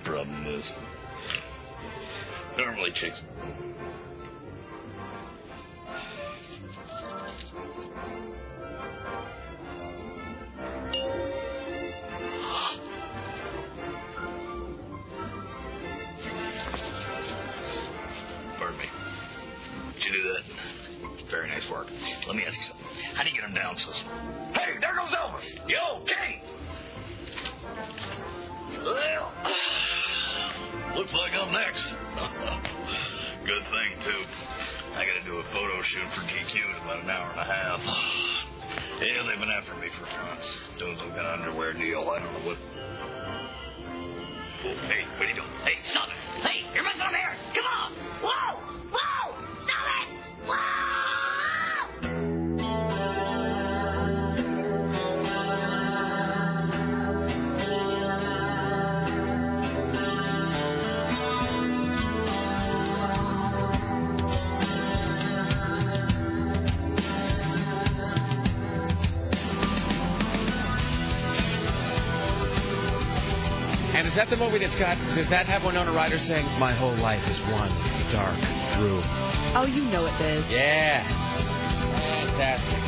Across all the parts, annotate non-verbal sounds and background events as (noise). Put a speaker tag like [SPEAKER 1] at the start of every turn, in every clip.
[SPEAKER 1] chickens. I don't really chickens. Pardon me. Did you do that? Very nice work. Let me ask you something. How do you get them down, sis? Hey, there goes Elvis. Yo, Kate. Well, looks like I'm next. Good thing, too. I gotta do a photo shoot for GQ in about an hour and a half. Yeah, they've been after me for months. Doing some kind of underwear deal. I don't know what. Whoa, Hey, what are you doing? Hey, stop it. Hey, you're missing on air. Come on. Whoa! Whoa! Stop it! Whoa!
[SPEAKER 2] And is that the movie that's got? Does that have Winona Ryder saying, "My whole life is one dark room"?
[SPEAKER 3] Oh, you know it is.
[SPEAKER 2] Yeah, fantastic.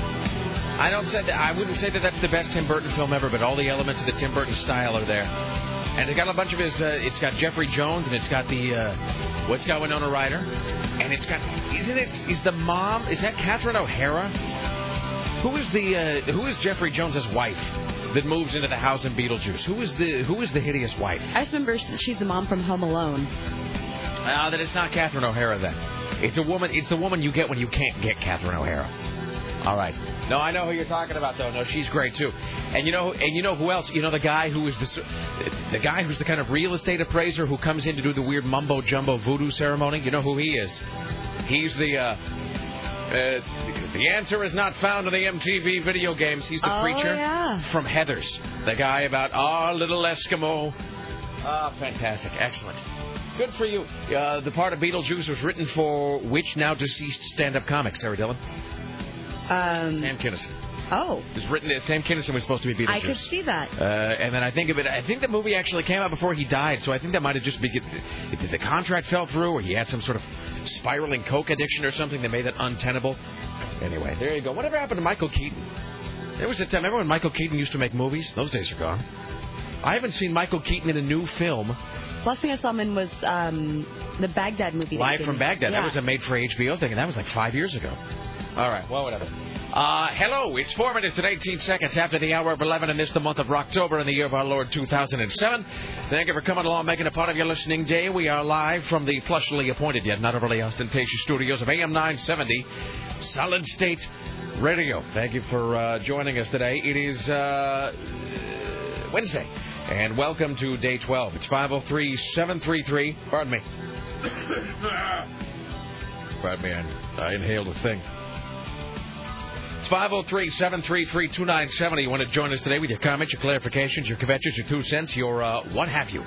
[SPEAKER 2] I don't say that. I wouldn't say that that's the best Tim Burton film ever, but all the elements of the Tim Burton style are there. And it got a bunch of his. Uh, it's got Jeffrey Jones, and it's got the uh, what's got Winona Ryder, and it's got. Isn't it? Is the mom? Is that Catherine O'Hara? Who is the? Uh, who is Jeffrey Jones's wife that moves into the house in Beetlejuice? Who is the? Who is the hideous wife?
[SPEAKER 3] I just remember sh- she's the mom from Home Alone.
[SPEAKER 2] Ah, then it's not Catherine O'Hara then. It's a woman. It's the woman you get when you can't get Catherine O'Hara. All right. No, I know who you're talking about though. No, she's great too. And you know, and you know who else? You know the guy who is the the guy who's the kind of real estate appraiser who comes in to do the weird mumbo jumbo voodoo ceremony. You know who he is? He's the. Uh, uh, the answer is not found in the MTV video games. He's the
[SPEAKER 3] Oh,
[SPEAKER 2] preacher
[SPEAKER 3] yeah.
[SPEAKER 2] from Heather's. The guy about our little Eskimo. Ah, fantastic. Excellent. Good for you. Uh, the part of Beetlejuice was written for which now deceased stand up comic, Sarah Dillon?
[SPEAKER 3] Um,
[SPEAKER 2] Sam Kinison.
[SPEAKER 3] oh,
[SPEAKER 2] It was written, uh, Sam Kinison was supposed to be Beetlejuice.
[SPEAKER 3] I could see that.
[SPEAKER 2] Uh, and then I think of it. I think the movie actually came out before he died, so I think that might have just been if the contract fell through, or he had some sort of spiraling coke addiction or something that made it untenable. Anyway, there you go. Whatever happened to Michael Keaton? There was a time. Remember when Michael Keaton used to make movies? Those days are gone. I haven't seen Michael Keaton in a new film
[SPEAKER 3] Last thing I saw him in was um, the Baghdad movie. that
[SPEAKER 2] Live
[SPEAKER 3] he
[SPEAKER 2] from
[SPEAKER 3] did.
[SPEAKER 2] Baghdad.
[SPEAKER 3] Yeah.
[SPEAKER 2] That was a made for HBO thing, and that was like five years ago. All right, well, whatever. Uh, hello, it's four minutes and 18 seconds after the hour of 11, and this the month of October in the year of our Lord 2007. Thank you for coming along, making a part of your listening day. We are live from the plushly appointed yet not overly ostentatious studios of AM 970, Solid State Radio. Thank you for uh, joining us today. It is uh, Wednesday. And welcome to day 12. It's 503 733. Pardon me. Pardon me, I, I inhaled a thing. It's 503 733 2970. oh. You want to join us today with your comments, your clarifications, your kvetches, your two cents, your uh, what have you.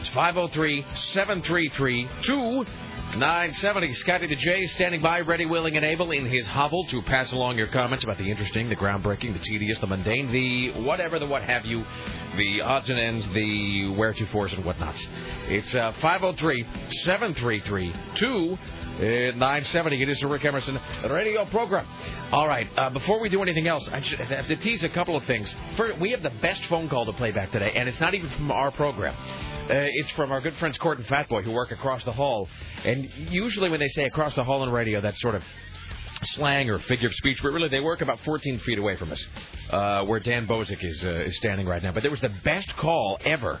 [SPEAKER 2] It's 503 733 2970. oh. Scotty the J standing by, ready, willing, and able in his hovel to pass along your comments about the interesting, the groundbreaking, the tedious, the mundane, the whatever, the what have you, the odds and ends, the where to force and whatnots. It's uh, 503 733 oh. 2970. Uh, It is the Rick Emerson radio program. All right, uh, before we do anything else, I should I have to tease a couple of things. First, we have the best phone call to play back today, and it's not even from our program. Uh, it's from our good friends Court and Fatboy, who work across the hall. And usually, when they say across the hall on radio, that's sort of slang or figure of speech, but really they work about 14 feet away from us, uh, where Dan Bozick is uh, is standing right now. But there was the best call ever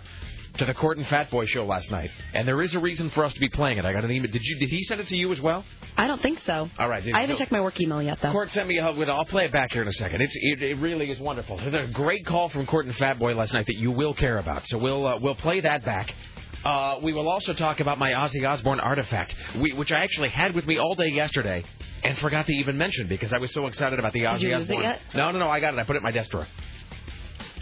[SPEAKER 2] to the Court and Fat Boy show last night, and there is a reason for us to be playing it. I got an email. Did you? Did he send it to you as well?
[SPEAKER 3] I don't think so.
[SPEAKER 2] All right.
[SPEAKER 3] I haven't checked my work email yet, though.
[SPEAKER 2] Court sent me a hug with. I'll play it back here in a second. It's it, it really is wonderful. So there's a great call from Court and Fat Boy last night that you will care about. So we'll uh, we'll play that back. Uh, we will also talk about my Ozzy Osbourne artifact, we, which I actually had with me all day yesterday and forgot to even mention because I was so excited about the Ozzy
[SPEAKER 3] you lose it
[SPEAKER 2] Osbourne.
[SPEAKER 3] yet?
[SPEAKER 2] No, no, no. I got it. I put it in my desk drawer.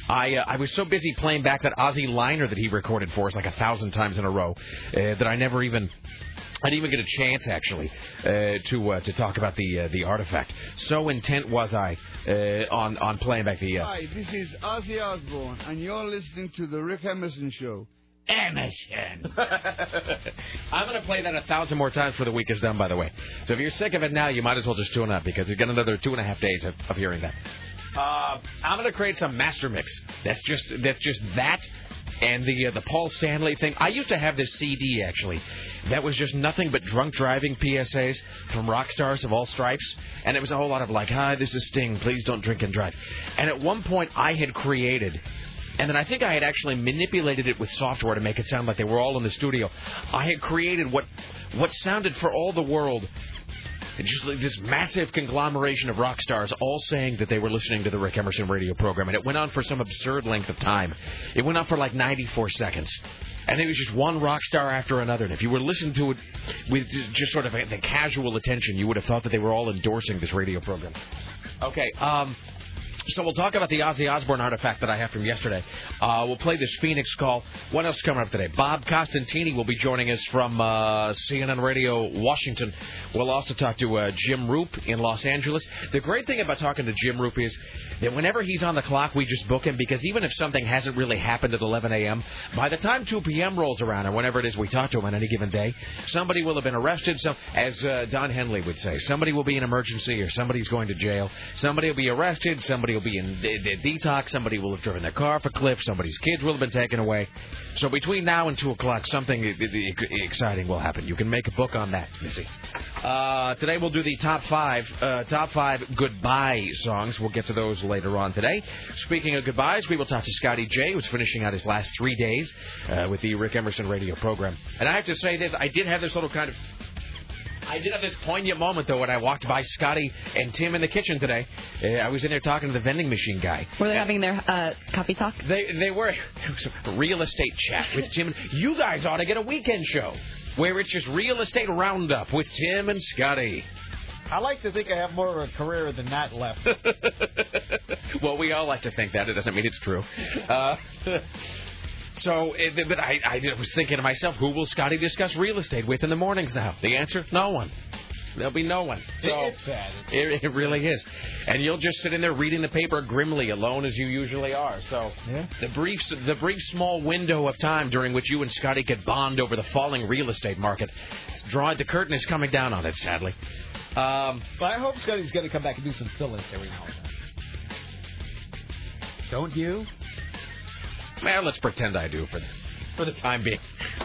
[SPEAKER 2] I uh, I was so busy playing back that Ozzy liner that he recorded for us like a thousand times in a row uh, that I never even I didn't even get a chance actually uh, to uh, to talk about the uh, the artifact. So intent was I uh, on on playing back the. Uh,
[SPEAKER 4] Hi, this is Ozzy Osbourne, and you're listening to The Rick Emerson Show. Emerson.
[SPEAKER 2] I'm going to play that a thousand more times for the week is done, by the way. So if you're sick of it now, you might as well just tune up because you've got another two and a half days of, of hearing that. Uh, I'm going to create some master mix. That's just that's just that and the uh, the Paul Stanley thing. I used to have this CD actually that was just nothing but drunk driving PSAs from rock stars of all stripes, and it was a whole lot of like, "Hi, this is Sting. Please don't drink and drive." And at one point, I had created and then I think I had actually manipulated it with software to make it sound like they were all in the studio. I had created what what sounded for all the world just like this massive conglomeration of rock stars all saying that they were listening to the Rick Emerson radio program and it went on for some absurd length of time. It went on for like 94 seconds. And it was just one rock star after another. And if you were listening to it with just sort of the casual attention, you would have thought that they were all endorsing this radio program. Okay, um, so we'll talk about the Ozzy Osbourne artifact that I have from yesterday. Uh, we'll play this Phoenix call. What else is coming up today? Bob Costantini will be joining us from uh, CNN Radio Washington. We'll also talk to uh, Jim Roop in Los Angeles. The great thing about talking to Jim Roop is that whenever he's on the clock, we just book him because even if something hasn't really happened at 11 a.m., by the time 2 p.m. rolls around or whenever it is we talk to him on any given day, somebody will have been arrested. Some, as uh, Don Henley would say, somebody will be in emergency or somebody's going to jail. Somebody will be arrested. Somebody will be in the, the detox. Somebody will have driven their car off a cliff. Somebody's kids will have been taken away. So between now and two o'clock, something e- e- e- exciting will happen. You can make a book on that, Missy. Uh, today we'll do the top five, uh, top five goodbye songs. We'll get to those later on today. Speaking of goodbyes, we will talk to Scotty J, who's finishing out his last three days uh, with the Rick Emerson radio program. And I have to say this: I did have this little kind of I did have this poignant moment though when I walked by Scotty and Tim in the kitchen today. Uh, I was in there talking to the vending machine guy.
[SPEAKER 3] Were they having their uh, coffee talk?
[SPEAKER 2] They they were (laughs) it was a real estate chat with Tim. and You guys ought to get a weekend show where it's just real estate roundup with Tim and Scotty. (laughs)
[SPEAKER 5] I like to think I have more of a career than that left.
[SPEAKER 2] Well, we all like to think that. It doesn't mean it's true. Uh, (laughs) so, it, but I, I was thinking to myself, who will Scotty discuss real estate with in the mornings now? The answer, no one. There'll be no one. So,
[SPEAKER 5] it's sad.
[SPEAKER 2] It, it really is. And you'll just sit in there reading the paper grimly, alone as you usually are. So the brief, the brief small window of time during which you and Scotty could bond over the falling real estate market, it's drawing the curtain is coming down on it. Sadly, um,
[SPEAKER 5] But I hope Scotty's going to come back and do some fill-ins every now and then. Don't you?
[SPEAKER 2] Well, let's pretend I do for the, for the time being.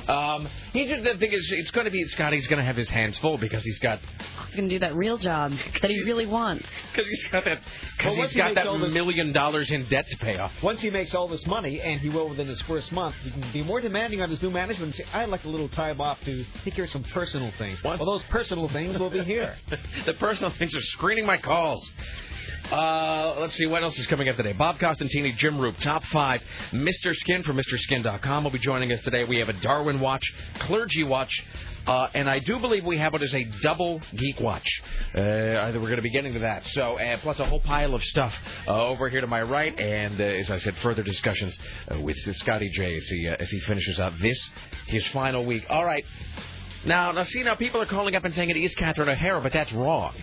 [SPEAKER 2] Um, he did, the thing is, it's going to be Scotty's going to have his hands full because he's got
[SPEAKER 3] He's going to do that real job (laughs) that he really wants.
[SPEAKER 2] (laughs) because he's got that
[SPEAKER 5] Well,
[SPEAKER 2] because
[SPEAKER 5] once
[SPEAKER 2] he's
[SPEAKER 5] he
[SPEAKER 2] got
[SPEAKER 5] makes
[SPEAKER 2] that
[SPEAKER 5] all this-
[SPEAKER 2] million dollars in debt to pay off.
[SPEAKER 5] Once he makes all this money, and he will within his first month, he can be more demanding on his new management and say, I'd like a little time off to take care of some personal things. Well, those personal things will be here.
[SPEAKER 2] the personal things are screening my calls. Uh, let's see what else is coming up today. Bob Costantini, Jim Roop, top five. Mr. Skin from MrSkin.com will be joining us today. We have a Darwin watch, clergy watch, uh, and I do believe we have what is a double geek watch. Uh, we're going to be getting to that. So, uh, plus a whole pile of stuff uh, over here to my right, and uh, as I said, further discussions uh, with Scotty J as he uh, as he finishes out this his final week. All right. Now, now, see, now people are calling up and saying it is Catherine O'Hara, but that's wrong.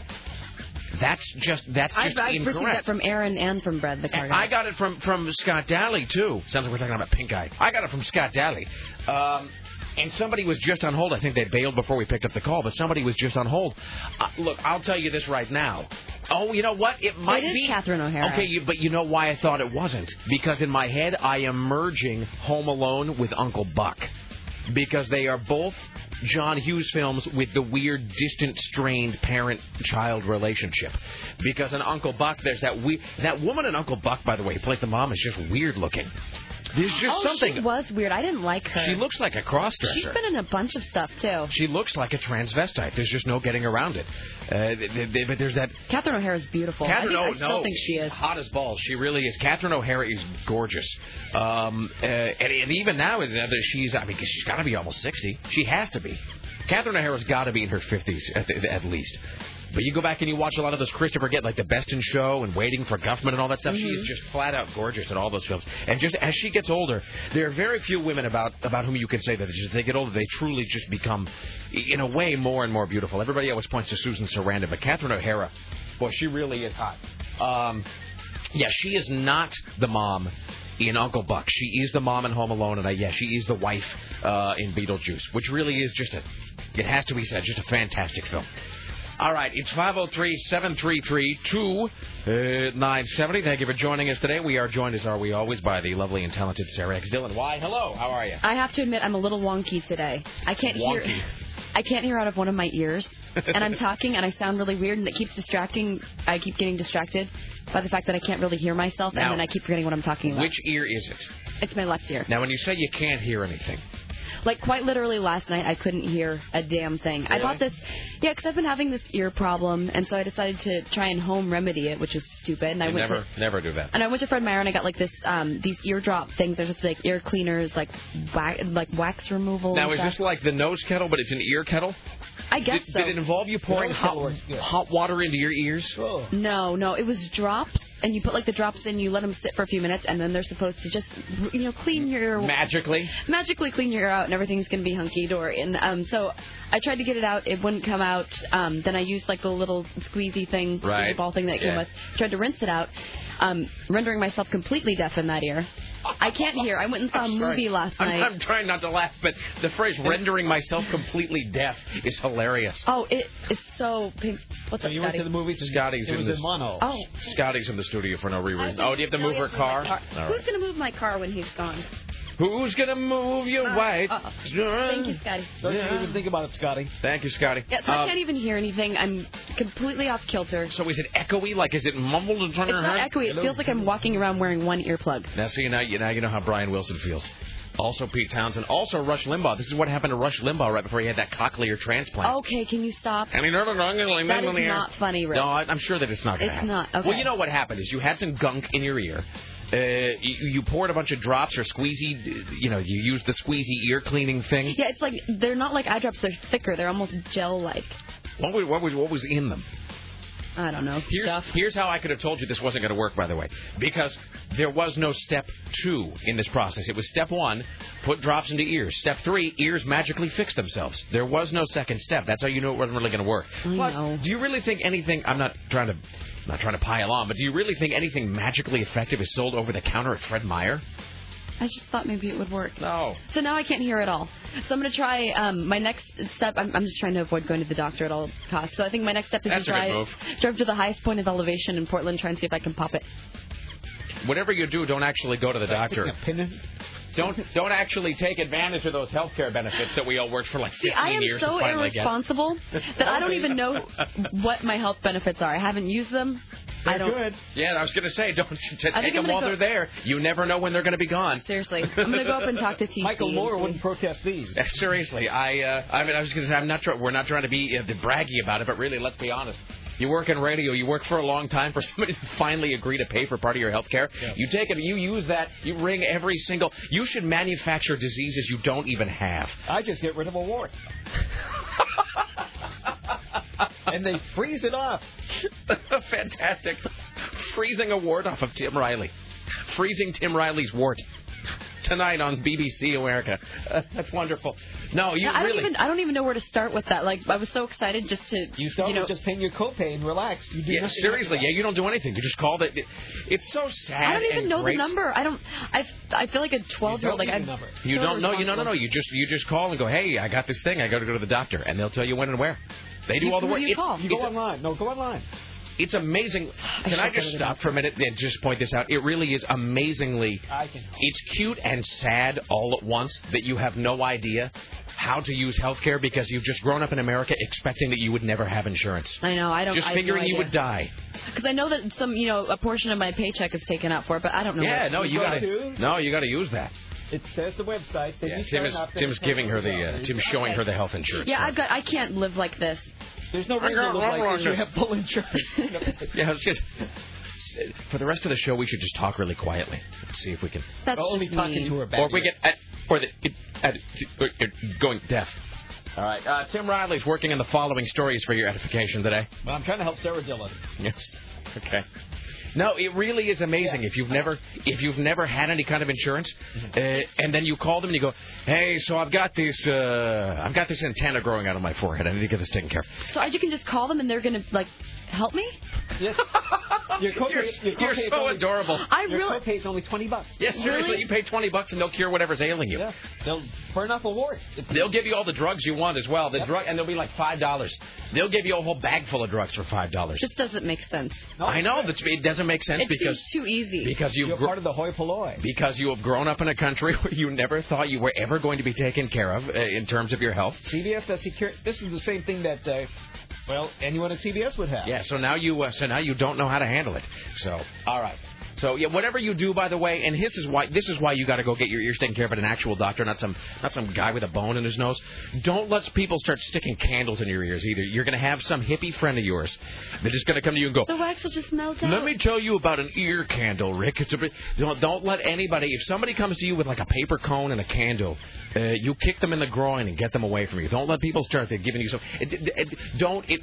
[SPEAKER 2] That's just that's
[SPEAKER 3] I've,
[SPEAKER 2] just
[SPEAKER 3] I've received that
[SPEAKER 2] incorrect.
[SPEAKER 3] from Aaron and from Brad, the car
[SPEAKER 2] And I got it from from Scott Daly too. Sounds like we're talking about pink eye. I got it from Scott Daly. Um, and somebody was just on hold. I think they bailed before we picked up the call, but somebody was just on hold. Uh, look, I'll tell you this right now. Oh, you know what? It might
[SPEAKER 3] is
[SPEAKER 2] be
[SPEAKER 3] Catherine O'Hara.
[SPEAKER 2] Okay, you, but you know why I thought it wasn't? Because in my head, I am merging Home Alone with Uncle Buck, because they are both John Hughes films with the weird, distant, strained parent-child relationship. Because in Uncle Buck, there's that we that woman in Uncle Buck, by the way, who plays the mom, is just weird looking. There's just
[SPEAKER 3] oh,
[SPEAKER 2] something.
[SPEAKER 3] she was weird. I didn't like her.
[SPEAKER 2] She looks like a crossdresser.
[SPEAKER 3] She's been in a bunch of stuff too.
[SPEAKER 2] She looks like a transvestite. There's just no getting around it. Uh, th- th- th- but there's that
[SPEAKER 3] Catherine O'Hara is beautiful.
[SPEAKER 2] Catherine,
[SPEAKER 3] I, think,
[SPEAKER 2] oh,
[SPEAKER 3] I still
[SPEAKER 2] no.
[SPEAKER 3] think she is.
[SPEAKER 2] Hot as balls. She really is. Catherine O'Hara is gorgeous. Um, uh, and, and even now, you know, that she's, I mean, she's got to be almost 60. She has to be. Catherine O'Hara's got to be in her 50s at, the, at least. But you go back and you watch a lot of those Christopher Get, like The Best in Show and Waiting for Guffman and all that stuff. She is just flat out gorgeous in all those films. And just as she gets older, there are very few women about about whom you can say that as they get older, they truly just become, in a way, more and more beautiful. Everybody always points to Susan Sarandon, but Catherine O'Hara, boy, she really is hot. Um, yeah, she is not the mom in Uncle Buck. She is the mom in Home Alone, and I, yeah, she is the wife uh, in Beetlejuice, which really is just a, (laughs) it has to be said, just a fantastic film. All right, it's 503-733-2970. uh, Thank you for joining us today. We are joined, as are we always, by the lovely and talented Sarah X. Dillon. Why, hello, how are you?
[SPEAKER 3] I have to admit, I'm a little wonky today. I can't
[SPEAKER 2] Wonky.
[SPEAKER 3] (laughs) hear. I can't hear out of one of my ears, and I'm talking, and I sound really weird, and it keeps distracting. I keep getting distracted by the fact that I can't really hear myself,
[SPEAKER 2] Now,
[SPEAKER 3] and then I keep forgetting what I'm talking about.
[SPEAKER 2] Which ear is it?
[SPEAKER 3] It's my left ear.
[SPEAKER 2] Now, when you say you can't hear anything,
[SPEAKER 3] Like quite literally last night, I couldn't hear a damn thing. I bought this, yeah, because I've been having this ear problem, and so I decided to try and home remedy it, which is stupid. And I
[SPEAKER 2] you
[SPEAKER 3] went
[SPEAKER 2] never,
[SPEAKER 3] to,
[SPEAKER 2] never do that.
[SPEAKER 3] and I went to Fred Meyer and I got like this, um, these eardrop things. They're just like ear cleaners, like wax, like wax removal.
[SPEAKER 2] Now, is
[SPEAKER 3] and
[SPEAKER 2] this
[SPEAKER 3] stuff.
[SPEAKER 2] like the nose kettle, but it's an ear kettle?
[SPEAKER 3] Oh, I guess
[SPEAKER 2] did,
[SPEAKER 3] so.
[SPEAKER 2] Did it involve you pouring
[SPEAKER 5] Nose
[SPEAKER 2] hot,
[SPEAKER 5] kettle works good.
[SPEAKER 2] hot water into your ears?
[SPEAKER 3] Oh. No, no, it was drops, and you put like the drops in, you let them sit for a few minutes, and then they're supposed to just, you know, clean your ear.
[SPEAKER 2] Magically?
[SPEAKER 3] magically clean your ear out and everything's going to be hunky dory. And um, so I tried to get it out. It wouldn't come out. Um, then I used like the little squeezy thing,
[SPEAKER 2] Right.
[SPEAKER 3] the ball thing that it came
[SPEAKER 2] Yeah.
[SPEAKER 3] with. Tried to rinse it out, um, rendering myself completely deaf in that ear. I can't hear. I went and saw a
[SPEAKER 2] I'm sorry.
[SPEAKER 3] movie last
[SPEAKER 2] I'm-
[SPEAKER 3] night.
[SPEAKER 2] I'm, trying not to laugh, but the phrase rendering myself completely deaf is hilarious.
[SPEAKER 3] Oh, it is so pink. What's
[SPEAKER 5] So
[SPEAKER 3] up,
[SPEAKER 5] you went
[SPEAKER 3] Scotty?
[SPEAKER 5] to the movies. and-
[SPEAKER 2] Scotty's
[SPEAKER 5] it
[SPEAKER 2] in
[SPEAKER 5] was
[SPEAKER 2] this.
[SPEAKER 5] in mono.
[SPEAKER 3] Oh.
[SPEAKER 2] Scotty's in the studio for no reason. Oh, do you have to
[SPEAKER 3] No,
[SPEAKER 2] move
[SPEAKER 3] we
[SPEAKER 2] her
[SPEAKER 3] have to move
[SPEAKER 2] car?
[SPEAKER 3] my
[SPEAKER 2] All
[SPEAKER 3] Who's
[SPEAKER 2] right.
[SPEAKER 3] going to move my car when he's gone?
[SPEAKER 2] Who's gonna move your
[SPEAKER 3] Uh,
[SPEAKER 2] wife?
[SPEAKER 3] uh, Thank you, Scotty.
[SPEAKER 5] Don't you
[SPEAKER 2] Yeah.
[SPEAKER 5] even think about it, Scotty.
[SPEAKER 2] Thank you, Scotty.
[SPEAKER 3] Yeah, so I
[SPEAKER 2] Um,
[SPEAKER 3] can't even hear anything. I'm completely off kilter.
[SPEAKER 2] so is it echoey? Like, is it mumbled in front
[SPEAKER 3] It's
[SPEAKER 2] of her?
[SPEAKER 3] not echoey. It feels like I'm walking around wearing one earplug.
[SPEAKER 2] Now see now you now you know how Brian Wilson feels. Also Pete Townsend. Also Rush Limbaugh. This is what happened to Rush Limbaugh right before he had that cochlear transplant.
[SPEAKER 3] Okay, can you stop?
[SPEAKER 2] I mean, no, no, no, I'm gonna leave
[SPEAKER 3] Oh. That
[SPEAKER 2] them in the
[SPEAKER 3] is
[SPEAKER 2] air.
[SPEAKER 3] not funny, Rick.
[SPEAKER 2] No, I, I'm sure that it's not gonna
[SPEAKER 3] It's
[SPEAKER 2] happen.
[SPEAKER 3] not, okay.
[SPEAKER 2] Well, you know what happened is you had some gunk in your ear. Uh, you, you poured a bunch of drops or squeezy, you know, you used the squeezy ear cleaning thing.
[SPEAKER 3] Yeah, it's like they're not like eye drops. They're thicker. They're almost gel-like.
[SPEAKER 2] What, was, what, was, what was in them?
[SPEAKER 3] I don't know.
[SPEAKER 2] Here's,
[SPEAKER 3] stuff.
[SPEAKER 2] here's how I could have told you this wasn't going to work, by the way, because there was no step two in this process. It was step one, put drops into ears. Step three, ears magically fix themselves. There was no second step. That's how you knew it wasn't really going to work.
[SPEAKER 3] I
[SPEAKER 2] Plus,
[SPEAKER 3] know.
[SPEAKER 2] do you really think anything? I'm not trying to, I'm not trying to pile on, but do you really think anything magically effective is sold over the counter at Fred Meyer?
[SPEAKER 3] I just thought maybe it would work.
[SPEAKER 2] No.
[SPEAKER 3] So now I can't hear at all. So I'm gonna try um, my next step. I'm, I'm just trying to avoid going to the doctor at all costs. So I think my next step is
[SPEAKER 2] That's
[SPEAKER 3] to
[SPEAKER 2] a good
[SPEAKER 3] drive
[SPEAKER 2] move.
[SPEAKER 3] drive to the highest point of elevation in Portland, try and see if I can pop it.
[SPEAKER 2] Whatever you do, don't actually go to the doctor.
[SPEAKER 5] Taking a pin-
[SPEAKER 2] Don't don't actually take advantage of those health care benefits that we all worked for like 15
[SPEAKER 3] See, I am
[SPEAKER 2] years to
[SPEAKER 3] so
[SPEAKER 2] finally get.
[SPEAKER 3] irresponsible
[SPEAKER 2] (laughs)
[SPEAKER 3] that I don't even know what my health benefits are. I haven't used them. I don't.
[SPEAKER 5] Good.
[SPEAKER 2] Yeah, I was going to say, don't to
[SPEAKER 3] I'm
[SPEAKER 2] take them
[SPEAKER 3] gonna
[SPEAKER 2] while
[SPEAKER 3] go-
[SPEAKER 2] they're there. You never know when they're going to be gone.
[SPEAKER 3] Seriously, I'm gonna go up and
[SPEAKER 2] (laughs)
[SPEAKER 3] (laughs) talk to TC.
[SPEAKER 5] Michael
[SPEAKER 3] and
[SPEAKER 5] Moore
[SPEAKER 3] see.
[SPEAKER 5] wouldn't protest these.
[SPEAKER 2] Uh, Seriously, I, uh, I mean, I was going to. I'm not. Try, we're not trying to be uh, braggy about it, but really, let's be honest. You work in radio. You work for a long time. For (laughs) somebody to finally agree to pay for part of your health care, you take it. You use that. You ring every single. You should manufacture diseases you don't even have.
[SPEAKER 5] I just get rid of
[SPEAKER 2] (laughs)
[SPEAKER 5] a wart. and they freeze it off.
[SPEAKER 2] (laughs) Fantastic. Freezing a wart off of Tim Riley. Freezing Tim Riley's wart. Tonight on BBC America. (laughs) Uh, that's wonderful. No, Oh, you
[SPEAKER 3] Yeah, I
[SPEAKER 2] really.
[SPEAKER 3] don't even I don't even know where to start with that. Like I was so excited just to
[SPEAKER 5] You start
[SPEAKER 3] know
[SPEAKER 5] with just paying your copay and relax. You do
[SPEAKER 2] Yeah,
[SPEAKER 5] nothing
[SPEAKER 2] seriously.
[SPEAKER 5] after
[SPEAKER 2] Yeah, you don't do anything. You just call the. It's so sad.
[SPEAKER 3] I don't
[SPEAKER 2] and
[SPEAKER 3] even know
[SPEAKER 2] great.
[SPEAKER 3] the number. I don't I, I feel like a 12 year old
[SPEAKER 5] need
[SPEAKER 3] like
[SPEAKER 5] the
[SPEAKER 3] I'm
[SPEAKER 5] number.
[SPEAKER 2] You
[SPEAKER 3] so
[SPEAKER 2] don't know. You no no no.
[SPEAKER 3] irresponsible.
[SPEAKER 2] You just you just call and go. Hey, I got this thing. I got to go to the doctor, and they'll tell you when and where. They do
[SPEAKER 3] You-
[SPEAKER 2] all the
[SPEAKER 3] who
[SPEAKER 2] work.
[SPEAKER 3] do you
[SPEAKER 2] It's-
[SPEAKER 3] call?
[SPEAKER 5] that. You
[SPEAKER 2] it's
[SPEAKER 5] go online. No, go online.
[SPEAKER 2] It's
[SPEAKER 3] (sighs)
[SPEAKER 2] amazing. Can
[SPEAKER 3] should
[SPEAKER 2] I
[SPEAKER 3] go to
[SPEAKER 2] just
[SPEAKER 3] the
[SPEAKER 2] stop for a minute and just point this out? It really is amazingly.
[SPEAKER 5] I can help.
[SPEAKER 2] It's cute and sad all at once that you have no idea how to use healthcare because you've just grown up in America expecting that you would never have insurance.
[SPEAKER 3] I know. I don't.
[SPEAKER 2] Just figuring you would die.
[SPEAKER 3] because I know that some, you know, a portion of my paycheck is taken out for it, but
[SPEAKER 5] (laughs)
[SPEAKER 3] I don't know.
[SPEAKER 2] Yeah,
[SPEAKER 3] what-
[SPEAKER 2] no, you
[SPEAKER 5] go
[SPEAKER 2] gotta,
[SPEAKER 5] to-
[SPEAKER 2] no, you gotta use that.
[SPEAKER 5] It says the website. That
[SPEAKER 2] Yeah, Tim
[SPEAKER 5] you sign
[SPEAKER 2] is,
[SPEAKER 5] up,
[SPEAKER 2] Tim's
[SPEAKER 5] that you
[SPEAKER 2] giving her the,
[SPEAKER 5] sign
[SPEAKER 2] uh,
[SPEAKER 5] up.
[SPEAKER 2] Tim's showing her the health insurance.
[SPEAKER 3] Yeah,
[SPEAKER 2] card.
[SPEAKER 3] I've got. I can't live like this.
[SPEAKER 5] There's no
[SPEAKER 2] I
[SPEAKER 5] reason
[SPEAKER 2] got
[SPEAKER 5] to look
[SPEAKER 2] one
[SPEAKER 5] like this.
[SPEAKER 2] wrong.
[SPEAKER 5] You have
[SPEAKER 2] (laughs)
[SPEAKER 5] full insurance.
[SPEAKER 2] Yeah, it's just- for the rest of the show, we should just talk really quietly. Let's see if we can,
[SPEAKER 3] That's
[SPEAKER 5] Only
[SPEAKER 3] just
[SPEAKER 5] talking
[SPEAKER 3] mean.
[SPEAKER 5] to her back.
[SPEAKER 2] or if we get, at, or the, at, going deaf. All right, uh, Tim Riley's working on the following stories for your edification today.
[SPEAKER 5] Well, I'm trying to help Sarah Dillon.
[SPEAKER 2] Yes. Okay. No, it really is amazing if you've never if you've never had any kind of insurance,
[SPEAKER 5] Mm-hmm.
[SPEAKER 2] uh, and then you call them and you go, "Hey, so I've got this uh, I've got this antenna growing out of my forehead. I need to get this taken care of."
[SPEAKER 3] So I, you can just call them and they're gonna like help me? (laughs)
[SPEAKER 1] Yes. Your copay,
[SPEAKER 2] You're-
[SPEAKER 1] your
[SPEAKER 2] you're
[SPEAKER 1] copay is
[SPEAKER 2] so
[SPEAKER 1] only-
[SPEAKER 2] adorable.
[SPEAKER 3] I
[SPEAKER 1] your
[SPEAKER 3] really-
[SPEAKER 1] copay is only twenty bucks.
[SPEAKER 2] Yes, seriously,
[SPEAKER 3] Really?
[SPEAKER 2] you pay 20 bucks and they'll cure whatever's ailing you.
[SPEAKER 1] Yeah. They'll burn off a wart.
[SPEAKER 2] They'll give you all the drugs you want as well. The drug and they'll be like five dollars. They'll give you a whole bag full of drugs for five dollars.
[SPEAKER 3] This doesn't make sense.
[SPEAKER 2] I know that it doesn't make sense
[SPEAKER 3] It
[SPEAKER 2] because
[SPEAKER 3] seems too easy.
[SPEAKER 2] because
[SPEAKER 1] You're
[SPEAKER 2] you've gr-
[SPEAKER 1] part of the hoi polloi.
[SPEAKER 2] because you have grown up in a country (laughs) where you never thought you were ever going to be taken care of uh, in terms of your health.
[SPEAKER 1] CBS does secure. This is the same thing that, uh, well, anyone at CBS would have.
[SPEAKER 2] Yeah, so now you uh, so now you don't know how to handle it. So all right. So yeah, whatever you do, by the way, and this is why this is why you got to go get your ears taken care of at an actual doctor, not some not some guy with a bone in his nose. Don't let people start sticking candles in your ears either. You're going to have some hippie friend of yours that is going to come to you and go,
[SPEAKER 3] the wax will just melt out.
[SPEAKER 2] Let me tell you about an ear candle, Rick. It's a bit, don't, don't let anybody. If somebody comes to you with like a paper cone and a candle, uh, you kick them in the groin and get them away from you. Don't let people start giving you some. It, it, it- don't. It,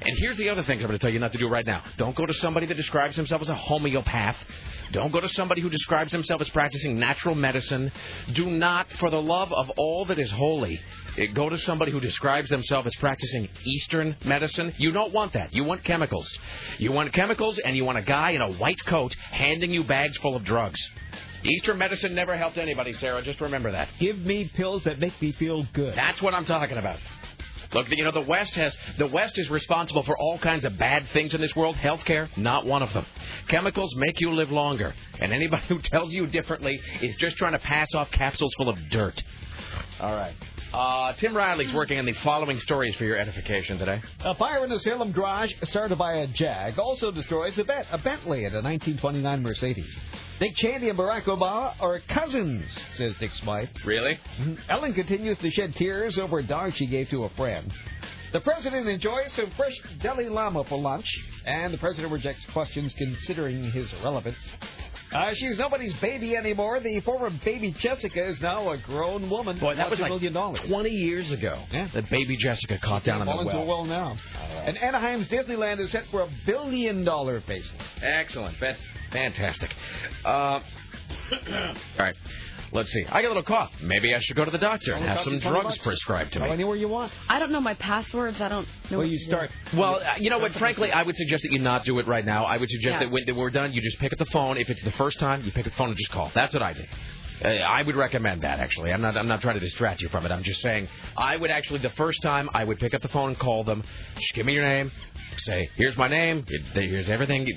[SPEAKER 2] and here's the other things I'm going to tell you not to do right now. Don't go to somebody that describes himself as a homeopath. Don't go to somebody who describes himself as practicing natural medicine. Do not, for the love of all that is holy, uh, go to somebody who describes themselves as practicing Eastern medicine. You don't want that. You want chemicals. You want chemicals, and you want a guy in a white coat handing you bags full of drugs. Eastern medicine never helped anybody, Sarah. Just remember that.
[SPEAKER 1] Give me pills that make me feel good.
[SPEAKER 2] That's what I'm talking about. Look, you know the West has the West is responsible for all kinds of bad things in this world. Healthcare, not one of them. Chemicals make you live longer, and anybody (laughs) who tells you differently is just trying to pass off capsules full of dirt. All right. Uh, Tim Riley's working on the following stories for your edification today.
[SPEAKER 1] A fire in a Salem garage started by a Jag also destroys a, Bet- a Bentley and a 1929 Mercedes. Nick Cheney and Barack Obama are cousins, says Nick's wife. Mm-hmm.
[SPEAKER 2] Really?
[SPEAKER 1] Ellen continues to shed tears over a dog she gave to a friend. The president enjoys some fresh deli llama for lunch, and the president rejects questions considering his relevance. Uh, she's nobody's baby anymore. The former baby Jessica is now a grown woman.
[SPEAKER 2] Boy, that was
[SPEAKER 1] Lots of
[SPEAKER 2] like
[SPEAKER 1] million dollars.
[SPEAKER 2] 20 years ago
[SPEAKER 1] Yeah.
[SPEAKER 2] that baby Jessica caught down in
[SPEAKER 1] Fall
[SPEAKER 2] the
[SPEAKER 1] into a
[SPEAKER 2] well. Uh,
[SPEAKER 1] well now. And Anaheim's Disneyland is set for a billion dollar facelift.
[SPEAKER 2] Excellent. Fan- Fantastic. Uh, (coughs) all right. Let's see. I got a little cough. Maybe I should go to the doctor and have some drugs prescribed to
[SPEAKER 1] Go
[SPEAKER 2] me.
[SPEAKER 1] anywhere you want.
[SPEAKER 3] I don't know my passwords. I don't
[SPEAKER 1] Well,
[SPEAKER 3] know. what
[SPEAKER 1] you
[SPEAKER 3] to do.
[SPEAKER 1] start.
[SPEAKER 2] Well, uh, you know what? Frankly, I would suggest that you not do it right now. I would suggest
[SPEAKER 3] Yeah.
[SPEAKER 2] that when that we're done, you just pick up the phone. If it's the first time, you pick up the phone and just call. That's what I do. Uh, I would recommend that actually. I'm not. I'm not trying to distract you from it. I'm just saying I would actually the first time I would pick up the phone and call them. Just give me your name. Say here's my name. It- Here's everything.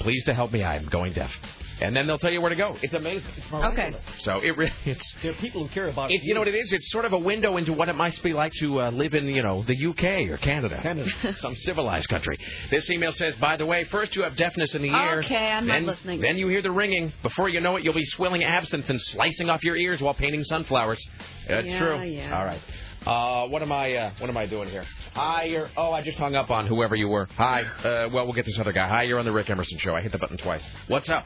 [SPEAKER 2] Please to help me. I'm going deaf. And then they'll tell you where to go. It's amazing.
[SPEAKER 3] Okay.
[SPEAKER 2] So it re- it's
[SPEAKER 1] There are people who care about
[SPEAKER 2] it's you know what it is. It's sort of a window into what it must be like to uh, live in you know the UK or Canada,
[SPEAKER 1] Canada.
[SPEAKER 2] (laughs) some civilized country. This email says, by the way, first you have deafness in the ear.
[SPEAKER 3] Okay, I'm not
[SPEAKER 2] then,
[SPEAKER 3] listening.
[SPEAKER 2] Then you hear the ringing. Before you know it, you'll be swilling absinthe and slicing off your ears while painting sunflowers. That's
[SPEAKER 3] Yeah,
[SPEAKER 2] true.
[SPEAKER 3] yeah.
[SPEAKER 2] All right. Uh, what am I? Uh, what am I doing here? Hi, you're. Oh, I just hung up on whoever you were. Hi. Uh, well, we'll get this other guy. Hi, you're on the Rick Emerson show. I hit the button twice. What's up?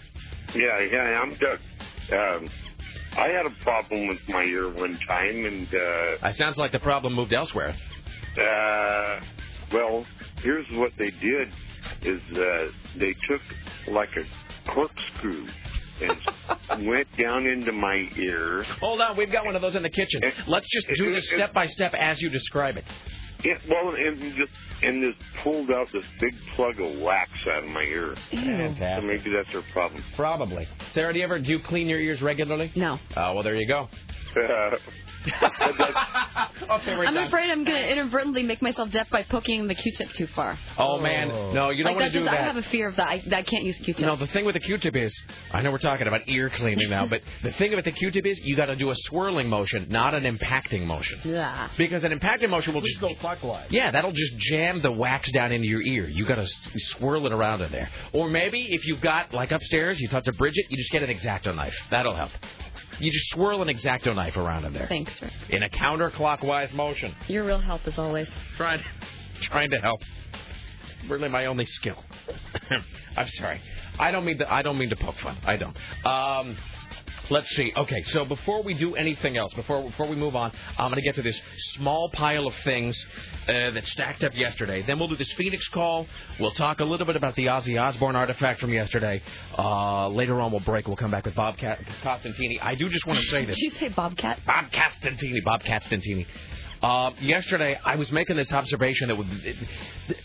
[SPEAKER 6] Yeah, yeah, I'm Doug. Um, I had a problem with my ear one time, and uh,
[SPEAKER 2] I sounds like the problem moved elsewhere.
[SPEAKER 6] uh, well, here's what they did: is uh, they took like a corkscrew
[SPEAKER 2] (laughs)
[SPEAKER 6] and went down into my ear.
[SPEAKER 2] Hold on, we've got one of those in the kitchen. Let's just do this step by step as you describe it.
[SPEAKER 6] It, well, and just and just pulled out this big plug of wax out of my ear. So maybe that's their problem.
[SPEAKER 2] Probably. Sarah, do you ever do you clean your ears regularly?
[SPEAKER 3] No.
[SPEAKER 2] Oh, well, there you go. Okay, we're
[SPEAKER 3] I'm
[SPEAKER 2] done.
[SPEAKER 3] afraid I'm going to inadvertently make myself deaf by poking the Q-tip too far.
[SPEAKER 2] Oh man, no, you don't want
[SPEAKER 3] like that
[SPEAKER 2] to do
[SPEAKER 3] just, I
[SPEAKER 2] that.
[SPEAKER 3] have a fear of that. I, I can't use Q-tips.
[SPEAKER 2] No, the thing with the Q-tip is, I know we're talking about ear cleaning
[SPEAKER 3] (laughs)
[SPEAKER 2] now, but the thing with the Q-tip is, you got to do a swirling motion, not an impacting motion,
[SPEAKER 3] yeah.
[SPEAKER 2] because an impacting motion will
[SPEAKER 1] Just
[SPEAKER 2] just
[SPEAKER 1] go clockwise.
[SPEAKER 2] Yeah, that'll just jam the wax down into your ear. You got to swirl it around in there. Or maybe if you've got like upstairs, you talk to Bridget, you just get an exacto knife. That'll help. You just swirl an exacto knife around in there
[SPEAKER 3] Thanks, Rick.
[SPEAKER 2] in a counterclockwise motion,
[SPEAKER 3] Your real help as always.
[SPEAKER 2] trying trying to help. It's really my only skill. (laughs) I'm sorry. I don't mean to. I don't mean to poke fun. I don't. Um, let's see. Okay, so before we do anything else, before before we move on, I'm going to get to this small pile of things uh, that stacked up yesterday. Then we'll do this Phoenix call. We'll talk a little bit about the Ozzy Osbourne artifact from yesterday. Uh, later on, we'll break. We'll come back with Bob Ca- Costantini. I do just want to say
[SPEAKER 3] Did
[SPEAKER 2] this.
[SPEAKER 3] you say Bobcat?
[SPEAKER 2] Bob Castantini. Bob Castantini. Uh, yesterday, I was making this observation that would-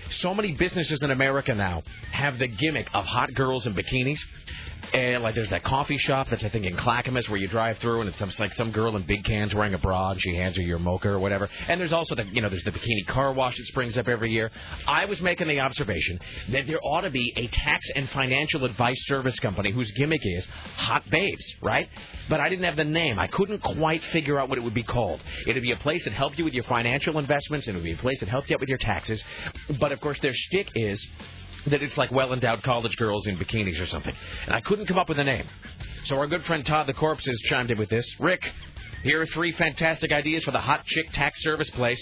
[SPEAKER 2] So many businesses in America now have the gimmick of hot girls in bikinis. And like there's that coffee shop that's I think in Clackamas where you drive through and it's some it's like some girl in big cans wearing a bra and she hands you your mocha or whatever. And there's also the you know there's the bikini car wash that springs up every year. I was making the observation that there ought to be a tax and financial advice service company whose gimmick is hot babes, right? But I didn't have the name. I couldn't quite figure out what it would be called. It'd be a place that helped you with your financial investments and it would be a place that helped you out with your taxes. But of course their shtick is that it's like well endowed college girls in bikinis or something. And I couldn't come up with a name. So our good friend Todd the Corpse has chimed in with this. Rick, here are three fantastic ideas for the hot chick tax service place.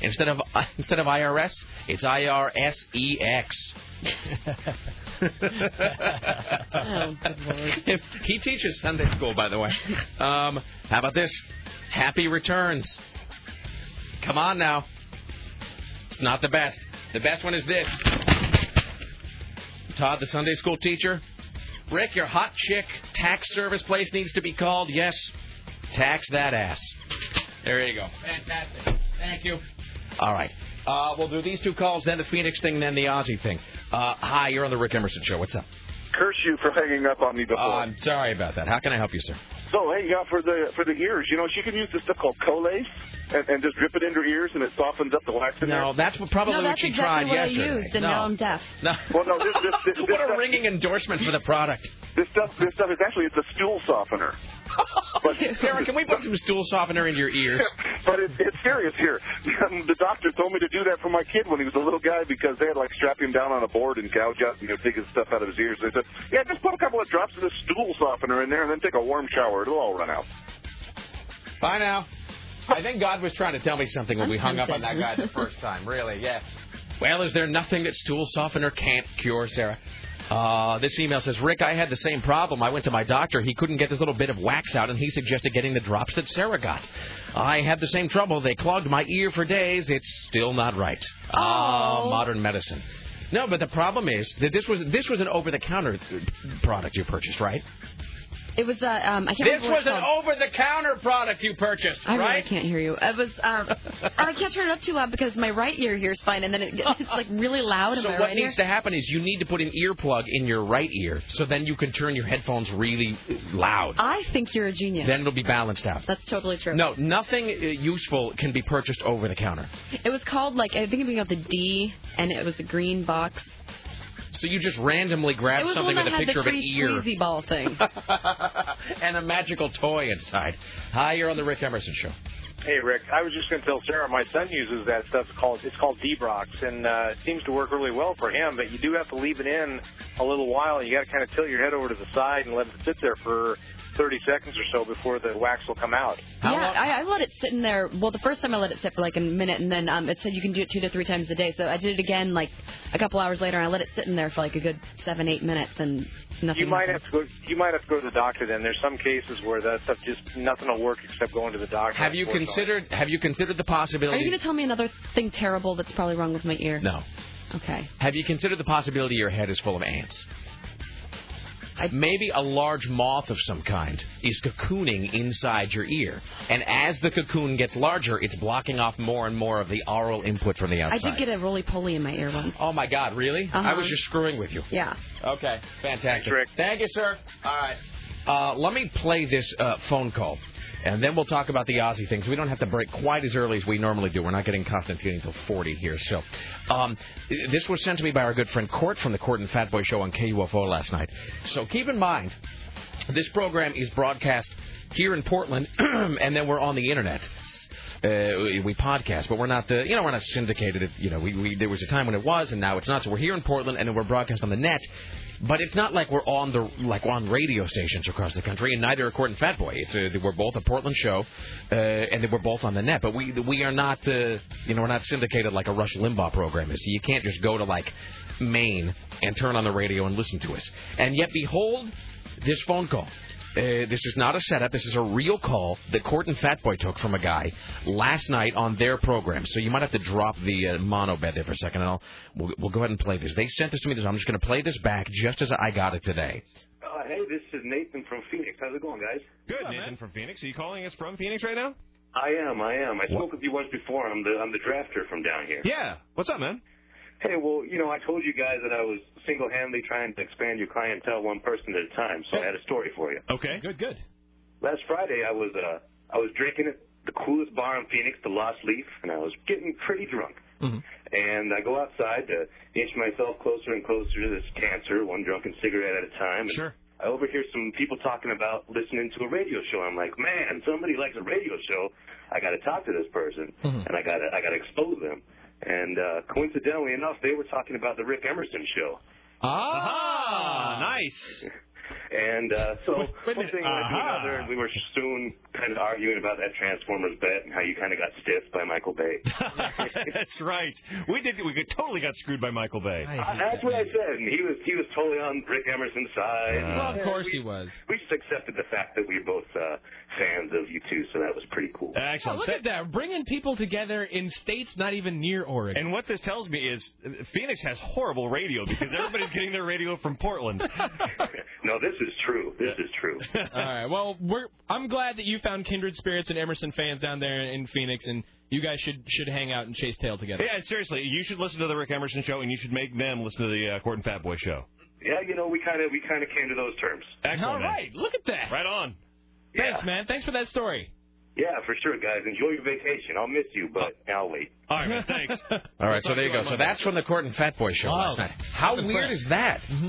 [SPEAKER 2] Instead of (laughs) instead of IRS, it's IRSEX. he teaches Sunday school, by the way. Um, how about this? Happy returns. Come on now. It's not the best. The best one is this. Todd, the Sunday school teacher. Rick, your hot chick tax service place needs to be called, yes, tax that ass. There you go. Fantastic. Thank you. All right. Uh, we'll do these two calls, then the Phoenix thing, then the Aussie thing. Uh, hi, you're on the Rick Emerson Show. What's up?
[SPEAKER 7] Curse you for hanging up on me
[SPEAKER 2] Uh,
[SPEAKER 7] before.
[SPEAKER 2] I'm sorry about that. How can I help you, sir?
[SPEAKER 7] so hang up for the for the ears. You know, she can use this stuff called Colace and, and just drip it into her ears, and it softens up the wax in
[SPEAKER 2] No, that's what, probably
[SPEAKER 3] no,
[SPEAKER 2] what
[SPEAKER 3] that's
[SPEAKER 2] she
[SPEAKER 3] exactly
[SPEAKER 2] tried
[SPEAKER 3] what I
[SPEAKER 2] yesterday.
[SPEAKER 3] used, and
[SPEAKER 2] no.
[SPEAKER 3] now I'm deaf.
[SPEAKER 2] No.
[SPEAKER 7] Well,
[SPEAKER 2] (laughs)
[SPEAKER 7] no, this, this, this,
[SPEAKER 2] what a
[SPEAKER 7] this-
[SPEAKER 2] ringing endorsement for the product.
[SPEAKER 7] This stuff, this stuff is actually it's a stool
[SPEAKER 2] (laughs)
[SPEAKER 7] softener. But,
[SPEAKER 2] Sarah, can we put some stool softener in your ears?
[SPEAKER 7] but it, it's serious here. (laughs) the doctor told me to do that for my kid when he was a little guy because they had like strap him down on a board and gouge out you know take his stuff out of his ears. They said, yeah, just put a couple of drops of this stool softener in there and then take a warm shower. It'll all run out.
[SPEAKER 2] Bye now. I think God was trying to tell me something when we hung up on that guy the first time. Really, yeah. (laughs) Well, is there nothing that stool softener can't cure, Sarah? Uh, this email says, Rick, I had the same problem. I went to my doctor. He couldn't get this little bit of wax out, and he suggested getting the drops that Sarah got. I had the same trouble. They clogged my ear for days. It's still not right. Ah,
[SPEAKER 3] Oh.
[SPEAKER 2] modern medicine. No, but the problem is that this was this was an over-the-counter product you purchased, right?
[SPEAKER 3] It was, uh, um, I can't
[SPEAKER 2] This
[SPEAKER 3] remember what
[SPEAKER 2] was
[SPEAKER 3] it's
[SPEAKER 2] an
[SPEAKER 3] called.
[SPEAKER 2] over-the-counter product you purchased,
[SPEAKER 3] I really
[SPEAKER 2] right?
[SPEAKER 3] can't hear you. It was, um,
[SPEAKER 2] (laughs)
[SPEAKER 3] I can't turn it up too loud because my right ear hears fine, and then it gets, it's like really loud in
[SPEAKER 2] So
[SPEAKER 3] my
[SPEAKER 2] what
[SPEAKER 3] right ear.
[SPEAKER 2] needs to happen is you need to put an earplug in your right ear, so then you can turn your headphones really loud.
[SPEAKER 3] I think you're a genius.
[SPEAKER 2] Then it'll be balanced out.
[SPEAKER 3] That's totally true.
[SPEAKER 2] No, nothing uh, useful can be purchased over the counter.
[SPEAKER 3] It was called, like, I think it was the D, and it was a green box.
[SPEAKER 2] So you just randomly grab
[SPEAKER 3] it was
[SPEAKER 2] something
[SPEAKER 3] the
[SPEAKER 2] with
[SPEAKER 3] one
[SPEAKER 2] a
[SPEAKER 3] that
[SPEAKER 2] picture
[SPEAKER 3] had
[SPEAKER 2] of
[SPEAKER 3] the
[SPEAKER 2] an
[SPEAKER 3] free
[SPEAKER 2] ear (laughs)
[SPEAKER 3] squeezy ball thing.
[SPEAKER 2] and a magical toy inside. Hi, you're on the Rick Emerson show.
[SPEAKER 8] Hey Rick, I was just going to tell Sarah my son uses that stuff It's called it's called Debrox and uh, it seems to work really well for him. But you do have to leave it in a little while. and You got to kind of tilt your head over to the side and let it sit there for 30 seconds or so before the wax will come out.
[SPEAKER 2] How
[SPEAKER 3] yeah,
[SPEAKER 2] long-
[SPEAKER 3] I, I let it sit in there. Well, the first time I let it sit for like a minute, and then um, it said you can do it two to three times a day. So I did it again like a couple hours later, and I let it sit in there for like a good seven, eight minutes, and nothing.
[SPEAKER 8] You might
[SPEAKER 3] happened.
[SPEAKER 8] have to go. You might have to go to the doctor. Then there's some cases where that stuff just nothing will work except going to the doctor.
[SPEAKER 2] Have you
[SPEAKER 8] unfortunately.
[SPEAKER 2] considered? Have you considered the
[SPEAKER 3] Are
[SPEAKER 2] possibility?
[SPEAKER 3] you going to tell me another thing terrible that's probably wrong with my ear?
[SPEAKER 2] no.
[SPEAKER 3] Okay.
[SPEAKER 2] Have you considered the possibility your head is full of ants? Maybe a large moth of some kind is cocooning inside your ear, and as the cocoon gets larger, it's blocking off more and more of the oral input from the
[SPEAKER 3] I
[SPEAKER 2] outside.
[SPEAKER 3] did get a roly poly in my ear once.
[SPEAKER 2] Oh my God! Really?
[SPEAKER 3] Uh-huh.
[SPEAKER 2] I was just screwing with you.
[SPEAKER 3] Yeah.
[SPEAKER 2] Okay, fantastic.
[SPEAKER 8] Thanks, Rick.
[SPEAKER 2] Thank you, sir. All right. Uh, let me play this uh, phone call, and then we'll talk about the Aussie things. We don't have to break quite as early as we normally do. We're not getting Constantine until 40 here. So, um, this was sent to me by our good friend Court from the Court and Fat Boy show on KUFO last night. So keep in mind, this program is broadcast here in Portland, (clears throat) and then we're on the internet. Uh, we- we podcast, but we're not the you know we're not syndicated. You know, we, we there was a time when it was, and now it's not. So we're here in Portland, and then we're broadcast on the net. But it's not like we're on the like on radio stations across the country, and neither are Court and Fat Boy. It's a, we're both a Portland show, uh, and then we're both on the net. But we we are not uh, you know we're not syndicated like a Rush Limbaugh program is. So you can't just go to like Maine and turn on the radio and listen to us. And yet, behold, this phone call. Uh, this is not a setup. This is a real call that Court and Fatboy took from a guy last night on their program. So you might have to drop the uh, mono bed there for a second, and I'll we'll, we'll go ahead and play this. They sent this to me. I'm just going to play this back just as I got it today.
[SPEAKER 7] Uh, hey, this is Nathan from Phoenix. How's it going, guys?
[SPEAKER 9] Good, Nathan from Phoenix. Are you calling us from Phoenix right now?
[SPEAKER 4] I am, I am. I spoke with you once before. I'm the I'm the drafter from down here.
[SPEAKER 9] Yeah. What's up, man?
[SPEAKER 4] Hey, well, you know, I told you guys that I was single-handedly trying to expand your clientele one person at a time, so I had a story for you.
[SPEAKER 9] Okay.
[SPEAKER 5] Good, good.
[SPEAKER 4] Last Friday, I was uh, I was drinking at the coolest bar in Phoenix, the Lost Leaf, and I was getting pretty drunk. And I go outside to inch myself closer and closer to this cancer, one drunken cigarette at a time. And
[SPEAKER 9] Sure.
[SPEAKER 4] I overhear some people talking about listening to a radio show. I'm like, man, somebody likes a radio show. I got to talk to this person,
[SPEAKER 9] Mm-hmm.
[SPEAKER 4] and I got to I got to expose them. And uh, coincidentally enough, they were talking about the Rick Emerson show.
[SPEAKER 9] Ah, nice.
[SPEAKER 4] (laughs) And uh, so
[SPEAKER 9] wait a
[SPEAKER 4] one
[SPEAKER 9] minute.
[SPEAKER 4] thing led to
[SPEAKER 9] Aha.
[SPEAKER 4] another, and we were soon kind of arguing about that Transformers bet and how you kind of got stiffed by Michael Bay.
[SPEAKER 9] Mm-hmm. (laughs) That's right. We did. We got, totally got screwed by Michael Bay.
[SPEAKER 4] Uh, that's what I said, and he was he was totally on Rick Emerson's side.
[SPEAKER 5] Well, of
[SPEAKER 4] Yeah,
[SPEAKER 5] course
[SPEAKER 4] we,
[SPEAKER 5] he was.
[SPEAKER 4] We just accepted the fact that we were both uh, fans of you two, so that was pretty cool.
[SPEAKER 9] Excellent.
[SPEAKER 10] look at that. Bringing people together in states not even near Oregon.
[SPEAKER 9] And what this tells me is uh, Phoenix has horrible
[SPEAKER 10] (laughs)
[SPEAKER 9] radio because everybody's getting their radio from Portland.
[SPEAKER 4] (laughs) No, this is true. This is true.
[SPEAKER 10] All right. Well, we're I'm glad that you found kindred spirits and Emerson fans down there in Phoenix, and you guys should should hang out and chase tail together.
[SPEAKER 9] yeah, seriously, you should listen to the Rick Emerson show and you should make them listen to the uh, Court and Fatboy show.
[SPEAKER 4] yeah, you know, we kind of we kind of came to those terms.
[SPEAKER 9] Excellent.
[SPEAKER 10] All
[SPEAKER 9] man.
[SPEAKER 10] right. Look at that.
[SPEAKER 9] Right on.
[SPEAKER 10] Thanks,
[SPEAKER 4] yeah.
[SPEAKER 10] man. Thanks for that story.
[SPEAKER 4] Yeah, for sure, guys. Enjoy your vacation. I'll miss you, but I'll wait.
[SPEAKER 9] All
[SPEAKER 4] (laughs)
[SPEAKER 9] right, man. Thanks.
[SPEAKER 2] All right, so there you go. So that's from the Court and Fat Boy show
[SPEAKER 10] Wow.
[SPEAKER 2] last night. How
[SPEAKER 10] I'm
[SPEAKER 2] weird
[SPEAKER 10] impressed.
[SPEAKER 2] is that?
[SPEAKER 10] Mm-hmm.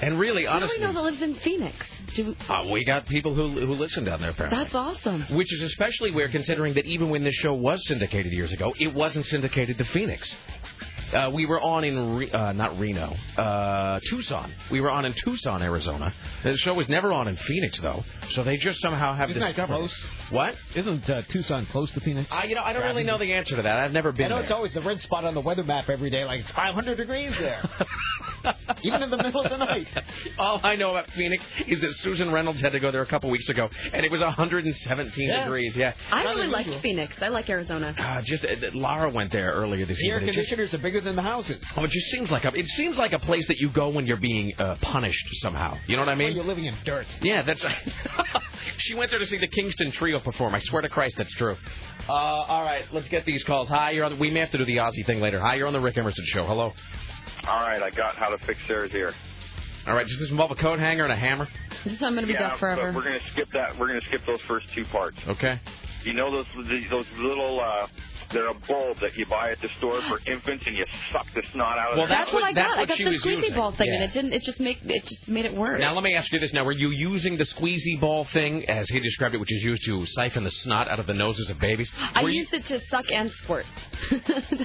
[SPEAKER 2] And really,
[SPEAKER 3] How do we
[SPEAKER 2] honestly,
[SPEAKER 3] know that lives in Phoenix? Do
[SPEAKER 2] uh, we got people who who listen down there apparently.
[SPEAKER 3] that's awesome.
[SPEAKER 2] Which is especially weird considering that even when this show was syndicated years ago, it wasn't syndicated to Phoenix. Uh, we were on in Re- uh, not Reno, uh, Tucson. We were on in Tucson, Arizona. The show was never on in Phoenix though, so they just somehow have
[SPEAKER 5] Isn't that
[SPEAKER 2] discovered. it.
[SPEAKER 5] close?
[SPEAKER 2] What?
[SPEAKER 5] Isn't uh, Tucson close to Phoenix?
[SPEAKER 2] I you know I don't really know the answer to that. I've never
[SPEAKER 5] I
[SPEAKER 2] been
[SPEAKER 5] know
[SPEAKER 2] there.
[SPEAKER 5] it's always the red spot on the weather map every day, like it's 500 degrees
[SPEAKER 2] (laughs)
[SPEAKER 5] there. Even in the middle of the night.
[SPEAKER 2] All I know about Phoenix is that Susan Reynolds had to go there a couple weeks ago, and it was 117
[SPEAKER 5] Yeah.
[SPEAKER 2] degrees. Yeah,
[SPEAKER 3] I really liked Phoenix. I like Arizona.
[SPEAKER 2] uh, just uh, Lara went there earlier this
[SPEAKER 5] The
[SPEAKER 2] year.
[SPEAKER 5] air
[SPEAKER 2] but it just-
[SPEAKER 5] conditioners are bigger than the houses.
[SPEAKER 2] Oh, it just seems like a, it seems like a place that you go when you're being uh, punished somehow. You know what I
[SPEAKER 5] Well, you're
[SPEAKER 2] mean?
[SPEAKER 5] living in dirt.
[SPEAKER 2] Yeah, that's. (laughs) she went there to see the Kingston Trio perform. I swear to Christ, that's true. Uh, all right, let's get these calls. Hi, you're on. The, we may have to do the Aussie thing later. Hi, you're on the Rick Emerson show. Hello.
[SPEAKER 11] All right, I got how to fix theirs here.
[SPEAKER 2] All right, does this involve a coat hanger and a hammer?
[SPEAKER 3] This is I'm gonna be
[SPEAKER 11] yeah,
[SPEAKER 3] dead
[SPEAKER 11] but we're
[SPEAKER 3] forever.
[SPEAKER 11] gonna skip that. We're gonna skip those first two parts.
[SPEAKER 2] Okay.
[SPEAKER 11] You know those those little. Uh, they're a bulb that you buy at the store
[SPEAKER 2] (gasps)
[SPEAKER 11] for infants, and you suck the snot out of
[SPEAKER 2] Well,
[SPEAKER 11] them.
[SPEAKER 2] that's
[SPEAKER 3] That's what I
[SPEAKER 2] that's
[SPEAKER 3] got. I
[SPEAKER 2] what
[SPEAKER 3] got
[SPEAKER 2] she
[SPEAKER 3] the
[SPEAKER 2] was
[SPEAKER 3] squeaky
[SPEAKER 2] using.
[SPEAKER 3] ball thing, and
[SPEAKER 2] Yeah.
[SPEAKER 3] it didn't. It just make it just made it worse.
[SPEAKER 2] Now let me ask you this: Now, were you using the squeezy ball thing, as he described it, which is used to siphon the snot out of the noses of babies?
[SPEAKER 3] I
[SPEAKER 2] Were you-
[SPEAKER 3] used it to suck and squirt. (laughs)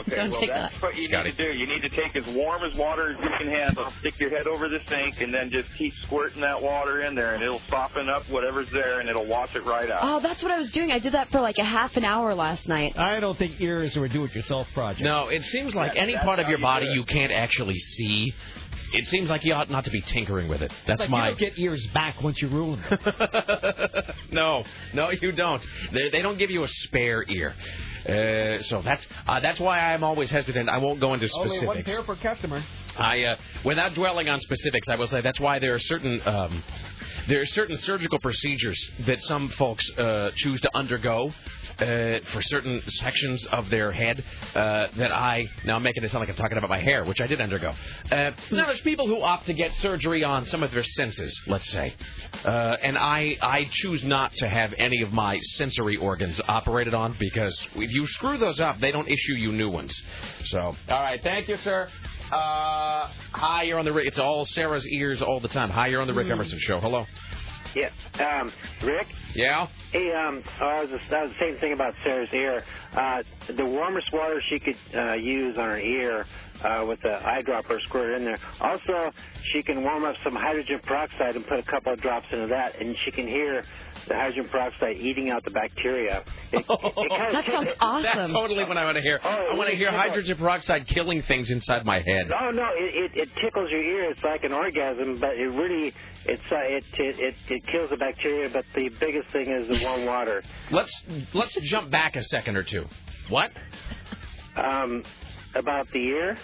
[SPEAKER 11] Okay,
[SPEAKER 3] Don't
[SPEAKER 11] well,
[SPEAKER 3] take
[SPEAKER 11] that's
[SPEAKER 3] that.
[SPEAKER 11] what you
[SPEAKER 2] Scotty.
[SPEAKER 11] need to do. You need to take as warm as water as you can handle, stick your head over the sink, and then just keep squirting that water in there, and it'll soften up whatever's there, and it'll wash it right out.
[SPEAKER 3] Oh, that's what I was doing. I did that for like a half an hour last night.
[SPEAKER 5] I don't think ears are a do-it-yourself project.
[SPEAKER 2] No, it seems like
[SPEAKER 11] That-
[SPEAKER 2] any
[SPEAKER 11] that's
[SPEAKER 2] part of
[SPEAKER 11] how
[SPEAKER 2] your
[SPEAKER 11] you
[SPEAKER 2] body
[SPEAKER 11] do it.
[SPEAKER 2] you can't actually see. It seems like you ought not to be tinkering with it. That's
[SPEAKER 5] Like,
[SPEAKER 2] my.
[SPEAKER 5] you don't get ears back once you ruin them.
[SPEAKER 2] (laughs) no, no, you don't. They, they don't give you a spare ear. Uh, so that's uh, that's why I'm always hesitant. I won't go into specifics.
[SPEAKER 5] Only one pair per customer.
[SPEAKER 2] I, uh, without dwelling on specifics, I will say that's why there are certain um, there are certain surgical procedures that some folks uh, choose to undergo uh, for certain sections of their head uh, that I now I'm making it sound like I'm talking about my hair, which I did undergo. Uh, now there's people who opt to get surgery on some of their senses, let's say, uh, and I I choose not to have any of my sensory organs operated on because if you screw those up, they don't issue you new ones. So all right, thank you, sir. Uh, hi, you're on the Rick. It's all Sarah's ears all the time. Hi, you're on the Rick Emerson show. Hello.
[SPEAKER 12] Yeah. Um, Rick,
[SPEAKER 2] (laughs) Yeah.
[SPEAKER 12] hey, um, oh, I was the, that was the same thing about Sarah's ear. Uh, the warmest water she could uh, use on her ear uh, with the eyedropper squirted in there. Also, she can warm up some hydrogen peroxide and put a couple of drops into that, and she can hear the hydrogen peroxide eating out the bacteria. It, it kind
[SPEAKER 3] (laughs)
[SPEAKER 12] of
[SPEAKER 3] That sounds awesome.
[SPEAKER 2] (laughs) That's totally what I want to hear. I want to hear hydrogen peroxide killing things inside my head.
[SPEAKER 12] Oh no! It, it it tickles your ear. It's like an orgasm, but it really it's uh, it, it it it kills the bacteria. But the biggest thing is the warm water.
[SPEAKER 2] Let's let's jump back a second or two. What?
[SPEAKER 12] Um, about the ear.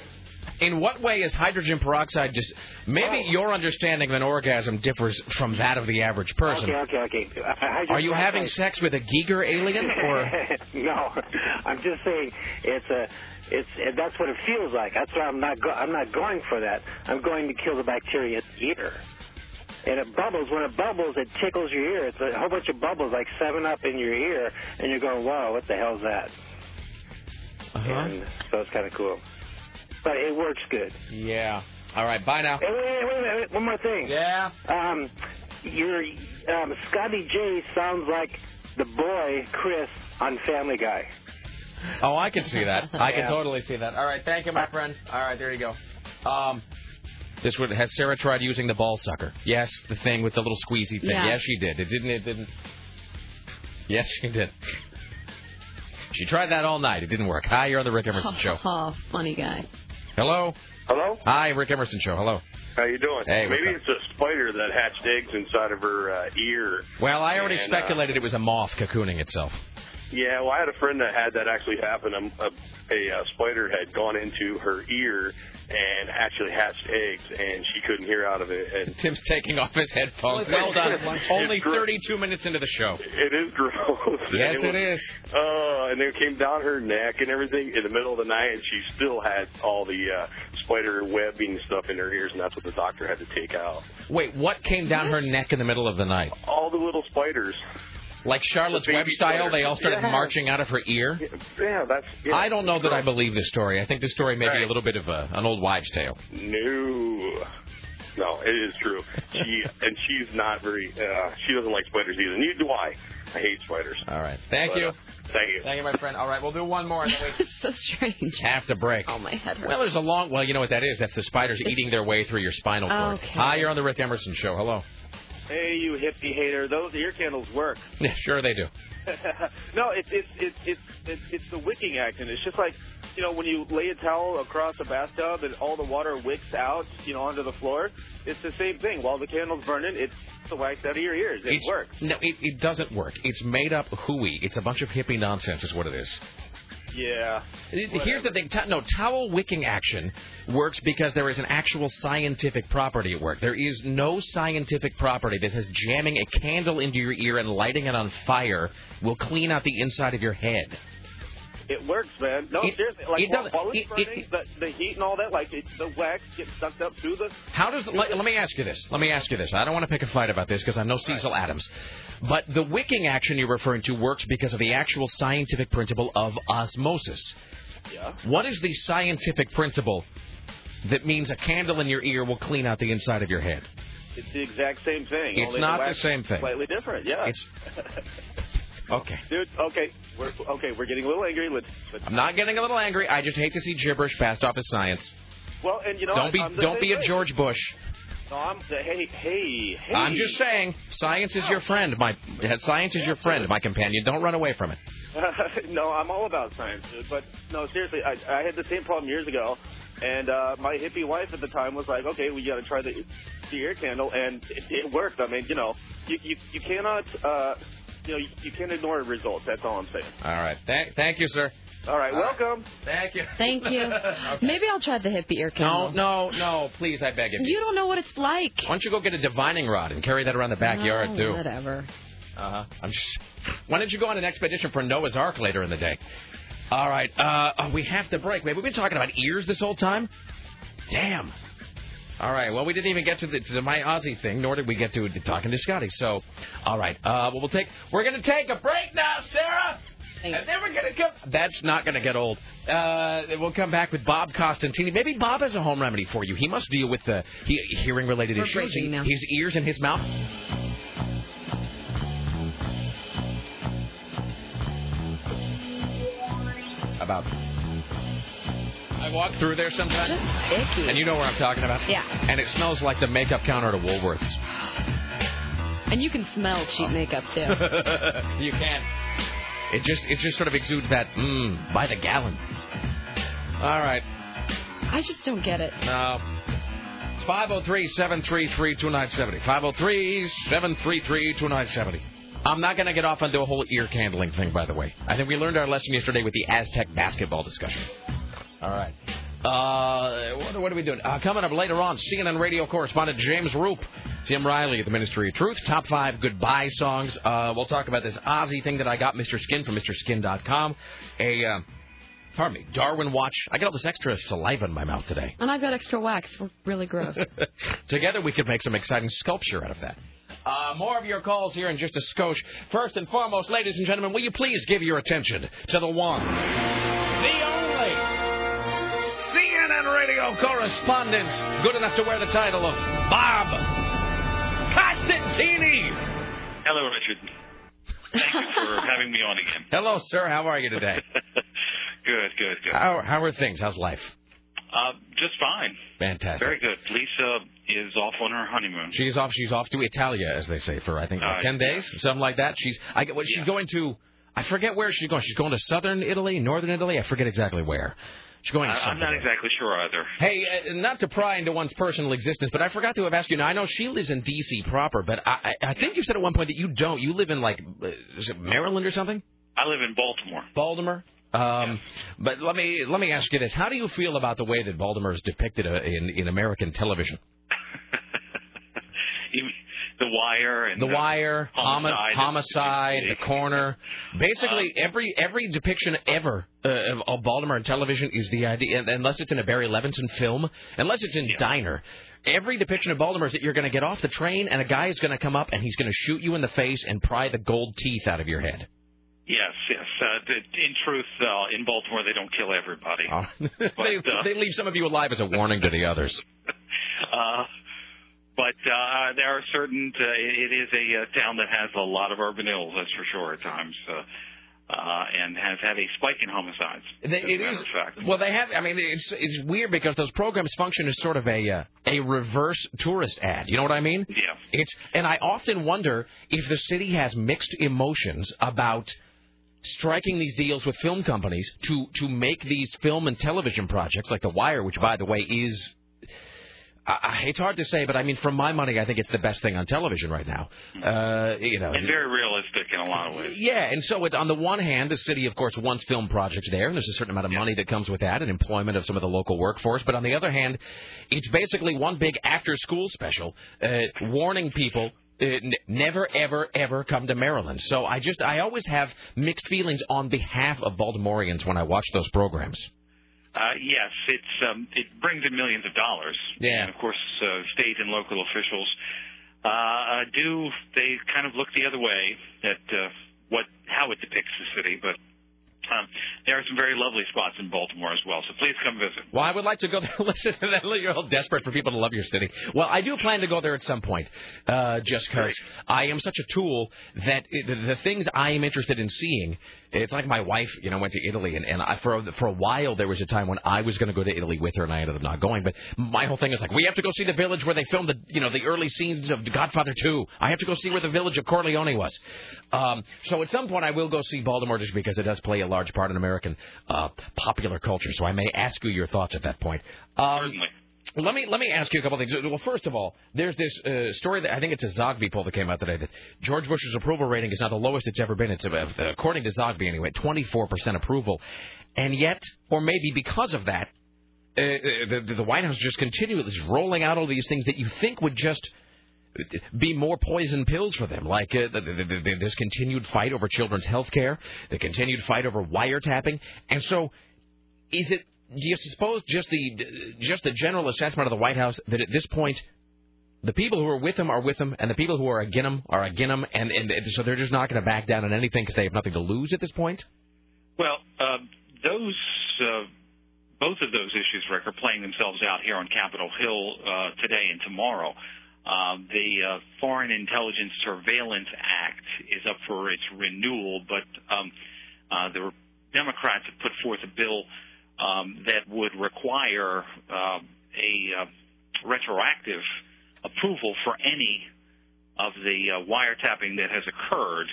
[SPEAKER 2] In what way is hydrogen peroxide just? Maybe your understanding of an orgasm differs from that of the average person.
[SPEAKER 12] Okay, okay, okay. Uh, hydrogen
[SPEAKER 2] Are you having
[SPEAKER 12] peroxide-
[SPEAKER 2] sex with a Giger
[SPEAKER 12] (laughs)
[SPEAKER 2] alien (laughs) or?
[SPEAKER 12] no, I'm just saying it's a it's it, that's what it feels like. That's why I'm not go, I'm not going for that. I'm going to kill the bacteria in the ear. And it bubbles. When it bubbles, it tickles your ear. It's a whole bunch of bubbles, like Seven Up in your ear, and you're going, "Whoa, what the hell's that?"
[SPEAKER 2] Uh-huh.
[SPEAKER 12] And so it's kind of cool. But it works good.
[SPEAKER 2] Yeah. All right. Bye (laughs) now.
[SPEAKER 12] Hey, wait, wait, wait, wait, wait, one more thing.
[SPEAKER 2] Yeah.
[SPEAKER 12] Um, your um, Scotty J sounds like the boy Chris on Family Guy.
[SPEAKER 2] Oh, I can see that. I
[SPEAKER 12] Yeah.
[SPEAKER 2] can totally see that. All right. Thank you, my friend. All right. There you go. Um. This one has Sarah tried using the ball sucker? Yes, the thing with the little squeezy thing.
[SPEAKER 13] Yeah.
[SPEAKER 2] Yes, she did. It didn't. It didn't. Yes, she did. She tried that all night. It didn't work. Hi, you're on the
[SPEAKER 14] (laughs)
[SPEAKER 2] Rick
[SPEAKER 3] (laughs)
[SPEAKER 2] Emerson show.
[SPEAKER 3] Oh, funny guy.
[SPEAKER 2] Hello.
[SPEAKER 14] Hello.
[SPEAKER 2] Hi, Rick Emerson show. Hello.
[SPEAKER 14] How you doing?
[SPEAKER 2] Hey, what's
[SPEAKER 14] Maybe
[SPEAKER 2] up?
[SPEAKER 14] it's a spider that hatched eggs inside of her uh, ear.
[SPEAKER 2] Well, I already
[SPEAKER 14] And, uh,
[SPEAKER 2] speculated it was a moth cocooning itself.
[SPEAKER 14] Yeah, well, I had a friend that had that actually happen. Um, A, a, uh spider had gone into her ear and actually hatched eggs, and she couldn't hear out of it. And
[SPEAKER 2] Tim's taking off his headphones.
[SPEAKER 14] Well,
[SPEAKER 2] Well
[SPEAKER 14] it's-
[SPEAKER 2] done.
[SPEAKER 14] it's-
[SPEAKER 2] Only
[SPEAKER 14] it's great.
[SPEAKER 2] 32 minutes into the show.
[SPEAKER 14] it is (laughs) gross.
[SPEAKER 2] Yes,
[SPEAKER 14] And
[SPEAKER 2] it
[SPEAKER 14] was-
[SPEAKER 2] is.
[SPEAKER 14] Oh, and it came down her neck and everything in the middle of the night, and she still had all the uh, spider webbing and stuff in her ears, and that's what the doctor had to take out.
[SPEAKER 2] Wait, what came down her neck in the middle of the night?
[SPEAKER 14] All the little spiders.
[SPEAKER 2] Like Charlotte's
[SPEAKER 14] The
[SPEAKER 2] Web
[SPEAKER 14] baby
[SPEAKER 2] style, they all started
[SPEAKER 14] Yeah.
[SPEAKER 2] marching out of her ear?
[SPEAKER 14] Yeah, that's. Yeah,
[SPEAKER 2] I don't know that I believe this story. I think this story may be a little bit of a, an old wives' tale.
[SPEAKER 14] No. No, it is true.
[SPEAKER 2] (laughs)
[SPEAKER 14] She and she's not very. Uh, she doesn't like spiders either. Neither do I. I hate spiders.
[SPEAKER 2] All right. Thank
[SPEAKER 14] But,
[SPEAKER 2] you.
[SPEAKER 14] uh, thank you.
[SPEAKER 2] Thank you, my friend. All right, we'll do one more. And
[SPEAKER 5] (laughs)
[SPEAKER 2] then we...
[SPEAKER 3] so strange.
[SPEAKER 2] Have to break. Oh,
[SPEAKER 3] my head hurts.
[SPEAKER 2] Well, there's a long. Well, you know what that is? That's the
[SPEAKER 3] (laughs)
[SPEAKER 2] spiders eating their way through your spinal cord.
[SPEAKER 15] Okay.
[SPEAKER 2] Hi, you're on the Rick Emerson
[SPEAKER 15] (laughs)
[SPEAKER 2] show. Hello.
[SPEAKER 15] Hey, you hippie hater! Those ear candles work. (laughs)
[SPEAKER 2] Yeah, sure they do.
[SPEAKER 15] no, it's it's it's it's it's it's the wicking action. It's just like you know when you lay a towel across a bathtub and all the water wicks out, you know, onto the floor. It's the same thing. While the candle's burning, it's the wax out of your ears. It
[SPEAKER 2] It's-
[SPEAKER 15] works.
[SPEAKER 2] No, it, it doesn't work. It's made up hooey. It's a bunch of hippie nonsense, is what it is.
[SPEAKER 15] Yeah.
[SPEAKER 2] Here's the thing. To- no, towel wicking action works because there is an actual scientific property at work. There is no scientific property that says jamming a candle into your ear and lighting it on fire will clean out the inside of your head.
[SPEAKER 15] It works, man. No,
[SPEAKER 2] It-
[SPEAKER 15] seriously. Like
[SPEAKER 2] it
[SPEAKER 15] while,
[SPEAKER 2] doesn't-
[SPEAKER 15] while it's
[SPEAKER 2] it-
[SPEAKER 15] burning,
[SPEAKER 2] it-
[SPEAKER 15] the, the heat and all that, like it, the wax gets sucked up through the.
[SPEAKER 2] How does let, let me ask you this? Let me ask you this. I don't want to pick a fight about this because I'm no Cecil Adams, but the wicking action you're referring to works because of the actual scientific principle of osmosis.
[SPEAKER 15] Yeah.
[SPEAKER 2] What is the scientific principle that means a candle in your ear will clean out the inside of your head?
[SPEAKER 15] It's the exact same thing.
[SPEAKER 2] It's
[SPEAKER 15] only
[SPEAKER 2] not the
[SPEAKER 15] wax is
[SPEAKER 2] same thing.
[SPEAKER 15] Slightly different. Yeah.
[SPEAKER 2] It's- Okay.
[SPEAKER 15] (laughs) Dude, okay, we're okay. We're getting a little angry. Let's, let's
[SPEAKER 2] I'm not getting a little angry. I just hate to see gibberish passed off as science.
[SPEAKER 15] well, and you know,
[SPEAKER 2] don't be
[SPEAKER 15] I'm the
[SPEAKER 2] don't
[SPEAKER 15] same
[SPEAKER 2] be a
[SPEAKER 15] way.
[SPEAKER 2] George Bush.
[SPEAKER 15] No, I'm the, hey, hey, hey.
[SPEAKER 2] I'm just saying, science is your friend. My uh, science is your friend, my companion. Don't run away from it.
[SPEAKER 15] (laughs) no, I'm all about science, dude. But no, seriously, I, I had the same problem years ago, and uh, my hippie wife at the time was like, "Okay, we got to try the the ear candle," and it, it worked. I mean, you know, you you, you cannot, uh, you know, you, you can't ignore results. That's all I'm saying.
[SPEAKER 2] All right. Thank thank you, sir.
[SPEAKER 15] All right,
[SPEAKER 2] All right.
[SPEAKER 15] welcome.
[SPEAKER 2] Thank you.
[SPEAKER 3] Thank
[SPEAKER 2] (laughs)
[SPEAKER 3] you. Maybe I'll try the hippie ear
[SPEAKER 2] No,
[SPEAKER 3] candle.
[SPEAKER 2] no, no. Please, I beg of you.
[SPEAKER 3] You don't know what it's like.
[SPEAKER 2] Why don't you go get a divining rod and carry that around the backyard
[SPEAKER 3] No,
[SPEAKER 2] too?
[SPEAKER 3] Whatever.
[SPEAKER 2] Uh huh. I'm just. Why don't you go on an expedition for Noah's Ark later in the day? All right. Uh, oh, we have to break. Wait, we've been talking about ears this whole time. Damn. All right. Well, we didn't even get to the to my Aussie thing, nor did we get to talking to Scotty. So, all right. Uh, well, we'll take. We're gonna take a break now, Sarah. And then we're gonna come. That's not gonna get old. Uh, we'll come back with Bob Costantini. Maybe Bob has a home remedy for you. He must deal with the he, hearing-related
[SPEAKER 13] We're
[SPEAKER 2] issues.
[SPEAKER 13] breaking now.
[SPEAKER 2] His ears and his mouth. About. I walk through there sometimes. And you know where I'm talking about.
[SPEAKER 3] Yeah.
[SPEAKER 2] And it smells like the makeup counter at a Woolworths.
[SPEAKER 3] And you can smell
[SPEAKER 2] Oh.
[SPEAKER 3] cheap makeup
[SPEAKER 2] (laughs) (laughs)
[SPEAKER 3] too.
[SPEAKER 2] you can. It just it just sort of exudes that mmm by the gallon. All right.
[SPEAKER 3] I just don't get it.
[SPEAKER 2] No. It's 503-733-2970. 503-733-2970. oh. I'm not going to get off onto a whole ear candling thing, by the way. I think we learned our lesson yesterday with the Aztec basketball discussion. All right. Uh, what, what are we doing? Uh, coming up later on, CNN radio correspondent James Roop, Tim Riley at the Ministry of Truth, top five goodbye songs. Uh, we'll talk about this Ozzy thing that I got, Mr. Skin, from MrSkin.com. A, uh, pardon me, Darwin Watch. I got all this extra saliva in my mouth today. (laughs)
[SPEAKER 3] And I got extra wax. We're really gross.
[SPEAKER 2] Together we could make some exciting sculpture out of that. Uh, more of your calls here in just a skosh. First and foremost, ladies and gentlemen, will you please give your attention to the one, the only CNN radio correspondent, good enough to wear the title of Bob Costantini.
[SPEAKER 13] Hello, Richard. Thank you for having me on again.
[SPEAKER 2] Hello, sir. How are you today?
[SPEAKER 13] Good, good, good.
[SPEAKER 2] How, how are things? How's life?
[SPEAKER 13] Uh, just fine.
[SPEAKER 2] Fantastic.
[SPEAKER 13] Very good. Lisa is off on her honeymoon.
[SPEAKER 2] She's off. She's off to Italia, as they say, for I think like,
[SPEAKER 13] Uh,
[SPEAKER 2] ten
[SPEAKER 13] yeah.
[SPEAKER 2] days, something like that. She's. I get. Well, she's going to. I forget where she's going. She's going to southern Italy, northern Italy. I forget exactly where. She's going to
[SPEAKER 13] I, I'm
[SPEAKER 2] something.
[SPEAKER 13] not exactly sure either.
[SPEAKER 2] Hey, uh, not to pry into one's personal existence, but I forgot to have asked you. Now I know she lives in D.C. proper, but I, I I think you said at one point that you don't. You live in like uh, is it Maryland or something?
[SPEAKER 13] I live in Baltimore.
[SPEAKER 2] Baltimore. Um, But let me let me ask you this: How do you feel about the way that Baltimore is depicted uh, in in American television?
[SPEAKER 13] Even The Wire and uh,
[SPEAKER 2] The Wire, homi-
[SPEAKER 13] Homicide.
[SPEAKER 2] homicide, The Corner. Basically, every every depiction ever uh, of, of Baltimore in television is the idea, and- unless it's in a Barry Levinson film, unless it's in Diner. Every depiction of Baltimore is that you're going to get off the train and a guy is going to come up and he's going to shoot you in the face and pry the gold teeth out of your head. (laughs)
[SPEAKER 13] Yes, yes. Uh, the, in truth, uh, in Baltimore, they don't kill everybody.
[SPEAKER 2] Oh. they, they leave some of you alive as a warning to the others.
[SPEAKER 13] Uh, but uh, there are certain. Uh, it is a uh, town that has a lot of urban ills, that's for sure. At times, uh, uh, and has had a spike in homicides.
[SPEAKER 2] They-
[SPEAKER 13] as a
[SPEAKER 2] it
[SPEAKER 13] matter
[SPEAKER 2] is-
[SPEAKER 13] of fact.
[SPEAKER 2] Well, they have. I mean, it's it's weird because those programs function as sort of a uh, a reverse tourist ad. You know what I mean? Yeah. It's and I often wonder if the city has mixed emotions about striking these deals with film companies to to make these film and television projects like The Wire, which by the way is. I I- it's hard to say, but I mean, from my money, I think it's the best thing on television right now. Uh, you know,
[SPEAKER 13] and very realistic in a lot of ways.
[SPEAKER 2] yeah, and so it's on the one hand, the city, of course, wants film projects there, and there's a certain amount of money that comes with that, and employment of some of the local workforce. But on the other hand, it's basically one big after school special uh, warning people. Uh, n- never, ever, ever come to Maryland. So I just, I always have mixed feelings on behalf of Baltimoreans when I watch those programs.
[SPEAKER 13] Uh, yes, it's um, it brings in millions of dollars.
[SPEAKER 2] Yeah.
[SPEAKER 13] And of course, uh, state and local officials uh, uh, do they kind of look the other way at uh, what how it depicts the city, but. Um, there are some very lovely spots in Baltimore as well, so please come visit.
[SPEAKER 2] Well, I would like to go (laughs) there. Listen, to that. you're all desperate for people to love your city. Well, I do plan to go there at some point, uh, just because I am such a tool that it, the, the things I am interested in seeing. It's like my wife, you know, went to Italy, and, and I, for a, for a while there was a time when I was going to go to Italy with her, and I ended up not going. But my whole thing is like, we have to go see the village where they filmed the, you know, the early scenes of Godfather Two. I have to go see where the village of Corleone was. Um, so at some point I will go see Baltimore just because it does play a large part in American uh, popular culture. So I may ask you your thoughts at that point. Um, Let me let me ask you a couple things. Well, first of all, there's this uh, story that I think it's a Zogby poll that came out today that George Bush's approval rating is now the lowest it's ever been. It's uh, according to Zogby anyway, 24% approval, and yet, or maybe because of that, uh, uh, the, the White House just continually is rolling out all these things that you think would just be more poison pills for them, like uh, the, the, the, the- this continued fight over children's health care, the continued fight over wiretapping, and so is it? Do you suppose just the just the general assessment of the White House that at this point the people who are with him are with him, and the people who are against him are against him, and, and so they're just not going to back down on anything because they have nothing to lose at this point?
[SPEAKER 13] Well, uh, those uh, both of those issues, Rick, are playing themselves out here on Capitol Hill uh, today and tomorrow. Um, the uh, Foreign Intelligence Surveillance Act is up for its renewal, but um, uh, the Democrats have put forth a bill um, that would require uh, a uh, retroactive approval for any of the uh, wiretapping that has occurred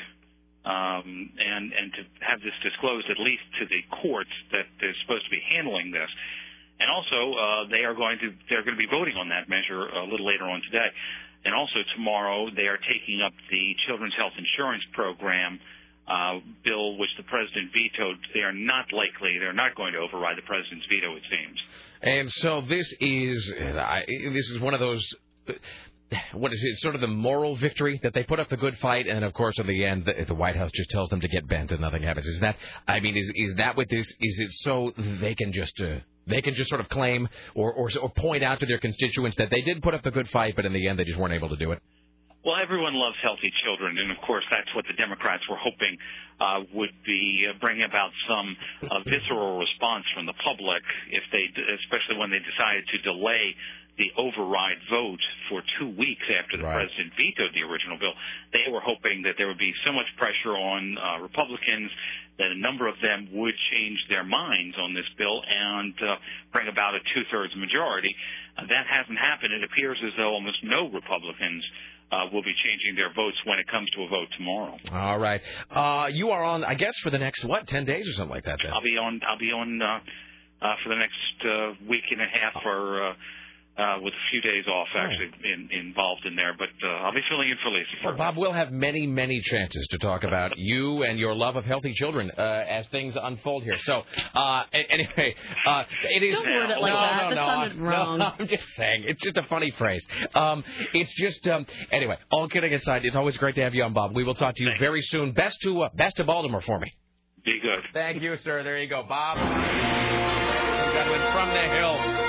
[SPEAKER 13] um, and and to have this disclosed at least to the courts that they're supposed to be handling this. And also, uh, they are going to they're going to be voting on that measure a little later on today. And also tomorrow, they are taking up the Children's Health Insurance Program uh, bill, which the president vetoed, they are not likely, they're not going to override the president's veto, it seems.
[SPEAKER 2] And so this is I, this is one of those. What is it? Sort of the moral victory that they put up the good fight, and of course, in the end, the, the White House just tells them to get bent, and nothing happens. Is that? I mean, is is that what this? Is it so they can just uh, they can just sort of claim or, or or point out to their constituents that they did put up the good fight, but in the end, they just weren't able to do it?
[SPEAKER 13] Well, everyone loves healthy children, and of course, that's what the Democrats were hoping uh, would be uh, bring about some uh, visceral response from the public, if they, especially when they decided to delay the override vote for two weeks after the president vetoed the original bill. They were hoping that there would be so much pressure on uh, Republicans that a number of them would change their minds on this bill and uh, bring about a two-thirds majority. Uh, that hasn't happened. It appears as though almost no Republicans. Uh, will be changing their votes when it comes to a vote tomorrow.
[SPEAKER 2] All right, uh, you are on, I guess, for the next what, ten days or something like that. Then
[SPEAKER 13] I'll be on. I'll be on uh, uh, for the next uh, week and a half, or uh, uh, with a few days off actually in, involved in there. But uh, I'll be filling in for Lisa.
[SPEAKER 2] Well, Bob, we'll have many, many chances to talk about you and your love of healthy children uh, as things unfold here. So, uh, a- anyway, uh, it is.
[SPEAKER 3] Don't word it like
[SPEAKER 2] no,
[SPEAKER 3] that.
[SPEAKER 2] No,
[SPEAKER 3] That
[SPEAKER 2] no, (laughs)
[SPEAKER 3] sounded
[SPEAKER 2] no,
[SPEAKER 3] wrong.
[SPEAKER 2] I'm just saying. It's just a funny phrase. Um, it's just um, anyway. All kidding aside, it's always great to have you on, Bob. We will talk to you very soon. Best to uh, best to Baltimore for me.
[SPEAKER 13] Be good.
[SPEAKER 2] Thank you, sir. There you go, Bob. Godwin from the Hill.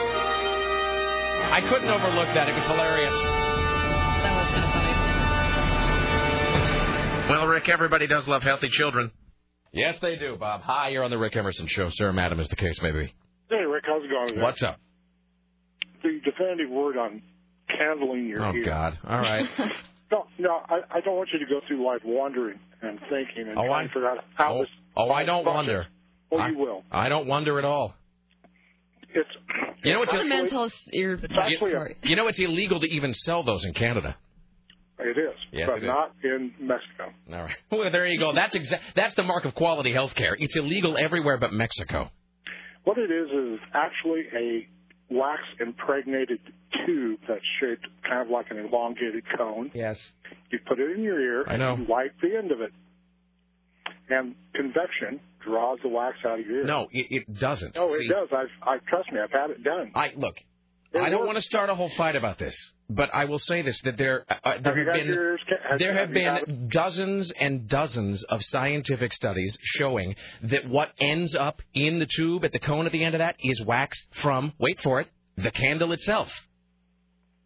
[SPEAKER 2] I couldn't overlook that. It was hilarious. Well, Rick, everybody does love healthy children. Yes, they do, Bob. Hi, you're on the Rick Emerson Show, sir, madam, as the case may be.
[SPEAKER 16] Hey, Rick, how's it going? there?
[SPEAKER 2] What's up?
[SPEAKER 16] The definitive word on candling your
[SPEAKER 2] Oh,
[SPEAKER 16] ears.
[SPEAKER 2] God. All right.
[SPEAKER 16] (laughs) No, no, I, I don't want you to go through life wandering and thinking and
[SPEAKER 2] Oh,
[SPEAKER 16] trying
[SPEAKER 2] I-
[SPEAKER 16] to figure out how
[SPEAKER 2] Oh,
[SPEAKER 16] this.
[SPEAKER 2] oh, I don't
[SPEAKER 16] functions.
[SPEAKER 2] wonder.
[SPEAKER 16] Oh,
[SPEAKER 2] I-
[SPEAKER 16] you will.
[SPEAKER 2] I don't wonder at all.
[SPEAKER 16] It's.
[SPEAKER 2] You know what's
[SPEAKER 3] fundamentalist ear.
[SPEAKER 16] It's actually a,
[SPEAKER 2] You know it's illegal to even sell those in Canada. (laughs)
[SPEAKER 16] it is,
[SPEAKER 2] Yes,
[SPEAKER 16] but
[SPEAKER 2] it is.
[SPEAKER 16] not in Mexico.
[SPEAKER 2] All right. Well, there you go. That's exa- That's the mark of quality health care. It's illegal everywhere but Mexico.
[SPEAKER 16] What it is is actually a wax impregnated tube that's shaped kind of like an elongated cone.
[SPEAKER 2] Yes.
[SPEAKER 16] You put it in your ear
[SPEAKER 2] I know.
[SPEAKER 16] and you wipe the end of it. And convection draws the wax out of your ear.
[SPEAKER 2] No, it, it doesn't.
[SPEAKER 16] No,
[SPEAKER 2] See,
[SPEAKER 16] it does. I've, I trust me, I've had it done.
[SPEAKER 2] I look. I don't want to start a whole fight about this, but I will say this: that there, uh, there
[SPEAKER 16] you
[SPEAKER 2] have,
[SPEAKER 16] had
[SPEAKER 2] been
[SPEAKER 16] your ears ca- have-
[SPEAKER 2] there have
[SPEAKER 16] have you had
[SPEAKER 2] been dozens and dozens of scientific studies showing that what ends up in the tube at the cone at the end of that is wax from wait for it the candle itself.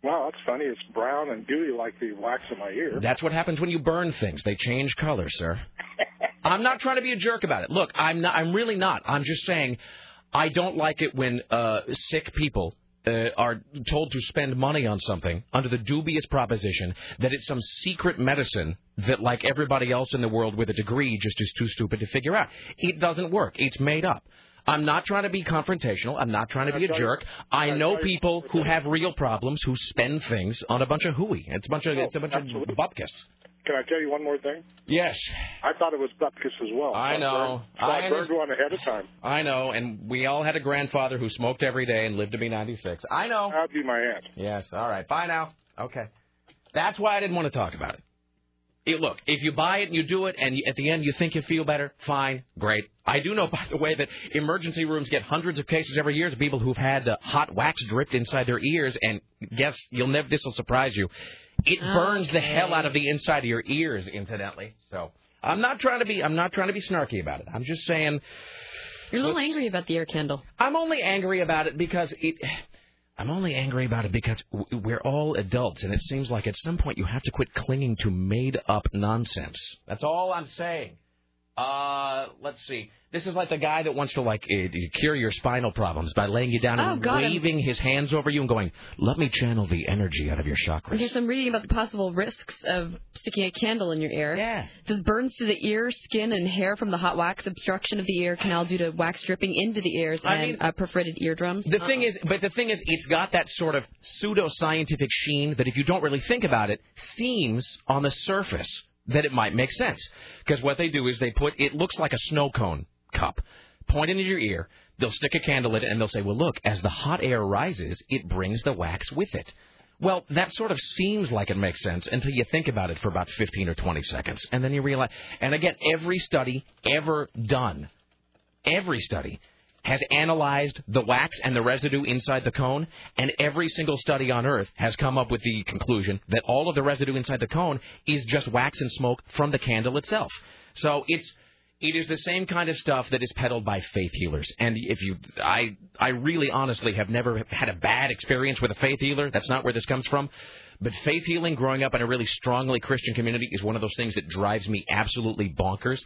[SPEAKER 16] Wow, that's funny. It's brown and gooey like the wax in my ear.
[SPEAKER 2] That's what happens when you burn things. They change color, sir. I'm not trying to be a jerk about it. Look, I'm not. I'm really not. I'm just saying, I don't like it when uh, sick people uh, are told to spend money on something under the dubious proposition that it's some secret medicine that, like everybody else in the world with a degree, just is too stupid to figure out. It doesn't work. It's made up. I'm not trying to be confrontational. I'm not trying to be a jerk. I know people who have real problems who spend things on a bunch of hooey. It's a bunch of it's a bunch of bupkis.
[SPEAKER 16] Can I tell you one more thing?
[SPEAKER 2] Yes.
[SPEAKER 16] I thought it was bupkis as well.
[SPEAKER 2] I
[SPEAKER 16] So
[SPEAKER 2] know.
[SPEAKER 16] So I,
[SPEAKER 2] I
[SPEAKER 16] burned one ahead of time.
[SPEAKER 2] I know, and we all had a grandfather who smoked every day and lived to be 96. I know.
[SPEAKER 16] That'd be my aunt.
[SPEAKER 2] Yes. All right. Bye now. Okay. That's why I didn't want to talk about it. It- look, if you buy it and you do it, and you, at the end you think you feel better, fine, great. I do know, (laughs) by the way, that emergency rooms get hundreds of cases every year of people who've had uh, hot wax dripped inside their ears, and guess you'll never. This will surprise you. It burns the hell out of the inside of your ears, incidentally. So I'm not trying to be. I'm not trying to be snarky about it. I'm just saying.
[SPEAKER 3] You're a little angry about the air candle.
[SPEAKER 2] I'm only angry about it because it. (sighs) I'm only angry about it because w- we're all adults, and it seems like at some point you have to quit clinging to made up nonsense. That's all I'm saying. Uh, let's see. This is like the guy that wants to like eh, cure your spinal problems by laying you down
[SPEAKER 3] Oh,
[SPEAKER 2] and
[SPEAKER 3] God, I'm-
[SPEAKER 2] waving his hands over you and going, "Let me channel the energy out of your chakras."
[SPEAKER 3] Okay, so I'm reading about the possible risks of sticking a candle in your ear.
[SPEAKER 2] Yeah.
[SPEAKER 3] This burns to the ear, skin, and hair from the hot wax, obstruction of the ear canal due to wax dripping into the ears,
[SPEAKER 2] I
[SPEAKER 3] and
[SPEAKER 2] mean-
[SPEAKER 3] uh, perforated eardrums.
[SPEAKER 2] The thing is, but the thing is, it's got that sort of pseudo-scientific sheen that if you don't really think about it, seems on the surface that it might make sense. Because what they do is they put it looks like a snow cone cup, point it into your ear. They'll stick a candle in it and they'll say, "Well, look, as the hot air rises, it brings the wax with it." Well, that sort of seems like it makes sense until you think about it for about 15 or 20 seconds. And then you realize, and again, every study ever done, every study has analyzed the wax and the residue inside the cone, and every single study on Earth has come up with the conclusion that all of the residue inside the cone is just wax and smoke from the candle itself. So it's it is the same kind of stuff that is peddled by faith healers. And if you, I, I really honestly have never had a bad experience with a faith healer. That's not where this comes from. But faith healing, growing up in a really strongly Christian community, is one of those things that drives me absolutely bonkers.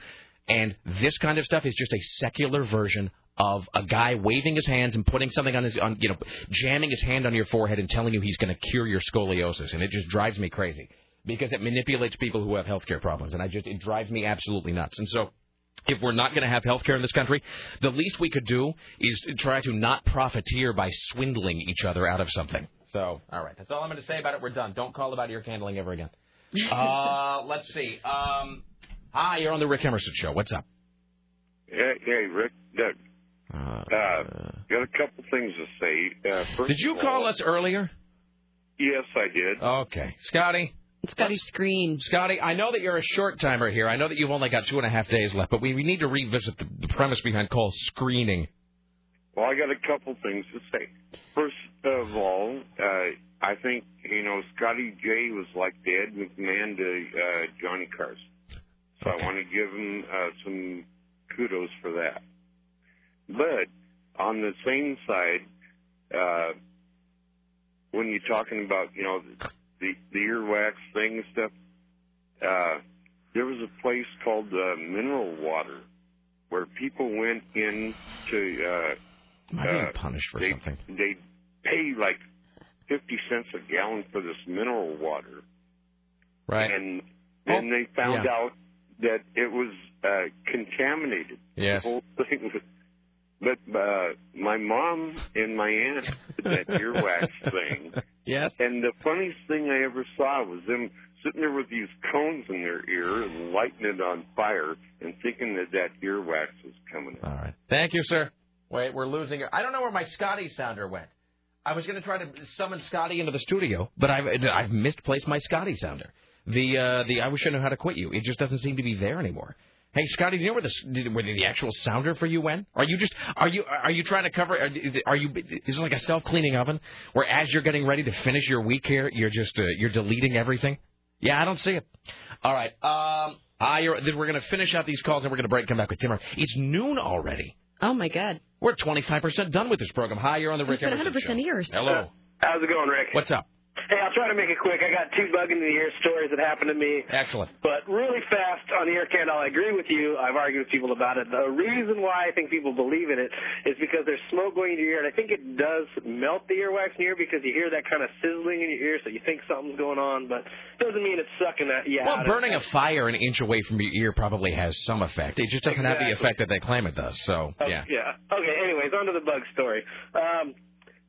[SPEAKER 2] And this kind of stuff is just a secular version of a guy waving his hands and putting something on his, on, you know, jamming his hand on your forehead and telling you he's going to cure your scoliosis. And it just drives me crazy because it manipulates people who have healthcare problems. And I just, it drives me absolutely nuts. And so if we're not going to have health care in this country, the least we could do is try to not profiteer by swindling each other out of something. So, all right, that's all I'm going to say about it. We're done. Don't call about ear candling ever again. Uh, let's see. Um, hi, you're on the Rick Emerson Show. What's up?
[SPEAKER 6] Hey, hey Rick, Doug. Uh, got a couple things to say. Uh, first
[SPEAKER 2] Did you
[SPEAKER 6] of
[SPEAKER 2] call
[SPEAKER 6] all-
[SPEAKER 2] us earlier?
[SPEAKER 6] Yes, I did.
[SPEAKER 2] Okay, Scotty.
[SPEAKER 17] Scotty Screen.
[SPEAKER 2] Scotty, I know that you're a short timer here. I know that you've only got two and a half days left, but we, we need to revisit the, the premise behind call screening.
[SPEAKER 6] Well, I got a couple things to say. First of all, uh, I think you know Scotty J was like the Ed McMahon to uh, Johnny Carson, so I want to give him uh, some kudos for that. But on the same side, uh, when you're talking about you know the the earwax thing and stuff, uh, there was a place called uh, Mineral Water where people went in to uh,
[SPEAKER 2] Am I being punished for
[SPEAKER 6] they,
[SPEAKER 2] something?
[SPEAKER 6] They pay like fifty cents a gallon for this mineral water,
[SPEAKER 2] Right. Oh,
[SPEAKER 6] and then they found
[SPEAKER 2] yeah.
[SPEAKER 6] out that it was uh, contaminated.
[SPEAKER 2] Yes.
[SPEAKER 6] The whole thing. was- But uh, my mom and my
[SPEAKER 2] (laughs)
[SPEAKER 6] aunt did that
[SPEAKER 9] (laughs)
[SPEAKER 6] earwax thing.
[SPEAKER 9] Yes.
[SPEAKER 6] And the funniest thing I ever saw was them sitting there with these cones in their ear and lighting it on fire and thinking that that earwax was coming out.
[SPEAKER 2] All right. Thank you, sir. Wait, we're losing it. I don't know where my Scotty sounder went. I was going to try to summon Scotty into the studio, but I've I've misplaced my Scotty sounder. The uh, the I wish I knew how to quit you. It just doesn't seem to be there anymore. Hey, Scotty, do you know where the s- did- where the actual sounder for you went? Are you just are you are you trying to cover? Are, are you is this like a self cleaning oven where as you're getting ready to finish your week here, you're just uh, you're deleting everything? Yeah, I don't see it. All right. Um, I, then we're going to finish out these calls and we're going to break. Come back with Tim. It's noon already.
[SPEAKER 17] Oh my God.
[SPEAKER 2] We're 25% done with this program. Hi, you're on the Rick
[SPEAKER 17] It's been
[SPEAKER 2] Emerson
[SPEAKER 17] 100%
[SPEAKER 2] Show.
[SPEAKER 17] yours.
[SPEAKER 2] Hello.
[SPEAKER 18] How's it going, Rick?
[SPEAKER 2] What's up?
[SPEAKER 18] Hey, I'll try to make it quick. I got two bug in the ear stories that happened to me.
[SPEAKER 2] Excellent.
[SPEAKER 18] But really fast on the air candle, I agree with you. I've argued with people about it. The reason why I think people believe in it is because there's smoke going into your ear, and I think it does melt the earwax in your ear because you hear that kind of sizzling in your ear, so you think something's going on, but doesn't mean it's sucking that. Yeah.
[SPEAKER 2] well, burning a fire an inch away from your ear probably has some effect. It just doesn't have the
[SPEAKER 18] Exactly.
[SPEAKER 2] effect that they claim it does. So, yeah.
[SPEAKER 18] Yeah. Okay. Anyways, on to the bug story. Um,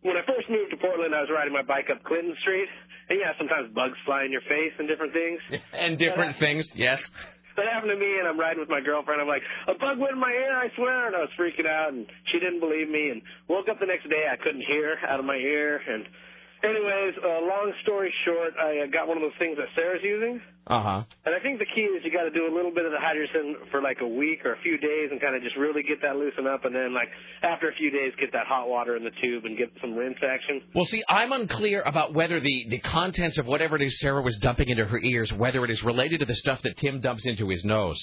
[SPEAKER 18] when I first moved to Portland, I was riding my bike up Clinton Street, and yeah, sometimes bugs fly in your face and different things.
[SPEAKER 2] And different things, yes.
[SPEAKER 18] That happened to me, and I'm riding with my girlfriend. I'm like, a bug went in my ear, I swear, and I was freaking out, and she didn't believe me. And woke up the next day, I couldn't hear out of my ear. And anyways, uh, long story short, I uh, got one of those things that Sarah's using.
[SPEAKER 2] Uh huh.
[SPEAKER 18] And I think the key is you got to do a little bit of the hydrogen for like a week or a few days and kind of just really get that loosened up. And then like after a few days, get that hot water in the tube and get some rinse action.
[SPEAKER 2] Well, see, I'm unclear about whether the, the contents of whatever it is Sarah was dumping into her ears, whether it is related to the stuff that Tim dumps into his nose.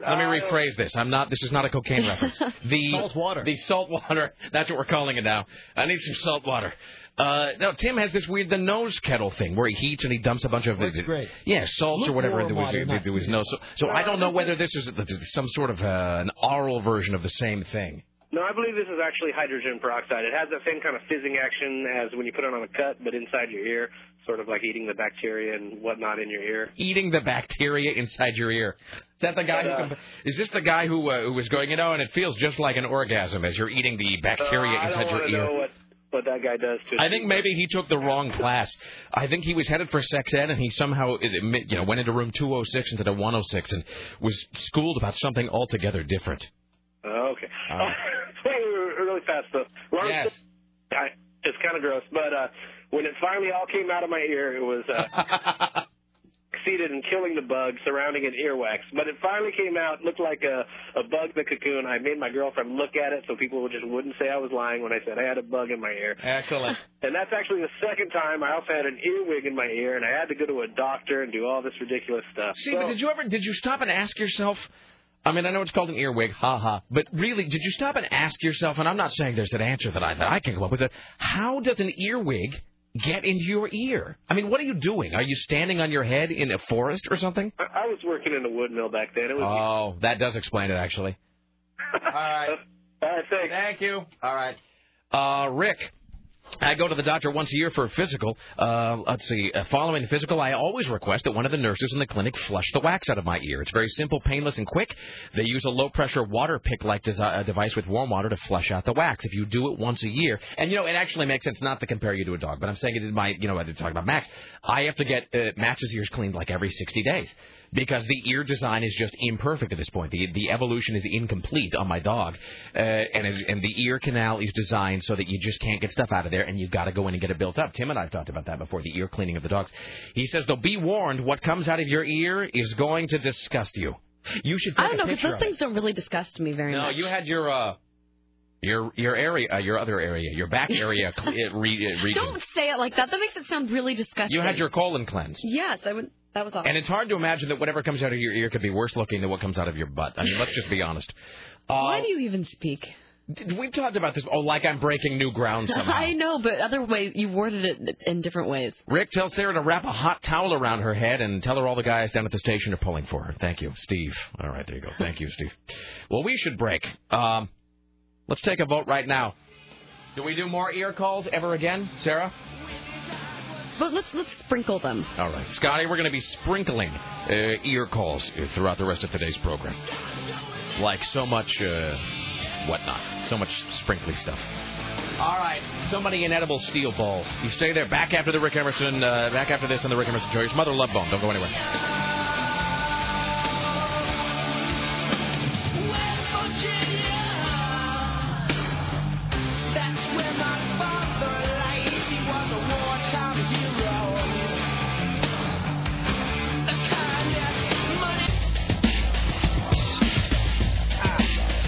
[SPEAKER 2] Let me rephrase this. I'm not. This is not a (laughs) cocaine reference. The Uh, salt water. The salt water. (laughs) That's what we're calling it now. I need some salt water. Uh, no, Tim has this weird the nose kettle thing where he heats and he dumps a bunch of
[SPEAKER 5] That's great.
[SPEAKER 2] yeah salts or whatever into his,
[SPEAKER 5] Lukewarm water,
[SPEAKER 2] into his nose. So, so I don't know whether this is some sort of uh, an oral version of the same thing.
[SPEAKER 18] No, I believe this is actually hydrogen peroxide. It has that same kind of fizzing action as when you put it on a cut, but inside your ear, sort of like eating the bacteria and whatnot in your ear.
[SPEAKER 2] eating the bacteria inside your ear. Is that the guy who? comp- Is this the guy who uh, who was going? You know, and it feels just like an orgasm as you're eating the bacteria
[SPEAKER 18] Uh, I
[SPEAKER 2] inside
[SPEAKER 18] don't
[SPEAKER 2] your
[SPEAKER 18] wanna
[SPEAKER 2] ear.
[SPEAKER 18] know what what that guy does to.
[SPEAKER 2] I think maybe he took the wrong class. I think he was headed for sex ed, and he somehow you know went into room 206 instead of 106, and was schooled about something altogether different.
[SPEAKER 18] Uh, okay. (laughs)
[SPEAKER 2] Uh,
[SPEAKER 18] Wait, really fast though. Long yes. I, it's kind of gross, but uh, when it finally all came out of my ear, it was
[SPEAKER 2] (laughs)
[SPEAKER 18] uh, succeeded in killing the bug surrounding an earwax. But it finally came out, looked like a, a bug in the cocoon. I made my girlfriend look at it so people just wouldn't say I was lying when I said I had a bug in my ear.
[SPEAKER 2] Excellent.
[SPEAKER 18] And that's actually the second time I also had an earwig in my ear, and I had to go to a doctor and do all this ridiculous stuff.
[SPEAKER 2] See, but did you ever did you stop and ask yourself? I mean, I know it's called an earwig, ha ha. But really, did you stop and ask yourself? And I'm not saying there's an answer that I that I can come up with. It. How does an earwig get into your ear? I mean, what are you doing? Are you standing on your head in a forest or something?
[SPEAKER 18] I, I was working in a wood mill back then. It was
[SPEAKER 2] Oh, that does explain it actually. Oh, All right.
[SPEAKER 18] All right, thanks.
[SPEAKER 2] Thank you. All right. Uh, Rick, I go to the doctor once a year for a physical. Uh, let's see. Uh, following the physical, I always request that one of the nurses in the clinic flush the wax out of my ear. It's very simple, painless, and quick. They use a low pressure water pick like desi- uh, device with warm water to flush out the wax. If you do it once a year, and you know, it actually makes sense not to compare you to a dog, but I'm saying it in my, you know, I did talk about Max. I have to get uh, Max's ears cleaned like every 60 days because the ear design is just imperfect at this point. The the evolution is incomplete on my dog, uh, and it- and the ear canal is designed so that you just can't get stuff out of there, and you've got to go in and get it built up. Tim and I've talked about that before. The ear cleaning of the dogs. He says though, be warned, what comes out of your ear is going to disgust you. You should. Take
[SPEAKER 3] I don't know
[SPEAKER 2] a
[SPEAKER 3] because
[SPEAKER 2] picture
[SPEAKER 3] those
[SPEAKER 2] of it.
[SPEAKER 3] things don't really disgust me very
[SPEAKER 2] No,
[SPEAKER 3] much.
[SPEAKER 2] you had your uh, your your area, uh, your other area, your
[SPEAKER 3] (laughs)
[SPEAKER 2] back area cle- uh, re- uh, region.
[SPEAKER 3] Don't say it like that. That makes it sound really disgusting.
[SPEAKER 2] You had your colon cleansed.
[SPEAKER 3] (laughs) Yes, I would. That was awesome.
[SPEAKER 2] And it's hard to imagine that whatever comes out of your ear could be worse looking than what comes out of your butt. I mean, let's just be honest. Uh,
[SPEAKER 3] Why do you even speak?
[SPEAKER 2] We've talked about this. Oh, like I'm breaking new ground somehow.
[SPEAKER 3] (laughs) I know, but other ways you worded it in different ways.
[SPEAKER 2] Rick, tell Sarah to wrap a hot towel around her head and tell her all the guys down at the station are pulling for her. Thank you, Steve. All right, there you go. Thank you, Steve. Well, we should break. Um, let's take a vote right now. Do we do more ear calls ever again, Sarah?
[SPEAKER 3] But let's let's sprinkle them.
[SPEAKER 2] All right, Scotty, we're going to be sprinkling uh, ear calls throughout the rest of today's program. Like so much uh, whatnot, so much sprinkly stuff. All right, somebody in edible steel balls. You stay there. Back after the Rick Emerson. Uh, back after this on the Rick Emerson Show. Here's Mother Love Bone. Don't go anywhere.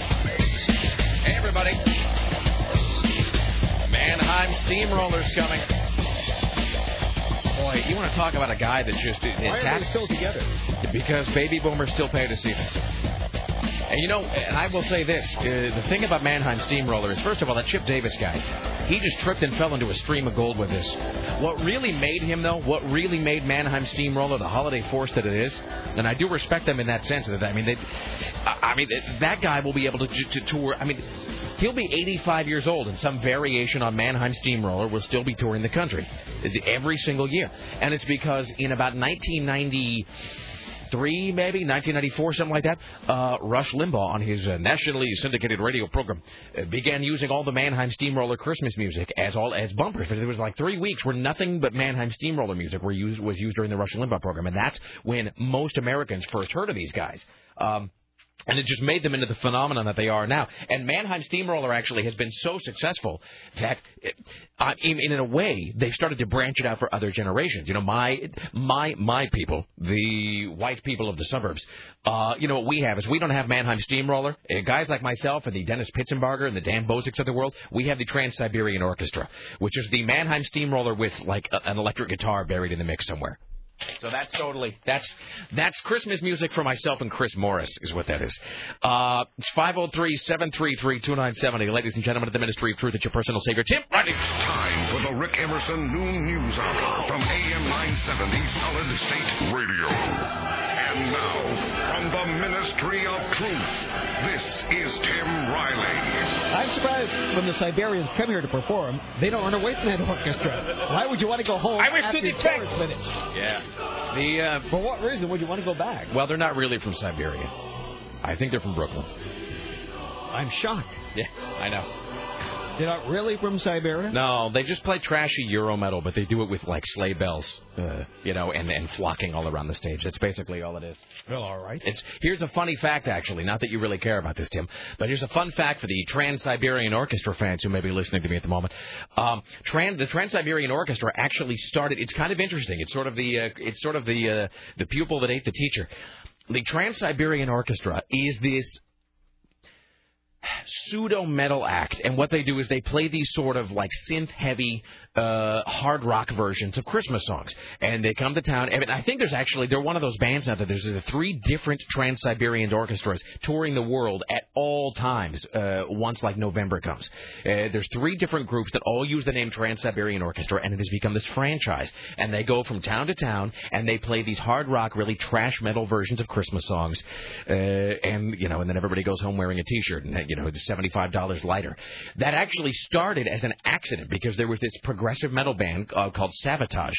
[SPEAKER 2] Hey, everybody. Mannheim Steamrollers coming. Boy, you want to talk about a (laughs) guy that just it's
[SPEAKER 5] Why are they still together?
[SPEAKER 2] because baby boomers still pay to see them. And you know, and I will say this: uh, the thing about Mannheim Steamroller is, first of all, that Chip Davis guy, he just tripped and fell into a stream of gold with this. What really made him, though, what really made Mannheim Steamroller the holiday force that it is, and I do respect them in that sense. That I mean, they, I I mean, that guy will be able to, to tour. I mean, he'll be 85 years old, and some variation on Mannheim Steamroller will still be touring the country every single year. And it's because in about 1990 three, maybe 1994, something like that. Uh, Rush Limbaugh, on his uh, nationally syndicated radio program, uh, began using all the Mannheim Steamroller Christmas music as all as bumpers. But there was like three weeks where nothing but Mannheim Steamroller music were used was used during the Rush Limbaugh program, and that's when most Americans first heard of these guys. Um, and it just made them into the phenomenon that they are now. And Mannheim Steamroller actually has been so successful that, uh, in, in a way, they started to branch it out for other generations. You know, my my my people, the white people of the suburbs, uh, you know what we have is we don't have Mannheim Steamroller. Uh, guys like myself and the Dennis Pitzenbarger and the Dan Boziks of the world, we have the Trans Siberian Orchestra, which is the Mannheim Steamroller with like a, an electric guitar buried in the mix somewhere. So that's totally that's that's Christmas music for myself and Chris Morris is what that is. Uh, it's 503-733-2970. Ladies and gentlemen of the Ministry of Truth, it's your personal savior, Tim Riley.
[SPEAKER 19] Time for the Rick Emerson Noon News Hour from AM 970 Solid State Radio. And now, from the Ministry of Truth, this is Tim Riley.
[SPEAKER 5] I'm surprised when the Siberians come here to perform, they don't run away from that orchestra. Why would you want to go home
[SPEAKER 2] I wish
[SPEAKER 5] after
[SPEAKER 2] they'd
[SPEAKER 5] the
[SPEAKER 2] take-
[SPEAKER 5] tour's finished?
[SPEAKER 2] Yeah. The uh,
[SPEAKER 5] For what reason would you want to go back?
[SPEAKER 2] well, they're not really from Siberia. I think they're from Brooklyn.
[SPEAKER 5] I'm shocked.
[SPEAKER 2] Yes, I know.
[SPEAKER 1] They're not really from Siberia?
[SPEAKER 2] No, they just play trashy Euro metal, but they do it with like sleigh bells, uh, you know, and and flocking all around the stage. That's basically all it is.
[SPEAKER 1] Well, all right.
[SPEAKER 2] It's here's a funny fact, actually. Not that you really care about this, Tim, but here's a fun fact for the Trans Siberian Orchestra fans who may be listening to me at the moment. Um, Trans the Trans Siberian Orchestra actually started. It's kind of interesting. It's sort of the uh, it's sort of the uh, the pupil that ate the teacher. The Trans Siberian Orchestra is this pseudo metal act, and what they do is they play these sort of like synth heavy uh, hard rock versions of Christmas songs, and they come to town. And I think there's actually they're one of those bands now that there's uh, three different Trans Siberian orchestras touring the world at all times. Uh, once like November comes, uh, there's three different groups that all use the name Trans Siberian Orchestra, and it has become this franchise. And they go from town to town and they play these hard rock, really trash metal versions of Christmas songs, uh, and you know, and then everybody goes home wearing a T-shirt and you know it's seventy-five dollars lighter. That actually started as an accident because there was this progressive metal band uh, called Sabotage.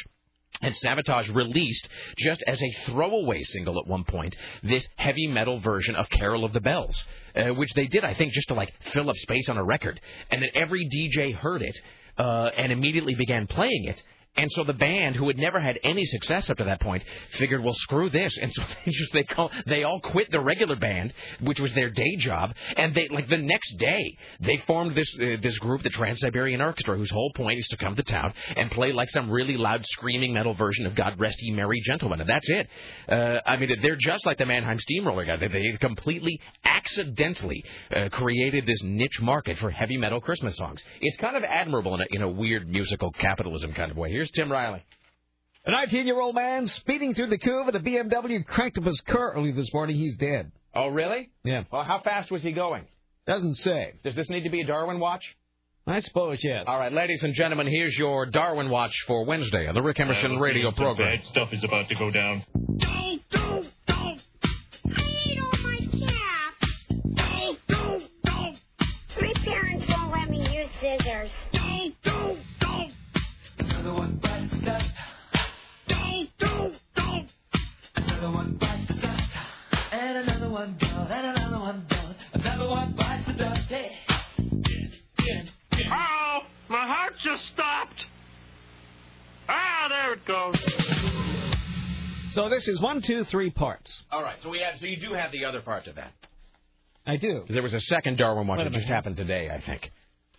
[SPEAKER 2] And Sabotage released, just as a throwaway single at one point, this heavy metal version of Carol of the Bells, uh, which they did, I think, just to like fill up space on a record. And then every DJ heard it uh, and immediately began playing it. And so the band, who had never had any success up to that point, figured, well, screw this. And so (laughs) they just they call they all quit the regular band, which was their day job, and they like the next day they formed this uh, this group, the Trans Siberian Orchestra, whose whole point is to come to town and play like some really loud screaming metal version of God Rest Ye Merry Gentlemen, and that's it. Uh, I mean, they're just like the Mannheim Steamroller guy. They, they completely accidentally uh, created this niche market for heavy metal Christmas songs. It's kind of admirable in a, in a weird musical capitalism kind of way. Here's Tim Riley.
[SPEAKER 1] A 19 year old man speeding through the couve of the BMW cranked up his car early this morning. He's dead.
[SPEAKER 2] Oh, really?
[SPEAKER 1] Yeah.
[SPEAKER 2] Well, how fast was he going?
[SPEAKER 1] Doesn't say.
[SPEAKER 2] Does this need to be a Darwin watch?
[SPEAKER 1] I suppose, yes.
[SPEAKER 2] All right, ladies and gentlemen, here's your Darwin watch for Wednesday on the Rick Emerson radio program.
[SPEAKER 20] Uh, Bad stuff is about to go down.
[SPEAKER 21] My parents won't let me use scissors.
[SPEAKER 22] And another one down, and another one down, another one bites the dust. Hey,
[SPEAKER 23] Oh, my heart just stopped. Ah, there it goes.
[SPEAKER 1] So this is one, two, three parts.
[SPEAKER 2] All right, so we have so you do have the other part to that.
[SPEAKER 1] I do.
[SPEAKER 2] There was a second Darwin watch
[SPEAKER 1] Wait a
[SPEAKER 2] that just
[SPEAKER 1] minute.
[SPEAKER 2] happened today, I think.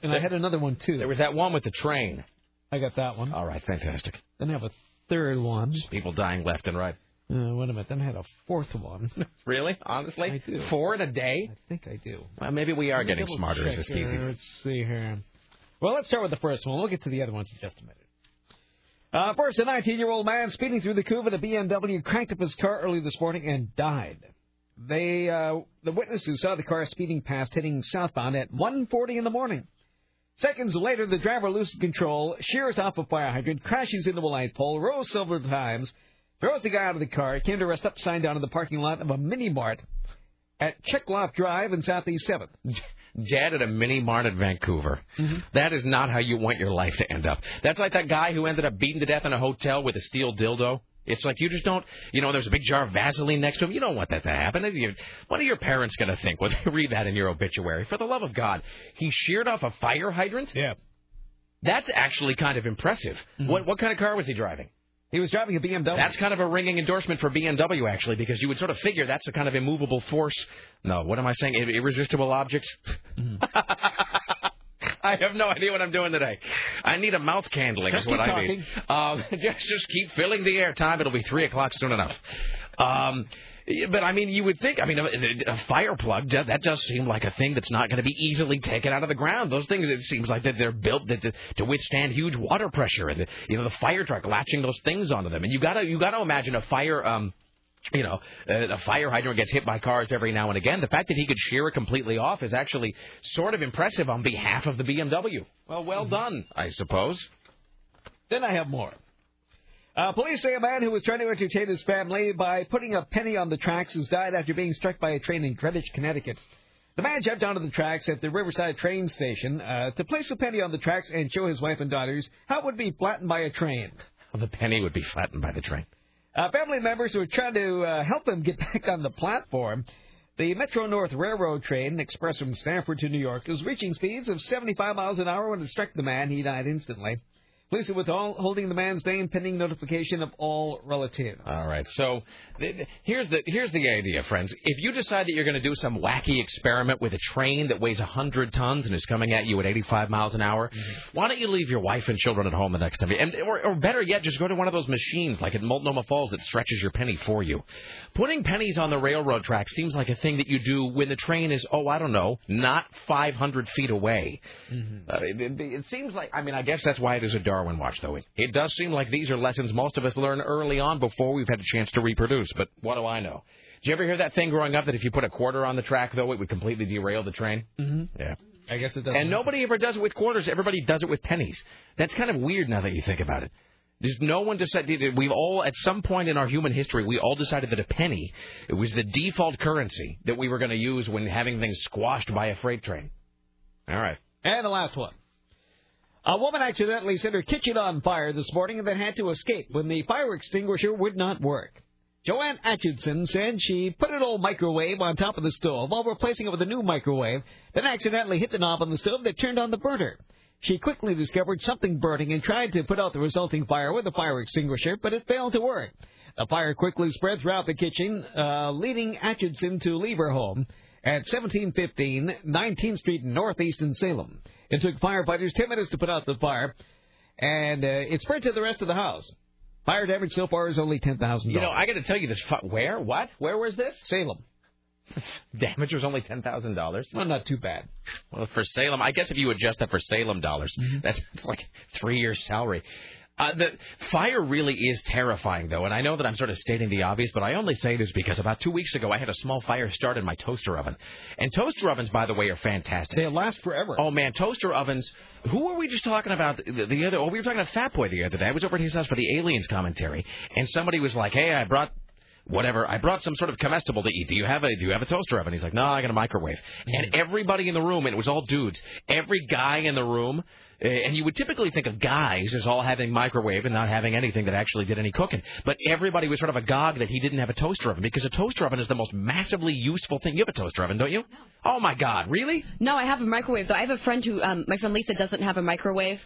[SPEAKER 1] And I had another one, too.
[SPEAKER 2] There was that one with the train.
[SPEAKER 1] I got that one.
[SPEAKER 2] All right, fantastic.
[SPEAKER 1] Then I have a third one.
[SPEAKER 2] People dying left and right.
[SPEAKER 1] Uh, wait a minute. Then I had a fourth one.
[SPEAKER 2] Really? Honestly?
[SPEAKER 1] I do.
[SPEAKER 2] Four in a day?
[SPEAKER 1] I think I do.
[SPEAKER 2] Well, maybe we are
[SPEAKER 1] Let me
[SPEAKER 2] getting
[SPEAKER 1] double
[SPEAKER 2] smarter as
[SPEAKER 1] check
[SPEAKER 2] this
[SPEAKER 1] here.
[SPEAKER 2] species.
[SPEAKER 1] Let's see here. Well, let's start with the first one. We'll get to the other ones in just a minute. Uh, first, a 19-year-old man speeding through the couve of the BMW cranked up his car early this morning and died. They, uh, the witness who saw the car speeding past heading southbound at 1:40 in the morning. Seconds later, the driver loses control, shears off a fire hydrant, crashes into a light pole, rolls several times, throws the guy out of the car, came to rest upside down in the parking lot of a mini mart at Chickloff Drive in Southeast 7th.
[SPEAKER 2] Dead at a mini mart at Vancouver. That is not how you want your life to end up. That's like that guy who ended up beaten to death in a hotel with a steel dildo. It's like you just don't, you know, there's a big jar of Vaseline next to him. You don't want that to happen. You- What are your parents going to think when they (laughs) read that in your obituary? For the love of God, he sheared off a fire hydrant?
[SPEAKER 1] Yeah.
[SPEAKER 2] That's actually kind of impressive. What, what kind of car was he driving?
[SPEAKER 1] Mm-hmm. He was driving a BMW.
[SPEAKER 2] That's kind of a ringing endorsement for BMW, actually, because you would sort of figure that's a kind of immovable force. No, what am I saying? Ir- Irresistible object?
[SPEAKER 1] Mm-hmm.
[SPEAKER 2] (laughs) I have no idea what I'm doing today. I need a mouth candling,
[SPEAKER 1] Just
[SPEAKER 2] is what
[SPEAKER 1] keep
[SPEAKER 2] I need. Um, (laughs) just, just keep filling the air time. It'll be 3 o'clock soon enough. Um, yeah, but I mean, you would think, I mean, a, a fire plug, that that does seem like a thing that's not going to be easily taken out of the ground. Those things, it seems like that they're built that, to, to withstand huge water pressure and, the, you know, the fire truck latching those things onto them. And you gotta, you gotta imagine a fire, um, you know, uh, a fire hydrant gets hit by cars every now and again. The fact that he could shear it completely off is actually sort of impressive on behalf of the BMW. Well, well done, I suppose.
[SPEAKER 1] Mm-hmm. Then I have more. Uh, police say a man who was trying to entertain his family by putting a penny on the tracks has died after being struck by a train in Greenwich, Connecticut. The man jumped onto the tracks at the Riverside train station uh, to place a penny on the tracks and show his wife and daughters how it would be flattened by a train.
[SPEAKER 2] The penny would be flattened by the train.
[SPEAKER 1] (laughs) Uh, family members were trying to uh, help him get back on the platform. The Metro North Railroad train, an express from Stanford to New York, was reaching speeds of 75 miles an hour when it struck the man. He died instantly. Police are withhold- holding the man's name pending notification of all relatives.
[SPEAKER 2] All right. So th- th- here's the here's the idea, friends. If you decide that you're going to do some wacky experiment with a train that weighs 100 tons and is coming at you at 85 miles an hour, why don't you leave your wife and children at home the next time? you- And or, or better yet, just go to one of those machines like at Multnomah Falls that stretches your penny for you. Putting pennies on the railroad track seems like a thing that you do when the train is oh I don't know, not 500 feet away. Uh, it, it- it seems like, I mean, I guess that's why it is a Darwin watch, though. It, it does seem like these are lessons most of us learn early on before we've had a chance to reproduce, but what do I know? Did you ever hear that thing growing up that if you put a quarter on the track, though, it would completely derail the train?
[SPEAKER 1] Mhm.
[SPEAKER 2] Yeah.
[SPEAKER 1] I guess it doesn't.
[SPEAKER 2] And nobody ever does it with quarters. Everybody does it with pennies. That's kind of weird now that you think about it. There's no one decided. We've all, at some point in our human history, we all decided that a penny it was the default currency that we were going to use when having things squashed by a freight train. All right.
[SPEAKER 1] And the last one. A woman accidentally set her kitchen on fire this morning and then had to escape when the fire extinguisher would not work. Joanne Atchison said she put an old microwave on top of the stove while replacing it with a new microwave, then accidentally hit the knob on the stove that turned on the burner. She quickly discovered something burning and tried to put out the resulting fire with a fire extinguisher, but it failed to work. The fire quickly spread throughout the kitchen, uh, leading Atchison to leave her home at 1715 19th Street Northeast in Salem. It took firefighters 10 minutes to put out the fire, and uh, it spread to the rest of the house. Fire damage so far is only $10,000.
[SPEAKER 2] You know, I got to tell you this. fu- Where? What? Where was this?
[SPEAKER 1] Salem.
[SPEAKER 2] (laughs) Damage was only ten thousand dollars.
[SPEAKER 1] Well, not too bad.
[SPEAKER 2] Well, for Salem, I guess if you adjust that for Salem dollars,
[SPEAKER 1] Mm-hmm.
[SPEAKER 2] that's it's like three years' salary. Uh, the fire really is terrifying, though, and I know that I'm sort of stating the obvious, but I only say this because about two weeks ago I had a small fire start in my toaster oven, and toaster ovens, by the way, are fantastic. They
[SPEAKER 1] last forever.
[SPEAKER 2] Oh man, toaster ovens. Who were we just talking about the, the other? Oh, we were talking to Fat Boy the other day. I was over at his house for the aliens commentary, and somebody was like, "Hey, I brought whatever. I brought some sort of comestible to eat. Do you have a do you have a toaster oven? He's like, no, I got a microwave. And everybody in the room, and it was all dudes. Every guy in the room, eh, and you would typically think of guys as all having microwave and not having anything that actually did any cooking. But everybody was sort of agog that he didn't have a toaster oven because a toaster oven is the most massively useful thing. You have a toaster oven, don't you? Oh my God, really?
[SPEAKER 3] No, I have a microwave though. I have a friend who, um, my friend Lisa doesn't have a microwave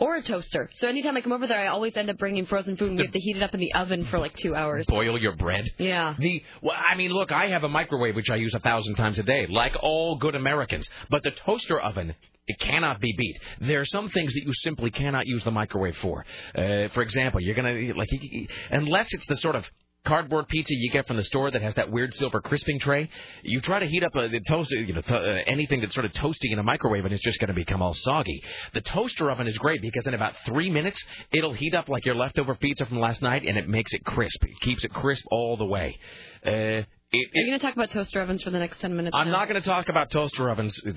[SPEAKER 3] or a toaster. So anytime I come over there, I always end up bringing frozen food, and we have to heat it up in the oven for like two hours.
[SPEAKER 2] Boil your bread.
[SPEAKER 3] Yeah.
[SPEAKER 2] The well, I mean, look, I have a microwave which I use a thousand times a day, like all good Americans. But the toaster oven. It cannot be beat. There are some things that you simply cannot use the microwave for. Uh, for example, you're gonna like you- you- unless it's the sort of cardboard pizza you get from the store that has that weird silver crisping tray. You try to heat up a the toast, you know, to, uh, anything that's sort of toasty in a microwave, and it's just going to become all soggy. The toaster oven is great because in about three minutes, it'll heat up like your leftover pizza from last night, and it makes it crisp. It keeps it crisp all the way. Uh, it,
[SPEAKER 3] Are
[SPEAKER 2] it,
[SPEAKER 3] you gonna talk about toaster ovens for the next ten minutes?
[SPEAKER 2] I'm
[SPEAKER 3] now?
[SPEAKER 2] not going to talk about toaster ovens uh,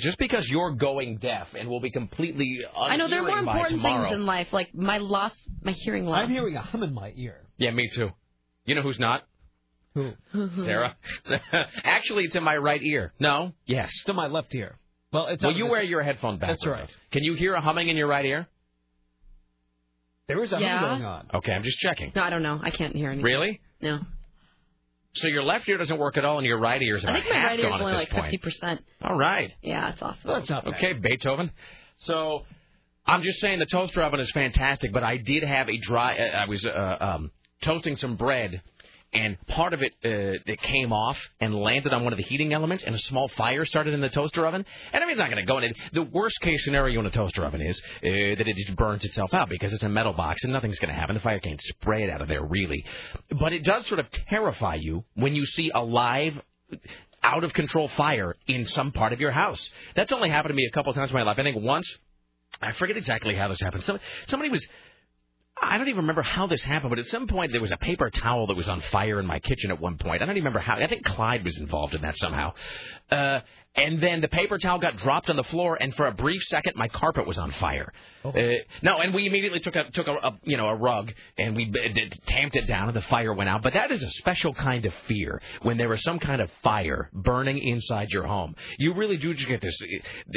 [SPEAKER 2] just because you're going deaf and will be completely.
[SPEAKER 3] I know there are more
[SPEAKER 2] unhearing by
[SPEAKER 3] important
[SPEAKER 2] tomorrow.
[SPEAKER 3] things in life, like my loss, my hearing loss.
[SPEAKER 1] I'm hearing a hum in my ear.
[SPEAKER 2] Yeah, me too. You know who's not?
[SPEAKER 1] Who?
[SPEAKER 3] Mm-hmm.
[SPEAKER 1] Mm-hmm.
[SPEAKER 2] Sarah. (laughs) Actually, it's in my right ear. No. Yes. It's
[SPEAKER 1] in my left ear. Well, it's
[SPEAKER 2] Will
[SPEAKER 1] on
[SPEAKER 2] you
[SPEAKER 1] this-
[SPEAKER 2] wear your headphone back?
[SPEAKER 1] That's right.
[SPEAKER 2] Can you hear a humming in your right ear?
[SPEAKER 1] There is a
[SPEAKER 3] Yeah.
[SPEAKER 1] hum going on.
[SPEAKER 2] Okay, I'm just checking.
[SPEAKER 3] No, I don't know. I can't hear anything.
[SPEAKER 2] Really?
[SPEAKER 3] No.
[SPEAKER 2] So your left ear doesn't work at all, and your right ear is
[SPEAKER 3] I
[SPEAKER 2] about
[SPEAKER 3] think my
[SPEAKER 2] half
[SPEAKER 3] right ear
[SPEAKER 2] gone
[SPEAKER 3] is
[SPEAKER 2] at
[SPEAKER 3] only
[SPEAKER 2] this
[SPEAKER 3] like
[SPEAKER 2] point.
[SPEAKER 3] fifty percent.
[SPEAKER 2] All right.
[SPEAKER 3] Yeah, it's awful.
[SPEAKER 1] That's not
[SPEAKER 2] Okay, Beethoven. So I'm just saying the toaster oven is fantastic, but I did have a dry. Uh, I was uh, um, toasting some bread, and part of it uh, it came off and landed on one of the heating elements, and a small fire started in the toaster oven. And I mean, it's not going to go in. it. The worst case scenario in a toaster oven is uh, that it just burns itself out because it's a metal box and nothing's going to happen. The fire can't spray it out of there really, but it does sort of terrify you when you see a live out of control fire in some part of your house. That's only happened to me a couple times in my life. I think once, I forget exactly how this happened. Some, somebody was. I don't even remember how this happened, but at some point there was a paper towel that was on fire in my kitchen at one point. I don't even remember how. I think Clyde was involved in that somehow. Uh, and then the paper towel got dropped on the floor, and for a brief second, my carpet was on fire. Uh, no, and we immediately took a took a, a you know a rug and we b- d- tamped it down, and the fire went out. But that is a special kind of fear when there is some kind of fire burning inside your home. You really do just get this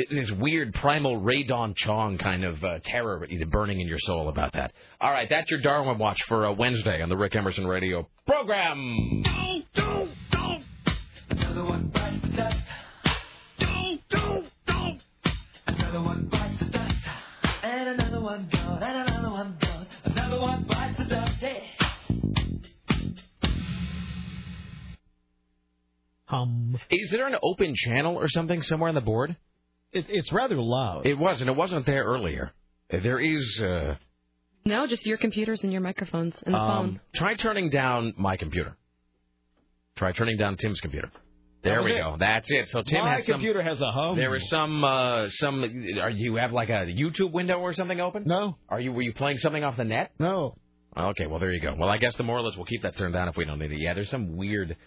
[SPEAKER 2] this weird primal radon chong kind of uh, terror burning in your soul about that. All right, that's your Darwin watch for uh, Wednesday on the Rick Emerson Radio program.
[SPEAKER 22] Another one
[SPEAKER 1] hum.
[SPEAKER 2] Is there an open channel or something somewhere on the board?
[SPEAKER 1] It, it's rather loud.
[SPEAKER 2] It was, and it wasn't there earlier. There is. Uh,
[SPEAKER 3] No, just your computers and your microphones and the phone.
[SPEAKER 2] um, try turning down my computer. Try turning down Tim's computer. There
[SPEAKER 1] That was
[SPEAKER 2] we
[SPEAKER 1] it.
[SPEAKER 2] go. That's it. So Tim
[SPEAKER 1] My
[SPEAKER 2] has some.
[SPEAKER 1] computer has a hum.
[SPEAKER 2] There is some uh, some. Are you have like a YouTube window or something open?
[SPEAKER 1] No.
[SPEAKER 2] Are you were you playing something off the net?
[SPEAKER 1] No.
[SPEAKER 2] Okay, well there you go. Well, I guess the moral is we'll keep that turned down if we don't need it. Yeah, there's some weird,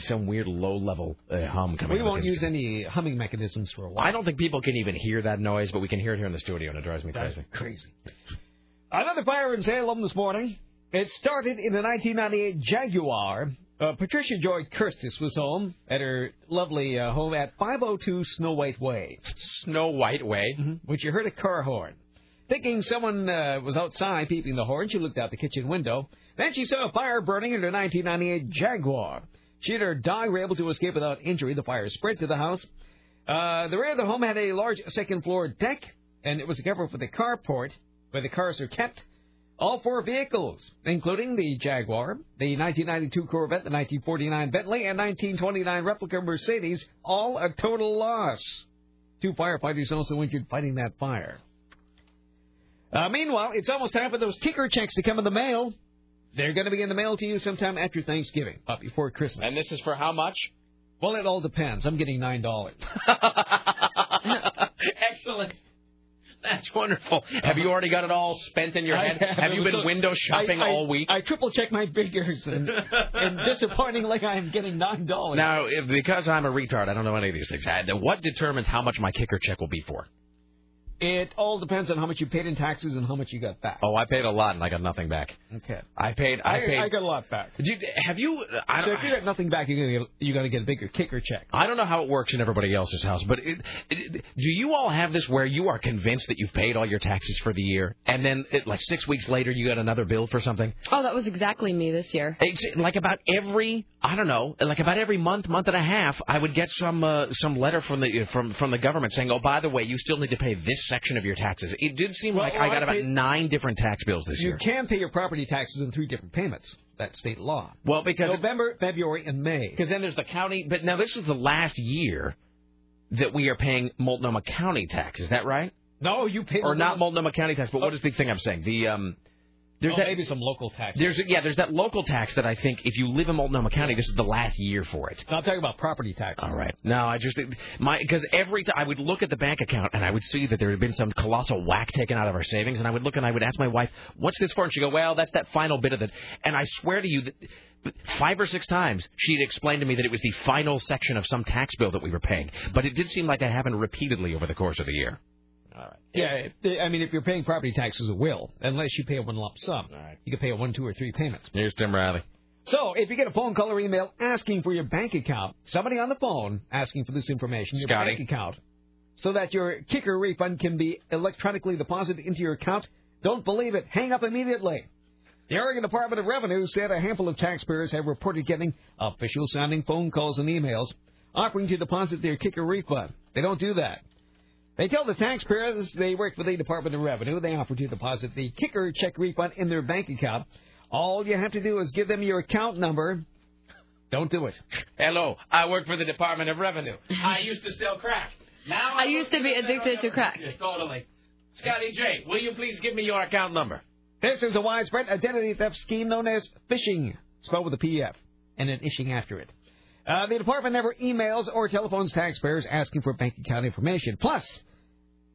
[SPEAKER 2] some weird low level uh, hum coming. out
[SPEAKER 1] We
[SPEAKER 2] of
[SPEAKER 1] won't
[SPEAKER 2] his-
[SPEAKER 1] use any humming mechanisms for a while.
[SPEAKER 2] I don't think people can even hear that noise, but we can hear it here in the studio, and it drives me
[SPEAKER 1] That's
[SPEAKER 2] crazy.
[SPEAKER 1] crazy. Another fire in Salem this morning. It started in a 1998 Jaguar. Uh, Patricia Joy Kirstis was home at her lovely uh, home at 502 Snow White Way.
[SPEAKER 2] Snow White Way?
[SPEAKER 1] When she heard a car horn. Thinking someone uh, was outside peeping the horn, she looked out the kitchen window. Then she saw a fire burning in her 1998 Jaguar. She and her dog were able to escape without injury. The fire spread to the house. Uh, the rear of the home had a large second floor deck, and it was covered with a carport where the cars are kept. All four vehicles, including the Jaguar, the 1992 Corvette, the 1949 Bentley, and 1929 replica Mercedes, all a total loss. Two firefighters also injured fighting that fire. Uh, meanwhile, it's almost time for those kicker checks to come in the mail. They're going to be in the mail to you sometime after Thanksgiving, uh, before Christmas.
[SPEAKER 2] And this is for how much?
[SPEAKER 1] Well, it all depends. I'm getting nine dollars. (laughs)
[SPEAKER 2] Excellent. That's wonderful. Have you already got it all spent (laughs) in your head?
[SPEAKER 1] (laughs)
[SPEAKER 2] Have, you been window shopping all week?
[SPEAKER 1] I triple check my figures and,
[SPEAKER 2] (laughs)
[SPEAKER 1] and disappointing like I am getting nine dollars.
[SPEAKER 2] Now, if, because I'm a retard, I don't know any of these things. I- What determines how much my kicker check will be for?
[SPEAKER 1] It all depends on how much you paid in taxes and how much you got back.
[SPEAKER 2] Oh, I paid a lot and I got nothing back.
[SPEAKER 1] Okay.
[SPEAKER 2] I paid. I, paid.
[SPEAKER 1] I, got a lot back.
[SPEAKER 2] Did you, have you? I,
[SPEAKER 1] so if you got nothing back, you're gonna get, you got to get a bigger kicker check.
[SPEAKER 2] I don't know how it works in everybody else's house, but it, it, do you all have this where you are convinced that you've paid all your taxes for the year, and then it, like six weeks later you got another bill for something?
[SPEAKER 3] Oh, that was exactly me this year.
[SPEAKER 2] Ex- Like about every, I don't know, like about every month, month and a half, I would get some uh, some letter from the from from the government saying, oh, by the way, you still need to pay this section of your taxes. It did seem like I
[SPEAKER 1] well,
[SPEAKER 2] got
[SPEAKER 1] I
[SPEAKER 2] about
[SPEAKER 1] paid-
[SPEAKER 2] nine different tax bills this
[SPEAKER 1] You
[SPEAKER 2] year.
[SPEAKER 1] can pay your property taxes in three different payments. That's state law.
[SPEAKER 2] Well, because
[SPEAKER 1] November, February, and May.
[SPEAKER 2] Because then there's the county. But now this is the last year that we are paying Multnomah County tax. Is that right?
[SPEAKER 1] No, you pay.
[SPEAKER 2] Or not Multnomah County tax, but what is the thing I'm saying? The um, there's
[SPEAKER 1] Oh,
[SPEAKER 2] that.
[SPEAKER 1] maybe some local taxes.
[SPEAKER 2] There's yeah, there's that local tax that I think if you live in Multnomah County, this is the last year for it.
[SPEAKER 1] I'm talking about property taxes.
[SPEAKER 2] All right. No, I just my because every time I would look at the bank account and I would see that there had been some colossal whack taken out of our savings, and I would look and I would ask my wife, "What's this for?" And she'd go, "Well, that's that final bit of it." And I swear to you that five or six times she'd explained to me that it was the final section of some tax bill that we were paying, but it did seem like that happened repeatedly over the course of the year. All right.
[SPEAKER 1] Yeah, it- I mean, if you're paying property taxes, it will, unless you pay a one lump sum. All right. You can pay a one, two, or three payments.
[SPEAKER 2] Here's Tim Riley.
[SPEAKER 1] So, if you get a phone call or email asking for your bank account, somebody on the phone asking for this information, your
[SPEAKER 2] Scotty.
[SPEAKER 1] bank account, so that your kicker refund can be electronically deposited into your account, don't believe it. Hang up immediately. The Oregon Department of Revenue said a handful of taxpayers have reported getting official sounding phone calls and emails offering to deposit their kicker refund. They don't do that. They tell the taxpayers they work for the Department of Revenue. They offer to deposit the kicker check refund in their bank account. All you have to do is give them your account number. Don't do it.
[SPEAKER 2] Hello, I work for the Department of Revenue.
[SPEAKER 3] (laughs)
[SPEAKER 2] I used to sell crack. Now
[SPEAKER 3] I used to be addicted to crack.
[SPEAKER 2] Totally. Scotty J, will you please give me your account number?
[SPEAKER 1] This is a widespread identity theft scheme known as phishing, spelled with a PF and an ishing after it. Uh, the department never emails or telephones taxpayers asking for bank account information. Plus,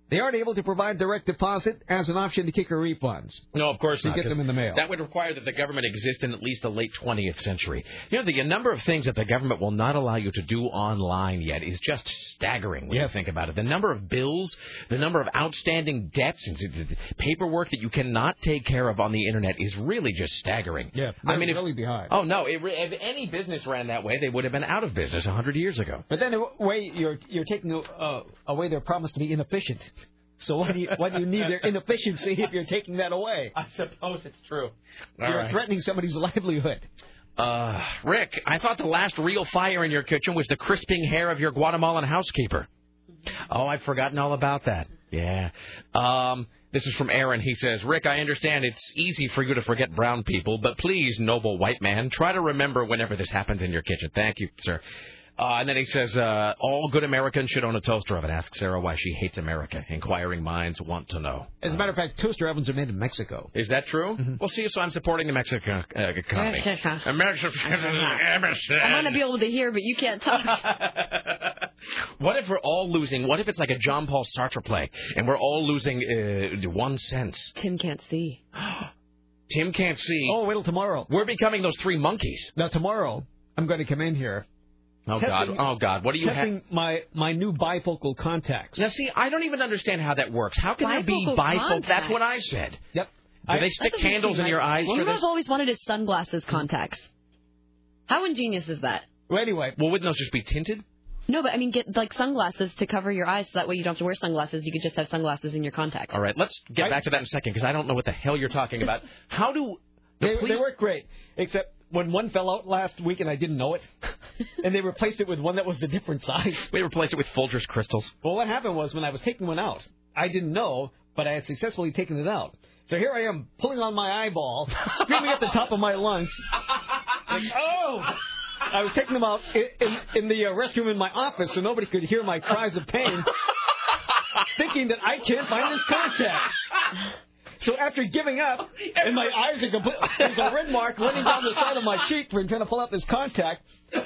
[SPEAKER 1] they aren't able to provide direct deposit as an option to kicker refunds.
[SPEAKER 2] No, of course
[SPEAKER 1] You
[SPEAKER 2] not.
[SPEAKER 1] get
[SPEAKER 2] 'cause
[SPEAKER 1] them in the mail.
[SPEAKER 2] That would require that the government exist in at least the late 20th century. You know, the number of things that the government will not allow you to do online yet is just staggering when you think about it. The number of bills, the number of outstanding debts and the- the paperwork that you cannot take care of on the internet is really just staggering.
[SPEAKER 1] Yeah,
[SPEAKER 2] I mean, if-
[SPEAKER 1] really behind.
[SPEAKER 2] oh no, it, re- if any business ran that way, they would have been out of business 100 years ago.
[SPEAKER 1] But then, away you're you're taking uh, away their promise to be inefficient. So why do you why do you need their inefficiency if you're taking that away?
[SPEAKER 2] (laughs) I suppose it's true.
[SPEAKER 1] you're threatening somebody's (laughs) livelihood.
[SPEAKER 2] Uh, Rick, I thought the last real fire in your kitchen was the crisping hair of your Guatemalan housekeeper. Oh, I'd forgotten all about that. Yeah. Um, this is from Aaron. He says, Rick, I understand it's easy for you to forget brown people, but please, noble white man, try to remember whenever this happens in your kitchen. Thank you, sir. Uh, and then he says, uh, all good Americans should own a toaster oven. Ask Sarah why she hates America. Inquiring minds want to know.
[SPEAKER 1] As a matter of fact, toaster ovens are made in Mexico.
[SPEAKER 2] Is that true? Well, see, so I'm supporting the Mexican uh,
[SPEAKER 1] (laughs)
[SPEAKER 2] economy. America-
[SPEAKER 3] I want to be able to hear, but you
[SPEAKER 2] (laughs)
[SPEAKER 3] can't talk.
[SPEAKER 2] What if we're all losing? What if it's like a John Paul Sartre play and we're all losing uh, one sense?
[SPEAKER 3] Tim can't see.
[SPEAKER 2] (gasps) Tim can't see.
[SPEAKER 1] Oh, wait till tomorrow.
[SPEAKER 2] We're becoming (laughs) those three monkeys.
[SPEAKER 1] Now tomorrow, I'm going to come in here.
[SPEAKER 2] Oh, God. Oh, God. What do you have?
[SPEAKER 1] testing my my new bifocal contacts.
[SPEAKER 2] Now, see, I don't even understand how that works. How can there be
[SPEAKER 3] Bifocal
[SPEAKER 2] bifocal? That's
[SPEAKER 3] contact.
[SPEAKER 2] what I said.
[SPEAKER 1] Yep.
[SPEAKER 2] Do they stick
[SPEAKER 3] That doesn't
[SPEAKER 2] candles
[SPEAKER 3] seem
[SPEAKER 2] in your
[SPEAKER 3] right.
[SPEAKER 2] eyes
[SPEAKER 3] One
[SPEAKER 2] for
[SPEAKER 3] of
[SPEAKER 2] this?
[SPEAKER 3] I've always wanted is sunglasses contacts. How ingenious is that?
[SPEAKER 1] Well, anyway.
[SPEAKER 2] Well, wouldn't those just be tinted?
[SPEAKER 3] No, but I mean, get like sunglasses to cover your eyes, so that way you don't have to wear sunglasses. You could just have sunglasses in your contacts.
[SPEAKER 2] All right, let's get back to that in a second because I don't know what the hell you're talking
[SPEAKER 1] (laughs)
[SPEAKER 2] about. How do the
[SPEAKER 1] They, they
[SPEAKER 2] police?
[SPEAKER 1] work great, except when one fell out last week and I
[SPEAKER 2] (laughs)
[SPEAKER 1] didn't know it, and they replaced it with one that was a different size.
[SPEAKER 2] We replaced it with Folgers crystals.
[SPEAKER 1] Well, what happened was when I was taking one out, I didn't know, but I had successfully taken it out. So here I am pulling on my eyeball, screaming at the top of my lungs. Like, oh! I was taking them out in, in, in the uh, restroom in my office so nobody could hear my cries of pain, thinking that I can't find this contact. So after giving up, and my eyes are complete, there's a red mark running down the side of my cheek from trying to pull out this contact.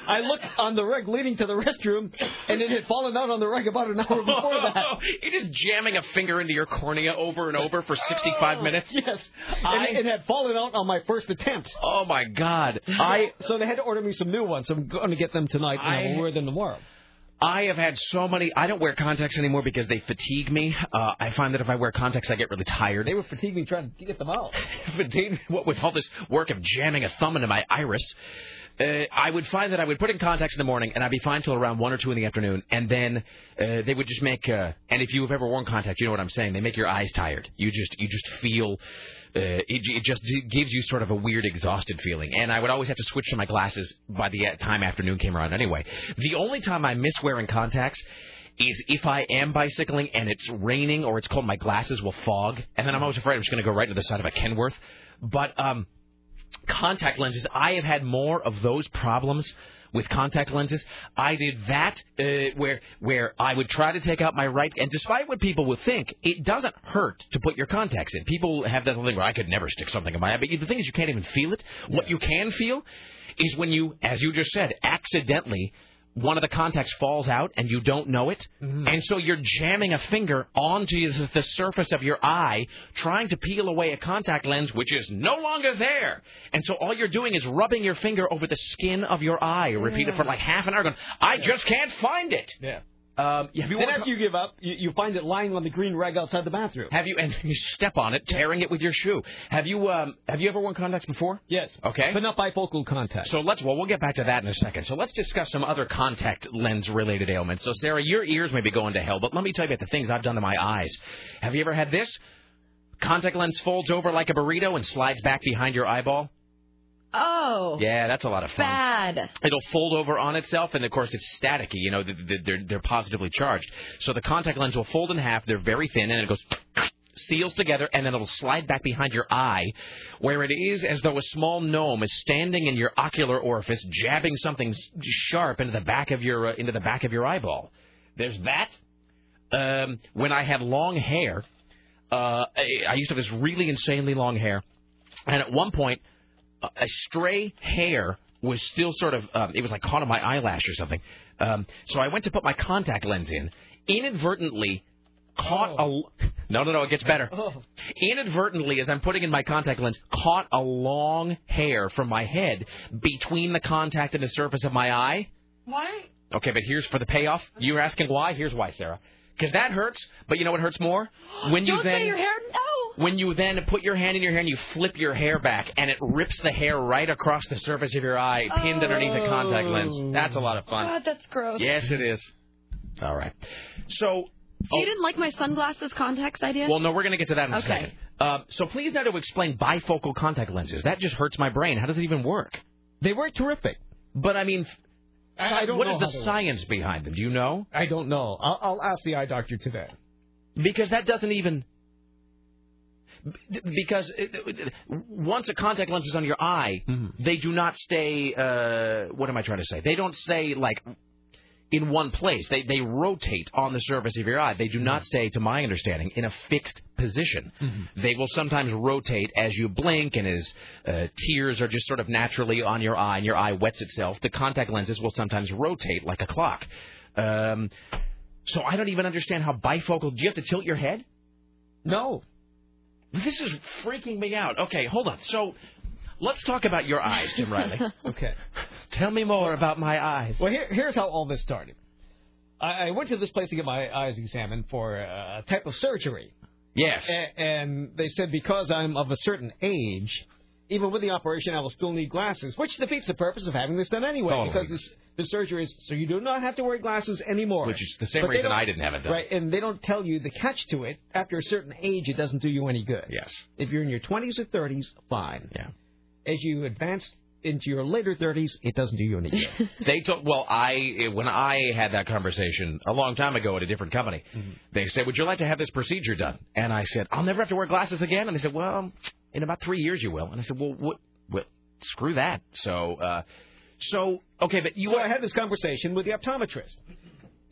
[SPEAKER 1] I looked on the rug leading to the restroom, and it had fallen out on the rug about an hour (laughs) before that.
[SPEAKER 2] (laughs) It is jamming a finger into your cornea over and over for 65 minutes.
[SPEAKER 1] Oh, Yes,
[SPEAKER 2] I-
[SPEAKER 1] and it had fallen out on my first attempt.
[SPEAKER 2] Oh my God! I
[SPEAKER 1] so they had to order me some new ones. I'm going to get them tonight, and I,
[SPEAKER 2] I-
[SPEAKER 1] will wear them tomorrow.
[SPEAKER 2] I have had so many. I don't wear contacts anymore because they fatigue me. Uh, I find that if I wear contacts, I get really tired.
[SPEAKER 1] They were fatiguing trying to get
[SPEAKER 2] (laughs)
[SPEAKER 1] them out.
[SPEAKER 2] Fatigue- what with all this work of jamming a thumb into my iris. Uh, I would find that I would put in contacts in the morning, and I'd be fine till around one or two in the afternoon, and then uh, they would just make. Uh, and if you have ever worn contacts, you know what I'm saying. They make your eyes tired. You just you just feel. Uh, it, it just d- gives you sort of a weird exhausted feeling, and I would always have to switch to my glasses by the uh, time afternoon came around. Anyway, the only time I miss wearing contacts is if I am bicycling and it's raining or it's cold, my glasses will fog, and then I'm always afraid I'm just going to go right into the side of a Kenworth. But um, contact lenses, I have had more of those problems with contact lenses. I did that uh, where where I would try to take out my right, and despite what people would think, it doesn't hurt to put your contacts in. People have that thing where I could never stick something in my eye, but the thing is, you can't even feel it. What you can feel is when you, as you just said, accidentally. One of the contacts falls out and you don't know it,
[SPEAKER 1] Mm-hmm.
[SPEAKER 2] and so you're jamming a finger onto the- the surface of your eye, trying to peel away a contact lens which is no longer there. And so all you're doing is rubbing your finger over the skin of your eye. Repeat
[SPEAKER 1] Mm.
[SPEAKER 2] it for like half an hour. Going, I just can't find it.
[SPEAKER 1] Yeah.
[SPEAKER 2] Um, have you
[SPEAKER 1] then
[SPEAKER 2] worn-
[SPEAKER 1] after you give up, you, you find it lying on the green rag outside the bathroom.
[SPEAKER 2] Have you and (laughs) you step on it, tearing it with your shoe? Have you um, have you ever worn contacts before?
[SPEAKER 1] Yes.
[SPEAKER 2] Okay.
[SPEAKER 1] But not bifocal contact.
[SPEAKER 2] So let's well, we'll get back to that in a second. So let's discuss some other contact lens related ailments. So Sarah, your ears may be going to hell, but let me tell you about the things I've done to my eyes. Have you ever had this? Contact lens folds over like a burrito and slides back behind your eyeball.
[SPEAKER 3] Oh,
[SPEAKER 2] Yeah, that's a lot of fun.
[SPEAKER 3] bad.
[SPEAKER 2] It'll fold over on itself, and of course it's staticky. You know, th- th- they're they're positively charged, so the contact lens will fold in half. They're very thin, and it goes. (clears throat) Seals together and then it'll slide back behind your eye, where it is as though a small gnome is standing in your ocular orifice, jabbing something s- sharp into the back of your uh, into the back of your eyeball. There's that. Um, when I had long hair, uh, I, I used to have this really insanely long hair, and at one point, a a stray hair was still sort of um, it was like caught on my eyelash or something. Um, so I went to put my contact lens in, inadvertently caught a (laughs) no no no it gets better.
[SPEAKER 1] Oh.
[SPEAKER 2] Inadvertently, as I'm putting in my contact lens, caught a long hair from my head between the contact and the surface of my eye.
[SPEAKER 22] What?
[SPEAKER 2] Okay, but here's for the payoff. You're asking why? Here's why, Sarah. Because that hurts, but you know what hurts
[SPEAKER 22] (gasps)
[SPEAKER 2] more? When you
[SPEAKER 22] Don't
[SPEAKER 2] then
[SPEAKER 22] say your hair. No.
[SPEAKER 2] when you then put your hand in your hair and you flip your hair back and it rips the hair right across the surface of your eye, pinned underneath the contact lens. That's a lot of
[SPEAKER 22] Oh,
[SPEAKER 2] fun.
[SPEAKER 3] God, that's gross.
[SPEAKER 2] Yes, it is. All right. So
[SPEAKER 3] So you didn't like my sunglasses contacts idea?
[SPEAKER 2] well, no, we're going to get to that in a
[SPEAKER 3] Okay.
[SPEAKER 2] second. Uh, so please now to explain bifocal contact lenses. That just hurts my brain. How does it even work?
[SPEAKER 1] They were terrific.
[SPEAKER 2] But I mean,
[SPEAKER 1] I- I don't
[SPEAKER 2] what
[SPEAKER 1] know
[SPEAKER 2] is
[SPEAKER 1] how they
[SPEAKER 2] the
[SPEAKER 1] work.
[SPEAKER 2] science behind them? Do you know?
[SPEAKER 1] I don't know. I'll, I'll ask the eye doctor today.
[SPEAKER 2] Because that doesn't even. b- Because uh, once a contact lens
[SPEAKER 1] Mm-hmm.
[SPEAKER 2] is on your eye, they do not stay. Uh, what am I trying to say? They don't stay like in one place. They they rotate on the surface of your eye. They do
[SPEAKER 1] Mm-hmm.
[SPEAKER 2] not stay, to my understanding, in a fixed position.
[SPEAKER 1] Mm-hmm.
[SPEAKER 2] They will sometimes rotate as you blink, and as uh, tears are just sort of naturally on your eye, and your eye wets itself. The contact lenses will sometimes rotate like a clock. Um, so I don't even understand how bifocal. Do you have to tilt your head?
[SPEAKER 1] No.
[SPEAKER 2] This is freaking me out. Okay, hold on. So let's talk about your eyes, Jim Riley.
[SPEAKER 1] okay.
[SPEAKER 2] Tell me more about my eyes.
[SPEAKER 1] (laughs) Well, here, here's how all this started. I, I went to this place to get my eyes examined for uh, a type of surgery.
[SPEAKER 2] Yes.
[SPEAKER 1] A- and they said because I'm of a certain age, even with the operation, I will still need glasses, which defeats the purpose of having this done anyway,
[SPEAKER 2] Totally.
[SPEAKER 1] because this, the surgery is so you do not have to wear glasses anymore.
[SPEAKER 2] Which is the same
[SPEAKER 1] But they
[SPEAKER 2] reason
[SPEAKER 1] don't-
[SPEAKER 2] I didn't have it done.
[SPEAKER 1] Right, and they don't tell you the catch to it. After a certain age, it doesn't do you any good.
[SPEAKER 2] Yes.
[SPEAKER 1] If you're in your 20s or 30s, fine.
[SPEAKER 2] Yeah.
[SPEAKER 1] As you advance into your later 30s, it doesn't do you any
[SPEAKER 2] (laughs)
[SPEAKER 1] good.
[SPEAKER 2] they told well i when i had that conversation a long time ago at a different company
[SPEAKER 1] Mm-hmm.
[SPEAKER 2] they said would you like to have this procedure done and i said i'll never have to wear glasses again and they said well in about three years you will and i said well what well screw that so uh so okay but you
[SPEAKER 1] so I had this conversation with the optometrist,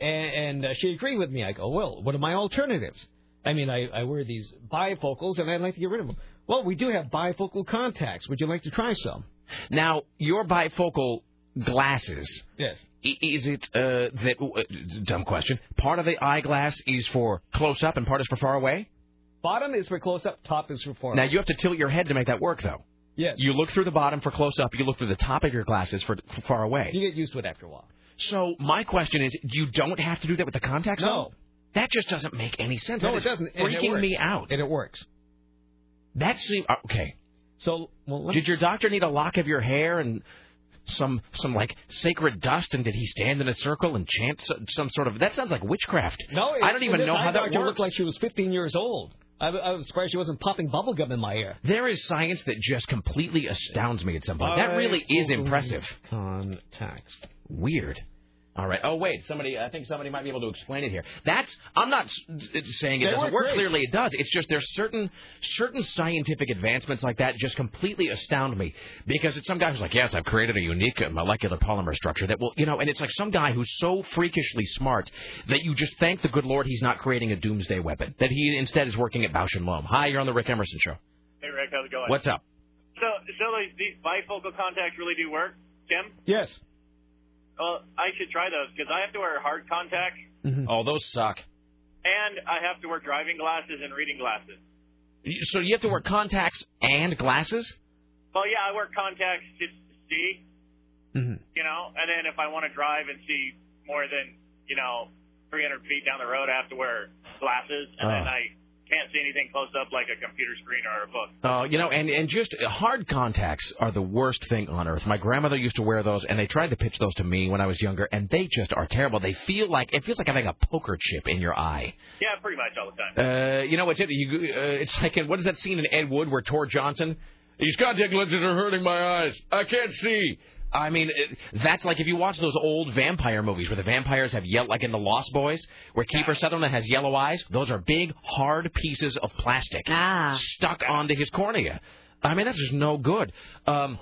[SPEAKER 1] and, and uh, she agreed with me. I go, well, what are my alternatives? I mean, I, I wear these bifocals, and I'd like to get rid of them. Well, we do have bifocal contacts. Would you like to try some?
[SPEAKER 2] now your bifocal glasses
[SPEAKER 1] Yes.
[SPEAKER 2] i- is it uh that uh, dumb question part of the eyeglass is for close up and part is for far away
[SPEAKER 1] Bottom is for close up, top is for far.
[SPEAKER 2] now you have to tilt your head to make that work though
[SPEAKER 1] Yes.
[SPEAKER 2] you look through the bottom for close up you look through the top of your glasses for, for far away
[SPEAKER 1] You get used to it after a while.
[SPEAKER 2] So my question is, you don't have to do that with the contacts.
[SPEAKER 1] No.
[SPEAKER 2] on? that just doesn't make any sense.
[SPEAKER 1] No,
[SPEAKER 2] That
[SPEAKER 1] it
[SPEAKER 2] is
[SPEAKER 1] doesn't. and it
[SPEAKER 2] Freaking
[SPEAKER 1] works.
[SPEAKER 2] me out.
[SPEAKER 1] And it works.
[SPEAKER 2] That seems okay.
[SPEAKER 1] So
[SPEAKER 2] did your doctor need a lock of your hair and some some like sacred dust? And did he stand in a circle and chant some, some sort of? That sounds like witchcraft.
[SPEAKER 1] No, it,
[SPEAKER 2] I don't even
[SPEAKER 1] this
[SPEAKER 2] know
[SPEAKER 1] eye
[SPEAKER 2] how that
[SPEAKER 1] doctor
[SPEAKER 2] works.
[SPEAKER 1] looked like she was 15 years old. I, I was surprised she wasn't popping bubble gum in my ear.
[SPEAKER 2] there is science that just completely astounds me at some point. That really is impressive.
[SPEAKER 1] Contacts.
[SPEAKER 2] Weird. All right. Oh wait, somebody. I think somebody might be able to explain it here. That's. I'm not s- d- saying it
[SPEAKER 1] They
[SPEAKER 2] doesn't
[SPEAKER 1] work
[SPEAKER 2] work.
[SPEAKER 1] great.
[SPEAKER 2] Clearly, it does. It's just there's certain certain scientific advancements like that just completely astound me because it's some guy who's like, yes, I've created a unique uh, molecular polymer structure that will, you know, and it's like some guy who's so freakishly smart that you just thank the good Lord he's not creating a doomsday weapon. That he instead is working at Bausch and Lomb. Hi, you're on the Rick Emerson show.
[SPEAKER 8] (laughs) Hey Rick, how's it going?
[SPEAKER 2] What's up?
[SPEAKER 8] So, so these, these bifocal contacts really do work, Jim.
[SPEAKER 1] Yes.
[SPEAKER 8] Well, I should try those because I have to wear hard contacts
[SPEAKER 2] Oh, those suck.
[SPEAKER 8] and I have to wear driving glasses and reading glasses.
[SPEAKER 2] Y- So you have to wear contacts and glasses.
[SPEAKER 8] Well, yeah, I wear contacts just to see, you know, and then if I want to drive and see more than you know 300 feet down the road, I have to wear glasses, and then
[SPEAKER 2] Ah.
[SPEAKER 8] I can't see anything close up like a computer screen or a book.
[SPEAKER 2] Oh, you know, and and just uh, hard contacts are the worst thing on earth. My grandmother used to wear those, and they tried to pitch those to me when I was younger, and they just are terrible. They feel like it feels like having a poker chip in your eye.
[SPEAKER 8] Yeah, pretty much all the time.
[SPEAKER 2] Uh, you know, it's it. You, uh, it's like in, what is that scene in Ed Wood where Tor Johnson? These contact lenses are hurting my eyes. I can't see. I mean, it, that's like if you watch those old vampire movies where the vampires have yellow, like in The Lost Boys, where Kiefer Sutherland has yellow eyes. Those are big, hard pieces of plastic stuck onto his cornea. I mean, that's just no good. Um,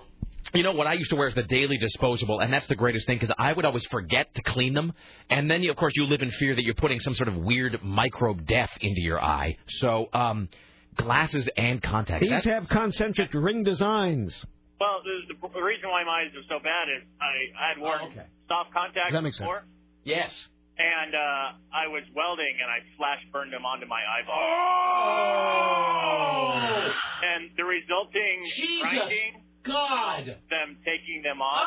[SPEAKER 2] you know what I used to wear is the daily disposable, and that's the greatest thing because I would always forget to clean them, and then you, of course you live in fear that you're putting some sort of weird microbe death into your eye. So um, glasses and contacts.
[SPEAKER 1] These
[SPEAKER 2] That's-
[SPEAKER 1] have concentric ring designs.
[SPEAKER 8] Well, the, the the reason why my eyes are so bad is I, I had worn soft contacts
[SPEAKER 1] Oh, Does that make sense?
[SPEAKER 8] before,
[SPEAKER 2] yes.
[SPEAKER 8] and uh, I was welding, and I flash burned them onto my eyeball.
[SPEAKER 1] Oh!
[SPEAKER 8] And the resulting grinding,
[SPEAKER 2] God,
[SPEAKER 8] them taking them off.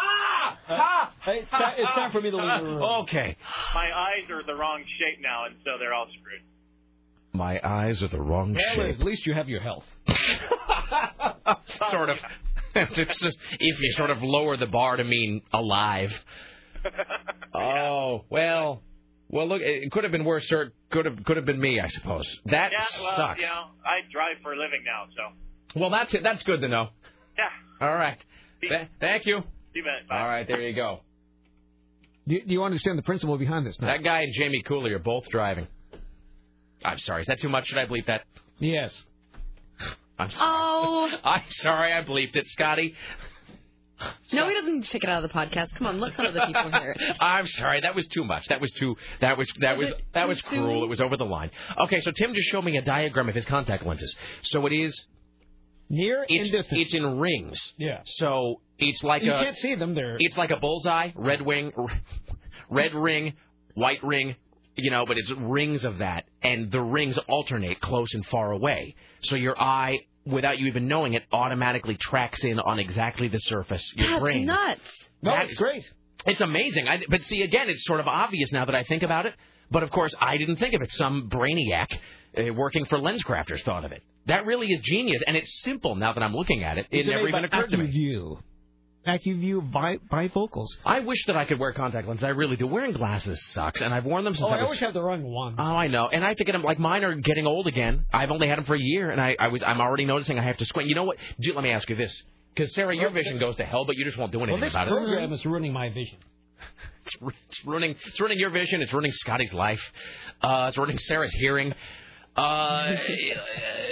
[SPEAKER 1] Ah! Hey, it's, ti- it's time for me to leave the room.
[SPEAKER 2] (laughs) Okay.
[SPEAKER 8] (laughs) My eyes are the wrong shape now, and so they're all screwed.
[SPEAKER 2] My eyes are the wrong
[SPEAKER 1] Well,
[SPEAKER 2] shape.
[SPEAKER 1] at least you have your health.
[SPEAKER 2] (laughs) sort of. (laughs) It's just- if you sort of lower the bar to mean
[SPEAKER 1] (laughs)
[SPEAKER 2] alive. Oh well, well look, it could have been worse, sir. Could have could have been me, I suppose. That
[SPEAKER 8] yeah, well,
[SPEAKER 2] sucks.
[SPEAKER 8] You know, I drive for a living now, so
[SPEAKER 2] Well, that's it. That's good to know.
[SPEAKER 8] yeah,
[SPEAKER 2] All right. Th- thank you.
[SPEAKER 8] you bet.
[SPEAKER 2] All right, there you go.
[SPEAKER 1] Do, do you understand the principle behind this? Now?
[SPEAKER 2] That guy and Jamie Cooley are both driving. I'm sorry. Is that too much? Should I bleep that?
[SPEAKER 1] Yes.
[SPEAKER 2] (laughs) I'm sorry. Oh. I'm sorry. I bleeped it, Scotty.
[SPEAKER 3] No, he doesn't take it out of the podcast. Come on, let some other people hear it.
[SPEAKER 2] (laughs) I'm sorry, that was too much. That was too. That was that was that was cruel. It was over the line. Okay, so Tim just showed me a diagram of his contact lenses. So it is
[SPEAKER 1] near
[SPEAKER 2] it's, and distant. It's in rings.
[SPEAKER 1] Yeah.
[SPEAKER 2] So it's like
[SPEAKER 1] You
[SPEAKER 2] a.
[SPEAKER 1] can't see them there.
[SPEAKER 2] It's like a bullseye, red wing, (laughs) red ring, white ring. You know, but it's rings of that, and the rings alternate close and far away. So your eye, without you even knowing it, automatically tracks in on exactly the surface your
[SPEAKER 3] That's
[SPEAKER 2] brain.
[SPEAKER 3] nuts.
[SPEAKER 1] No,
[SPEAKER 2] That
[SPEAKER 1] it's
[SPEAKER 2] is-
[SPEAKER 1] great.
[SPEAKER 2] It's amazing. I, but see, again, it's sort of obvious now that I think about it. But of course, I didn't think of it. Some brainiac uh, working for lens crafters thought of it. That really is genius, and it's simple now that I'm looking at it. It
[SPEAKER 1] It's
[SPEAKER 2] never
[SPEAKER 1] made
[SPEAKER 2] even
[SPEAKER 1] by
[SPEAKER 2] occurred to me.
[SPEAKER 1] AccuView. AccuView bi- bifocals.
[SPEAKER 2] I wish that I could wear contact lenses. I really do. Wearing glasses sucks, and I've worn them since
[SPEAKER 1] Oh, I
[SPEAKER 2] was.
[SPEAKER 1] always have the wrong one.
[SPEAKER 2] Oh, I know, and I have to get them. Like mine are getting old again. I've only had them for a year, and I, I was I'm already noticing I have to squint. You know what? Do, let me ask you this, because Sarah, your vision goes to hell, but you just won't do anything
[SPEAKER 1] Well, this
[SPEAKER 2] about it.
[SPEAKER 1] program is ruining my vision.
[SPEAKER 2] It's, ru- it's ruining it's ruining your vision. It's ruining Scotty's life. Uh, it's ruining Sarah's hearing. Uh,
[SPEAKER 1] (laughs)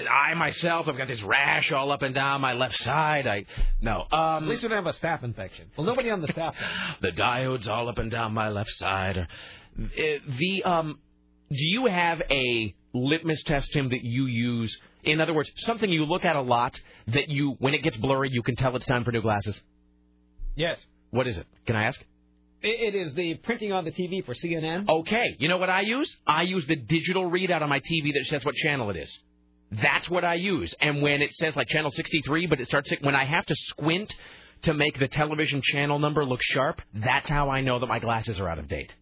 [SPEAKER 2] I myself, I've got this rash all up and down my left side. I no. Um,
[SPEAKER 1] At least we don't have a staph infection. Well, nobody on the staff.
[SPEAKER 2] (laughs) the diodes all up and down my left side. Uh, The um, do you have a litmus test, Tim, that you use? In other words, something you look at a lot that you, when it gets blurry, you can tell it's time for new glasses.
[SPEAKER 1] Yes.
[SPEAKER 2] What is it? Can I ask?
[SPEAKER 1] It, it is the printing on the TV for CNN.
[SPEAKER 2] Okay, you know what I use? I use the digital readout on my TV that says what channel it is. That's what I use. And when it says like channel 63, but it starts when I have to squint to make the television channel number look sharp, that's how I know that my glasses are out of date.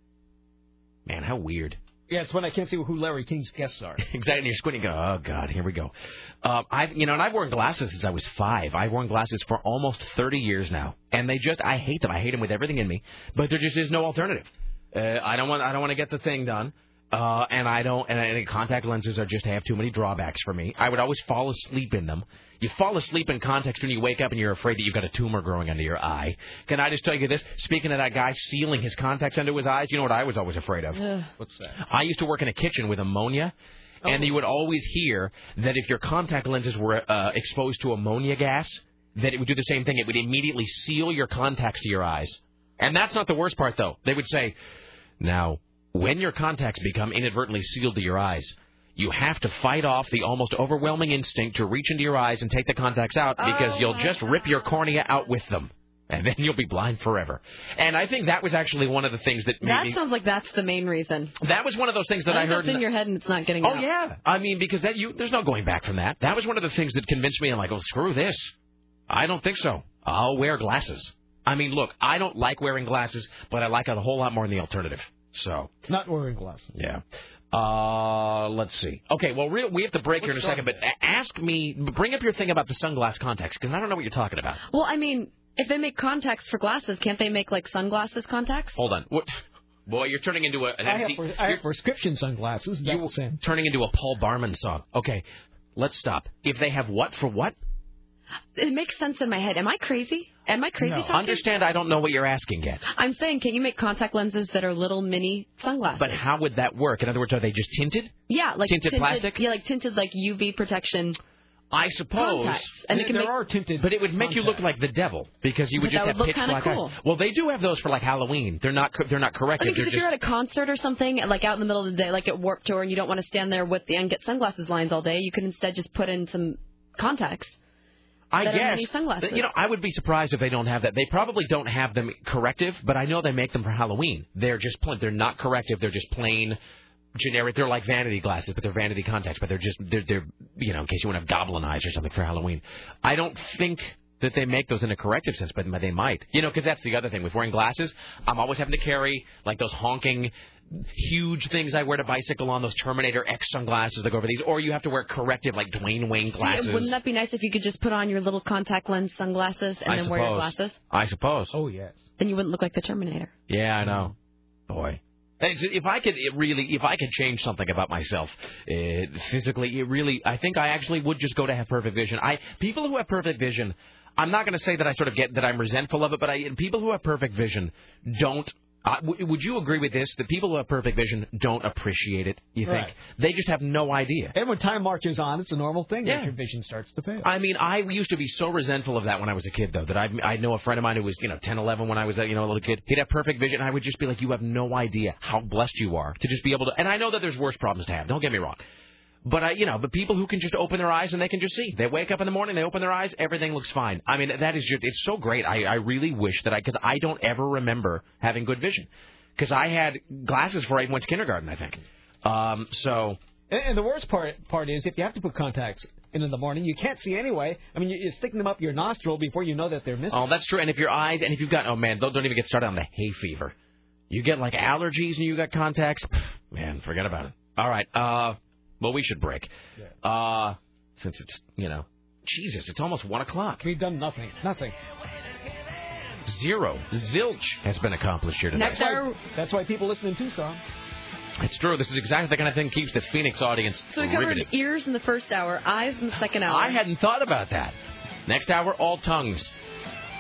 [SPEAKER 2] Man, how weird.
[SPEAKER 1] Yeah, it's when I can't see who Larry King's guests are.
[SPEAKER 2] (laughs) Exactly. And you're squinting. Go, oh God, here we go. Uh, I've, you know, and I've worn glasses since I was five. I've worn glasses for almost 30 years now, and they just, I hate them. I hate them with everything in me. But there just is no alternative. Uh, I don't want, I don't want to get the thing done. Uh, and I don't, and, and contact lenses are just have too many drawbacks for me. I would always fall asleep in them. You fall asleep in context when you wake up and you're afraid that you've got a tumor growing under your eye. Can I just tell you this? Speaking of that guy sealing his contacts under his eyes, you know what I was always afraid of?
[SPEAKER 1] What's that?
[SPEAKER 2] I used to work in a kitchen with ammonia, and you would always hear that if your contact lenses were uh, exposed to ammonia gas, that it would do the same thing. It would immediately seal your contacts to your eyes. And that's not the worst part, though. They would say, now, when your contacts become inadvertently sealed to your eyes, you have to fight off the almost overwhelming instinct to reach into your eyes and take the contacts out because
[SPEAKER 1] Oh,
[SPEAKER 2] you'll
[SPEAKER 1] my
[SPEAKER 2] just rip your cornea out with them. And then you'll be blind forever. And I think that was actually one of the things that made
[SPEAKER 3] That
[SPEAKER 2] me-
[SPEAKER 3] sounds like that's the main reason.
[SPEAKER 2] that was one of those things that I
[SPEAKER 3] That's
[SPEAKER 2] heard.
[SPEAKER 3] in your head and it's not getting
[SPEAKER 2] Oh
[SPEAKER 3] out.
[SPEAKER 2] yeah, I mean because that you there's no going back from that. That was one of the things that convinced me. I'm like, oh screw this, I don't think so. I'll wear glasses. I mean, look, I don't like wearing glasses, but I like it a whole lot more than the alternative. So
[SPEAKER 1] Not wearing glasses.
[SPEAKER 2] yeah. Uh, let's see. Okay, well, real, we have to break here in a second, but a- ask me, bring up your thing about the sunglass contacts because I don't know what you're talking about.
[SPEAKER 3] Well, I mean, if they make contacts for glasses, can't they make like sunglasses contacts?
[SPEAKER 2] Hold on. What? (laughs) Boy, you're turning into a, an
[SPEAKER 1] I have,
[SPEAKER 2] MC
[SPEAKER 1] pres- I have prescription sunglasses. That will send.
[SPEAKER 2] turning into a Paul Barman song. Okay, let's stop. If they have what for what?
[SPEAKER 3] It makes sense in my head. Am I crazy? Am I crazy talking?
[SPEAKER 2] Understand, I don't know what you're asking yet.
[SPEAKER 3] I'm saying, can you make contact lenses that are little mini sunglasses?
[SPEAKER 2] But how would that work? In other words, are they just tinted?
[SPEAKER 3] yeah, like
[SPEAKER 2] Tinted plastic?
[SPEAKER 3] Yeah, like tinted like UV protection.
[SPEAKER 2] I suppose.
[SPEAKER 3] Contacts. And it can make-
[SPEAKER 2] are tinted. But it would make you look like the devil because you would
[SPEAKER 3] But
[SPEAKER 2] just
[SPEAKER 3] that
[SPEAKER 2] have
[SPEAKER 3] would look
[SPEAKER 2] pitch
[SPEAKER 3] kinda
[SPEAKER 2] black
[SPEAKER 3] cool.
[SPEAKER 2] eyes. Well, they do have those for like Halloween. They're not. They're not corrective.
[SPEAKER 3] because if
[SPEAKER 2] they're
[SPEAKER 3] you're at a concert or something, like out in the middle of the day, like at Warp Tour, and you don't want to stand there with the and get sunglasses lines all day, you can instead just put in some contacts.
[SPEAKER 2] I
[SPEAKER 3] that Are
[SPEAKER 2] guess
[SPEAKER 3] mini sunglasses.
[SPEAKER 2] you know I would be surprised if they don't have that. They probably don't have them corrective, but I know they make them for Halloween. They're just plain. They're not corrective. They're just plain generic. They're like vanity glasses, but they're vanity contacts. But they're just they're, they're you know in case you want to have goblin eyes or something for Halloween. I don't think that they make those in a corrective sense, but they might. You know, because that's the other thing with wearing glasses. I'm always having to carry like those honking. Huge things I wear to bicycle on those Terminator X sunglasses that go over these, or you have to wear corrective like Dwayne Wayne
[SPEAKER 3] Yeah,
[SPEAKER 2] glasses.
[SPEAKER 3] Wouldn't that be nice if you could just put on your little contact lens sunglasses and
[SPEAKER 2] I
[SPEAKER 3] then wear your
[SPEAKER 2] suppose.
[SPEAKER 3] glasses?
[SPEAKER 2] I suppose.
[SPEAKER 1] Oh yes. Mm-hmm.
[SPEAKER 3] Then you wouldn't look like the Terminator.
[SPEAKER 2] Yeah, I know. Boy. It's- If I could it really, if I could change something about myself uh, physically, it really, I think I actually would just go to have perfect vision. I people who have perfect vision, I'm not going to say that I sort of get that I'm resentful of it, but I people who have perfect vision don't. Uh, w- would you agree with this? The people who have perfect vision don't appreciate it. You
[SPEAKER 1] Right.
[SPEAKER 2] think they just have no idea.
[SPEAKER 1] And when time marches on, it's a normal thing that
[SPEAKER 2] Yeah.
[SPEAKER 1] your vision starts to fail.
[SPEAKER 2] I mean, I used to be so resentful of that when I was a kid, though, that I I know a friend of mine who was, you know, 10, 11 when I was, uh, you know, a little kid. He'd have perfect vision. I would just be like, you have no idea how blessed you are to just be able to. And I know that there's worse problems to have. Don't get me wrong. But I, you know, but people who can just open their eyes and they can just see. They wake up in the morning, they open their eyes, everything looks fine. I mean, that is just—it's so great. I, I really wish that I, because I don't ever remember having good vision, because I had glasses before I even went to kindergarten, I think. Um, so
[SPEAKER 1] And, and the worst part part is if you have to put contacts in in the morning, you can't see anyway. I mean, you- you're sticking them up your nostril before you know that they're missing.
[SPEAKER 2] Oh, that's true. And if your eyes, and if you've got, oh man, don't, don't even get started on the hay fever. You get like allergies and you got contacts. Pff, Man, forget about it. All right. Uh, well, we should break. Uh, since it's you know, Jesus, it's almost one o'clock.
[SPEAKER 1] We've done nothing. Nothing.
[SPEAKER 2] Zero, zilch has been accomplished here today.
[SPEAKER 1] That's why, that's why people listen in Tucson.
[SPEAKER 2] It's true. This is exactly the kind of thing that keeps the Phoenix audience
[SPEAKER 3] So we covered
[SPEAKER 2] riveted.
[SPEAKER 3] ears in the first hour, eyes in the second hour.
[SPEAKER 2] I hadn't thought about that. Next hour, all tongues.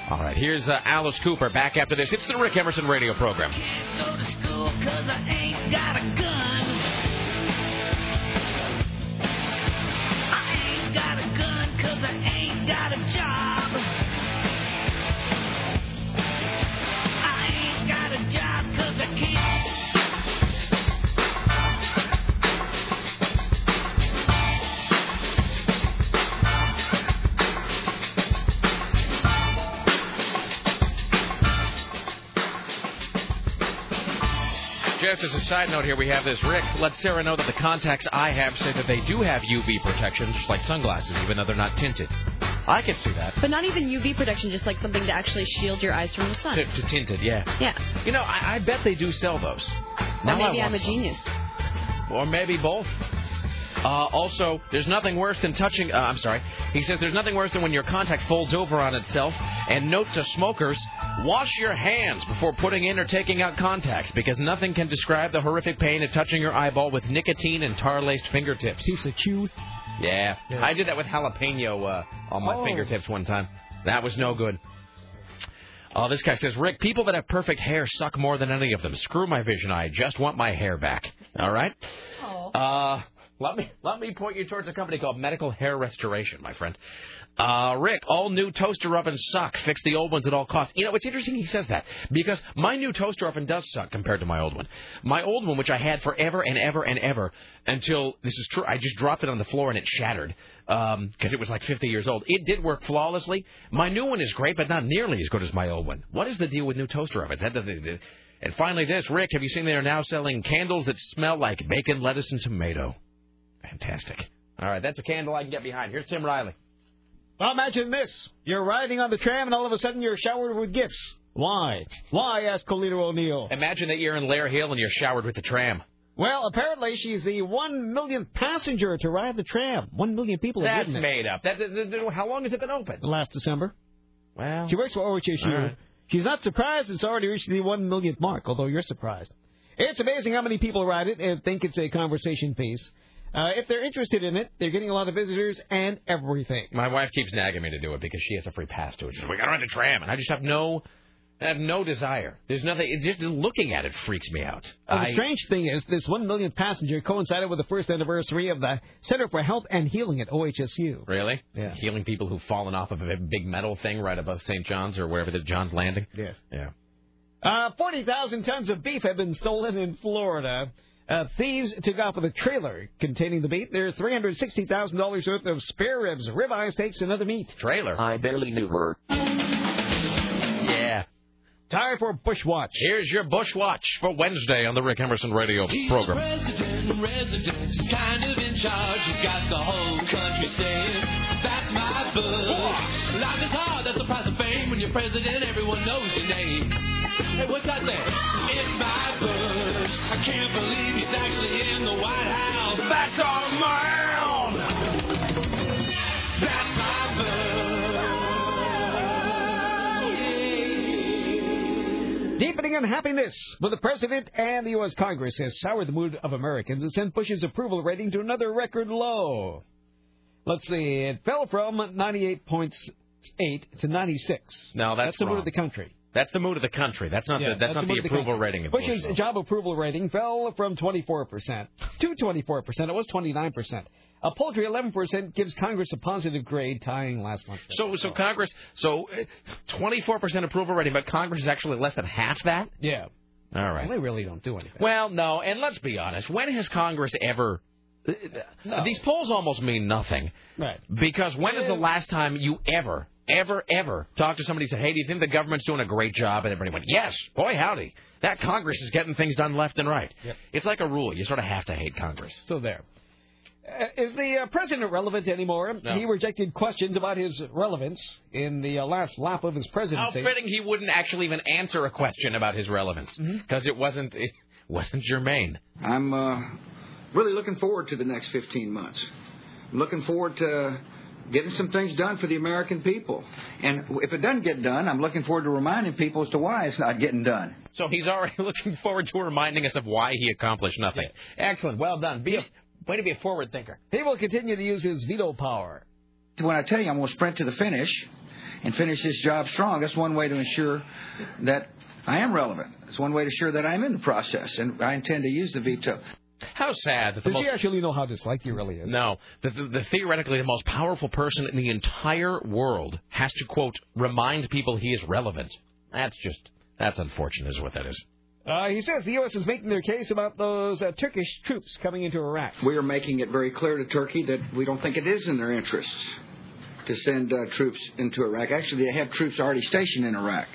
[SPEAKER 2] All right, here's uh, Alice Cooper back after this. It's the Rick Emerson radio program.
[SPEAKER 22] Cause I ain't got a gun. I ain't got a gun cause I ain't got a job. I ain't got a job cause I can't.
[SPEAKER 2] Just as a side note here, we have this. Rick, let Sarah know that the contacts I have say that they do have UV protection, just like sunglasses, even though they're not tinted. I can see that.
[SPEAKER 3] But not even UV protection, just like something to actually shield your eyes from the sun.
[SPEAKER 2] To, to tinted, yeah.
[SPEAKER 3] Yeah.
[SPEAKER 2] You know, I, I bet they do sell those.
[SPEAKER 3] Or
[SPEAKER 2] Now I
[SPEAKER 3] maybe
[SPEAKER 2] want
[SPEAKER 3] I'm a
[SPEAKER 2] some.
[SPEAKER 3] genius.
[SPEAKER 2] Or maybe both. Uh, also, there's nothing worse than touching. Uh, I'm sorry. He says there's nothing worse than when your contact folds over on itself. And note to smokers: wash your hands before putting in or taking out contacts, because nothing can describe the horrific pain of touching your eyeball with nicotine and tar-laced fingertips. Piece
[SPEAKER 1] of chew.
[SPEAKER 2] Yeah. I did that with jalapeno uh, on my
[SPEAKER 1] Oh.
[SPEAKER 2] fingertips one time. That was no good. Oh, this guy says, Rick, people that have perfect hair suck more than any of them. Screw my vision. I just want my hair back. All right. Uh, let me let me point you towards a company called Medical Hair Restoration, my friend. Uh, Rick, all new toaster ovens suck. Fix the old ones at all costs. You know, it's interesting he says that because my new toaster oven does suck compared to my old one. My old one, which I had forever and ever and ever until this is true, I just dropped it on the floor and it shattered because it was like 50 years old. It did work flawlessly. My new one is great, but not nearly as good as my old one. What is the deal with new toaster ovens? That doesn't. And finally, this Rick, have you seen they are now selling candles that smell like bacon, lettuce, and tomato? Fantastic. All right, that's a candle I can get behind. Here's Tim Riley.
[SPEAKER 1] Well, imagine this. You're riding on the tram, and all of a sudden you're showered with gifts. Why? Why? asked Colito O'Neill.
[SPEAKER 2] Imagine that you're in Lair Hill and you're showered with the tram.
[SPEAKER 1] Well, apparently she's the one millionth passenger to ride the tram. One million people have
[SPEAKER 2] That's
[SPEAKER 1] ridden it.
[SPEAKER 2] made up. That, that- that- how long has it been open?
[SPEAKER 1] last December.
[SPEAKER 2] Wow.
[SPEAKER 1] She works for OHSU.
[SPEAKER 2] All right.
[SPEAKER 1] She's not surprised it's already reached the one millionth mark, although you're surprised. It's amazing how many people ride it and think it's a conversation piece. Uh, if they're interested in it, they're getting a lot of visitors and everything.
[SPEAKER 2] My wife keeps nagging me to do it because she has a free pass to it. She says, "We gotta ride the tram," and I just have no, I have no desire. There's nothing. It's just looking at it freaks me out.
[SPEAKER 1] Now, the
[SPEAKER 2] I-
[SPEAKER 1] strange thing is, Oh, this one millionth passenger coincided with the first anniversary of the Center for Health and Healing at OHSU.
[SPEAKER 2] Really? Yeah. Healing people who've fallen off of a big metal thing right above St. John's or wherever the John's Landing.
[SPEAKER 1] Yes.
[SPEAKER 2] Yeah.
[SPEAKER 1] Uh, 40,000 tons of beef have been stolen in Florida. Uh, thieves took off with a trailer containing the beef. There's $360,000 worth of spare ribs, ribeye steaks, and other meat.
[SPEAKER 2] Trailer. I barely knew her. Yeah.
[SPEAKER 1] Time for Bush Watch.
[SPEAKER 2] Here's your Bush Watch for Wednesday on the Rick Emerson Radio program.
[SPEAKER 22] President, resident, he's kind of in charge. He's got the whole country saying, That's my book. Life is hard, that's the price of fame. When you're president, everyone knows your name. Hey, what's that there? It's my Bush. I can't believe he's actually in the White House. That's our man. That's my
[SPEAKER 1] Deepening unhappiness with the president and the U.S. Congress has soured the mood of Americans and sent Bush's approval rating to another record low. Let's see, it fell from 98.8 to 96.
[SPEAKER 2] No, that's
[SPEAKER 1] the mood
[SPEAKER 2] wrong.
[SPEAKER 1] of the country.
[SPEAKER 2] That's the mood of the country. That's not
[SPEAKER 1] Yeah,
[SPEAKER 2] the that's, not
[SPEAKER 1] the
[SPEAKER 2] the,
[SPEAKER 1] most-
[SPEAKER 2] approval rating of
[SPEAKER 1] Bush's
[SPEAKER 2] Bush.
[SPEAKER 1] job approval rating fell from 24% to 24%. It was 29%. A paltry 11% gives Congress a positive grade, tying last month's.
[SPEAKER 2] So so Congress so twenty four percent approval rating, but Congress is actually less than half that.
[SPEAKER 1] Yeah.
[SPEAKER 2] All right.
[SPEAKER 1] Well, they really don't do anything.
[SPEAKER 2] Well, no, and let's be honest. When has Congress ever? These polls almost mean nothing.
[SPEAKER 1] Right.
[SPEAKER 2] Because when is the last time you ever, ever, ever talked to somebody and said, hey, do you think the government's doing a great job? And everybody went, yes, boy, howdy. That Congress is getting things done left and right. It's like a rule. You sort of have to hate Congress.
[SPEAKER 1] So there. Uh, is the uh, president relevant anymore? He rejected questions about his relevance in the uh, last lap of his
[SPEAKER 2] How
[SPEAKER 1] presidency.
[SPEAKER 2] fitting he wouldn't actually even answer a question about his relevance
[SPEAKER 1] Mm-hmm.
[SPEAKER 2] because it wasn't it wasn't germane.
[SPEAKER 7] I'm uh, really looking forward to the next 15 months. I'm looking forward to getting some things done for the American people. And if it doesn't get done, I'm looking forward to reminding people as to why it's not getting done.
[SPEAKER 2] So he's already (laughs) looking forward to reminding us of why he accomplished nothing. Excellent. Well done. Be a, way to be a forward thinker.
[SPEAKER 1] He will continue to use his veto power.
[SPEAKER 7] When I tell you I'm going to sprint to the finish and finish this job strong, that's one way to ensure that I am relevant. It's one way to ensure that I'm in the process, and I intend to use the veto.
[SPEAKER 2] How sad that the
[SPEAKER 1] Does
[SPEAKER 2] most
[SPEAKER 1] he actually know how disliked he really is?
[SPEAKER 2] No, the, the, the theoretically the most powerful person in the entire world has to quote remind people he is relevant. That's just that's unfortunate, is what that is.
[SPEAKER 1] Uh, he says the U.S. is making their case about those uh, Turkish troops coming into Iraq.
[SPEAKER 7] We are making it very clear to Turkey that we don't think it is in their interest to send uh, troops into Iraq. Actually, they have troops already stationed in Iraq,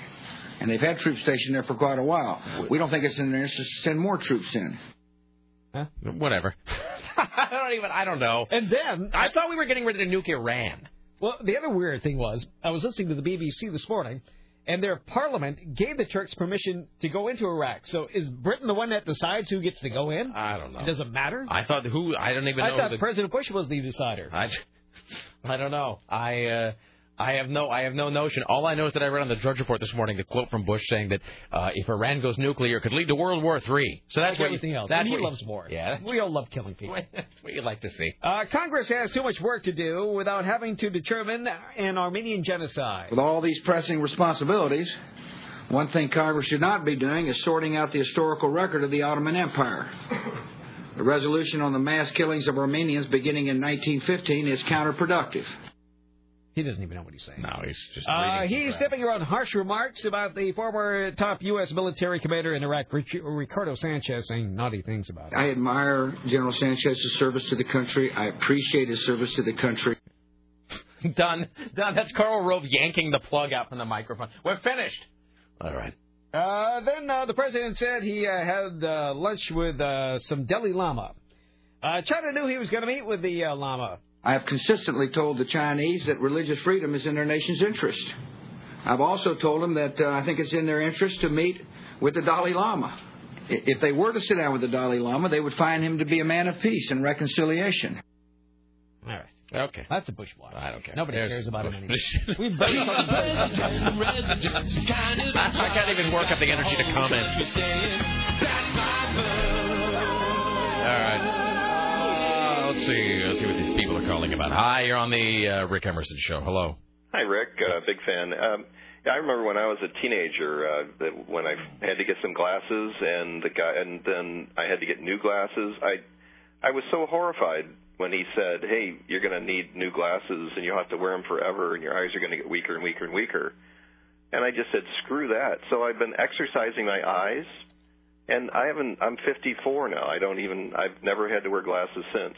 [SPEAKER 7] and they've had troops stationed there for quite a while. We don't think it's in their interest to send more troops in.
[SPEAKER 2] Whatever. (laughs) I don't even. I don't know.
[SPEAKER 1] And then
[SPEAKER 2] I thought we were getting ready to nuke Iran.
[SPEAKER 1] Well, the other weird thing was, I was listening to the BBC this morning, and their parliament gave the Turks permission to go into Iraq. So is Britain the one that decides who gets to go in?
[SPEAKER 2] I don't know.
[SPEAKER 1] It doesn't matter.
[SPEAKER 2] I thought who I don't even
[SPEAKER 1] I
[SPEAKER 2] know.
[SPEAKER 1] thought
[SPEAKER 2] who the,
[SPEAKER 1] President Bush was the decider.
[SPEAKER 2] I, (laughs) I don't know. I uh, I have no I have no notion. All I know is that I read on the Drudge Report this morning the quote from Bush saying that uh, if Iran goes nuclear, it could lead to World War Three. So that's
[SPEAKER 1] Like
[SPEAKER 2] what
[SPEAKER 1] everything
[SPEAKER 2] you,
[SPEAKER 1] else.
[SPEAKER 2] That's
[SPEAKER 1] And he
[SPEAKER 2] what you-
[SPEAKER 1] loves war.
[SPEAKER 2] Yeah,
[SPEAKER 1] We all love killing people.
[SPEAKER 2] (laughs) that's what you like to see.
[SPEAKER 1] Uh, Congress has too much work to do without having to determine an Armenian genocide.
[SPEAKER 7] With all these pressing responsibilities, one thing Congress should not be doing is sorting out the historical record of the Ottoman Empire. The resolution on the mass killings of Armenians beginning in 1915 is counterproductive.
[SPEAKER 1] He doesn't even know what he's saying.
[SPEAKER 2] No, he's just.
[SPEAKER 1] Uh, he's stepping around harsh remarks about the former top U.S. military commander in Iraq, Rich- Ricardo Sanchez, saying naughty things about him.
[SPEAKER 7] I admire General Sanchez's service to the country. I appreciate his service to the country.
[SPEAKER 2] Done. Done. That's Carl Rove yanking the plug out from the microphone. We're finished. All right.
[SPEAKER 1] Uh, then uh, the president said he uh, had uh, lunch with uh, some Delhi Lama. Uh, China knew he was going to meet with the uh, Lama.
[SPEAKER 7] I have consistently told the Chinese that religious freedom is in their nation's interest. I've also told them that uh, I think it's in their interest to meet with the Dalai Lama. I- If they were to sit down with the Dalai Lama, they would find him to be a man of peace and reconciliation.
[SPEAKER 1] All right.
[SPEAKER 2] Okay.
[SPEAKER 1] That's a bushwalk.
[SPEAKER 2] I don't care.
[SPEAKER 1] Nobody
[SPEAKER 2] There's-
[SPEAKER 1] cares about him anymore. (laughs) We've
[SPEAKER 22] I
[SPEAKER 1] been talking about this.
[SPEAKER 2] (laughs) I can't even work up the energy to comment. All right. Uh, let's see. Let's see what these people are calling about. Hi, you're on the uh, Rick Emerson show. Hello.
[SPEAKER 24] Hi, Rick. Uh, big fan. Um, yeah, I remember when I was a teenager uh, that when I had to get some glasses, and the guy, and then I had to get new glasses. I, I was so horrified when he said, "Hey, you're going to need new glasses, and you'll have to wear them forever, and your eyes are going to get weaker and weaker and weaker." And I just said, "Screw that!" So I've been exercising my eyes, and I haven't. I'm 54 now. I don't even. I've never had to wear glasses since.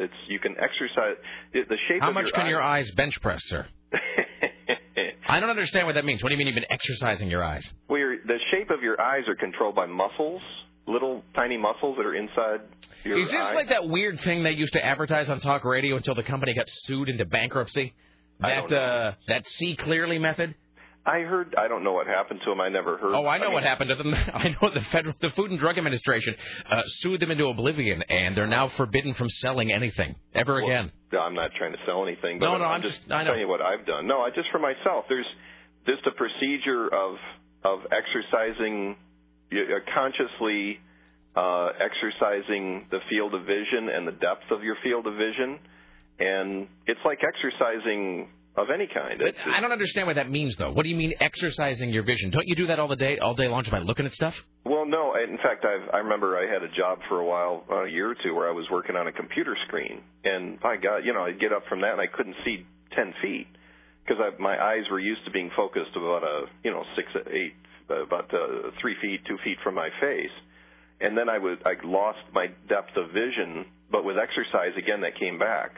[SPEAKER 24] It's you can exercise the the shape
[SPEAKER 2] How
[SPEAKER 15] of
[SPEAKER 2] much
[SPEAKER 15] your
[SPEAKER 2] can
[SPEAKER 15] eye-
[SPEAKER 2] your eyes bench press, sir?
[SPEAKER 24] (laughs)
[SPEAKER 2] I don't understand what that means. What do you mean you've been exercising your eyes?
[SPEAKER 24] Well, your, the shape of your eyes are controlled by muscles, little tiny muscles that are inside your
[SPEAKER 2] Is this
[SPEAKER 24] eye.
[SPEAKER 2] like that weird thing they used to advertise on talk radio until the company got sued into bankruptcy? That uh that see clearly method?
[SPEAKER 24] I heard. I don't know what happened to him. I never heard.
[SPEAKER 2] Oh, I know
[SPEAKER 24] mean,
[SPEAKER 2] what happened to them. (laughs) I know the federal, the Food and Drug Administration uh, sued them into oblivion, and they're now forbidden from selling anything ever again.
[SPEAKER 24] No, I'm not trying to sell anything. But
[SPEAKER 2] No, no,
[SPEAKER 24] I'm,
[SPEAKER 2] I'm
[SPEAKER 24] just
[SPEAKER 2] just- I know.
[SPEAKER 24] telling you what I've done. No, I just for myself. There's just a procedure of of exercising uh, consciously uh, exercising the field of vision and the depth of your field of vision, and it's like exercising of any kind. It's
[SPEAKER 2] I don't understand what that means, though. What do you mean exercising your vision? Don't you do that all the day, all day long, just by looking at stuff?
[SPEAKER 24] Well, no. I- In fact, I've, I remember I had a job for a while, uh, a year or two, where I was working on a computer screen, and my God, you know, I'd get up from that and I couldn't see ten feet because my eyes were used to being focused about a, you know, six, eight, uh, about uh, three feet, two feet from my face, and then I was I lost my depth of vision, but with exercise again that came back.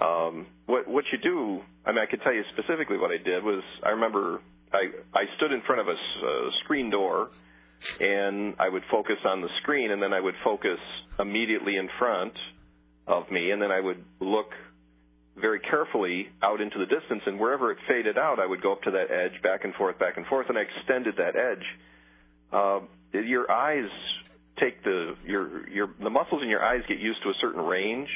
[SPEAKER 24] Um, what what you do? I mean, I could tell you specifically what I did was I remember I I stood in front of a s- uh, screen door, and I would focus on the screen, and then I would focus immediately in front of me, and then I would look very carefully out into the distance, and wherever it faded out, I would go up to that edge, back and forth, back and forth, and I extended that edge. Uh, your eyes take the your your the muscles in your eyes get used to a certain range,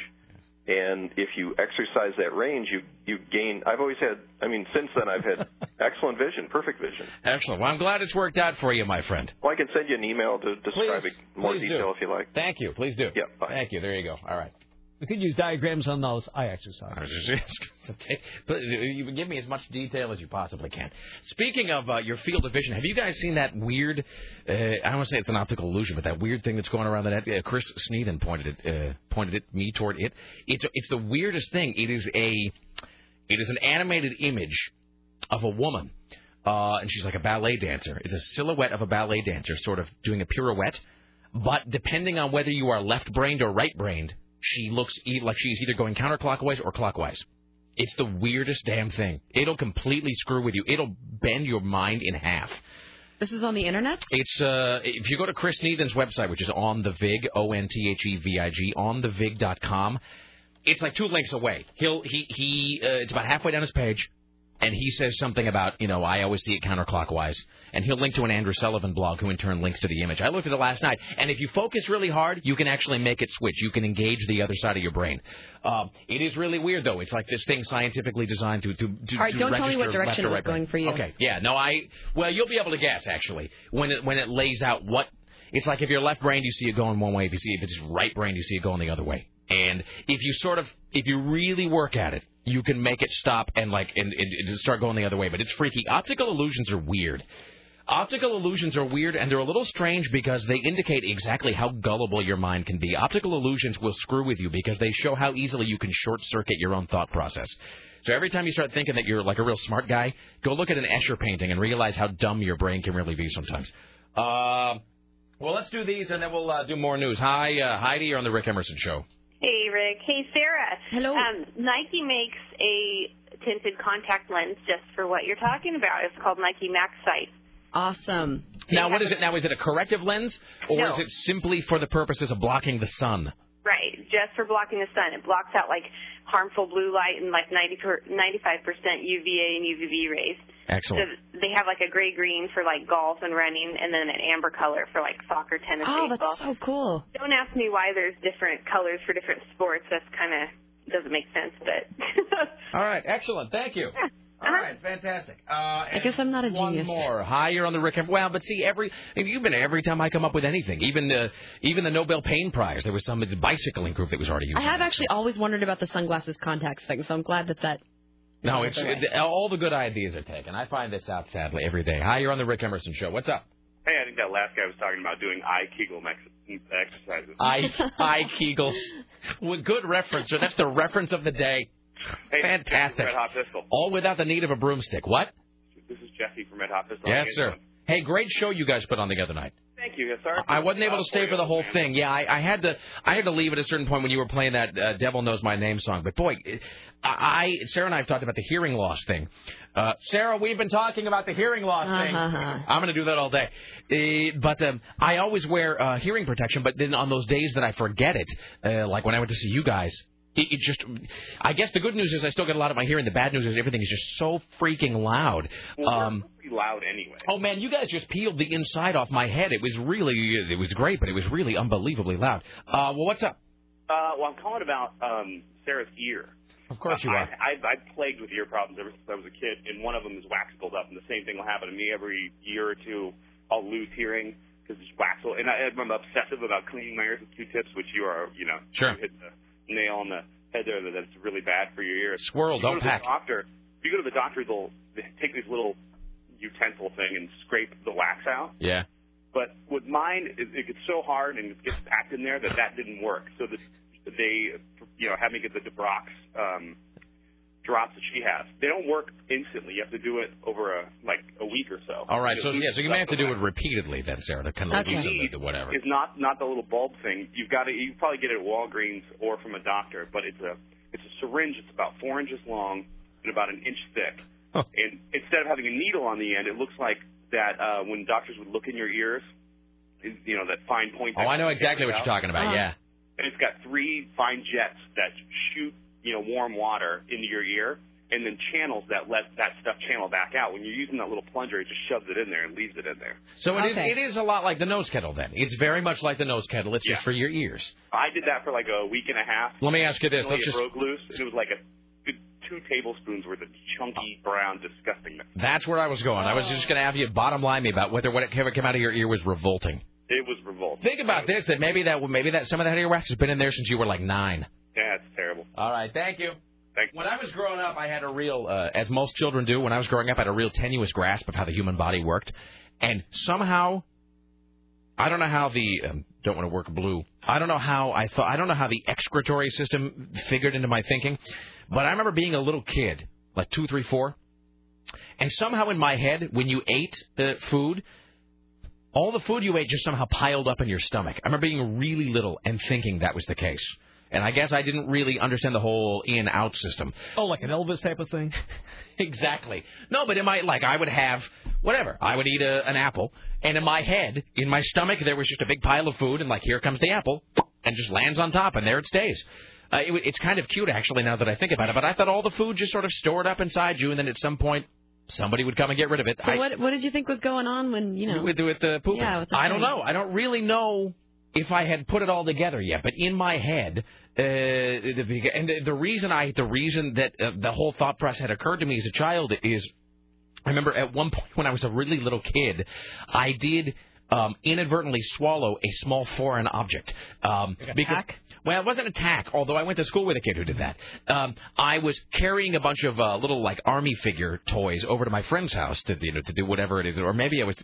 [SPEAKER 24] and if you exercise that range, you you gain. I've always had. I mean, since then I've had excellent vision, perfect vision.
[SPEAKER 2] Excellent. Well, I'm glad it's worked out for you, my friend.
[SPEAKER 24] Well, I can send you an email to describe
[SPEAKER 2] Please,
[SPEAKER 24] it in more
[SPEAKER 2] please do.
[SPEAKER 24] detail if you like.
[SPEAKER 2] Thank you. Please do.
[SPEAKER 24] Yeah.
[SPEAKER 2] Thank you. There you go. All right.
[SPEAKER 1] We could use diagrams on those eye exercises.
[SPEAKER 24] (laughs)
[SPEAKER 2] But you give me as much detail as you possibly can. Speaking of uh, your field of vision, have you guys seen that weird? Uh, I don't want to say it's an optical illusion, but that weird thing that's going around the net. Uh, Chris Sneeden pointed it, uh, pointed it me toward it. It's it's the weirdest thing. It is a it is an animated image of a woman, uh, and she's like a ballet dancer. It's a silhouette of a ballet dancer, sort of doing a pirouette. But depending on whether you are left-brained or right-brained, she looks e- like she's either going counterclockwise or clockwise. It's the weirdest damn thing. It'll completely screw with you. It'll bend your mind in half.
[SPEAKER 3] This is on the internet.
[SPEAKER 2] It's uh, if you go to Chris Neathan's website, which is on the Vig, O N T H E V I G, on the Vig dot com. It's like two links away. He'll he he. Uh, it's about halfway down his page, and he says something about you know I always see it counterclockwise, and he'll link to an Andrew Sullivan blog, who in turn links to the image. I looked at it last night, and if you focus really hard, you can actually make it switch. You can engage the other side of your brain. Um, it is really weird though. It's like this thing scientifically designed to to. to
[SPEAKER 3] All right,
[SPEAKER 2] to
[SPEAKER 3] don't tell me what
[SPEAKER 2] register left
[SPEAKER 3] direction
[SPEAKER 2] or
[SPEAKER 3] it was
[SPEAKER 2] right brain.
[SPEAKER 3] going for you.
[SPEAKER 2] Okay, yeah, no, I well, you'll be able to guess actually when it when it lays out what it's like. If you're left brained, you see it going one way. If you see if it's right brained, you see it going the other way. And if you sort of if you really work at it, you can make it stop and like and, and, and just start going the other way. But it's freaky. Optical illusions are weird. Optical illusions are weird and they're a little strange because they indicate exactly how gullible your mind can be. Optical illusions will screw with you because they show how easily you can short circuit your own thought process. So every time you start thinking that you're like a real smart guy, go look at an Escher painting and realize how dumb your brain can really be sometimes. Uh, well, let's do these and then we'll uh, do more news. Hi, uh, Heidi, you're on the Rick Emerson Show.
[SPEAKER 4] Hey, Rick. Hey, Sarah. Hello. Um, Nike makes a tinted contact lens just for what you're talking about. It's called Nike Max Sight.
[SPEAKER 3] Awesome.
[SPEAKER 2] Now, what is it? Now, is it a corrective lens or
[SPEAKER 4] No.
[SPEAKER 2] is it simply for the purposes of blocking the sun?
[SPEAKER 4] Right, just for blocking the sun. It blocks out like harmful blue light and like 90 per, 95% UVA and UVB rays.
[SPEAKER 2] Excellent.
[SPEAKER 4] So they have like a gray green for like golf and running, and then an amber color for like soccer, tennis,
[SPEAKER 3] Oh,
[SPEAKER 4] baseball.
[SPEAKER 3] that's so cool.
[SPEAKER 4] Don't ask me why there's different colors for different sports. That's kind of doesn't make sense, but (laughs)
[SPEAKER 2] All right, excellent. Thank you. All right, fantastic. Uh, I
[SPEAKER 3] guess I'm not a
[SPEAKER 2] one
[SPEAKER 3] genius.
[SPEAKER 2] more higher on the Rick. Em- Well, but see, every you've been every time I come up with anything, even uh, even the Nobel Pain Prize, there was some of the bicycling group that was already
[SPEAKER 3] I
[SPEAKER 2] using.
[SPEAKER 3] have actually always wondered about the sunglasses contacts thing, so I'm glad that that.
[SPEAKER 2] No, it's it, all the good ideas are taken. I find this out sadly every day. Hi, you're on the Rick Emerson Show. What's up?
[SPEAKER 9] Hey, I think that last guy was talking about doing eye Kegel mex- exercises.
[SPEAKER 3] (laughs)
[SPEAKER 2] I I Kegels. With good reference, sir. That's the reference of the day.
[SPEAKER 9] Hey,
[SPEAKER 2] Fantastic.
[SPEAKER 9] Red Hot Pistol.
[SPEAKER 2] All without the need of a broomstick. What?
[SPEAKER 9] This is Jesse from Red Hot Pistol.
[SPEAKER 2] Yes, sir. Hey, great show you guys put on the other night.
[SPEAKER 9] Thank you. Yes, sir.
[SPEAKER 2] I wasn't able to stay for the whole thing. Yeah, I, I had to. I had to leave at a certain point when you were playing that uh, "Devil Knows My Name" song. But boy, it- I I- Sarah and I have talked about the hearing loss thing. Uh, Sarah, we've been talking about the hearing loss thing.
[SPEAKER 22] Uh-huh.
[SPEAKER 2] I'm going to do that all day. Uh, but um, I always wear uh, hearing protection. But then on those days that I forget it, uh, like when I went to see you guys. It, it just, I guess the good news is I still get a lot of my hearing. The bad news is everything is just so freaking loud. Um,
[SPEAKER 9] Pretty loud anyway.
[SPEAKER 2] Oh man, you guys just peeled the inside off my head. It was really, it was great, but it was really unbelievably loud. Uh, well, what's up?
[SPEAKER 9] Uh, well, I'm calling about um, Sarah's ear.
[SPEAKER 2] Of course you are.
[SPEAKER 9] I, I, I plagued with ear problems ever since I was a kid, and one of them is wax buildup, and the same thing will happen to me every year or two. I'll lose hearing because it's wax. will- And I, I'm obsessive about cleaning my ears with Q-tips, which you are, you know,
[SPEAKER 2] Sure.
[SPEAKER 9] you hit the nail on the head there that that's really bad for your ears.
[SPEAKER 2] Squirrel,
[SPEAKER 9] You
[SPEAKER 2] don't
[SPEAKER 9] go to the
[SPEAKER 2] pack.
[SPEAKER 9] Doctor, you go to the doctor, they'll they take this little utensil thing and scrape the wax out.
[SPEAKER 2] Yeah.
[SPEAKER 9] But with mine, it, it gets so hard and it gets packed in there that that didn't work. So the, they, you know, had me get the Debrox um, drops that she has. They don't work instantly. You have to do it over a like a week or so.
[SPEAKER 2] All right,
[SPEAKER 9] Uh, You
[SPEAKER 2] so
[SPEAKER 9] know,
[SPEAKER 2] yeah, so you may have to do it repeatedly then, Sarah, to kind of
[SPEAKER 9] Okay.
[SPEAKER 2] lose it, or whatever.
[SPEAKER 9] It's not not the little bulb thing. You've got to you probably get it at Walgreens or from a doctor, but it's a it's a syringe. It's about four inches long and about an inch thick. And instead of having a needle on the end, it looks like that uh, when doctors would look in your ears, you know that fine point.
[SPEAKER 2] Oh,
[SPEAKER 9] that
[SPEAKER 2] I know
[SPEAKER 9] sticks
[SPEAKER 2] exactly what
[SPEAKER 9] out.
[SPEAKER 2] you're talking about.
[SPEAKER 8] Uh-huh.
[SPEAKER 2] Yeah.
[SPEAKER 9] And it's got three fine jets that shoot, you know, warm water into your ear and then channels that let that stuff channel back out. When you're using that little plunger, it just shoves it in there and leaves it in there.
[SPEAKER 2] So it is.
[SPEAKER 9] Okay.
[SPEAKER 2] It is a lot like the nose kettle. Then it's very much like the nose kettle. It's just for your ears.
[SPEAKER 9] I did that for like a week and a half.
[SPEAKER 2] Let me ask you this.
[SPEAKER 9] Finally,
[SPEAKER 2] Let's
[SPEAKER 9] it
[SPEAKER 2] just-
[SPEAKER 9] broke loose, and it was like a good two tablespoons worth of chunky brown disgustingness.
[SPEAKER 2] That's where I was going. I
[SPEAKER 9] Oh.
[SPEAKER 2] was just going to have you bottom line me about whether whatever came out of your ear was revolting.
[SPEAKER 9] It was revolting.
[SPEAKER 2] Think about this. That maybe that maybe that some of that earwax has been in there since you were like nine.
[SPEAKER 9] Yeah, it's terrible.
[SPEAKER 2] All right, thank you.
[SPEAKER 9] Thank
[SPEAKER 2] When I was growing up, I had a real, uh, as most children do, when I was growing up, I had a real tenuous grasp of how the human body worked. And somehow, I don't know how the, um, don't want to work blue, I don't know how I thought, I don't know how the excretory system figured into my thinking, but I remember being a little kid, like two, three, four, and somehow in my head, when you ate uh, food, all the food you ate just somehow piled up in your stomach. I remember being really little and thinking that was the case. And I guess I didn't really understand the whole in out system.
[SPEAKER 1] Oh, like an Elvis type of (laughs) thing?
[SPEAKER 2] exactly. No, but in my like I would have whatever. I would eat a, an apple, and in my head, in my stomach, there was just a big pile of food, and like here comes the apple, and just lands on top, and there it stays. Uh, it, wa- it's kind of cute actually now that I think about it. But I thought all the food just sort of stored up inside you, and then at some point somebody would come and get rid of it.
[SPEAKER 3] So
[SPEAKER 2] I,
[SPEAKER 3] what what did you think was going on when you know?
[SPEAKER 2] with, with the pooping.
[SPEAKER 3] Yeah, with the
[SPEAKER 2] I don't
[SPEAKER 3] thing.
[SPEAKER 2] know. I don't really know if I had put it all together yet, but in my head, uh, the, and the, the reason I, the reason that uh, the whole thought process had occurred to me as a child is, I remember at one point when I was a really little kid, I did. Um, inadvertently swallow a small foreign object um, because well it wasn't a tack although I went to school with a kid who did that um, I was carrying a bunch of uh, little like army figure toys over to my friend's house to you know to do whatever it is or maybe I was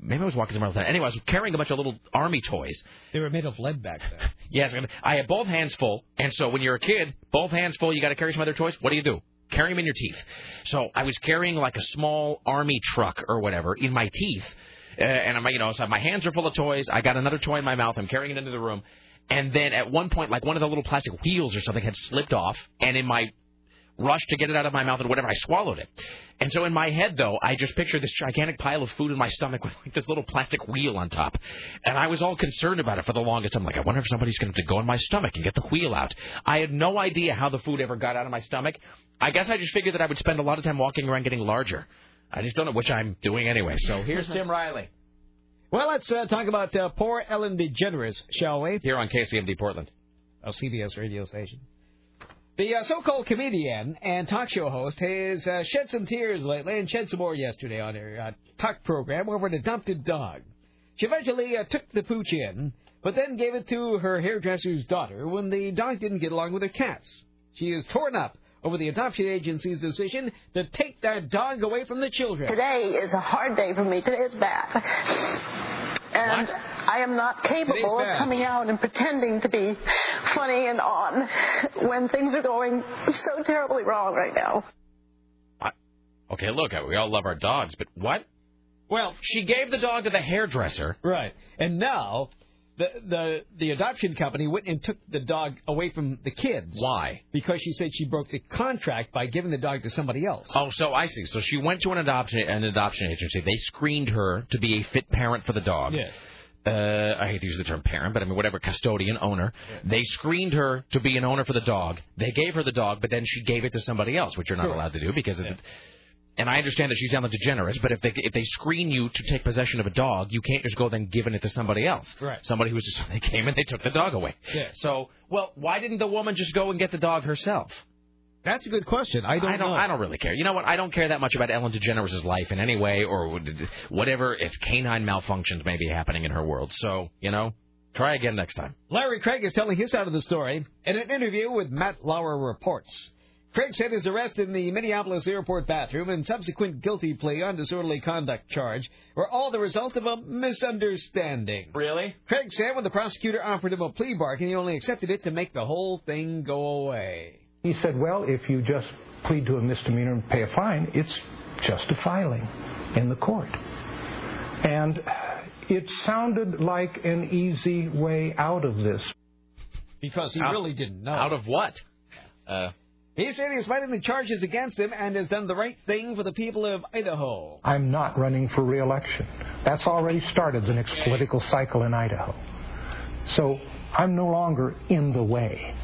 [SPEAKER 2] maybe I was walking somewhere else anyway I was carrying a bunch of little army toys
[SPEAKER 1] They were made of lead back then.
[SPEAKER 2] Yes, and I had both hands full, and so when you're a kid, both hands full, you got to carry some other toys. What do you do? Carry them in your teeth. So I was carrying like a small army truck or whatever in my teeth, uh, and I'm you know so my hands are full of toys. I got another toy in my mouth. I'm carrying it into the room, and then at one point, like one of the little plastic wheels or something had slipped off, and in my rush to get it out of my mouth and whatever, I swallowed it. And so in my head, though, I just pictured this gigantic pile of food in my stomach with like this little plastic wheel on top. And I was all concerned about it for the longest. I'm like, I wonder if somebody's going to have to go in my stomach and get the wheel out. I had no idea how the food ever got out of my stomach. I guess I just figured that I would spend a lot of time walking around getting larger. I just don't know which I'm doing anyway. So
[SPEAKER 1] (laughs)
[SPEAKER 2] here's Tim Riley.
[SPEAKER 1] Well, let's uh, talk about uh, poor Ellen DeGeneres, shall we?
[SPEAKER 2] Here on KCMD Portland.
[SPEAKER 1] Oh, CBS radio station. The uh, so-called comedian and talk show host has uh, shed some tears lately and shed some more yesterday on her uh, talk program over an adopted dog. She eventually uh, took the pooch in, but then gave it to her hairdresser's daughter when the dog didn't get along with her cats. She is torn up over the adoption agency's decision to take that dog away from the children.
[SPEAKER 22] Today is a hard day for me. Today is bad. And I am not capable
[SPEAKER 1] bad.
[SPEAKER 22] of coming out and pretending to be funny and on when things are going so terribly wrong right now.
[SPEAKER 2] Okay, look, we all love our dogs, but what? Well, she gave the dog to the hairdresser.
[SPEAKER 1] Right. And now the the the adoption company went and took the dog away from the kids.
[SPEAKER 2] Why?
[SPEAKER 1] Because she said she broke the contract by giving the dog to somebody else.
[SPEAKER 2] Oh, so I see. So she went to an adoption an adoption agency. They screened her to be a fit parent for the dog. Yes. Uh, I hate to use the term parent, but I mean whatever custodian owner. They screened her to be an owner for the dog. They gave her the dog, but then she gave it to somebody else, which you're not allowed to do because. Of the, and I understand that she's Ellen DeGeneres, but if they if they screen you to take possession of a dog, you can't just go then giving it to somebody else.
[SPEAKER 1] Right.
[SPEAKER 2] Somebody who's just (laughs) they came and they took the dog away.
[SPEAKER 1] Yeah.
[SPEAKER 2] So well, why didn't the woman just go and get the dog herself?
[SPEAKER 1] That's a good question. I don't.
[SPEAKER 2] I don't.
[SPEAKER 1] know.
[SPEAKER 2] I don't really care. You know what? I don't care that much about Ellen DeGeneres' life in any way, or would- whatever. If canine malfunctions may be happening in her world, so you know, try again next time.
[SPEAKER 1] Larry Craig is telling his side of the story in an interview with Matt Lauer Reports. Craig said his arrest in the Minneapolis airport bathroom and subsequent guilty plea on disorderly conduct charge were all the result of a misunderstanding.
[SPEAKER 10] Really?
[SPEAKER 1] Craig said when the prosecutor offered him a plea bargain, he only accepted it to make the whole thing go away.
[SPEAKER 12] He said, well, if you just plead to a misdemeanor and pay a fine, it's just a filing in the court. And it sounded like an easy way out of this.
[SPEAKER 1] Because he
[SPEAKER 2] Out-
[SPEAKER 1] really didn't know.
[SPEAKER 2] Out of what? Uh,
[SPEAKER 1] He said he's fighting the charges against him and has done the right thing for the people of Idaho.
[SPEAKER 12] I'm not running for reelection. That's already started the next political cycle in Idaho. So I'm no longer in the way.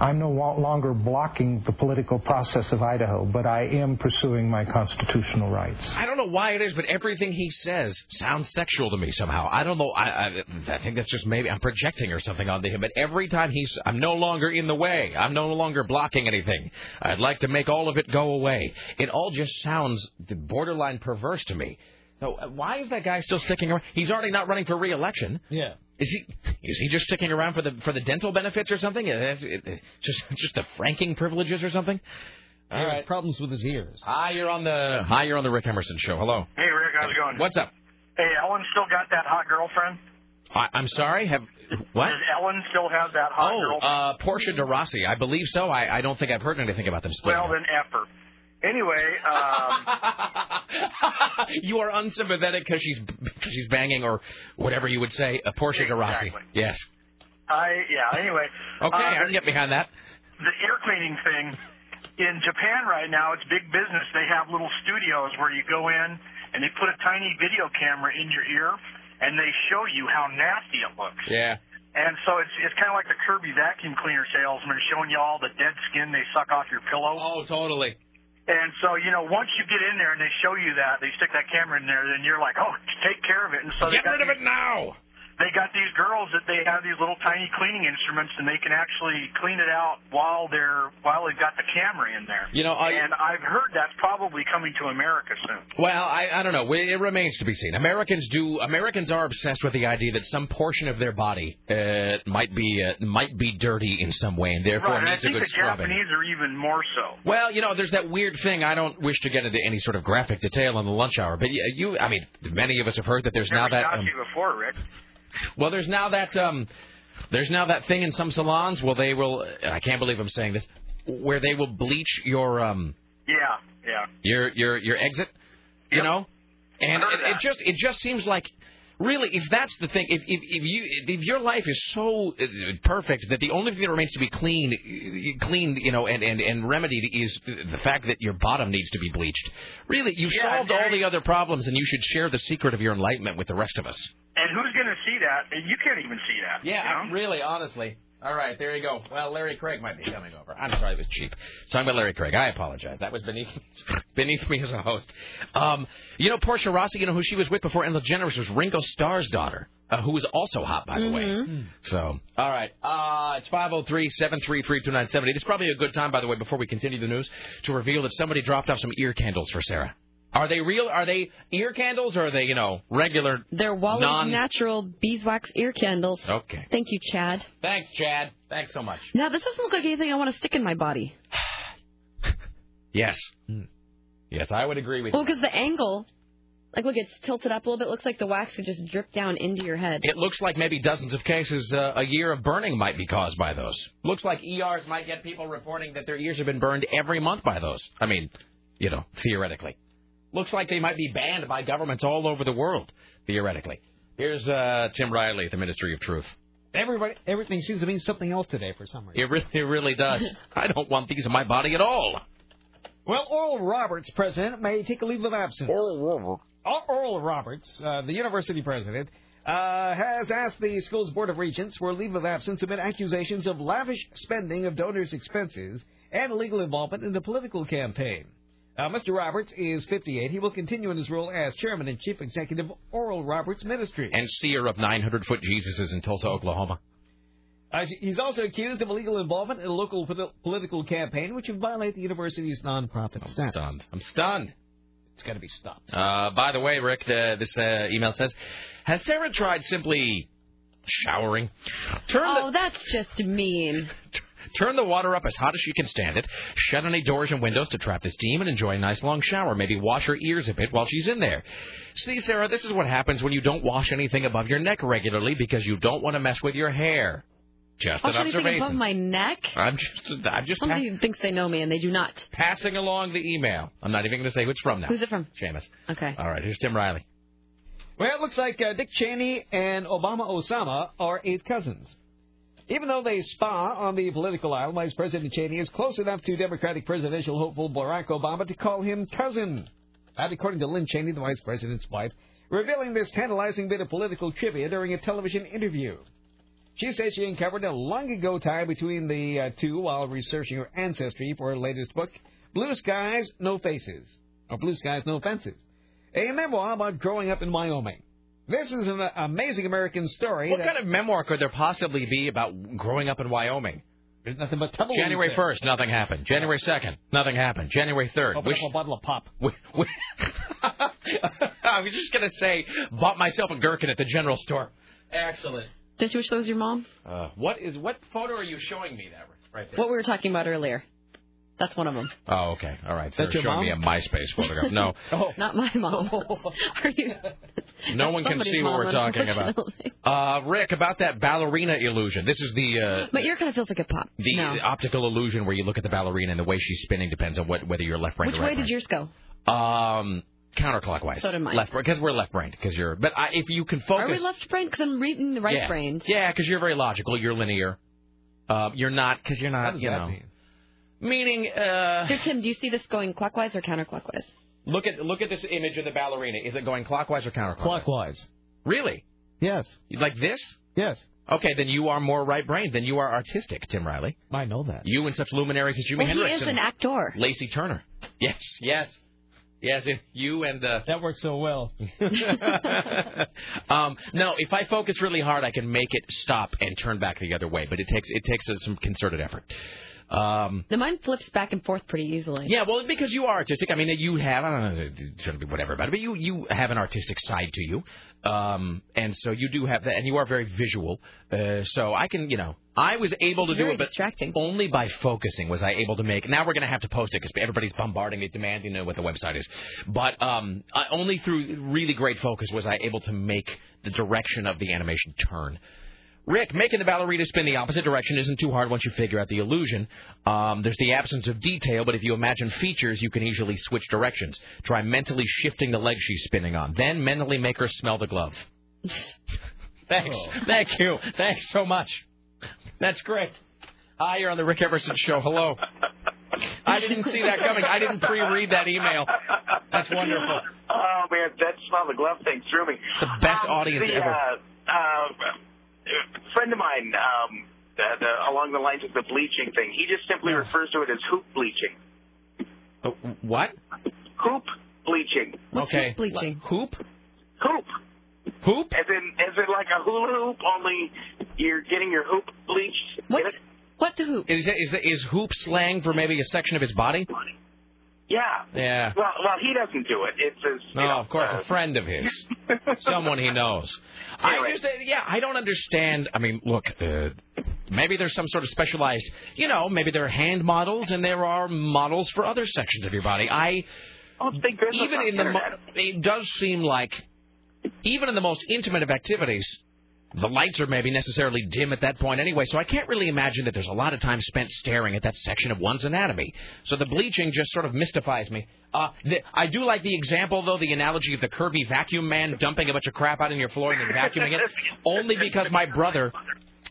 [SPEAKER 12] I'm no wa- longer blocking the political process of Idaho, but I am pursuing my constitutional rights.
[SPEAKER 2] I don't know why it is, but everything he says sounds sexual to me somehow. I don't know. I, I, I think that's just maybe I'm projecting or something onto him. But every time he's, I'm no longer in the way. I'm no longer blocking anything. I'd like to make all of it go away. It all just sounds borderline perverse to me. So uh, why is that guy still sticking around? He's already not running for re-election.
[SPEAKER 1] Yeah.
[SPEAKER 2] Is he is he just sticking around for the for the dental benefits or something? Uh, it- it- Just just the franking privileges or something? All right.
[SPEAKER 1] Problems with his ears.
[SPEAKER 2] Hi, you're on the hi, you're on the Rick Emerson show. Hello.
[SPEAKER 14] Hey, Rick, how's it going?
[SPEAKER 2] What's up?
[SPEAKER 14] Hey, Ellen still got that hot girlfriend?
[SPEAKER 2] I, I'm sorry. Have what?
[SPEAKER 14] Does Ellen still have that hot
[SPEAKER 2] Oh,
[SPEAKER 14] girlfriend?
[SPEAKER 2] uh, Portia de Rossi. I believe so. I, I don't think I've heard anything about them splitting.
[SPEAKER 14] well,
[SPEAKER 2] up.
[SPEAKER 14] then F her. Anyway, um,
[SPEAKER 2] (laughs) you are unsympathetic because she's because she's banging or whatever you would say. Uh, Portia de Rossi. Yes.
[SPEAKER 14] I, yeah, anyway.
[SPEAKER 2] Okay,
[SPEAKER 14] uh,
[SPEAKER 2] I can get behind that.
[SPEAKER 14] the air cleaning thing in Japan right now, it's big business. They have little studios where you go in and they put a tiny video camera in your ear and they show you how nasty it looks.
[SPEAKER 2] Yeah.
[SPEAKER 14] And so it's it's kind of like the Kirby vacuum cleaner salesman showing you all the dead skin they suck off your pillow.
[SPEAKER 2] Oh, totally.
[SPEAKER 14] And so you know, once you get in there and they show you that, they stick that camera in there, then you're like, oh, take care of it. And so they
[SPEAKER 2] Get
[SPEAKER 14] got
[SPEAKER 2] rid of
[SPEAKER 14] these-
[SPEAKER 2] it now.
[SPEAKER 14] They got these girls that they have these little tiny cleaning instruments, and they can actually clean it out while they're while they've got the camera in there.
[SPEAKER 2] You know, I-
[SPEAKER 14] and I've heard that's probably coming to America soon.
[SPEAKER 2] Well, I, I don't know. We- It remains to be seen. Americans do. Americans are obsessed with the idea that some portion of their body uh, might be uh, might be dirty in some way, and therefore
[SPEAKER 14] right, and I
[SPEAKER 2] needs
[SPEAKER 14] think
[SPEAKER 2] a good
[SPEAKER 14] the
[SPEAKER 2] scrubbing.
[SPEAKER 14] Japanese are even more so.
[SPEAKER 2] Well, you know, there's that weird thing. I don't wish to get into any sort of graphic detail on the lunch hour, but you, you I mean, many of us have heard that there's now
[SPEAKER 14] Never
[SPEAKER 2] that.
[SPEAKER 14] got
[SPEAKER 2] Um,
[SPEAKER 14] you before, Rick.
[SPEAKER 2] well, there's now that. Um, there's now that thing in some salons. Well, they will. and I can't believe I'm saying this. Where they will bleach your um
[SPEAKER 14] Yeah, yeah.
[SPEAKER 2] your your your exit. You know, and it, it just it just seems like. Really, if that's the thing, if if, if you if your life is so uh, perfect that the only thing that remains to be clean, uh, clean, you know, and and and remedied is the fact that your bottom needs to be bleached. Really, you've
[SPEAKER 14] Yeah,
[SPEAKER 2] solved all the other problems, and you should share the secret of your enlightenment with the rest of us.
[SPEAKER 14] And who's going to see that? And You can't even see that.
[SPEAKER 2] Yeah,
[SPEAKER 14] you know?
[SPEAKER 2] I- really, honestly. All right, there you go. Well, Larry Craig might be coming over. I'm sorry, it was cheap. Talking about Larry Craig, I apologize. That was beneath (laughs) beneath me as a host. Um, you know, Portia Rossi. You know who she was with before Ellen DeGeneres was Ringo Starr's daughter, uh, who was also hot, by the way. So, all right. Uh, it's 503-733-2970. This is probably a good time, by the way, before we continue the news, to reveal that somebody dropped off some ear candles for Sarah. Are they real? Are they ear candles, or are they, you know, regular?
[SPEAKER 3] They're Wally's
[SPEAKER 2] Non-
[SPEAKER 3] natural beeswax ear candles.
[SPEAKER 2] Okay.
[SPEAKER 3] Thank you, Chad.
[SPEAKER 2] Thanks, Chad. Thanks so much.
[SPEAKER 3] Now, this doesn't look like anything I want to stick in my body.
[SPEAKER 2] Yes. Hmm. Yes, I would agree with
[SPEAKER 3] Well,
[SPEAKER 2] you.
[SPEAKER 3] because the angle, like, look, it's tilted up a little bit. Looks like the wax could just drip down into your head.
[SPEAKER 2] It looks like maybe dozens of cases uh, a year of burning might be caused by those. Looks like
[SPEAKER 1] E
[SPEAKER 2] ERs might get people reporting that their ears have been burned every month by those. I mean, you know, theoretically. Looks like they might be banned by governments all over the world, theoretically. Here's uh, Tim Riley at the Ministry of Truth.
[SPEAKER 1] Everybody, everything seems to mean something else today for some reason.
[SPEAKER 2] It really, it really does. I don't want these in my body at all.
[SPEAKER 1] Well, Oral Roberts, president, may take a leave of absence. Oral Roberts. Oral Roberts, uh, the university president, uh, has asked the school's board of regents for a leave of absence amid accusations of lavish spending of donors' expenses and illegal involvement in the political campaign. Uh, Mr. Roberts is 58. He will continue in his role as chairman and chief executive of Oral Roberts Ministry.
[SPEAKER 2] And seer of 900 foot Jesuses in Tulsa, Oklahoma.
[SPEAKER 1] Uh, he's also accused of illegal involvement in a local pol- political campaign, which would violate the university's nonprofit status.
[SPEAKER 2] I'm stunned.
[SPEAKER 1] It's got to be stopped.
[SPEAKER 2] Uh, by the way, Rick, the, this uh, email says, has Sarah tried simply showering? Turn
[SPEAKER 3] oh, that's just mean.
[SPEAKER 2] Turn the water up as hot as she can stand it. Shut any doors and windows to trap the steam and enjoy a nice long shower. Maybe wash her ears a bit while she's in there. See, Sarah, this is what happens when you don't wash anything above your neck regularly because you don't want to mess with your hair. Just
[SPEAKER 3] Watch
[SPEAKER 2] an
[SPEAKER 3] anything above
[SPEAKER 2] observation.
[SPEAKER 3] my neck?
[SPEAKER 2] I'm just, I'm just pa-
[SPEAKER 3] Somebody thinks they know me and they do not.
[SPEAKER 2] passing along the email. I'm not even going to say who it's from now.
[SPEAKER 3] Who's it from?
[SPEAKER 2] Seamus.
[SPEAKER 3] Okay.
[SPEAKER 2] All right, here's Tim Riley.
[SPEAKER 1] Well, it looks like uh, Dick Cheney and Obama Osama are eighth cousins. Even though they spa on the political aisle, Vice President Cheney is close enough to Democratic presidential hopeful Barack Obama to call him cousin. That, according to Lynn Cheney, the vice president's wife, revealing this tantalizing bit of political trivia during a television interview. She says she uncovered a long ago tie between the uh, two while researching her ancestry for her latest book, Blue Skies, No Faces, or Blue Skies, No Fences, a memoir about growing up in Wyoming. This is an uh, amazing American story.
[SPEAKER 2] What
[SPEAKER 1] that-
[SPEAKER 2] kind of memoir could there possibly be about growing up in Wyoming?
[SPEAKER 1] There's nothing but tumbleweeds
[SPEAKER 2] January
[SPEAKER 1] there.
[SPEAKER 2] 1st, nothing happened. January 2nd, nothing happened. January 3rd,
[SPEAKER 1] Open
[SPEAKER 2] wish-
[SPEAKER 1] up a bottle of pop.
[SPEAKER 2] (laughs) I was just going to say, bought myself a gherkin at the general store. Excellent.
[SPEAKER 3] Don't you wish those your mom?
[SPEAKER 2] Uh, what is what photo are you showing me that right there?
[SPEAKER 3] What we were talking about earlier. That's one of them.
[SPEAKER 2] Oh, okay. All right. They're
[SPEAKER 3] That your
[SPEAKER 2] showing
[SPEAKER 3] mom?
[SPEAKER 2] me a MySpace photograph.
[SPEAKER 1] (laughs)
[SPEAKER 3] (laughs)
[SPEAKER 2] No,
[SPEAKER 1] Oh.
[SPEAKER 3] Oh. Not my
[SPEAKER 2] (laughs)
[SPEAKER 3] mom. Are you?
[SPEAKER 2] no one can
[SPEAKER 3] somebody's
[SPEAKER 2] see what
[SPEAKER 3] mom,
[SPEAKER 2] we're talking about. Uh, Rick, about that ballerina illusion. This is the uh,
[SPEAKER 3] My ear kind of feels like a pop.
[SPEAKER 2] the uh,
[SPEAKER 3] no.
[SPEAKER 2] optical illusion where you look at the ballerina and the way she's spinning depends on what whether you're left brain
[SPEAKER 3] Which
[SPEAKER 2] or right
[SPEAKER 3] way did yours go?
[SPEAKER 2] brain. Um, counterclockwise.
[SPEAKER 3] So did mine.
[SPEAKER 2] Left because we're left brained because you're. But I, if you can focus.
[SPEAKER 3] Are we left brain? Because I'm reading the right
[SPEAKER 2] yeah.
[SPEAKER 3] brain.
[SPEAKER 2] Yeah, because you're very logical. You're linear. Uh, you're not because you're not.
[SPEAKER 3] does
[SPEAKER 2] you
[SPEAKER 3] that
[SPEAKER 2] know. Meaning, uh...
[SPEAKER 3] Here, Tim, do you see this going clockwise or counterclockwise?
[SPEAKER 2] Look at look at this image of the ballerina. Is it going clockwise or counterclockwise? Clockwise. Really?
[SPEAKER 1] Yes.
[SPEAKER 2] Like this?
[SPEAKER 1] Yes.
[SPEAKER 2] Okay, then you are more right-brained. Then you are artistic, Tim Riley.
[SPEAKER 1] I know that.
[SPEAKER 2] You and such luminaries as Jimi
[SPEAKER 3] well,
[SPEAKER 2] Hendrix
[SPEAKER 3] he is
[SPEAKER 2] and
[SPEAKER 3] an actor.
[SPEAKER 2] Lacey Turner. Yes, yes, yes. If you and uh...
[SPEAKER 1] that works so well.
[SPEAKER 2] (laughs) um, no, if I focus really hard, I can make it stop and turn back the other way. But it takes it takes uh, some concerted effort. Um,
[SPEAKER 3] The mind flips back and forth pretty easily.
[SPEAKER 2] yeah, well, because you are artistic. I mean, you have I don't know, it's going to be whatever about it, but you you have an artistic side to you, um, and so you do have that, and you are very visual. Uh, so I can, you know, I was able to do
[SPEAKER 3] Very
[SPEAKER 2] it, but only by focusing was I able to make. Now we're going to have to post it because everybody's bombarding me, demanding to know what the website is. But um, I, only through really great focus was I able to make the direction of the animation turn. Rick, making the ballerina spin the opposite direction isn't too hard once you figure out the illusion. Um, there's the absence of detail, but if you imagine features, you can easily switch directions. Try mentally shifting the leg she's spinning on, then mentally make her smell the glove. Thanks. Thank you. Thanks so much. That's great. Hi, you're on the Rick Emerson Show. Hello. I didn't see that coming. I didn't pre-read that email. That's wonderful.
[SPEAKER 18] (laughs) Oh man, that smell of the glove thing threw me.
[SPEAKER 2] It's the best
[SPEAKER 18] Um,
[SPEAKER 2] audience
[SPEAKER 18] the,
[SPEAKER 2] ever.
[SPEAKER 18] Uh, uh, a friend of mine, um, the, the, along the lines of the bleaching thing, he just simply refers to it as hoop bleaching.
[SPEAKER 2] Uh, what?
[SPEAKER 18] Hoop bleaching.
[SPEAKER 2] okay. Hoop?
[SPEAKER 18] Hoop.
[SPEAKER 2] Hoop?
[SPEAKER 18] As in, as in like a hula hoop, only you're getting your hoop bleached. What?
[SPEAKER 3] What the hoop?
[SPEAKER 2] Is, that, is, that, is hoop slang for maybe a section of his body?
[SPEAKER 18] Yeah.
[SPEAKER 2] Yeah.
[SPEAKER 18] Well, well, he doesn't do it. It's his.
[SPEAKER 2] No, of course, a friend of his, someone he knows. I just, uh, yeah, I don't understand. I mean, look, uh, maybe there's some sort of specialized, you know, maybe there are hand models and there are models for other sections of your body. I even
[SPEAKER 18] on
[SPEAKER 2] in
[SPEAKER 18] the
[SPEAKER 2] the mo- it does seem like even in the most intimate of activities. The lights are maybe necessarily dim at that point anyway, so I can't really imagine that there's a lot of time spent staring at that section of one's anatomy. So the bleaching just sort of mystifies me. Uh, the, I do like the example, though, the analogy of the Kirby vacuum man dumping a bunch of crap out on your floor and then vacuuming it, only because my brother.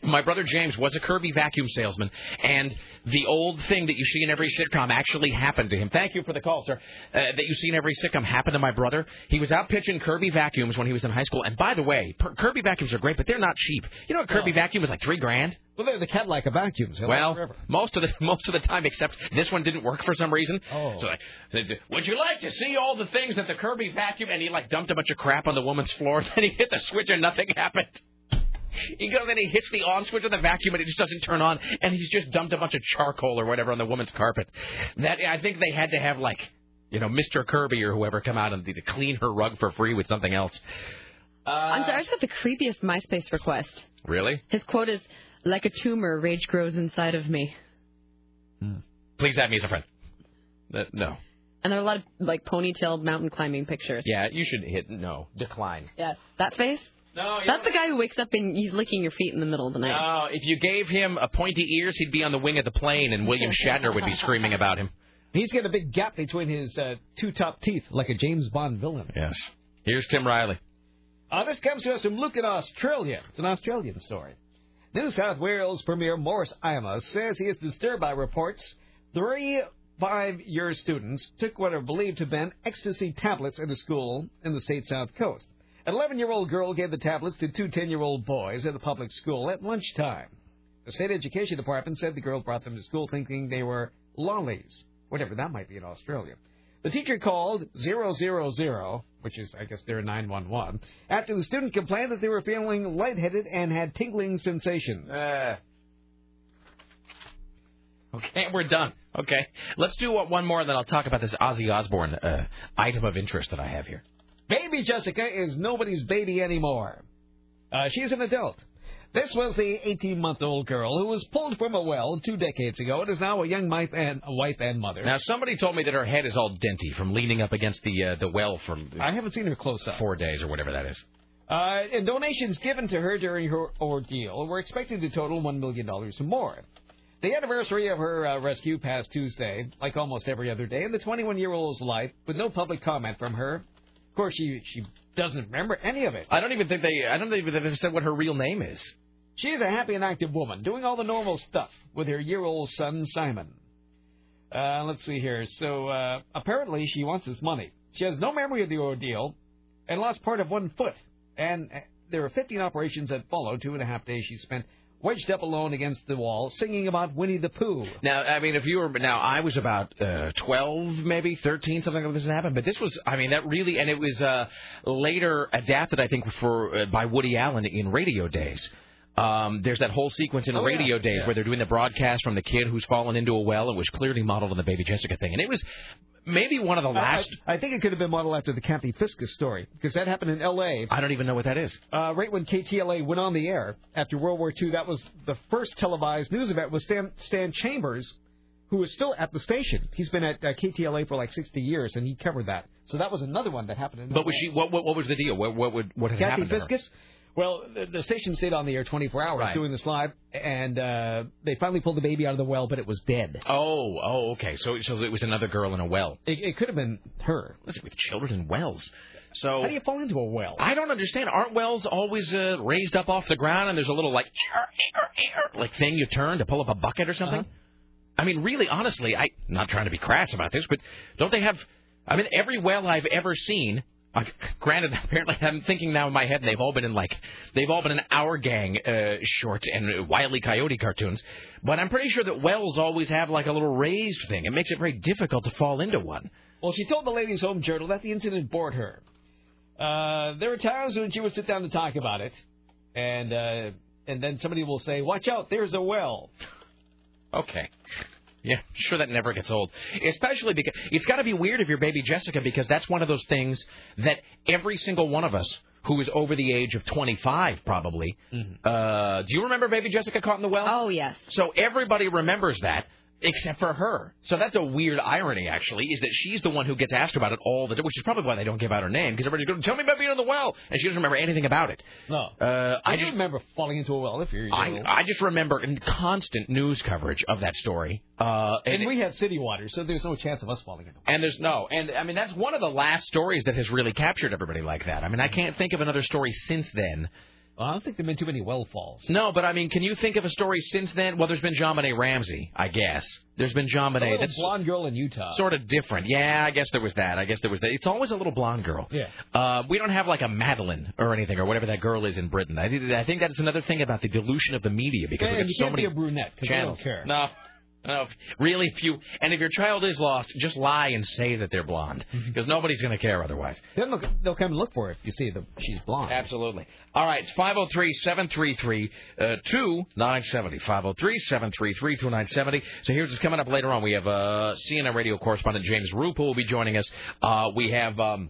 [SPEAKER 2] My brother James was a Kirby vacuum salesman, and the old thing that you see in every sitcom actually happened to him. Thank you for the call, sir. Uh, that you see in every sitcom happened to my brother. He was out pitching Kirby vacuums when he was in high school. And by the way, per- Kirby vacuums are great, but they're not cheap. You know, a Kirby vacuum is like three grand.
[SPEAKER 1] Well, they're the Cadillac of vacuums. They'll last
[SPEAKER 2] Well,
[SPEAKER 1] forever.
[SPEAKER 2] most of the (laughs) most of the time, except this one didn't work for some reason. Oh. So, like, would you like to see all the things that the Kirby vacuum? And he like dumped a bunch of crap on the woman's floor. (laughs) Then he hit the switch and nothing happened. (laughs) He goes and he hits the on switch of the vacuum and it just doesn't turn on. And he's just dumped a bunch of charcoal or whatever on the woman's carpet. That I think they had to have like you know Mr. Kirby or whoever come out and to clean her rug for free with something else.
[SPEAKER 3] I'm sorry, I just got the creepiest MySpace request.
[SPEAKER 2] Really?
[SPEAKER 3] His quote is, Like a tumor, rage grows inside of me.
[SPEAKER 2] Please add me as a friend. Uh, no.
[SPEAKER 3] And there are a lot of like ponytailed mountain climbing pictures.
[SPEAKER 2] Yeah, you should hit no. Decline.
[SPEAKER 3] Yes. That face?
[SPEAKER 2] No.
[SPEAKER 3] That's the guy who wakes up and he's licking your feet in the middle of the night.
[SPEAKER 2] No, Oh, if you gave him a pointy ears, he'd be on the wing of the plane, and William Shatner would be screaming about him.
[SPEAKER 1] He's got a big gap between his uh, two top teeth, like a James Bond villain.
[SPEAKER 2] Yes. Here's Tim Riley.
[SPEAKER 1] Uh, this comes to us from Luke in Australia. It's an Australian story. New South Wales Premier Morris Ima says he is disturbed by reports three five-year students took what are believed to have been ecstasy tablets at a school in the state's south coast. An 11-year-old girl gave the tablets to two 10-year-old boys at a public school at lunchtime. The state education department said the girl brought them to school thinking they were lollies, whatever that might be in Australia. The teacher called 000, which is, I guess, their 911, after the student complained that they were feeling lightheaded and had tingling sensations.
[SPEAKER 2] Okay, we're done. Okay, let's do uh, one more, and then I'll talk about this Ozzy Osbourne uh, item of interest that I have here.
[SPEAKER 1] Baby Jessica is nobody's baby anymore. Uh, she's an adult. This was the 18-month-old girl who was pulled from a well two decades ago and is now a young wife and, a wife and mother.
[SPEAKER 2] Now, somebody told me that her head is all denty from leaning up against the uh, the well for
[SPEAKER 1] I haven't seen her close up.
[SPEAKER 2] four days or whatever that is.
[SPEAKER 1] Uh, and donations given to her during her ordeal were expected to total $1 million or more. The anniversary of her uh, rescue passed Tuesday, like almost every other day, in the 21 year old's life, with no public comment from her. Of course, she, she doesn't remember any of it.
[SPEAKER 2] I don't even think they. I don't even think they said what her real name is.
[SPEAKER 1] She is a happy and active woman, doing all the normal stuff with her year old son, Simon. Uh, let's see here. So, uh, apparently, she wants his money. She has no memory of the ordeal and lost part of one foot. And uh, there were 15 operations that followed. Two and a half days she spent wedged up alone against the wall, singing about Winnie the Pooh.
[SPEAKER 2] Now, I mean, if you were now, I was about uh, twelve, maybe thirteen, something like this happened. But this was, I mean, that really, and it was uh, later adapted, I think, for uh, by Woody Allen in Radio Days. Um, there's that whole sequence in
[SPEAKER 1] Oh, yeah.
[SPEAKER 2] Radio Days
[SPEAKER 1] Yeah.
[SPEAKER 2] where they're doing the broadcast from the kid who's fallen into a well. It was clearly modeled on the Baby Jessica thing, and it was maybe one of the (laughs) last.
[SPEAKER 1] I, I think it could have been modeled after the Campy Fiscus story, because that happened in L.A.
[SPEAKER 2] I don't even know what that is.
[SPEAKER 1] Uh, right when KTLA went on the air after World War II, that was the first televised news event with Stan, Stan Chambers, who is still at the station. He's been at uh, KTLA for like 60 years, and he covered that. So that was another one that happened in
[SPEAKER 2] But was she? What, what, what was the deal? What, what would what had
[SPEAKER 1] Kathy
[SPEAKER 2] happened? to her?
[SPEAKER 1] Fiscus? Well, the, the station stayed on the air 24 hours
[SPEAKER 2] Right.
[SPEAKER 1] doing this live, and uh, they finally pulled the baby out of the well, but it was dead.
[SPEAKER 2] Oh, oh, okay. So, so it was another girl in a well.
[SPEAKER 1] It, it could have been her.
[SPEAKER 2] Listen, with children in wells. So
[SPEAKER 1] How do you fall into a well?
[SPEAKER 2] I don't understand. Aren't wells always uh, raised up off the ground and there's a little like like thing you turn to pull up a bucket or something?
[SPEAKER 1] Uh-huh.
[SPEAKER 2] I mean, really, honestly, I not trying to be crass about this, but don't they have? I mean, every well I've ever seen. Uh, granted, (laughs) apparently, I'm thinking now in my head, and they've all been in like they've all been in our gang uh, shorts and wily coyote cartoons. But I'm pretty sure that wells always have like a little raised thing. It makes it very difficult to fall into one.
[SPEAKER 1] Well, she told the Ladies' Home Journal that the incident bored her. Uh, there were times when she would sit down to talk about it, and uh, and then somebody will say, "Watch out, there's a well."
[SPEAKER 2] Okay. Yeah, sure that never gets old. Especially because it's got to be weird if you're baby Jessica because that's one of those things that every single one of us who is over the age of 25 probably. Uh, do you remember baby Jessica caught in the well?
[SPEAKER 3] Oh, yes.
[SPEAKER 2] So everybody remembers that except for her. So that's a weird irony actually is that she's the one who gets asked about it all the time, which is probably why they don't give out her name because everybody's going, "Tell me about being in the well." And she doesn't remember anything about it.
[SPEAKER 1] No.
[SPEAKER 2] Uh, I
[SPEAKER 1] I do
[SPEAKER 2] just
[SPEAKER 1] remember falling into a well. If you're,
[SPEAKER 2] I, uh, I just remember in constant news coverage of that story. Uh, and,
[SPEAKER 1] and we had city water, so there's no chance of us falling into.
[SPEAKER 2] and there's no, and I mean that's one of the last stories that has really captured everybody like that. I mean I can't think of another story since then.
[SPEAKER 1] I don't think there've been too many well falls.
[SPEAKER 2] No, but I mean, can you think of a story since then? Well, there's been JonBenet Ramsey, I guess. There's been
[SPEAKER 1] A
[SPEAKER 2] JonBenet.
[SPEAKER 1] little
[SPEAKER 2] That's
[SPEAKER 1] blonde girl in Utah.
[SPEAKER 2] sort of different. Yeah, I guess there was that. I guess there was that. It's always a little blonde girl.
[SPEAKER 1] Yeah.
[SPEAKER 2] Uh, we don't have like a Madeline or anything or whatever that girl is in Britain. I, I think that's another thing about the dilution of the media because
[SPEAKER 1] Yeah,
[SPEAKER 2] we
[SPEAKER 1] and
[SPEAKER 2] have
[SPEAKER 1] you
[SPEAKER 2] so
[SPEAKER 1] can't
[SPEAKER 2] many
[SPEAKER 1] be a brunette because I don't
[SPEAKER 2] channels.
[SPEAKER 1] care.
[SPEAKER 2] No, no, really. If you and if your child is lost, just lie and say that they're blonde because nobody's going to care otherwise.
[SPEAKER 1] Mm-hmm. Then they'll, they'll come and look for her if you see them. She's blonde.
[SPEAKER 2] Absolutely. All right, it's 503-733-2970. 503-733-2970. So here's what's coming up later on. We have uh, CNN radio correspondent James Rupa will be joining us. Uh, we have um,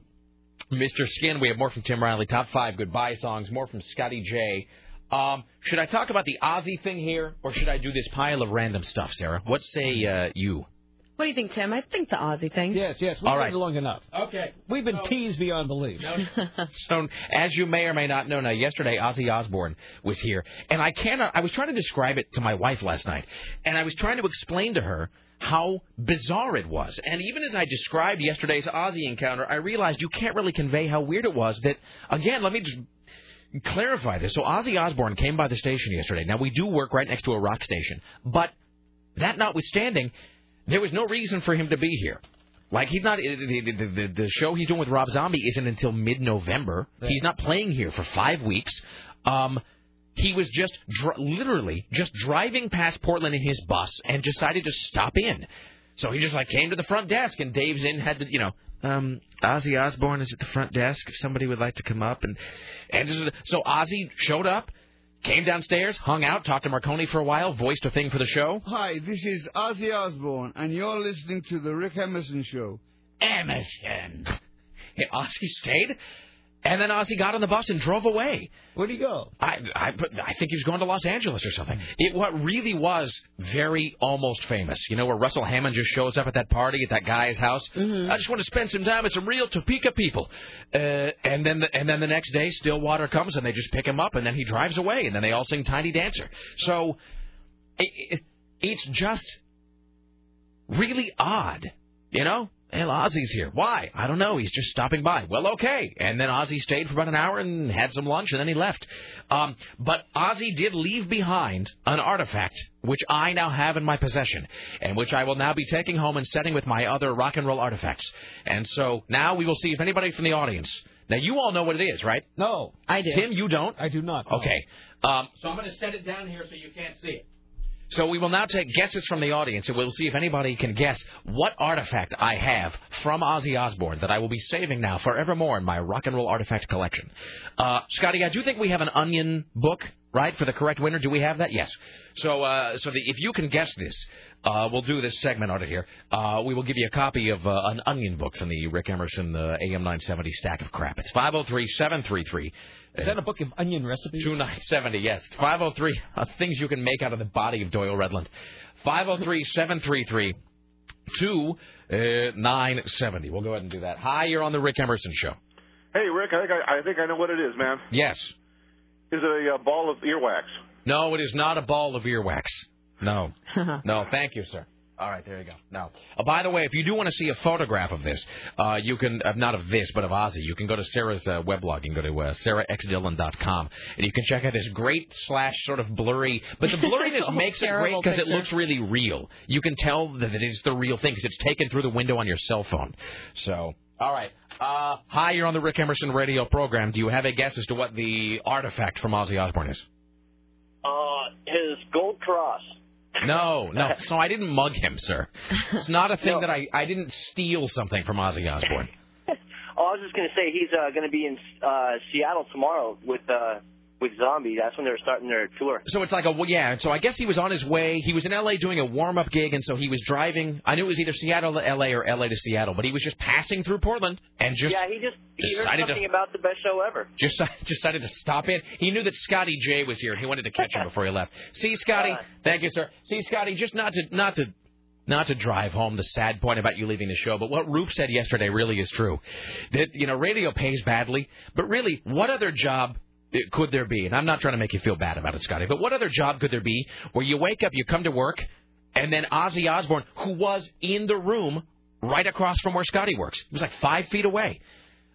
[SPEAKER 2] Mr. Skin. We have more from Tim Riley. Top five goodbye songs. More from Scotty J. Um, should I talk about the Aussie thing here, or should I do this pile of random stuff, Sarah? What say uh, you?
[SPEAKER 3] What do you think, Tim? I think the Aussie thing.
[SPEAKER 1] Yes, yes. We've
[SPEAKER 2] All
[SPEAKER 1] been
[SPEAKER 2] right.
[SPEAKER 1] long enough.
[SPEAKER 2] Okay.
[SPEAKER 1] We've been teased beyond belief.
[SPEAKER 2] (laughs) So, as you may or may not know, now yesterday Ozzy Osbourne was here, and I cannot. I was trying to describe it to my wife last night, and I was trying to explain to her how bizarre it was. And even as I described yesterday's Ozzy encounter, I realized you can't really convey how weird it was. That again, let me just clarify this. So Ozzy Osbourne came by the station yesterday. Now we do work right next to a rock station, but that notwithstanding, there was no reason for him to be here. Like he's not the the, the, the show he's doing with Rob Zombie isn't until mid November. He's not playing here for five weeks. Um, he was just dr- literally just driving past Portland in his bus and decided to stop in. So he just like came to the front desk and Dave's in had to you know um, Ozzy Osbourne is at the front desk if somebody would like to come up and and just, so Ozzy showed up, came downstairs, hung out, talked to Marconi for a while, voiced a thing for the show.
[SPEAKER 13] (laughs) Hi, this is Ozzy Osbourne, and you're listening to The Rick Emerson Show.
[SPEAKER 2] Emerson. Yeah, Ozzy stayed, and then Ozzy got on the bus and drove away.
[SPEAKER 1] Where'd he go?
[SPEAKER 2] I I, but I think he was going to Los Angeles or something. It what really was very almost famous. You know where Russell Hammond just shows up at that party at that guy's house. I just want to spend some time with some real Topeka people. Uh, and then the, and then the next day, Stillwater comes and they just pick him up, and then he drives away, and then they all sing Tiny Dancer. So it, it, it's just really odd, you know? Well, Ozzy's here. Why? I don't know. He's just stopping by. Well, okay. And then Ozzy stayed for about an hour and had some lunch, and then he left. Um, but Ozzy did leave behind an artifact, which I now have in my possession, and which I will now be taking home and setting with my other rock and roll artifacts. And so now we will see if anybody from the audience. Now you all know what it is, right?
[SPEAKER 1] No,
[SPEAKER 2] I do. Tim, you don't. I
[SPEAKER 1] do not.
[SPEAKER 2] Okay. Um,
[SPEAKER 22] So I'm going to set it down here so you can't see it.
[SPEAKER 2] so we will now take guesses from the audience, and we'll see if anybody can guess what artifact I have from Ozzy Osbourne that I will be saving now forevermore in my rock and roll artifact collection. Uh, Scotty, I do think we have an onion book, right, for the correct winner. Do we have that? Yes. So, uh, so the, if you can guess this, uh, we'll do this segment on it here. Uh, we will give you a copy of uh, an onion book from the Rick Emerson uh, AM 970 stack of crap. It's 503 733
[SPEAKER 1] Is that a book of onion recipes?
[SPEAKER 2] 2970, yes. 503, uh, things you can make out of the body of Doyle Redland. 503 733 uh, 2970. We'll go ahead and do that. Hi, you're on the Rick Emerson Show.
[SPEAKER 16] Hey, Rick, I think I, I think I know what it is, man.
[SPEAKER 2] Yes.
[SPEAKER 16] Is it a uh, ball of earwax?
[SPEAKER 2] No, it is not a ball of earwax. No. no, thank you, sir. All right, there you go. No. Uh, by the way, if you do want to see a photograph of this, uh, you can, uh, not of this, but of Ozzy, you can go to Sarah's uh, weblog. You can go to uh, sarahxdillon.com, and you can check out this great slash sort of blurry, but the blurriness
[SPEAKER 5] Oh,
[SPEAKER 2] makes it great
[SPEAKER 5] terrible
[SPEAKER 2] because it
[SPEAKER 5] picture.
[SPEAKER 2] looks really real. You can tell that it is the real thing because it's taken through the window on your cell phone. So, all right. Uh, hi, you're on the Rick Emerson radio program. Do you have a guess as to what the artifact from Ozzy Osbourne is?
[SPEAKER 25] Uh, his gold cross.
[SPEAKER 2] No, no. So I didn't mug him, sir. It's not a thing that I I didn't steal something from Ozzy
[SPEAKER 25] (laughs)
[SPEAKER 2] Osbourne.
[SPEAKER 25] Oh, I was just gonna say he's uh, gonna be in uh, Seattle tomorrow with uh, with Zombie. That's when they're starting their tour.
[SPEAKER 2] So it's like a well, yeah. So I guess he was on his way. He was in L.A. doing a warm up gig, and so he was driving. I knew it was either Seattle to L.A. or L.A. to Seattle, but he was just passing through Portland and just
[SPEAKER 25] yeah, he just he heard
[SPEAKER 2] decided to-
[SPEAKER 25] something about the best show ever.
[SPEAKER 2] just (laughs) decided to stop in. He knew that Scotty J was here, and he wanted to catch him before he left. See, Scotty, thank you, sir. See, Scotty, just not to not to not to drive home the sad point about you leaving the show, but what Roop said yesterday really is true. That you know, radio pays badly, but really, what other job? eh, Could there be, and I'm not trying to make you feel bad about it, Scotty, but what other job could there be where you wake up, you come to work, and then Ozzy Osbourne, who was in the room right across from where Scotty works, he was like five feet away.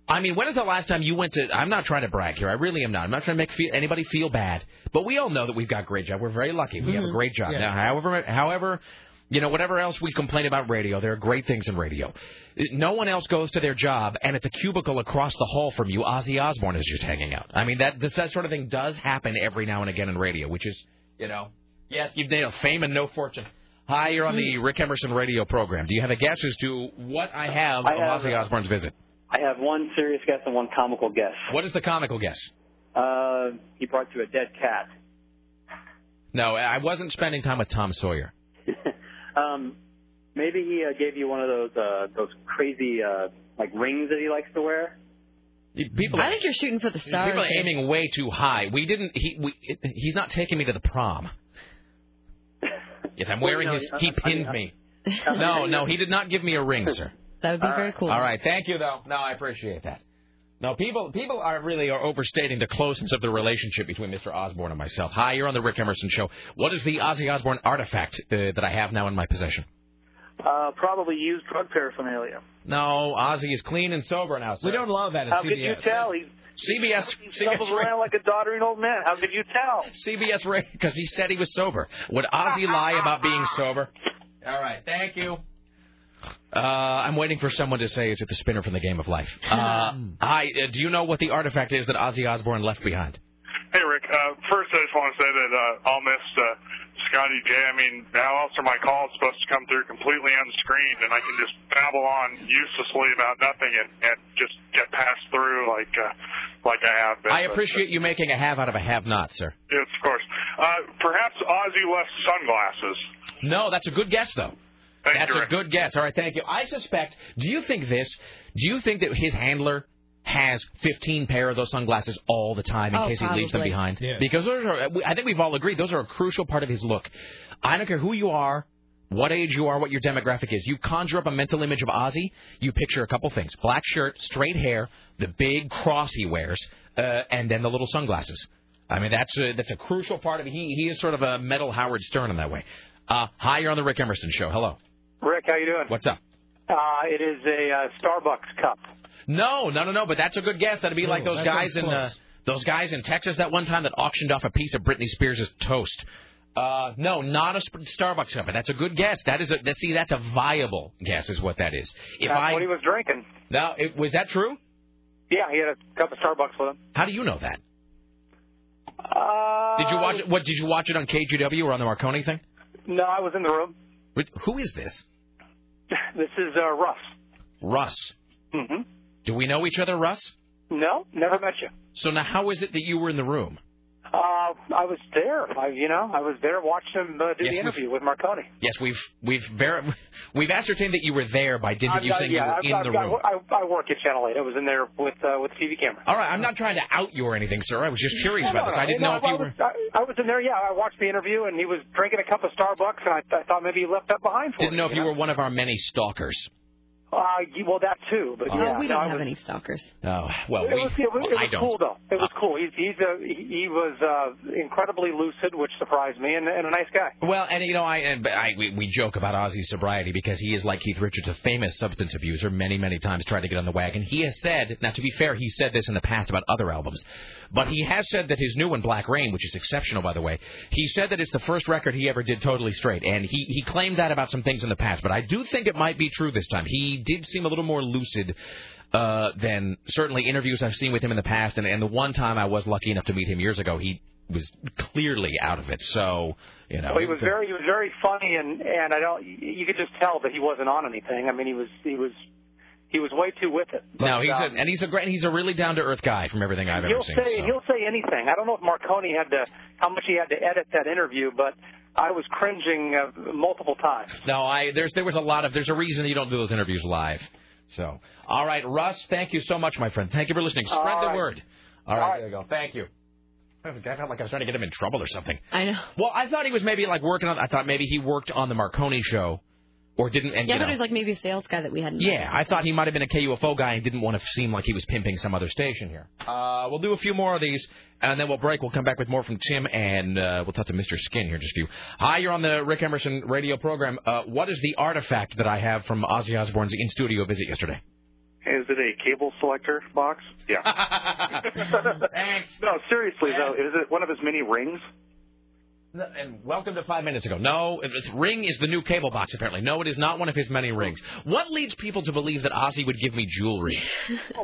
[SPEAKER 2] I mean, when is the last time you went to? I'm not trying to brag here. I really am not. I'm not trying to make feel, anybody feel bad. But we all know that we've got great job. We're very lucky. We have a
[SPEAKER 5] Mhm.
[SPEAKER 2] great job.
[SPEAKER 5] Yeah.
[SPEAKER 2] Now, however, however, you know, whatever else we complain about radio, there are great things in radio. No one else goes to their job, and at the cubicle across the hall from you, Ozzy Osbourne is just hanging out. I mean, that this, that sort of thing does happen every now and again in radio, which is, you know, yes, you've nailed fame and no fortune. Hi, you're on the Rick Emerson radio program. Do you have a guess as to what I have
[SPEAKER 25] I
[SPEAKER 2] of
[SPEAKER 25] have,
[SPEAKER 2] Ozzy
[SPEAKER 25] uh,
[SPEAKER 2] Osbourne's visit?
[SPEAKER 25] I have one serious guess and one comical guess.
[SPEAKER 2] What is the comical guess?
[SPEAKER 25] Uh, he brought you a dead cat.
[SPEAKER 2] No, I wasn't spending time with Tom Sawyer.
[SPEAKER 25] Um, maybe he uh, gave you one of those uh, those crazy uh, like rings that he likes to wear.
[SPEAKER 2] People,
[SPEAKER 3] I think you're shooting for the stars.
[SPEAKER 2] people are
[SPEAKER 3] here.
[SPEAKER 2] aiming way too high. We didn't. He we, it- he's not taking me to the prom. Yes, I'm wearing
[SPEAKER 3] Well, no,
[SPEAKER 2] his.
[SPEAKER 3] I-
[SPEAKER 2] He
[SPEAKER 3] I-
[SPEAKER 2] pinned
[SPEAKER 3] I-
[SPEAKER 2] me. No, no, he did not give me a ring, sir.
[SPEAKER 3] That would be very cool.
[SPEAKER 2] All right, thank you though. No, I appreciate that. No, people people are really are overstating the closeness of the relationship between Mr. Osborne and myself. Hi, you're on the Rick Emerson show. What is the Ozzy Osborne artifact uh, that I have now in my possession?
[SPEAKER 26] Uh, probably used drug paraphernalia.
[SPEAKER 2] No, Ozzy is clean and sober now. Sir. We don't allow that
[SPEAKER 26] How could you tell? He's,
[SPEAKER 2] CBS.
[SPEAKER 26] he stumbles around like a doddering old man. How could you tell?
[SPEAKER 2] CBS Radio because he said he was sober. Would Ozzy lie about being sober? All right, thank you. Uh, I'm waiting for someone to say, "Is it the spinner from the Game
[SPEAKER 26] (laughs)
[SPEAKER 2] of Life?" Uh, I uh, do you know what the artifact is that Ozzy Osbourne left behind?
[SPEAKER 19] Hey, Rick. Uh, first, I just want to say that uh, I'll miss uh, Scotty J. I mean, how else are my calls supposed to come through completely unscreened, and I can just babble on uselessly about nothing and, and just get passed through like uh, like I have been.
[SPEAKER 2] I
[SPEAKER 19] But,
[SPEAKER 2] appreciate you making a have out of a have-not, sir.
[SPEAKER 19] uh, yes, of course. Uh, perhaps Ozzy left sunglasses.
[SPEAKER 2] No, that's a good guess, though. that's a good guess. All right, thank you. I suspect. Do you think this? Do you think that his handler has 15 pair of those sunglasses all the time in
[SPEAKER 26] Oh,
[SPEAKER 2] case he leaves them
[SPEAKER 26] probably.
[SPEAKER 2] behind?
[SPEAKER 26] Yeah.
[SPEAKER 2] Because those are. I think we've all agreed those are a crucial part of his look. I don't care who you are. What age you are, what your demographic is. You conjure up a mental image of Ozzy, you picture a couple things. Black shirt, straight hair, the big cross he wears, uh, and then the little sunglasses. I mean, that's a, that's a crucial part of it. He, he is sort of a metal Howard Stern in that way. Uh, hi, you're on the Rick Emerson show. Hello.
[SPEAKER 27] Rick, how you doing?
[SPEAKER 2] What's up?
[SPEAKER 27] Uh, it is a uh, Starbucks cup.
[SPEAKER 2] No, no, no, no. But that's a good guess. That'd be like those
[SPEAKER 27] that sounds
[SPEAKER 2] guys in uh,
[SPEAKER 27] close.
[SPEAKER 2] those guys in Texas that one time that auctioned off a piece of Britney Spears' toast. Uh, no, not a sp- Starbucks cup. But That's a good guess. That is a that, see, that's a viable guess is what that is. If
[SPEAKER 27] That's
[SPEAKER 2] I
[SPEAKER 27] what he was drinking.
[SPEAKER 2] now, it, was that true?
[SPEAKER 27] Yeah, he had a cup of Starbucks with him.
[SPEAKER 2] How do you know that?
[SPEAKER 27] Uh,
[SPEAKER 2] Did you watch it? What did you watch it on KGW or on the Marconi thing?
[SPEAKER 27] No, I was in the room. (laughs)
[SPEAKER 2] Wait, Who is this?
[SPEAKER 27] This is uh, Russ.
[SPEAKER 2] Russ.
[SPEAKER 27] Mm-hmm.
[SPEAKER 2] Do we know each other, Russ?
[SPEAKER 27] No, never met you.
[SPEAKER 2] So now, how is it that you were in the room?
[SPEAKER 27] Uh, I was there. I, you know, I was there watching him uh, do the
[SPEAKER 2] Yes, we've-
[SPEAKER 27] interview with Marconi.
[SPEAKER 2] Yes, we've we've ver- (laughs) we've ascertained that you were there by dint of
[SPEAKER 27] I've
[SPEAKER 2] you
[SPEAKER 27] got-
[SPEAKER 2] saying
[SPEAKER 27] yeah, I've,
[SPEAKER 2] you were in
[SPEAKER 27] I've
[SPEAKER 2] the
[SPEAKER 27] got-
[SPEAKER 2] room.
[SPEAKER 27] I, I work at Channel 8. I was in there with uh, with the TV camera.
[SPEAKER 2] All right, I'm not trying to out you or anything, sir. I was just curious
[SPEAKER 27] No,
[SPEAKER 2] about
[SPEAKER 27] no,
[SPEAKER 2] this. I didn't
[SPEAKER 27] no,
[SPEAKER 2] know if you
[SPEAKER 27] I
[SPEAKER 2] were.
[SPEAKER 27] was, I, I was in there. Yeah, I watched the interview, and he was drinking a cup of Starbucks, and I, I thought maybe he left that behind for
[SPEAKER 2] Didn't
[SPEAKER 27] me,
[SPEAKER 2] know if you
[SPEAKER 27] know?
[SPEAKER 2] were one of our many stalkers.
[SPEAKER 27] Uh, you- well, that too. But
[SPEAKER 2] Oh,
[SPEAKER 27] yeah,
[SPEAKER 2] we
[SPEAKER 27] no,
[SPEAKER 2] don't
[SPEAKER 27] I
[SPEAKER 2] have
[SPEAKER 27] was-
[SPEAKER 3] Any stalkers?
[SPEAKER 2] Oh, well,
[SPEAKER 27] it
[SPEAKER 2] we,
[SPEAKER 27] was, it was, it was
[SPEAKER 2] I don't. Uh,
[SPEAKER 27] cool though. It was cool. He's he's a, he, he was uh, incredibly lucid, which surprised me, and, and a nice guy.
[SPEAKER 2] Well, and you know, I, and I we, we joke about Ozzy's sobriety because he is like Keith Richards, a famous substance abuser. Many, many times tried to get on the wagon. He has said, now to be fair, he said this in the past about other albums, but he has said that his new one, Black Rain, which is exceptional by the way, he said that it's the first record he ever did totally straight, and he he claimed that about some things in the past. But I do think it might be true this time. He did seem a little more lucid uh, than certainly interviews I've seen with him in the past, and, and the one time I was lucky enough to meet him years ago, he was clearly out of it. So you know,
[SPEAKER 27] Well, he was very he was very funny, and and I don't you could just tell that he wasn't on anything. I mean, he was he was he was way too with it.
[SPEAKER 2] No,
[SPEAKER 27] But,
[SPEAKER 2] he's
[SPEAKER 27] uh,
[SPEAKER 2] a, and he's a great, he's a really down to earth guy from everything I've ever
[SPEAKER 27] he'll
[SPEAKER 2] seen.
[SPEAKER 27] say
[SPEAKER 2] so.
[SPEAKER 27] he'll say anything. I don't know if Marconi had to how much he had to edit that interview, but I was cringing uh, multiple times.
[SPEAKER 2] No, I there's there was a lot of there's a reason you don't do those interviews live. So, all right, Russ, thank you so much, my friend. Thank you for listening. Spread
[SPEAKER 27] All
[SPEAKER 2] the
[SPEAKER 27] right.
[SPEAKER 2] word. All right, there you go. Thank you. I felt like I was trying to get him in trouble or something.
[SPEAKER 3] I know.
[SPEAKER 2] Well, I thought he was maybe like working on. I thought maybe he worked on the Marconi show, or didn't. And,
[SPEAKER 3] yeah,
[SPEAKER 2] you
[SPEAKER 3] but
[SPEAKER 2] know,
[SPEAKER 3] it was like maybe a sales guy that we hadn't.
[SPEAKER 2] Yeah, I thought he might have been a KUFO guy and didn't want to seem like he was pimping some other station here. Uh, we'll do a few more of these, and then we'll break. We'll come back with more from Tim, and uh, we'll talk to Mr. Skin here in just a few. Hi, you're on the Rick Emerson radio program. Uh, what is the artifact that I have from Ozzy Osbourne's in studio visit yesterday?
[SPEAKER 26] Is it a cable selector box? (laughs) Yeah.
[SPEAKER 2] Thanks.
[SPEAKER 26] (laughs) No, seriously though, is it one of his many rings?
[SPEAKER 2] And welcome to five minutes ago. No, it's- ring is the new cable box apparently. No, it is not one of his many rings. What leads people to believe that Ozzy would give me (laughs) jewelry?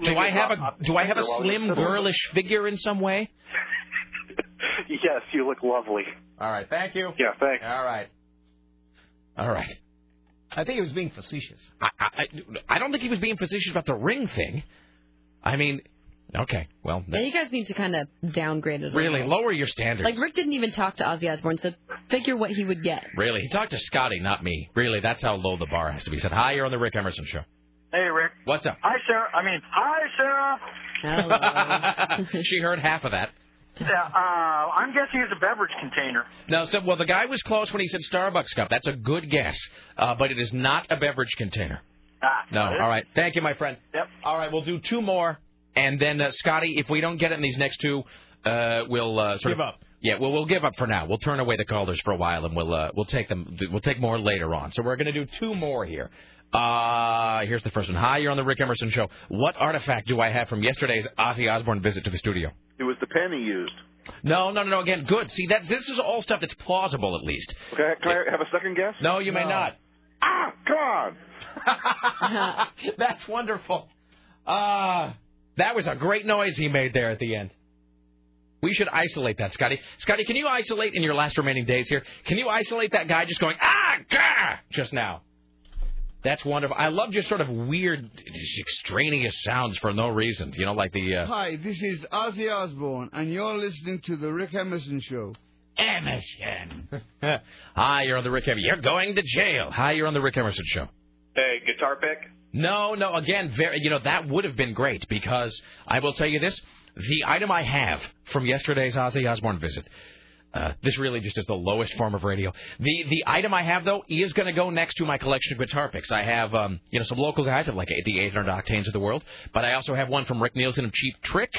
[SPEAKER 2] Do I have a do I have a slim girlish figure in some way?
[SPEAKER 26] Yes, you look lovely.
[SPEAKER 2] All right, thank you.
[SPEAKER 26] Yeah, thanks.
[SPEAKER 2] All right. All right. I think he was being facetious. I, I, I don't think he was being facetious about the ring thing. I mean, okay, well,
[SPEAKER 3] Yeah, you guys need to kind of downgrade it. a
[SPEAKER 2] really
[SPEAKER 3] little.
[SPEAKER 2] lower your standards.
[SPEAKER 3] Like Rick didn't even talk to Ozzy Osbourne, so figure what he would get.
[SPEAKER 2] really, he talked to Scotty, not me. Really, that's how low the bar has to be set. Hi, you're on the Rick Emerson show.
[SPEAKER 14] Hey, Rick.
[SPEAKER 2] What's up?
[SPEAKER 14] Hi, Sarah. I mean, hi, Sarah.
[SPEAKER 2] (laughs) she heard half of that.
[SPEAKER 14] (laughs) Yeah, uh, I'm guessing it's a beverage container.
[SPEAKER 2] No, so well, the guy was close when he said Starbucks cup. That's a good guess, uh, but it is not a beverage container. No, all right. Thank you, my friend.
[SPEAKER 14] Yep.
[SPEAKER 2] All right, we'll do two more, and then uh, Scotty, if we don't get it in these next two, uh, we'll uh, sort
[SPEAKER 1] Give
[SPEAKER 2] of
[SPEAKER 1] up.
[SPEAKER 2] Yeah, well, we'll give up for now. We'll turn away the callers for a while, and we'll uh, we'll take them. We'll take more later on. So we're going to do two more here. Uh, here's the first one. Hi, you're on the Rick Emerson show. What artifact do I have from yesterday's Ozzy Osbourne visit to the studio?
[SPEAKER 16] It was the pen he used.
[SPEAKER 2] No, no, no, no. Again, good. See, that this is all stuff that's plausible, at least.
[SPEAKER 16] Okay, can I have a second guess?
[SPEAKER 2] No, you may
[SPEAKER 16] No.
[SPEAKER 2] not. (laughs)
[SPEAKER 16] Ah, come on.
[SPEAKER 2] That's wonderful. Ah, that was a great noise he made there at the end. We should isolate that, Scotty. Scotty, can you isolate in your last remaining days here? Can you isolate that guy just going ah gah just now? That's wonderful. I love just sort of weird, just extraneous sounds for no reason. You know, like the uh,
[SPEAKER 13] Hi, this is Ozzy Osbourne, and you're listening to The Rick Emerson Show.
[SPEAKER 2] Emerson. uh, (laughs) hi, you're on the Rick Emerson. You're going to jail. Hi, you're on the Rick Emerson show.
[SPEAKER 26] Hey, guitar pick.
[SPEAKER 2] No, no. Again, very. You know that would have been great because I will tell you this: the item I have from yesterday's Ozzy Osbourne visit. Uh, this really just is the lowest form of radio. The the item I have though is going to go next to my collection of guitar picks. I have um, you know some local guys of like the 800 octanes of the world, but I also have one from Rick Nielsen of Cheap Trick.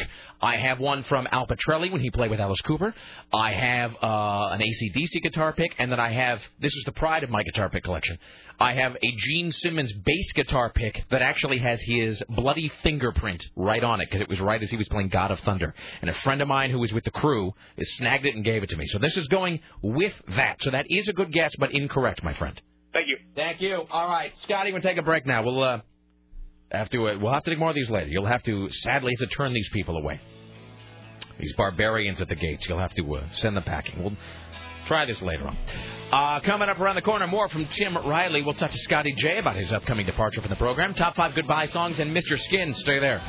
[SPEAKER 2] I have one from Al Petrelli when he played with Alice Cooper. I have uh, an ACDC guitar pick, and then I have this is the pride of my guitar pick collection. I have a Gene Simmons bass guitar pick that actually has his bloody fingerprint right on it because it was right as he was playing God of Thunder. And a friend of mine who was with the crew is snagged it and gave it to me. So this is going with that. So that is a good guess, but incorrect, my friend.
[SPEAKER 26] Thank you.
[SPEAKER 2] Thank you. All right, Scotty, we'll take a break now. We'll uh, have to uh, we'll have to take more of these later. You'll have to sadly have to turn these people away. These barbarians at the gates. You'll have to uh, send them packing. We'll try this later on. Uh, coming up around the corner, more from Tim Riley. We'll talk to Scotty J about his upcoming departure from the program. Top five goodbye songs and Mr. Skin. Stay there.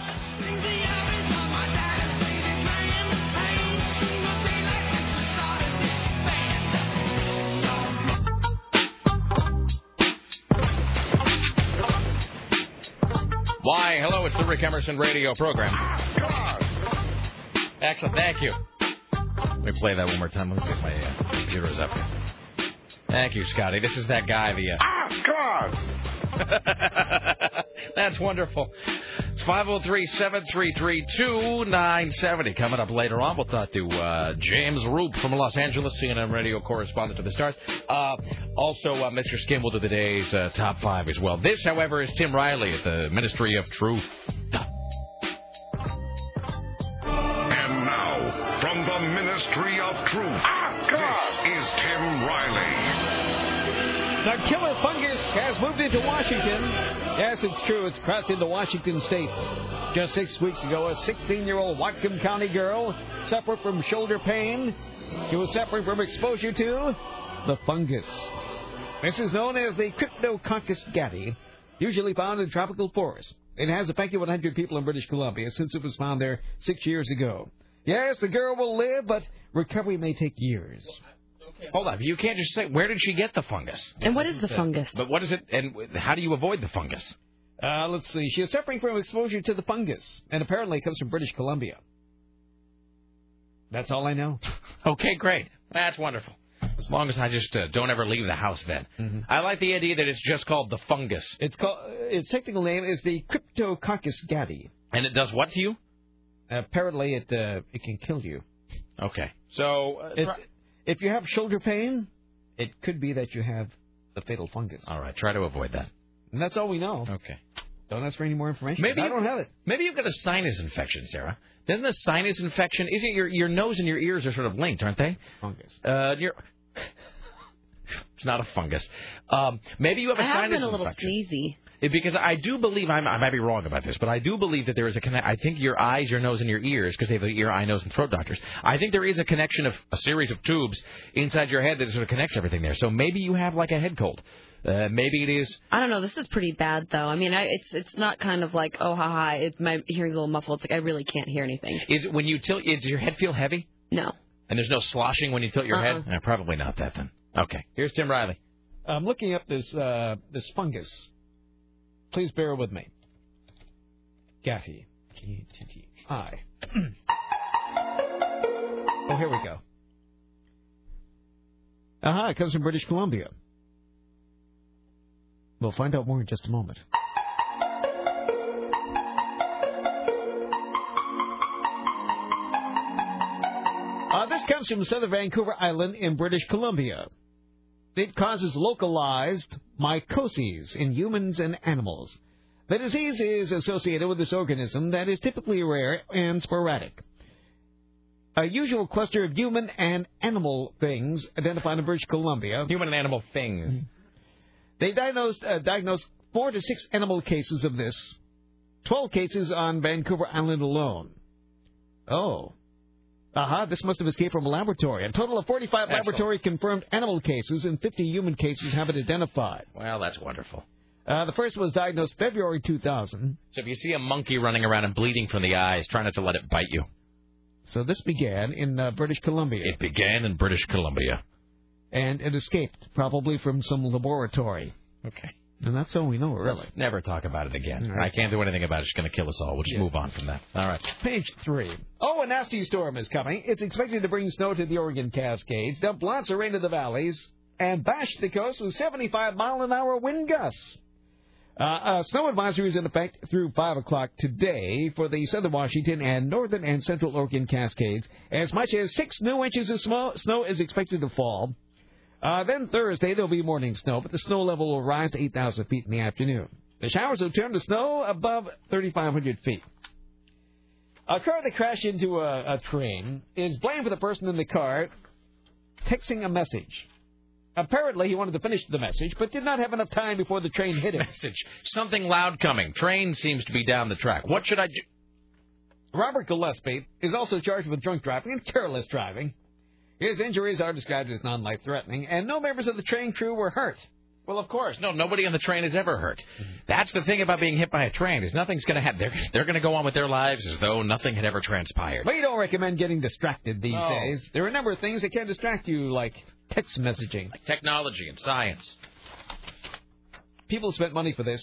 [SPEAKER 2] Why, hello, it's the Rick Emerson radio program. Excellent, thank you. Let me play that one more time. Let me see if my uh, computer is up here. Thank you, Scotty. This is that guy, the. Uh...
[SPEAKER 19] (laughs)
[SPEAKER 2] That's wonderful. It's 503-733-2970. oh. Coming up later on, we'll talk to uh, James Roop from Los Angeles, CNN radio correspondent to the stars. Uh, also, uh, Mr. Skin will do the day's uh, top five as well. This, however, is Tim Riley at the Ministry of Truth.
[SPEAKER 7] And now, from the Ministry of Truth, this is Tim Riley.
[SPEAKER 1] The killer fungus has moved into Washington. Yes, it's true. It's crossed into Washington state. Just six weeks ago, a 16 year old Whatcom County girl suffered from shoulder pain. She was suffering from exposure to the fungus. This is known as the Cryptococcus gatti, usually found in tropical forests. It has affected 100 people in British Columbia since it was found there six years ago. Yes, the girl will live, but recovery may take years.
[SPEAKER 2] Hold on, you can't just say where did she get the fungus?
[SPEAKER 1] And what is the fungus?
[SPEAKER 2] But what is it, and how do you avoid the fungus?
[SPEAKER 1] Uh, let's see. She is suffering from exposure to the fungus, and apparently it comes from British Columbia. That's all I know.
[SPEAKER 2] (laughs) okay, great. That's wonderful. As long as I just uh, don't ever leave the house, then.
[SPEAKER 1] Mm-hmm.
[SPEAKER 2] I like the idea that it's just called the fungus,
[SPEAKER 1] It's called. Its technical name is the Cryptococcus gatti.
[SPEAKER 2] and it does what to you?
[SPEAKER 1] Apparently, it uh, it can kill you.
[SPEAKER 2] Okay. So uh,
[SPEAKER 1] It's, if you have shoulder pain, it could be that you have the fatal fungus.
[SPEAKER 2] All right, try to avoid that.
[SPEAKER 1] And that's all we know.
[SPEAKER 2] Okay.
[SPEAKER 1] Don't ask for any more information.
[SPEAKER 2] Maybe
[SPEAKER 1] I
[SPEAKER 2] you-
[SPEAKER 1] don't have it.
[SPEAKER 2] Maybe you've got a sinus infection, Sarah. Then the sinus infection isn't your your nose and your ears are sort of linked, aren't they?
[SPEAKER 1] Fungus.
[SPEAKER 2] Uh, your (laughs) it's not a fungus. Um, maybe you have a
[SPEAKER 3] I
[SPEAKER 2] sinus
[SPEAKER 3] have been a little
[SPEAKER 2] infection.
[SPEAKER 3] sneezy.
[SPEAKER 2] It- because I do believe I'm, I might be wrong about this, but I do believe that there is a connect. I think your eyes, your nose, and your ears, because they have the ear, eye, nose, and throat doctors. I think there is a connection of a series of tubes inside your head that sort of connects everything there. So maybe you have like a head cold. Uh, maybe it is.
[SPEAKER 3] I don't know. This is pretty bad, though. I mean, I, it's it's not kind of like oh ha ha. It, my hearing's a little muffled. It's like I really can't hear anything.
[SPEAKER 2] Is it when you tilt? Does your head feel heavy?
[SPEAKER 3] No.
[SPEAKER 2] And there's no sloshing when you tilt your head.
[SPEAKER 1] Uh-uh.
[SPEAKER 2] No, probably not that then. Okay. Here's Tim Riley.
[SPEAKER 1] I'm looking up this uh, this fungus. Please bear with me. Gatti. G-T-T-I. (clears throat) Oh, here we go. Aha, it comes from British Columbia. We'll find out more in just a moment. Uh, this comes from southern Vancouver Island in British Columbia. It causes localized mycoses in humans and animals. The disease is associated with this organism that is typically rare and sporadic. A usual cluster of human and animal things identified in British Columbia. Human and animal things. They diagnosed, uh, diagnosed four to six animal cases of this, 12 cases on Vancouver Island alone. Oh. Aha, this must have escaped from a laboratory. A total of 45
[SPEAKER 2] Excellent.
[SPEAKER 1] laboratory confirmed animal cases and 50 human cases have been identified.
[SPEAKER 2] Well, that's wonderful.
[SPEAKER 1] Uh, the first was diagnosed February 2000.
[SPEAKER 2] So if you see a monkey running around and bleeding from the eyes, try not to let it bite you.
[SPEAKER 1] So this began in uh, British Columbia.
[SPEAKER 2] It began in British Columbia.
[SPEAKER 1] and it escaped, probably from some laboratory.
[SPEAKER 2] Okay.
[SPEAKER 1] And that's all we know, really.
[SPEAKER 2] Let's never talk about it again.
[SPEAKER 1] All right.
[SPEAKER 2] I can't do anything about it. It's going to kill us all. We'll just move on from that. All right.
[SPEAKER 1] Page three. Oh, a nasty storm is coming. It's expected to bring snow to the Oregon Cascades, dump lots of rain to the valleys, and bash the coast with 75 mile an hour wind gusts. Uh, a snow advisory is in effect through 5 o'clock today for the southern Washington and northern and central Oregon Cascades. As much as 6 new inches of smo- snow is expected to fall. Uh, then Thursday, there'll be morning snow, but the snow level will rise to 8,000 feet in the afternoon. The showers will turn to snow above 3,500 feet. A car that crashed into a, a train is blamed for the person in the car texting a message. Apparently, he wanted to finish the message, but did not have enough time before the train
[SPEAKER 2] (laughs)
[SPEAKER 1] hit him.
[SPEAKER 2] Message. Something loud coming. Train seems to be down the track. What should I do?
[SPEAKER 1] Robert Gillespie is also charged with drunk driving and careless driving. His injuries are described as non life threatening, and no members of the train crew were hurt.
[SPEAKER 2] Well, of course, no. Nobody on the train is ever hurt. That's the thing about being hit by a train is nothing's going to happen. They're, they're going to go on with their lives as though nothing had ever transpired.
[SPEAKER 1] We don't recommend getting distracted these
[SPEAKER 2] No.
[SPEAKER 1] days. There are a number of things that can distract you, like text messaging.
[SPEAKER 2] Technology and science.
[SPEAKER 1] People spent money for this.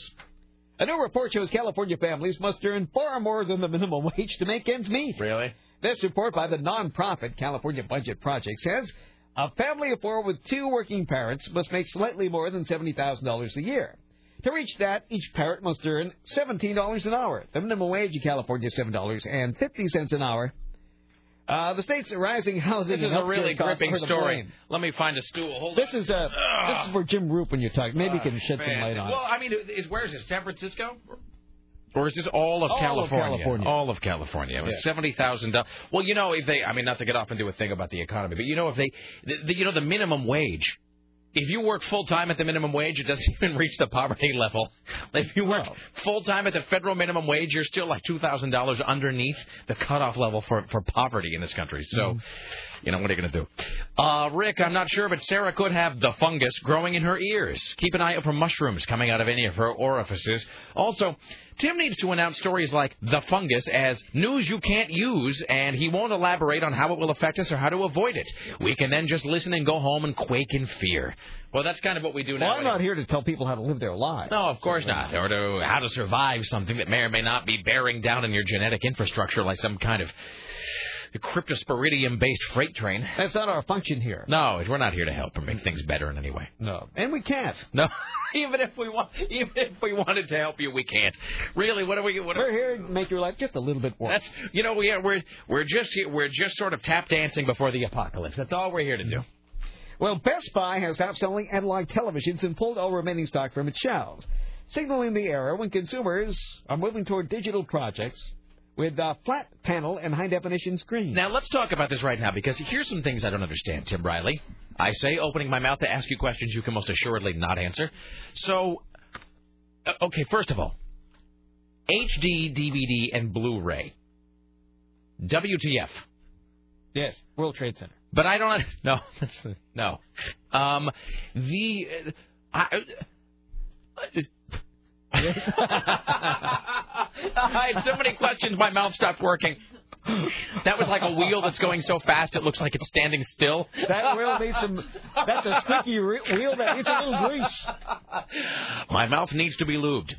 [SPEAKER 1] A new report shows California families must earn far more than the minimum (laughs) wage to make ends meet.
[SPEAKER 2] Really?
[SPEAKER 1] This report by the nonprofit California Budget Project says a family of four with two working parents must make slightly more than $70,000 a year. To reach that, each parent must earn $17 an hour. The minimum wage in California is $7.50 an hour. Uh, the state's rising housing
[SPEAKER 2] This is
[SPEAKER 1] and
[SPEAKER 2] a
[SPEAKER 1] healthcare
[SPEAKER 2] really
[SPEAKER 1] costs
[SPEAKER 2] gripping
[SPEAKER 1] are the
[SPEAKER 2] story.
[SPEAKER 1] blame.
[SPEAKER 2] Let me find a stool. Hold
[SPEAKER 1] This is uh,
[SPEAKER 2] Ugh.
[SPEAKER 1] this is for Jim Roop when you're talking. Maybe you can shed some
[SPEAKER 2] Man.
[SPEAKER 1] light on it.
[SPEAKER 2] Well, I mean, it- it- where is it? San Francisco? Or is this all of
[SPEAKER 1] All of
[SPEAKER 2] California?
[SPEAKER 1] California.
[SPEAKER 2] All of California. It was seventy thousand dollars. Well, you know, if they, I mean, not to get off into a thing about the economy, but you know, if they, the, the, you know, the minimum wage. If you work full time at the minimum wage, it doesn't (laughs) even reach the poverty level. If you work full time at the federal minimum wage, you're still like two thousand dollars underneath the cutoff level for for poverty in this country. So, you know, what are you going to do? Uh, Rick, I'm not sure, but Sarah could have the fungus growing in her ears. Keep an eye out for mushrooms coming out of any of her orifices. Also, Tim needs to announce stories like the fungus as news you can't use, and he won't elaborate on how it will affect us or how to avoid it. We can then just listen and go home and quake in fear. Well, that's kind of what we do
[SPEAKER 1] Well,
[SPEAKER 2] now.
[SPEAKER 1] I'm not here to tell people how to live their lives.
[SPEAKER 2] No, of course not. Or to how to survive something that may or may not be bearing down on your genetic infrastructure like some kind of cryptosporidium based freight train.
[SPEAKER 1] That's not our function here.
[SPEAKER 2] No, we're not here to help or make things better in any way.
[SPEAKER 1] No. And we can't.
[SPEAKER 2] (laughs) No. even if we want even if we wanted to help you, we can't. Really, what are we what are,
[SPEAKER 1] We're here to make your life just a little bit worse.
[SPEAKER 2] that's you know, we are we're we're just here we're just sort of tap dancing before the apocalypse. That's all we're here to do.
[SPEAKER 1] Well, Best Buy has stopped selling analog televisions and pulled all remaining stock from its shelves, signaling the era when consumers are moving toward digital projects with uh, flat panel and high definition screens.
[SPEAKER 2] Now let's talk about this right now because here's some things I don't understand, Tim Riley. I say opening my mouth to ask you questions you can most assuredly not answer. So, uh, okay, first of all, HD, DVD, and Blu-ray. WTF?
[SPEAKER 1] Yes, World Trade Center.
[SPEAKER 2] But I don't. (laughs) No, that's- no. Um, the. uh, I, (laughs) I had so many questions, my mouth stopped working. That was like a wheel that's going so fast it looks like it's standing still.
[SPEAKER 1] That wheel needs some. That's a squeaky re- wheel that needs a little grease.
[SPEAKER 2] My mouth needs to be lubed.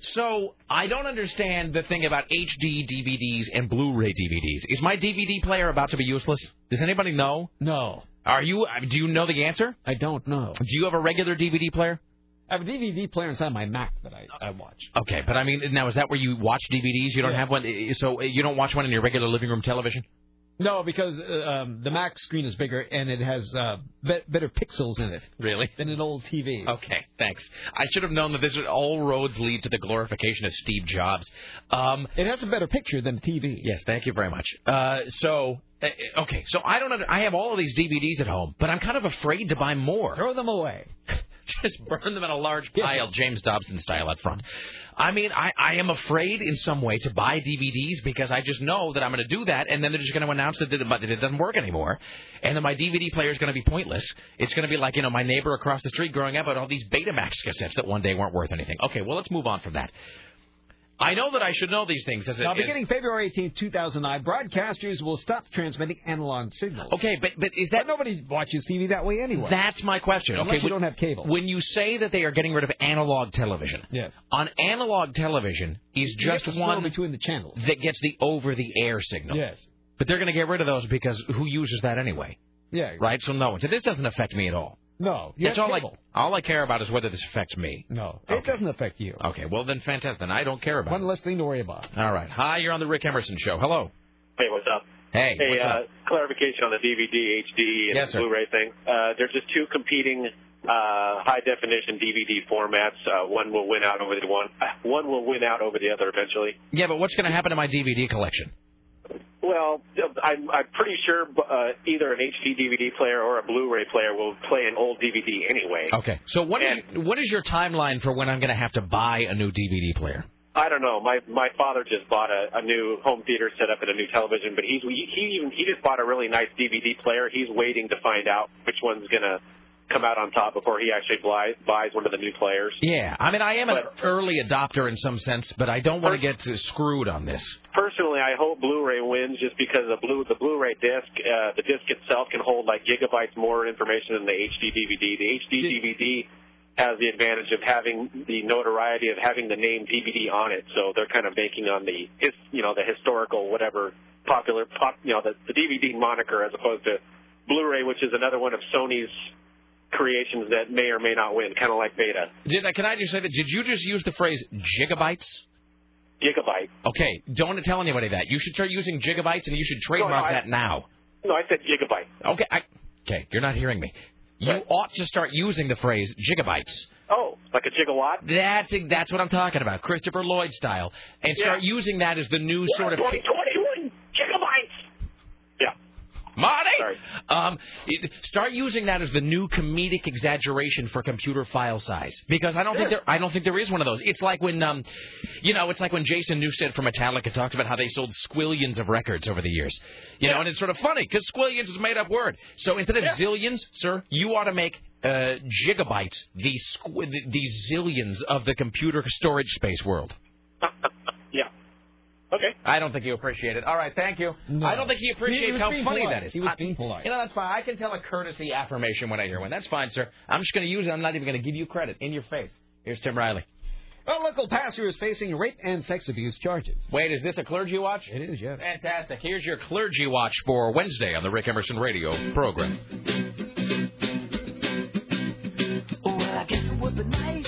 [SPEAKER 2] So I don't understand the thing about HD DVDs and Blu-ray DVDs. Is my DVD player about to be useless? Does anybody know?
[SPEAKER 1] No.
[SPEAKER 2] Are you? uh, Do you know the answer?
[SPEAKER 1] I don't know.
[SPEAKER 2] Do you have a regular DVD player?
[SPEAKER 1] I have a DVD player inside my Mac that I, I watch.
[SPEAKER 2] Okay, but I mean, now is that where you watch DVDs? You don't have one, so uh, you don't watch one in your regular living room television.
[SPEAKER 1] No, because uh, um, the Mac screen is bigger and it has uh, be- better pixels in it.
[SPEAKER 2] (laughs) Really?
[SPEAKER 1] Than an old TV.
[SPEAKER 2] Okay, thanks. I should have known that this would all roads lead to the glorification of Steve Jobs. Um,
[SPEAKER 1] it has a better picture than TV.
[SPEAKER 2] Yes, thank you very much. Uh, so, uh, okay, so I don't. Under, I have all of these DVDs at home, but I'm kind of afraid to buy more.
[SPEAKER 1] Throw them away.
[SPEAKER 2] (laughs) Just burn them in a large pile, James Dobson style, out front. I mean, I, I am afraid in some way to buy DVDs because I just know that I'm going to do that, and then they're just going to announce that it, that it doesn't work anymore, and then my DVD player is going to be pointless. It's going to be like you know my neighbor across the street growing up had all these Betamax cassettes that one day weren't worth anything. Okay, well let's move on from that. I know that I should know these things. As it
[SPEAKER 1] Now,
[SPEAKER 2] is.
[SPEAKER 1] beginning February 18, 2009, broadcasters will stop transmitting analog signals.
[SPEAKER 2] Okay, but but is that
[SPEAKER 1] nobody watches TV that way anyway?
[SPEAKER 2] That's my question.
[SPEAKER 1] Unless
[SPEAKER 2] okay,
[SPEAKER 1] you
[SPEAKER 2] when-
[SPEAKER 1] don't have cable.
[SPEAKER 2] When you say that they are getting rid of analog television,
[SPEAKER 1] Yes.
[SPEAKER 2] on analog television is
[SPEAKER 1] You
[SPEAKER 2] just
[SPEAKER 1] have to slow
[SPEAKER 2] one
[SPEAKER 1] between the channels.
[SPEAKER 2] that gets the over-the-air signal.
[SPEAKER 1] Yes.
[SPEAKER 2] But they're going to get rid of those because who uses that anyway?
[SPEAKER 1] Yeah.
[SPEAKER 2] Right. So no one. So this doesn't affect me at all.
[SPEAKER 1] No. You
[SPEAKER 2] That's
[SPEAKER 1] have
[SPEAKER 2] all
[SPEAKER 1] cable.
[SPEAKER 2] I all I care about is whether this affects me.
[SPEAKER 1] No, it doesn't affect you.
[SPEAKER 2] Okay. Well then, fantastic. Then I don't care about
[SPEAKER 1] One less thing to worry about.
[SPEAKER 2] it. All right. Hi, you're on the Rick Emerson show. Hello.
[SPEAKER 8] Hey, what's up?
[SPEAKER 2] Hey.
[SPEAKER 8] Hey,
[SPEAKER 2] what's
[SPEAKER 8] uh,
[SPEAKER 2] up?
[SPEAKER 8] clarification on the DVD, HD, and
[SPEAKER 2] Yes, sir.
[SPEAKER 8] Blu-ray thing. Uh, there's just two competing uh, high-definition DVD formats. Uh, one will win out over the one. uh, One will win out over the other eventually.
[SPEAKER 2] Yeah, but what's going to happen to my DVD collection?
[SPEAKER 8] Well, I'm, I'm pretty sure uh, either an HD DVD player or a Blu-ray player will play an old DVD anyway.
[SPEAKER 2] Okay. So what is what is your timeline for when I'm going to have to buy a new DVD player?
[SPEAKER 8] I don't know. My my father just bought a, a new home theater set up and a new television, but he's he, he even he just bought a really nice DVD player. He's waiting to find out which one's gonna come out on top before he actually buys buys one of the new players.
[SPEAKER 2] Yeah, I mean, I am an early adopter in some sense, but I don't want to get uh, screwed on this.
[SPEAKER 8] Personally, I hope Blu-ray wins just because the blue the Blu-ray disc uh, the disc itself can hold like gigabytes more information than the HD DVD. The HD DVD has the advantage of having the notoriety of having the name DVD on it, so they're kind of banking on the his you know the historical whatever popular pop you know the, the DVD moniker as opposed to Blu-ray, which is another one of Sony's creations that may or may not win, kind of like Beta.
[SPEAKER 2] Did I, can I just say that? Did you just use the phrase gigabytes?
[SPEAKER 8] Gigabyte.
[SPEAKER 2] Okay, don't tell anybody that. You should start using gigabytes, and you should trademark
[SPEAKER 8] I-
[SPEAKER 2] that now.
[SPEAKER 8] No, I said gigabyte.
[SPEAKER 2] Okay, I, okay, you're not hearing me. You ought to start using the phrase gigabytes.
[SPEAKER 8] Oh, like a gigawatt.
[SPEAKER 2] That's that's what I'm talking about, Christopher Lloyd style, and start using that as the new sort of.
[SPEAKER 8] gigabytes.
[SPEAKER 2] Marty, um, it- start using that as the new comedic exaggeration for computer file size because I don't think there I don't think there is one of those. It's like when um, you know, it's like when Jason Newsted from Metallica talked about how they sold squillions of records over the years, you know, and it's sort of funny because squillions is a made up word. So instead of zillions, sir, you ought to make uh, gigabytes the, squ- the the zillions of the computer storage space world.
[SPEAKER 8] yeah. Okay.
[SPEAKER 2] I don't think you appreciate it. All right, thank you. I don't think he appreciates
[SPEAKER 1] He was
[SPEAKER 2] how
[SPEAKER 1] being
[SPEAKER 2] funny
[SPEAKER 1] polite.
[SPEAKER 2] that is.
[SPEAKER 1] He was
[SPEAKER 2] I-
[SPEAKER 1] being polite.
[SPEAKER 2] You know, that's fine. I can tell a courtesy affirmation when I hear one. That's fine, sir. I'm just going to use it. I'm not even going to give you credit in your face. Here's Tim Riley.
[SPEAKER 1] A local pastor is facing rape and sex abuse charges.
[SPEAKER 2] Wait, is this a clergy watch?
[SPEAKER 1] It is, yes.
[SPEAKER 2] Fantastic. Here's your clergy watch for Wednesday on the Rick Emerson Radio program.
[SPEAKER 22] Well, I guess it would be nice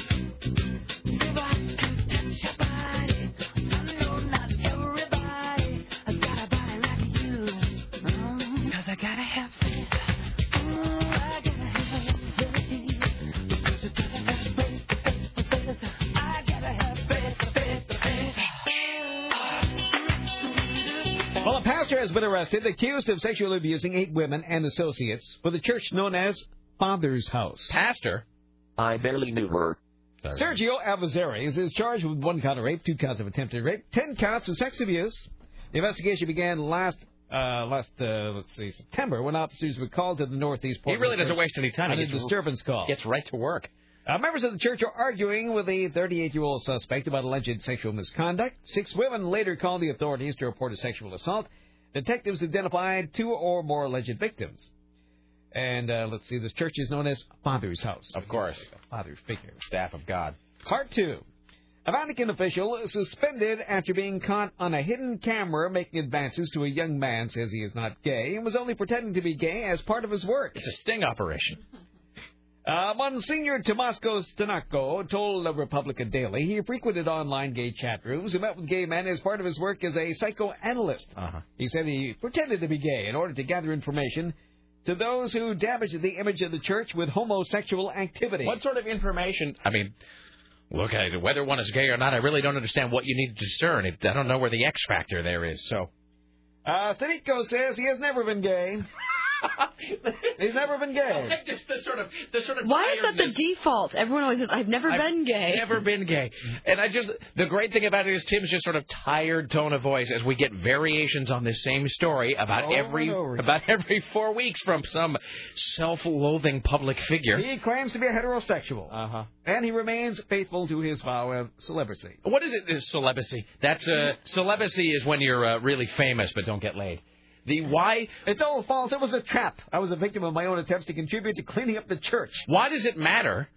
[SPEAKER 22] if I could touch your body. I know not everybody has got a body like you. Mm, 'cause I gotta have faith. Mm, I gotta have faith. Because you gotta have faith, faith, faith. I gotta have faith, faith, faith.
[SPEAKER 1] Well, a pastor has been arrested accused of sexually abusing eight women and associates with a church known as Father's House.
[SPEAKER 2] Pastor?
[SPEAKER 15] I barely knew her.
[SPEAKER 1] Sergio Alvazares is charged with one count of rape, two counts of attempted rape, ten counts of sex abuse. The investigation began last, uh, last uh, let's see, September when officers were called to the Northeast
[SPEAKER 2] He
[SPEAKER 1] Portland
[SPEAKER 2] really doesn't
[SPEAKER 1] church
[SPEAKER 2] waste any time.
[SPEAKER 1] On
[SPEAKER 2] He
[SPEAKER 1] a
[SPEAKER 2] gets-
[SPEAKER 1] disturbance call.
[SPEAKER 2] Gets right to work.
[SPEAKER 1] Uh, members of the church are arguing with a 38-year-old suspect about alleged sexual misconduct. Six women later called the authorities to report a sexual assault. Detectives identified two or more alleged victims. And uh, let's see, this church is known as Father's House. Of
[SPEAKER 2] course.
[SPEAKER 1] Father's figure.
[SPEAKER 2] Staff of God.
[SPEAKER 1] Part two. A Vatican official suspended after being caught on a hidden camera making advances to a young man says he is not gay and was only pretending to be gay as part of his work.
[SPEAKER 2] It's a sting operation.
[SPEAKER 1] Uh, Monsignor Tomasco Stanacco told La Repubblica Daily he frequented online gay chat rooms and met with gay men as part of his work as a psychoanalyst.
[SPEAKER 2] Uh-huh.
[SPEAKER 1] He said he pretended to be gay in order to gather information to those who damaged the image of the church with homosexual activity.
[SPEAKER 2] What sort of information? I mean, look at it, whether one is gay or not. I really don't understand what you need to discern. It, I don't know where the X factor there is. So
[SPEAKER 1] Uh, Stanico says he has never
[SPEAKER 2] (laughs)
[SPEAKER 1] been gay. He's never been gay.
[SPEAKER 2] Just the sort of the sort of
[SPEAKER 3] Why is that the
[SPEAKER 2] tiredness.
[SPEAKER 3] default? Everyone always says, I've never
[SPEAKER 2] I've
[SPEAKER 3] been gay.
[SPEAKER 2] Never been gay. And I just the great thing about it is Tim's just sort of tired tone of voice as we get variations on this same story about
[SPEAKER 1] Over
[SPEAKER 2] every
[SPEAKER 1] and over.
[SPEAKER 2] about every four weeks from some self-loathing public figure.
[SPEAKER 1] He claims to be a heterosexual.
[SPEAKER 2] Uh huh.
[SPEAKER 1] And he remains faithful to his vow of celibacy.
[SPEAKER 2] What is it? Is celibacy? That's uh, celibacy is when you're uh, really famous but don't get laid. The why?
[SPEAKER 1] It's all false. It was a trap. I was a victim of my own attempts to contribute to cleaning up the church.
[SPEAKER 2] Why does it matter?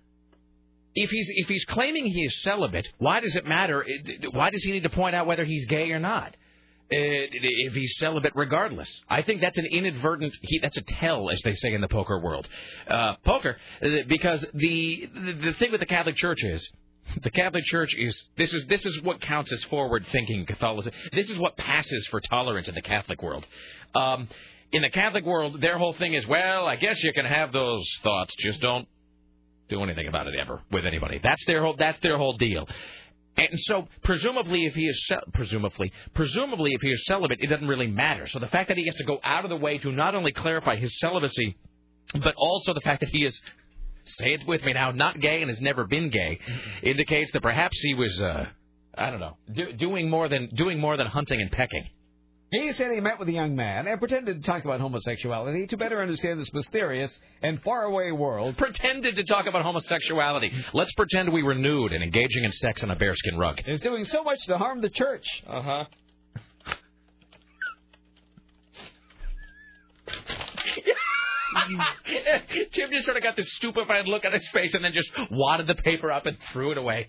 [SPEAKER 2] If he's if he's claiming he is celibate, why does it matter? It- Why does he need to point out whether he's gay or not? Uh, If he's celibate, regardless, I think that's an inadvertent. He, that's a tell, as they say in the poker world, uh, poker, uh, because the, the the thing with the Catholic Church is. The Catholic Church is this is this is what counts as forward thinking Catholicism. This is what passes for tolerance in the Catholic world. Um, in the Catholic world, their whole thing is, well, I guess you can have those thoughts, just don't do anything about it ever with anybody. That's their whole. That's their whole deal. And so, presumably, if he is cel- presumably presumably if he is celibate, it doesn't really matter. So the fact that he has to go out of the way to not only clarify his celibacy, but also the fact that he is say it with me now not gay and has never been gay indicates that perhaps he was uh, I don't know do, doing more than doing more than hunting and pecking. (laughs)
[SPEAKER 1] He said he met with a young man and pretended to talk about homosexuality to better understand this mysterious and faraway world.
[SPEAKER 2] Pretended to talk about homosexuality. Let's pretend we were nude and engaging in sex on a bearskin rug. (laughs)
[SPEAKER 1] Is doing so much to harm the church.
[SPEAKER 2] Uh huh. Tim just sort of got this stupefied look on his face and then just wadded the paper up and threw it away.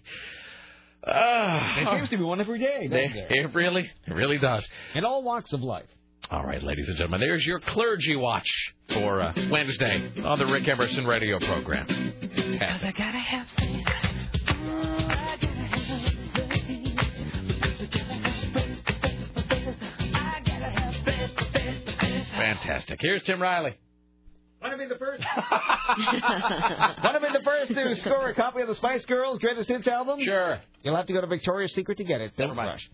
[SPEAKER 2] Ah.
[SPEAKER 1] There seems to be one every day, doesn't there?
[SPEAKER 2] (laughs) It really, it really does.
[SPEAKER 1] In all walks of life.
[SPEAKER 2] All right, ladies and gentlemen, there's your clergy watch for uh, Wednesday on the Rick Emerson radio program. Fantastic.
[SPEAKER 22] I gotta have
[SPEAKER 2] Fantastic. Here's Tim Riley.
[SPEAKER 1] Want to be
[SPEAKER 12] (laughs)
[SPEAKER 1] the first? Want to be the first to score a copy of the Spice Girls' Greatest Hits album?
[SPEAKER 2] Sure.
[SPEAKER 1] You'll have to go to Victoria's Secret to get it. Don't rush.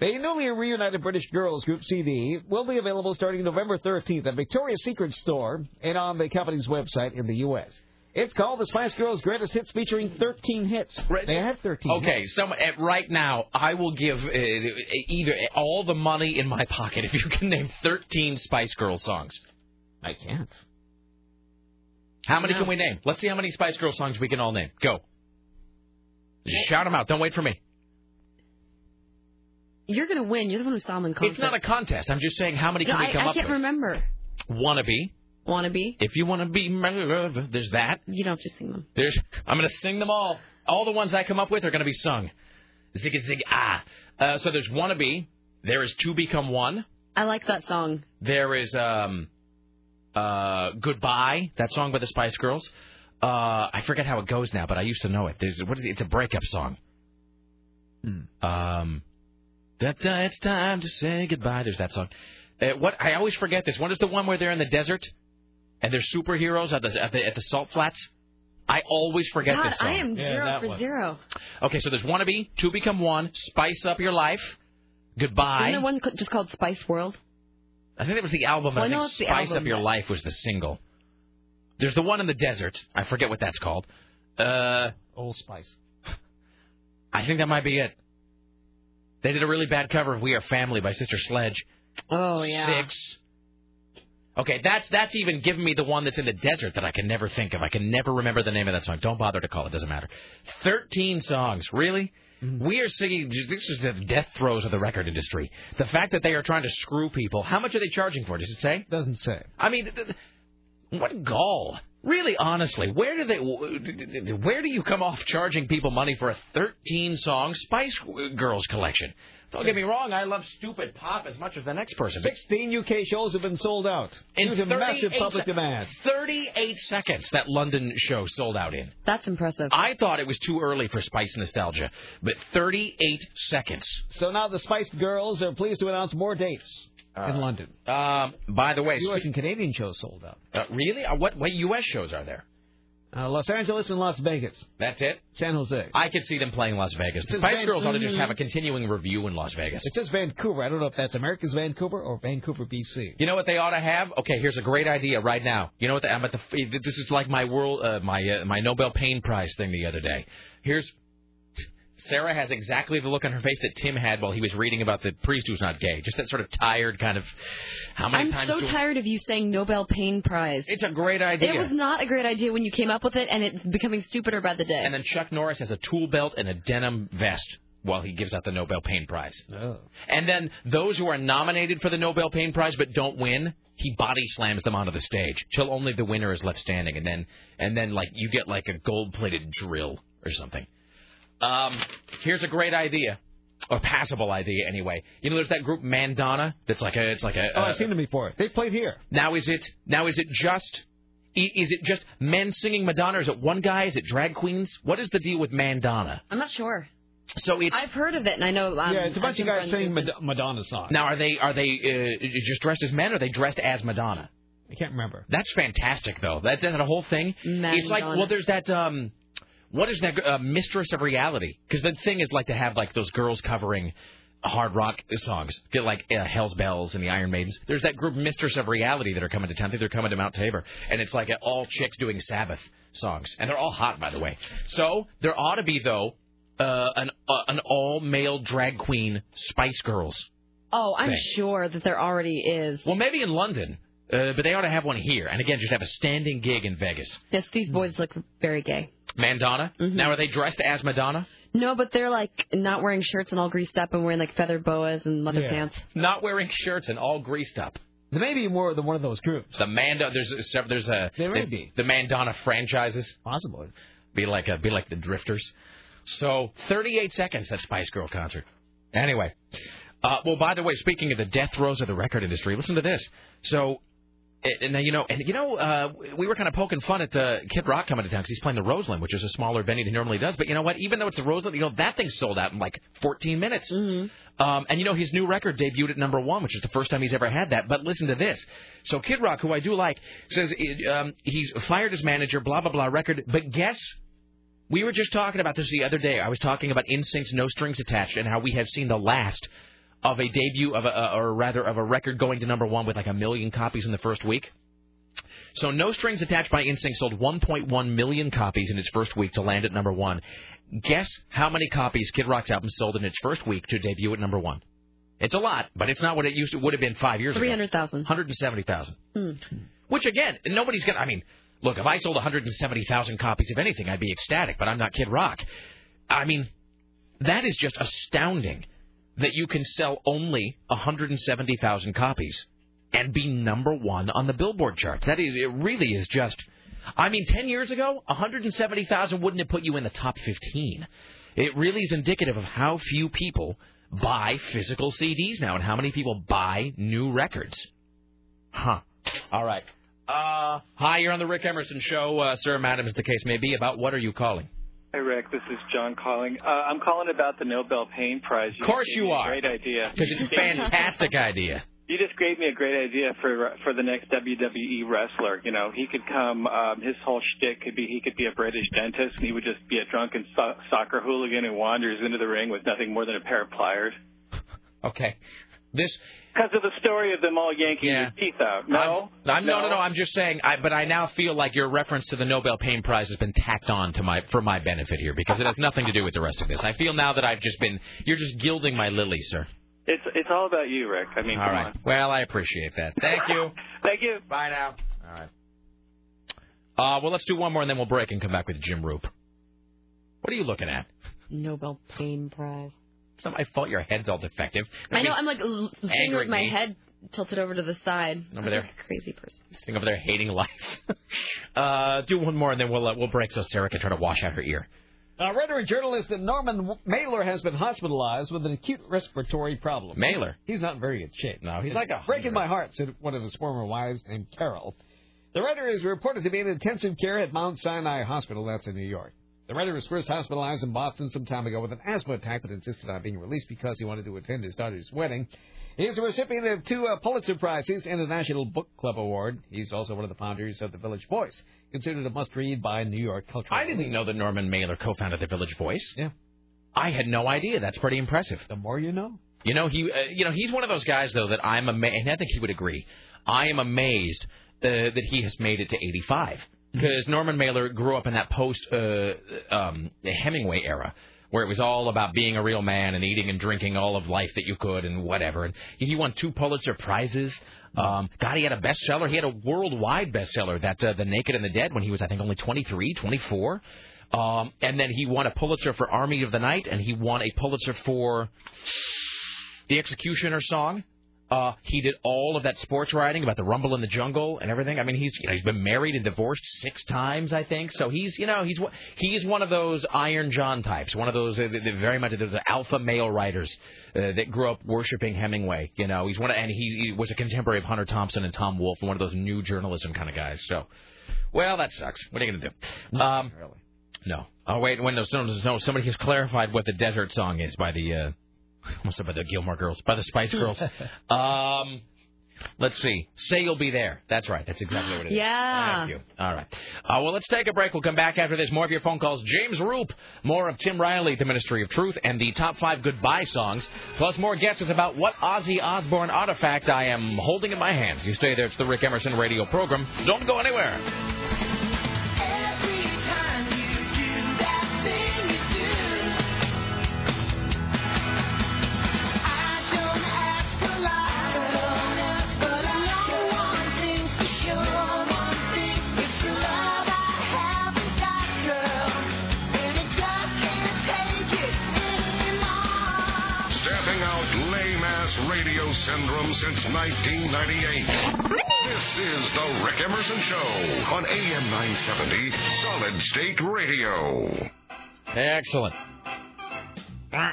[SPEAKER 1] The newly reunited British Girls Group CD will be available starting November 13th at Victoria's Secret Store and on the company's website in the U.S. It's called the Spice Girls Greatest Hits featuring 13 hits. They had 13 hits.
[SPEAKER 2] Okay, some at right now, I will give uh, either all the money in my pocket if you can name 13 Spice Girl songs.
[SPEAKER 1] I can't.
[SPEAKER 2] How many can we name? Let's see how many Spice Girl songs we can all name. Go. Just shout them out. Don't wait for me.
[SPEAKER 3] You're going to win. You're the one who saw him in concert.
[SPEAKER 2] It's not a contest. I'm just saying how many
[SPEAKER 3] No,
[SPEAKER 2] can we
[SPEAKER 3] I,
[SPEAKER 2] come
[SPEAKER 3] I
[SPEAKER 2] up
[SPEAKER 3] can't
[SPEAKER 2] with?
[SPEAKER 3] remember.
[SPEAKER 2] Wannabe.
[SPEAKER 3] Wannabe.
[SPEAKER 2] If you want to be, there's that.
[SPEAKER 3] You don't have to sing them.
[SPEAKER 2] There's. I'm gonna sing them all. All the ones I come up with are gonna be sung. Zig zig ah. Uh, so there's wannabe. There is to become one.
[SPEAKER 3] I like that song.
[SPEAKER 2] There is um, uh, goodbye. That song by the Spice Girls. Uh, I forget how it goes now, but I used to know it. There's what is it? It's a breakup song. Um, that it's time to say goodbye. There's that song. Uh, what I always forget this one is the one where they're in the desert and they're superheroes at the at the, at the salt flats. I always forget
[SPEAKER 3] God,
[SPEAKER 2] this song.
[SPEAKER 3] I am zero for zero.
[SPEAKER 2] Okay, so there's wannabe, two become one, spice up your life, goodbye.
[SPEAKER 3] Isn't there one c- just called Spice World?
[SPEAKER 2] I think that was the album.
[SPEAKER 3] Well,
[SPEAKER 2] and I
[SPEAKER 3] no,
[SPEAKER 2] think
[SPEAKER 3] it's the
[SPEAKER 2] Spice
[SPEAKER 3] album,
[SPEAKER 2] Up Your
[SPEAKER 3] but-
[SPEAKER 2] Life was the single. There's the one in the desert. I forget what that's called. Uh,
[SPEAKER 1] Old Spice.
[SPEAKER 2] I think that might be it. They did a really bad cover of We Are Family by Sister Sledge.
[SPEAKER 3] Oh yeah.
[SPEAKER 2] Six. Okay, that's that's even giving me the one that's in the desert that I can never think of. I can never remember the name of that song. Don't bother to call it. Doesn't matter. Thirteen songs, really. We are singing. This is the death throes of the record industry. The fact that they are trying to screw people. How much are they charging for? Does it say?
[SPEAKER 1] Doesn't say.
[SPEAKER 2] I mean, th- th- what gall? Really, honestly, where do they? Where do you come off charging people money for a 13-song Spice Girls collection? Don't get me wrong, I love stupid pop as much as the next person. but
[SPEAKER 1] 16 UK shows have been sold out
[SPEAKER 2] In
[SPEAKER 1] due to massive
[SPEAKER 2] 38
[SPEAKER 1] public
[SPEAKER 2] se-
[SPEAKER 1] demand.
[SPEAKER 2] 38 seconds that London show sold out in.
[SPEAKER 3] That's impressive.
[SPEAKER 2] I thought it was too early for Spice nostalgia, but 38 seconds.
[SPEAKER 1] So now the Spice Girls are pleased to announce more dates
[SPEAKER 2] Uh,
[SPEAKER 1] in London.
[SPEAKER 2] Um, by the way,
[SPEAKER 1] U.S. and Canadian shows sold out.
[SPEAKER 2] Uh, really? Uh, what what U.S. shows are there?
[SPEAKER 1] Uh, Los Angeles and Las Vegas.
[SPEAKER 2] That's it.
[SPEAKER 1] San Jose.
[SPEAKER 2] I could see them playing Las Vegas. The
[SPEAKER 1] Just
[SPEAKER 2] Spice
[SPEAKER 1] Van-
[SPEAKER 2] Girls ought to just have a continuing review in Las Vegas.
[SPEAKER 1] It's just Vancouver. I don't know if that's America's Vancouver or Vancouver, B.C.
[SPEAKER 2] You know what they ought to have? Okay, here's a great idea right now. You know what? The, I'm at the. This is like my world, uh, my uh, my Nobel Pain Prize thing the other day. Here's Sarah has exactly the look on her face that Tim had while he was reading about the priest who's not gay. Just that sort of tired kind of. How many
[SPEAKER 3] I'm
[SPEAKER 2] times?
[SPEAKER 3] so
[SPEAKER 2] do-
[SPEAKER 3] tired of you saying Nobel Pain Prize.
[SPEAKER 2] It's a great idea.
[SPEAKER 3] It was not a great idea when you came up with it, and it's becoming stupider by the day.
[SPEAKER 2] And then Chuck Norris has a tool belt and a denim vest while he gives out the Nobel Pain Prize. And then those who are nominated for the Nobel Pain Prize but don't win, he body slams them onto the stage till only the winner is left standing. And then and then like you get like a gold plated drill or something. Um, here's a great idea. Or passable idea anyway. You know, there's that group Mandana that's like a, it's like a.
[SPEAKER 1] Oh,
[SPEAKER 2] uh,
[SPEAKER 1] I've seen them before. They played here.
[SPEAKER 2] now is it now is it just i- is it just men singing Madonna? Is it one guy? Is it drag queens? What is the deal with Mandana?
[SPEAKER 3] I'm not sure.
[SPEAKER 2] So it's
[SPEAKER 3] I've heard of it, and I know. Um,
[SPEAKER 1] yeah, it's a bunch of
[SPEAKER 3] I've
[SPEAKER 1] guys
[SPEAKER 3] been friends
[SPEAKER 1] singing Mad- Madonna songs.
[SPEAKER 2] now are they are they uh, just dressed as men? Or are they dressed as Madonna?
[SPEAKER 1] I can't remember.
[SPEAKER 2] That's fantastic though. That that whole thing. It's like
[SPEAKER 1] Madonna.
[SPEAKER 2] well, there's that um. What is that uh, mistress of reality? Because the thing is like to have like those girls covering hard rock songs, get like uh, Hell's Bells and the Iron Maidens. There's that group Mistress of Reality that are coming to town. I think they're coming to Mount Tabor, and it's like uh, all chicks doing Sabbath songs, and they're all hot by the way. So there ought to be though uh, an uh, an all male drag queen Spice Girls.
[SPEAKER 3] with- Oh, I'm
[SPEAKER 2] thing.
[SPEAKER 3] sure that there already is.
[SPEAKER 2] Well, maybe in London, uh, but they ought to have one here. And again, just have a standing gig in Vegas.
[SPEAKER 3] Yes, these boys look very gay.
[SPEAKER 2] Mandana.
[SPEAKER 3] Mm-hmm.
[SPEAKER 2] Now, are they dressed as Madonna?
[SPEAKER 3] No, but they're like not wearing shirts and all greased up, and wearing like feather boas and leather pants.
[SPEAKER 2] Not wearing shirts and all greased up.
[SPEAKER 1] There may be more than one of those groups.
[SPEAKER 2] The Manda, there's a, sev- there's a
[SPEAKER 1] There may
[SPEAKER 2] the,
[SPEAKER 1] be.
[SPEAKER 2] the Mandana franchises.
[SPEAKER 1] Possibly.
[SPEAKER 2] Be like a, be like the Drifters. So 38 seconds that Spice Girl concert. Anyway, uh, well, by the way, speaking of the death throes of the record industry, listen to this. So. and- And now you know, and you know, uh, we were kind of poking fun at uh, Kid Rock coming to town because he's playing the Roseland, which is a smaller venue than he normally does. But you know what? Even though it's the Roseland, you know that thing sold out in like 14 minutes. Um, and you know his new record debuted at number one, which is the first time he's ever had that. But listen to this. So Kid Rock, who I do like, says it, um, he's fired his manager, blah blah blah record. But guess we were just talking about this the other day. I was talking about Instinct's No Strings Attached and how we have seen the last of a debut of a, or rather of a record going to number one with like a million copies in the first week. So No Strings Attached by Instinct sold 1.1 million copies in its first week to land at number one. Guess how many copies Kid Rock's album sold in its first week to debut at number one? It's a lot, but it's not what it used to would have been five years ago.
[SPEAKER 3] 300,000.
[SPEAKER 2] 170,000.
[SPEAKER 3] Hmm.
[SPEAKER 2] Which again, nobody's gonna. I mean, look, if I sold 170,000 copies of anything, I'd be ecstatic. But I'm not Kid Rock. I mean, that is just astounding that you can sell only 170,000 copies and be number one on the Billboard charts. That is, it really is just. I mean, 10 years ago, 170,000 wouldn't have put you in the top 15. It really is indicative of how few people buy physical CDs now and how many people buy new records. Huh. All right. Uh, hi, you're on the Rick Emerson Show, uh, sir, madam, as the case may be. About what are you calling?
[SPEAKER 4] Hi, Rick. This is John calling. Uh, I'm calling about the Nobel Pain Prize.
[SPEAKER 2] Of course
[SPEAKER 4] just gave
[SPEAKER 2] you
[SPEAKER 4] me a
[SPEAKER 2] are.
[SPEAKER 4] Great idea.
[SPEAKER 2] Because it's
[SPEAKER 13] (laughs)
[SPEAKER 2] a fantastic idea.
[SPEAKER 4] You just gave me a great idea for for the next WWE wrestler. You know, he could come. Um, his whole shtick could be he could be a British dentist, and he would just be a drunken so- soccer hooligan who wanders into the ring with nothing more than a pair of pliers.
[SPEAKER 2] Okay. This
[SPEAKER 4] because of the story of them all yanking
[SPEAKER 2] Yeah.
[SPEAKER 4] their teeth out. No,
[SPEAKER 2] I'm, I'm, no, no, no. I'm just saying. I, but I now feel like your reference to the Nobel Pain Prize has been tacked on to my for my benefit here because it has nothing to do with the rest of this. I feel now that I've just been. You're just gilding my lily, sir.
[SPEAKER 4] It's it's all about you, Rick. I mean,
[SPEAKER 2] All
[SPEAKER 4] come
[SPEAKER 2] right.
[SPEAKER 4] on.
[SPEAKER 2] Well, I appreciate that. Thank you.
[SPEAKER 4] (laughs) Thank you.
[SPEAKER 2] Bye now. All right. Uh, well, let's do one more and then we'll break and come back with Jim Roop. What are you looking at?
[SPEAKER 3] Nobel Pain Prize.
[SPEAKER 2] It's not my fault your head's all defective.
[SPEAKER 3] I know. I'm like l- sitting
[SPEAKER 2] Angry
[SPEAKER 3] with my
[SPEAKER 2] me.
[SPEAKER 3] head
[SPEAKER 8] tilted over to the side.
[SPEAKER 2] (laughs) Over there.
[SPEAKER 8] Like a crazy person.
[SPEAKER 2] Sitting over there hating life. (laughs) uh, do one more and then we'll uh, we'll break so Sarah can try to wash out her ear.
[SPEAKER 1] Uh, writer and journalist Norman Mailer has been hospitalized with an acute respiratory problem.
[SPEAKER 2] Mailer?
[SPEAKER 1] He's not in very good shape.
[SPEAKER 2] No,
[SPEAKER 1] he's like breaking my heart, said one of his former wives named Carol. The writer is reported to be in intensive care at Mount Sinai Hospital, that's in New York. The writer was first hospitalized in Boston some time ago with an asthma attack, but insisted on being released because he wanted to attend his daughter's wedding. He is a recipient of two uh, Pulitzer Prizes and a National Book Club Award. He's also one of the founders of The Village Voice, considered a must-read by New York culture.
[SPEAKER 2] I didn't know that Norman Mailer co-founded the Village Voice.
[SPEAKER 1] Yeah.
[SPEAKER 2] I had no idea. That's pretty impressive.
[SPEAKER 1] The more you know.
[SPEAKER 2] You know he, uh, you know he's one of those guys though that I'm amazed, and I think he would agree. I am amazed uh, that he has made it to 85
[SPEAKER 1] Mm-hmm.
[SPEAKER 2] because Norman Mailer grew up in that post uh, um, Hemingway era where it was all about being a real man and eating and drinking all of life that you could and whatever. And he won two Pulitzer prizes. Um, God, he had a bestseller. He had a worldwide bestseller, that uh, The Naked and the Dead, when he was I think only 23, 24. Um, and then he won a Pulitzer for Army of the Night, and he won a Pulitzer for The Executioner song. Uh, he did all of that sports writing about the rumble in the jungle and everything. I mean, he's you know he's been married and divorced six times, I think. So he's you know he's one- he's one of those Iron John types, one of those uh, th- th- very much those alpha male writers uh, that grew up worshiping Hemingway. You know, he's one of, and he, he was a contemporary of Hunter Thompson and Tom Wolfe, one of those new journalism kind of guys. So, well, that sucks. What are you gonna do? Um, No. Oh wait, wait, no, no, no. Somebody has clarified what the desert song is by the. Uh, (laughs) almost said by the Gilmore Girls, by the Spice Girls. um, let's see. Say you'll be there. That's right. That's exactly what it is.
[SPEAKER 8] Yeah.
[SPEAKER 2] Thank you. All right. Uh, well, let's take a break. We'll come back after this. More of your phone calls. James Roop, more of Tim Riley, the Ministry of Truth, and the top five goodbye songs, plus more guesses about what Ozzy Osbourne artifact I am holding in my hands. You stay there. It's the Rick Emerson radio program. Don't go anywhere.
[SPEAKER 5] Stamping out lame ass radio syndrome since 1998. This is The Rick Emerson Show on AM 970 Solid State Radio.
[SPEAKER 2] Excellent. Oh,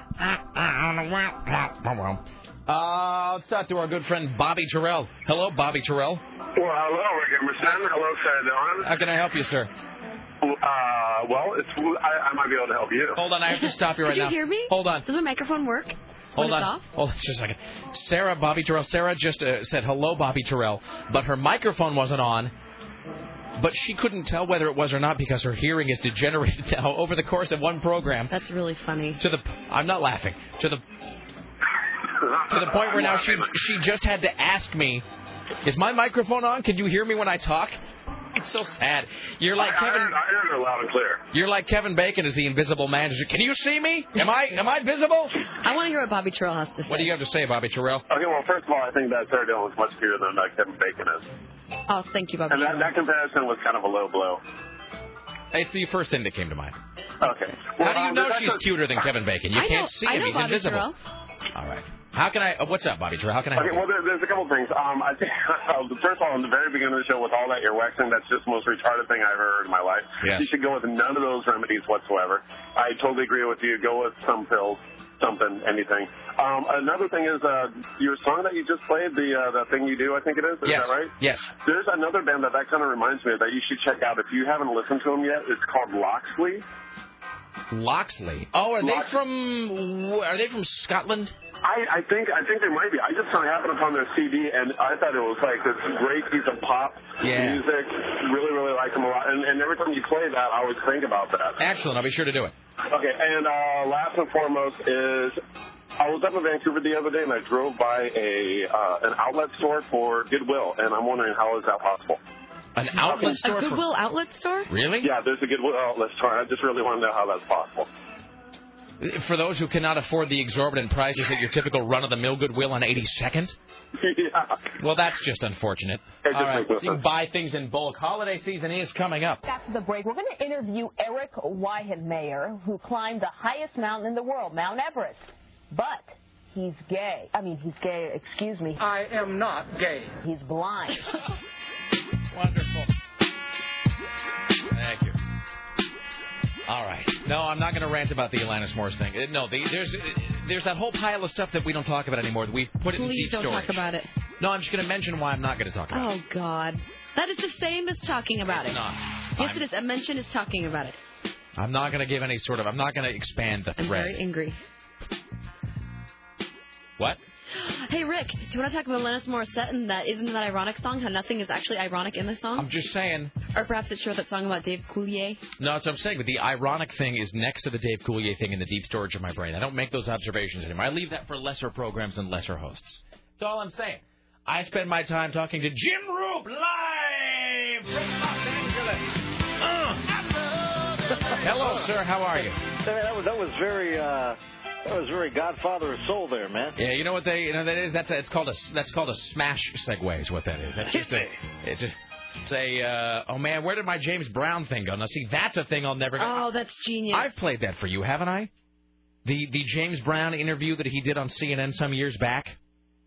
[SPEAKER 2] Uh, let's talk to our good friend Bobby Terrell. Hello, Bobby Terrell.
[SPEAKER 28] Well, hello, Rick Emerson. Hello, Senator Don.
[SPEAKER 2] How can I help you, sir?
[SPEAKER 28] Uh, well, it's I, I might be able to help you.
[SPEAKER 2] Hold on, I have to stop you right
[SPEAKER 8] Did you
[SPEAKER 2] now.
[SPEAKER 8] hear me?
[SPEAKER 2] Hold on.
[SPEAKER 8] Does the microphone work? when
[SPEAKER 2] Hold
[SPEAKER 8] It's
[SPEAKER 2] on.
[SPEAKER 8] off?
[SPEAKER 2] Hold on just a second. Sarah, Bobby Terrell. Sarah just uh, said hello, Bobby Terrell, but her microphone wasn't on. But she couldn't tell whether it was or not because her hearing is degenerated (laughs) now over the course of one program.
[SPEAKER 8] That's really funny.
[SPEAKER 2] To the, I'm not laughing. To the, to the point where now she she just had to ask me, is my microphone on? Can you hear me when I talk? It's so sad. You're like
[SPEAKER 28] I, I,
[SPEAKER 2] Kevin.
[SPEAKER 28] heard, I heard her loud and clear.
[SPEAKER 2] You're like Kevin Bacon is the Invisible Man. Can you see me? Am I am I visible?
[SPEAKER 8] I want to hear what Bobby Terrell has to say.
[SPEAKER 2] What do you have to say, Bobby Terrell?
[SPEAKER 28] Okay, well, first of all, I think that Sarah Dillon was much bigger than uh, Kevin Bacon is,
[SPEAKER 8] Oh, thank you, Bobby.
[SPEAKER 28] and that, that comparison was kind of a low blow.
[SPEAKER 2] It's the first thing that came to mind.
[SPEAKER 28] Okay.
[SPEAKER 2] How do you
[SPEAKER 28] um,
[SPEAKER 2] know
[SPEAKER 28] that's
[SPEAKER 2] she's
[SPEAKER 28] a-
[SPEAKER 2] cuter than Kevin Bacon? You
[SPEAKER 28] I know-
[SPEAKER 2] can't see
[SPEAKER 28] I
[SPEAKER 2] him.
[SPEAKER 28] know
[SPEAKER 2] He's
[SPEAKER 28] Bobby
[SPEAKER 2] invisible.
[SPEAKER 28] Terrell.
[SPEAKER 2] All right. How can I? uh, What's up, Bobby Terrell? How can I?
[SPEAKER 28] Okay,
[SPEAKER 2] Help
[SPEAKER 28] well, there, there's a couple things. Um, I think (laughs) uh, first of all, in the very beginning of the show, with all that earwaxing, that's just the most retarded thing I ever heard in my life.
[SPEAKER 2] Yes.
[SPEAKER 28] You should go with none of those remedies whatsoever. I totally agree with you. Go with some pills, something, anything. Um, another thing is uh, your song that you just played, the uh, the thing you do, I think it is. Is
[SPEAKER 2] Yes.
[SPEAKER 28] that right?
[SPEAKER 2] Yes.
[SPEAKER 28] There's another band that that kind of reminds me of that you should check out if you haven't listened to them yet. It's called Loxley.
[SPEAKER 2] you? Loxley. Oh, are they from? Are they from Scotland?
[SPEAKER 28] I, I think I think they might be. I just kind of happened upon their CD, and I thought it was like this great piece of pop
[SPEAKER 2] Yeah.
[SPEAKER 28] music. Really, really liked them a lot. And, and every time you play that, I always think about that.
[SPEAKER 2] Excellent. I'll be sure to do it.
[SPEAKER 28] Okay, and uh, last and foremost is I was up in Vancouver the other day, and I drove by a uh, an outlet store for Goodwill, and I'm wondering how is that possible?
[SPEAKER 2] An
[SPEAKER 8] a Goodwill outlet store?
[SPEAKER 2] Really?
[SPEAKER 28] Yeah, there's a Goodwill outlet store. and I just really want to know how that's possible.
[SPEAKER 2] For those who cannot afford the exorbitant prices at your typical run-of-the-mill Goodwill on 82nd.
[SPEAKER 28] yeah.
[SPEAKER 2] Well, that's just unfortunate.
[SPEAKER 28] It
[SPEAKER 2] All
[SPEAKER 28] just
[SPEAKER 2] right.
[SPEAKER 28] makes no
[SPEAKER 2] You can
[SPEAKER 28] sense.
[SPEAKER 2] buy things in bulk. Holiday season is coming up.
[SPEAKER 3] After the break, we're going to interview Eric Weihenmayer, who climbed the highest mountain in the world, Mount Everest. But
[SPEAKER 10] he's gay. I mean, he's gay, excuse me. I am not gay. He's
[SPEAKER 22] (laughs)
[SPEAKER 10] blind.
[SPEAKER 2] Wonderful. Thank you. All right. No, I'm not going to rant about the Alanis Morris thing. Uh, No, the, there's uh, there's that whole pile of stuff that we don't talk about anymore. We put it in
[SPEAKER 3] Please
[SPEAKER 2] deep
[SPEAKER 3] don't
[SPEAKER 2] storage.
[SPEAKER 3] talk about it.
[SPEAKER 2] No, I'm just going to mention why I'm not going to talk about it.
[SPEAKER 3] Oh God, that is the same as talking about
[SPEAKER 2] It's
[SPEAKER 3] it.
[SPEAKER 2] not.
[SPEAKER 3] Yes,
[SPEAKER 2] I'm-
[SPEAKER 3] it is. A mention is talking about it.
[SPEAKER 2] I'm not going to give any sort of. I'm not going to expand the
[SPEAKER 3] I'm
[SPEAKER 2] thread.
[SPEAKER 3] very angry.
[SPEAKER 2] What?
[SPEAKER 3] Hey Rick, do you want to talk about Alanis Morissette and that isn't that ironic song? How nothing is actually ironic in the song,
[SPEAKER 2] I'm just saying.
[SPEAKER 3] or perhaps it's short that song about Dave Coulier.
[SPEAKER 2] No, that's what I'm saying. But the ironic thing is next to the Dave Coulier thing in the deep storage of my brain. I don't make those observations anymore. I leave that for lesser programs and lesser hosts. That's all I'm saying. I spend my time talking to Jim Rube live from Los Angeles. Uh. Hello, sir. How are you?
[SPEAKER 11] that was that was very uh, that was very Godfather of Soul there, man.
[SPEAKER 2] Yeah, you know what they you know that is that's it's called a that's called a smash segue is what that is. That's just a it's a, it's a uh, oh man, where did my James Brown thing go? Now see, that's a thing I'll never.
[SPEAKER 3] Oh, that's genius.
[SPEAKER 2] I've played that for you, haven't I? The the James Brown interview that he did on CNN some years back.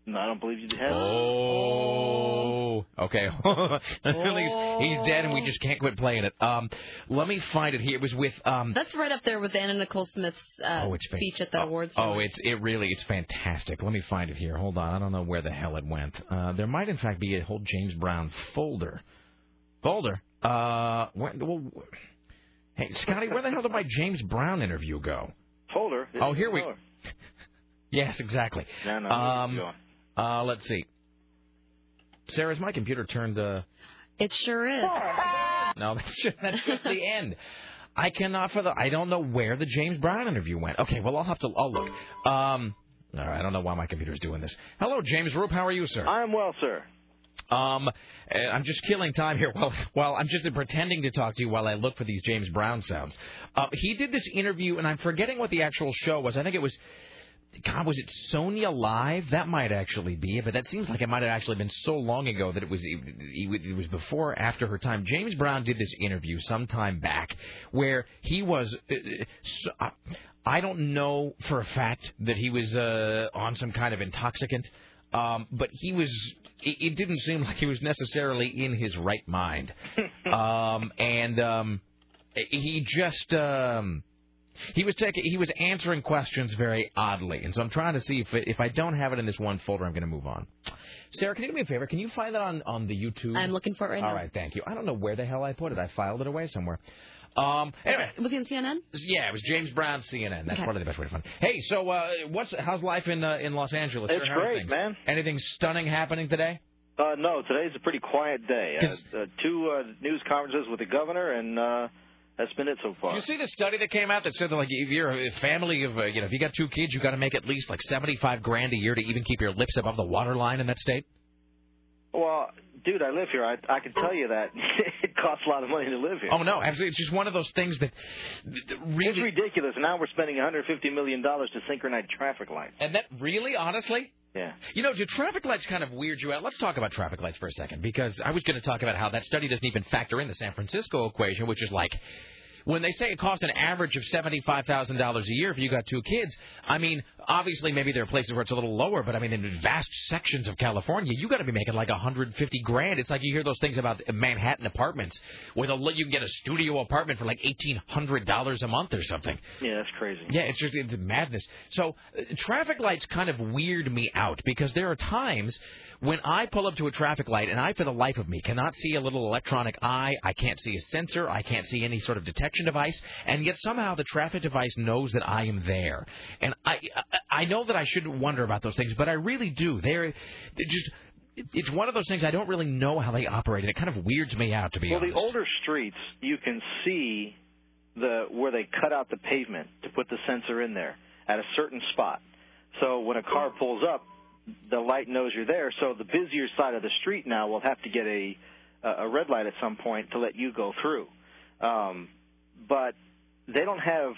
[SPEAKER 11] No, I don't believe you have.
[SPEAKER 2] Oh, okay. (laughs) he's, he's dead, and
[SPEAKER 3] Oh.
[SPEAKER 2] we just can't quit playing it. Um, let me find it here. It was with um.
[SPEAKER 3] That's right up there with Anna Nicole Smith's uh,
[SPEAKER 2] Oh, it's fan-
[SPEAKER 3] speech at the awards.
[SPEAKER 2] Oh, it's it really it's fantastic. Let me find it here. Hold on, I don't know where the hell it went. Uh, there might in fact be a whole James Brown folder. Folder. Uh, where, well, hey Scotty, where the hell did my James Brown interview go?
[SPEAKER 11] Folder.
[SPEAKER 2] Oh, here we. Yes, exactly.
[SPEAKER 11] No, no,
[SPEAKER 2] um,
[SPEAKER 11] keep going.
[SPEAKER 2] uh, let's see. Sarah, is my computer turned? Uh,
[SPEAKER 3] It sure is.
[SPEAKER 2] no, that's just, that's just the end. I cannot for the. I don't know where the James Brown interview went. Okay, well I'll have to. I'll look. Um, all right, I don't know why my computer's doing this. Hello, James Roop. How are you, sir?
[SPEAKER 11] I'm well, sir.
[SPEAKER 2] Um, eh, I'm just killing time here. (laughs) While while I'm just pretending to talk to you while I look for these James Brown sounds. Uh, he did this interview, and I'm forgetting what the actual show was. I think it was. God, was it Sonia Live? That might actually be it, but that seems like it might have actually been so long ago that it was it, it was before or after her time. James Brown did this interview some time back where he was. Uh, uh, so, I- I don't know for a fact that he was uh, on some kind of intoxicant, um, but he was. It, it didn't seem like he was necessarily in his right mind, um, and um, he just. Um, he was taking, he was answering questions very oddly, and so I'm trying to see if if I don't have it in this one folder, I'm going to move on. Sarah, can you do me a favor? Can you find that on on the YouTube?
[SPEAKER 3] I'm looking for it right now.
[SPEAKER 2] All right, thank you. I don't know where the hell I put it. I filed it away somewhere. Um, anyway,
[SPEAKER 3] Was he on CNN?
[SPEAKER 2] yeah, it was James Brown CNN. That's
[SPEAKER 3] Okay.
[SPEAKER 2] probably the best way to find. It. Hey, so uh, what's how's life in uh, in Los Angeles?
[SPEAKER 11] It's
[SPEAKER 2] Sir, how are
[SPEAKER 11] great,
[SPEAKER 2] things?
[SPEAKER 11] man.
[SPEAKER 2] Anything stunning happening today?
[SPEAKER 11] Uh, no, today's a pretty quiet day. Uh, uh, two uh, news conferences with the governor, and uh, that's been it so far.
[SPEAKER 2] You see the study that came out that said that like if you're a family of uh, you know if you got two kids, you got to make at least like seventy five grand a year to even keep your lips above the water line in that state.
[SPEAKER 11] Well, dude, I live here. I, I can tell you that (laughs) it costs a lot of money to live here.
[SPEAKER 2] Oh no, absolutely. It's just one of those things that th- th-
[SPEAKER 11] It's
[SPEAKER 2] really
[SPEAKER 11] ridiculous. Now we're spending 150 million dollars to synchronize traffic lights.
[SPEAKER 2] and that really honestly.
[SPEAKER 11] Yeah.
[SPEAKER 2] You know, do traffic lights kind of weird you out? Let's talk about traffic lights for a second because I was going to talk about how that study doesn't even factor in the San Francisco equation, which is like when they say it costs an average of $75,000 a year if you got two kids. I mean, obviously maybe there are places where it's a little lower, but I mean in vast sections of California, you got to be making like 150 grand. It's like you hear those things about Manhattan apartments where they'll let you get a studio apartment for like $1,800 a month or something.
[SPEAKER 11] Yeah, that's crazy.
[SPEAKER 2] Yeah, it's just it's madness. So uh, traffic lights kind of weird me out because there are times when I pull up to a traffic light and I, for the life of me, cannot see a little electronic eye. I can't see a sensor. I can't see any sort of detection device. And yet somehow the traffic device knows that I am there. And I, I I know that I shouldn't wonder about those things, but I really do. They're they're just. It's one of those things I don't really know how they operate, and it kind of weirds me out to be
[SPEAKER 11] Well,
[SPEAKER 2] honest.
[SPEAKER 11] the older streets, you can see the where they cut out the pavement to put the sensor in there at a certain spot. So when a car pulls up, the light knows you're there. So the busier side of the street now will have to get a a red light at some point to let you go through. Um, but they don't have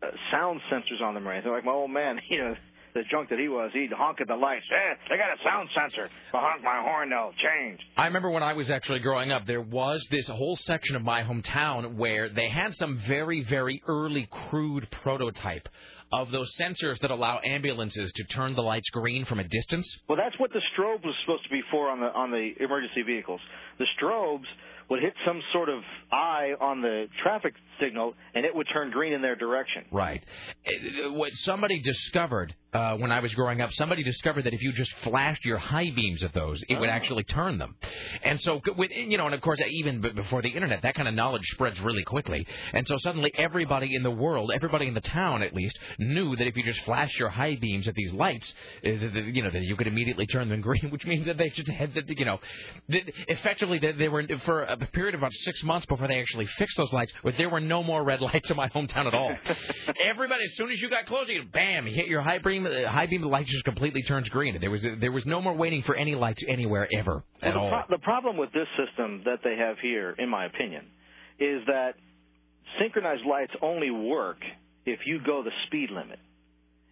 [SPEAKER 11] uh, sound sensors on them or anything. Like my old man, (laughs) you know, the junk that he was, he'd honk at the lights. Eh, they got a sound sensor. If I honk my horn, they'll change.
[SPEAKER 2] I remember when I was actually growing up, there was this whole section of my hometown where they had some very, very early crude prototype of those sensors that allow ambulances to turn the lights green from a distance.
[SPEAKER 11] Well, that's what the strobe was supposed to be for on the on the emergency vehicles. The strobes would hit some sort of eye on the traffic signal, and it would turn green in their direction.
[SPEAKER 2] Right. Uh, What somebody discovered uh, when I was growing up, somebody discovered that if you just flashed your high beams of those, it would actually turn them. And so, c- with you know, and of course, uh, even b- before the internet, that kind of knowledge spreads really quickly. And so, suddenly, everybody in the world, everybody in the town, at least, knew that if you just flash your high beams at these lights, uh, th- th- you know, that you could immediately turn them green, (laughs) which means that they just had, that, you know, that effectively that they were for a period of about six months before they actually fixed those lights, but there were no more red lights in my hometown at
[SPEAKER 11] (laughs)
[SPEAKER 2] all. Everybody, as soon as you got closer, you bam, you hit your high beam, uh, high beam, the light just completely turns green. There was there was no more waiting for any lights anywhere ever at
[SPEAKER 11] Well, the,
[SPEAKER 2] all.
[SPEAKER 11] pro- the problem with this system that they have here, in my opinion, is that synchronized lights only work if you go the speed limit.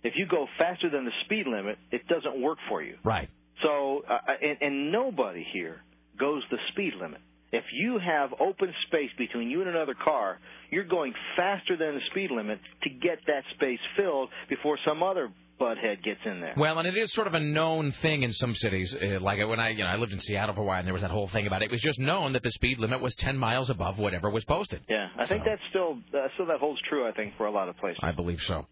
[SPEAKER 11] If you go faster than the speed limit, it doesn't work for you.
[SPEAKER 2] Right.
[SPEAKER 11] So, uh, and, and nobody here goes the speed limit. If you have open space between you and another car, you're going faster than the speed limit to get that space filled before some other butthead gets in there.
[SPEAKER 2] Well, and it is sort of a known thing in some cities. Uh, like when I, you know, I lived in Seattle for a while, and there was that whole thing about it. It was just known that the speed limit was 10 miles above whatever was posted.
[SPEAKER 11] Yeah, I think that's still uh, still that holds true. I think for a lot of places.
[SPEAKER 2] I believe so.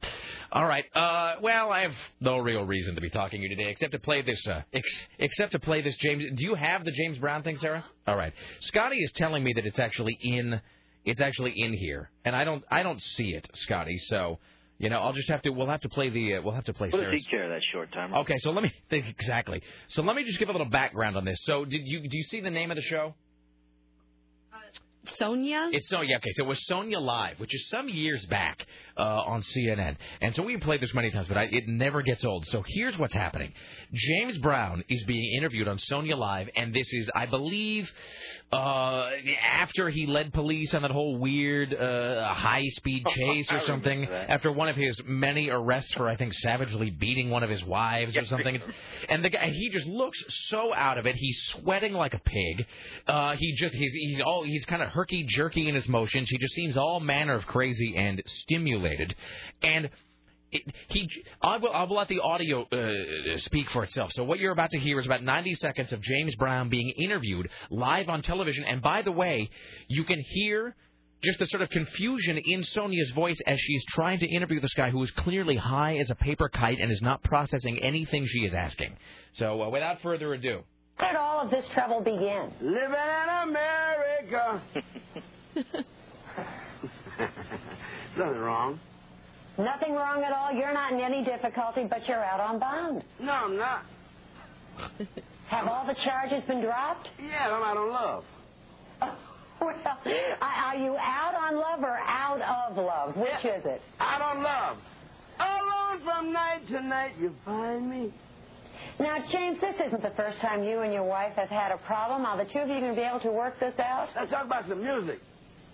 [SPEAKER 2] All right. Uh, well, I have no real reason to be talking to you today, except to play this. Uh, ex- except to play this James. Do you have the James Brown thing, Sarah? All right. Scotty is telling me that it's actually in. It's actually in here, and I don't. I don't see it, Scotty. So, you know, I'll just have to. We'll have to play the. Uh, we'll have to play.
[SPEAKER 11] What does
[SPEAKER 2] Sarah's-
[SPEAKER 11] he care that short timer?
[SPEAKER 2] Okay, so let me (laughs) think exactly. So let me just give a little background on this. So did you do you see the name of the show?
[SPEAKER 3] Sonia?
[SPEAKER 2] It's so yeah, okay. So it was Sonia Live, which is some years back uh, on CNN, and so we played this many times, but I, it never gets old. So here's what's happening: James Brown is being interviewed on Sonia Live, and this is, I believe, uh, after he led police on that whole weird uh, high-speed chase
[SPEAKER 5] (laughs)
[SPEAKER 2] or
[SPEAKER 5] I remember
[SPEAKER 2] something.
[SPEAKER 5] that.
[SPEAKER 2] After one of his many arrests for, I think, savagely beating one of his wives or something, and the guy he just looks so out of it. He's sweating like a pig. Uh, he just he's he's all he's kind of herky jerky in his motions. He just seems all manner of crazy and stimulated, and. It, he, I will, I will let the audio uh, speak for itself. So what you're about to hear is about 90 seconds of James Brown being interviewed live on television. And by the way, you can hear just the sort of confusion in Sonia's voice as she's trying to interview this guy who is clearly high as a paper kite and is not processing anything she is asking. So uh, without further ado,
[SPEAKER 10] Where did all of this trouble begin? Living in America.
[SPEAKER 12] Uh. (laughs) Nothing wrong.
[SPEAKER 10] (laughs) Nothing wrong at all. You're not in any difficulty, but you're out on bond. No, I'm not. Have all the charges been dropped? Yeah, I'm out on love. (laughs) well, are are you out on love or out of love? Which is it?
[SPEAKER 12] Out on love. Alone from night to night, you find me.
[SPEAKER 10] Now, James, this isn't the first time you and your wife have had a problem. Are the two of you going to be able to work this out? Let's talk about some music.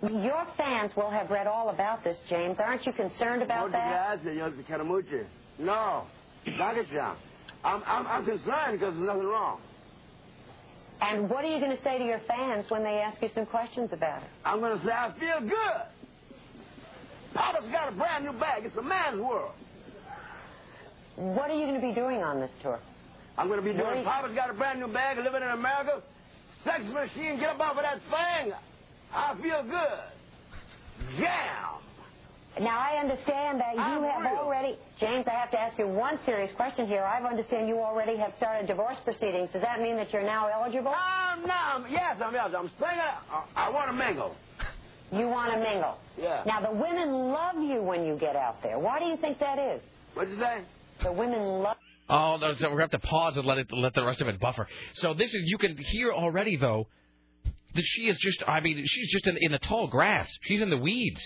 [SPEAKER 10] Your fans will have read all about this, James. Aren't you concerned
[SPEAKER 12] Oh,
[SPEAKER 10] about that?
[SPEAKER 12] Gracias, yo te quiero mucho. No. Dankeschön. I'm, I'm, I'm concerned because there's nothing wrong.
[SPEAKER 10] And what are you going to say to your fans when they ask you some questions about it?
[SPEAKER 12] I'm going to say I feel good. Papa's got a brand new bag. It's a man's world.
[SPEAKER 10] What are you going to be doing on this tour?
[SPEAKER 12] I'm going to be
[SPEAKER 10] What are
[SPEAKER 12] doing
[SPEAKER 10] you-
[SPEAKER 12] Papa's got a brand new bag living in America. Sex machine, get up off of that thing. I feel good. Yeah.
[SPEAKER 10] Now, I understand that you have already. James, I have to ask you one serious question here. I understand you already have started divorce proceedings. Does that mean that you're now eligible?
[SPEAKER 12] I'm not. Um, Yes, I'm yes. I'm singing. I, I want to mingle.
[SPEAKER 10] You want to mingle.
[SPEAKER 12] Yeah.
[SPEAKER 10] Now, the women love you when you get out there. Why do you think that is?
[SPEAKER 12] What'd you say?
[SPEAKER 10] The women love.
[SPEAKER 2] oh, no, so we're going to have to pause and let it let the rest of it buffer. So this is you can hear already though. that she is just I mean she's just in, in the tall grass. She's in the weeds.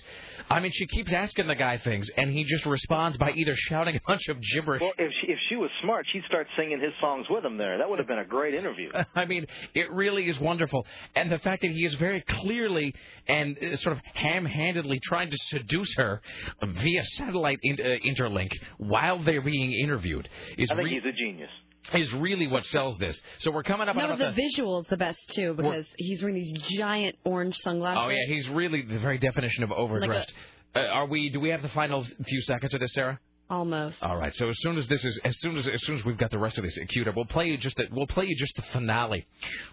[SPEAKER 2] I mean she keeps asking the guy things and he just responds by either shouting a bunch of gibberish.
[SPEAKER 11] Well, if she, if she was smart, she'd start singing his songs with him there. That would have been a great interview.
[SPEAKER 2] I mean, it really is wonderful, and the fact that he is very clearly and uh, sort of ham-handedly trying to seduce her via satellite in, uh, interlink while they're being interviewed is
[SPEAKER 11] I think
[SPEAKER 2] re-
[SPEAKER 11] he's a genius.
[SPEAKER 2] is really what sells this. So we're coming up on
[SPEAKER 3] No,
[SPEAKER 2] about
[SPEAKER 3] the visual's the best too because he's wearing these giant orange sunglasses.
[SPEAKER 2] Oh yeah, he's really the very definition of overdressed. uh, are we? Do we have the final few seconds of this, Sarah?
[SPEAKER 3] Almost.
[SPEAKER 2] All right. So as soon as this is, as soon as as soon as we've got the rest of this queued up, we'll play you just the, we'll play you just the finale,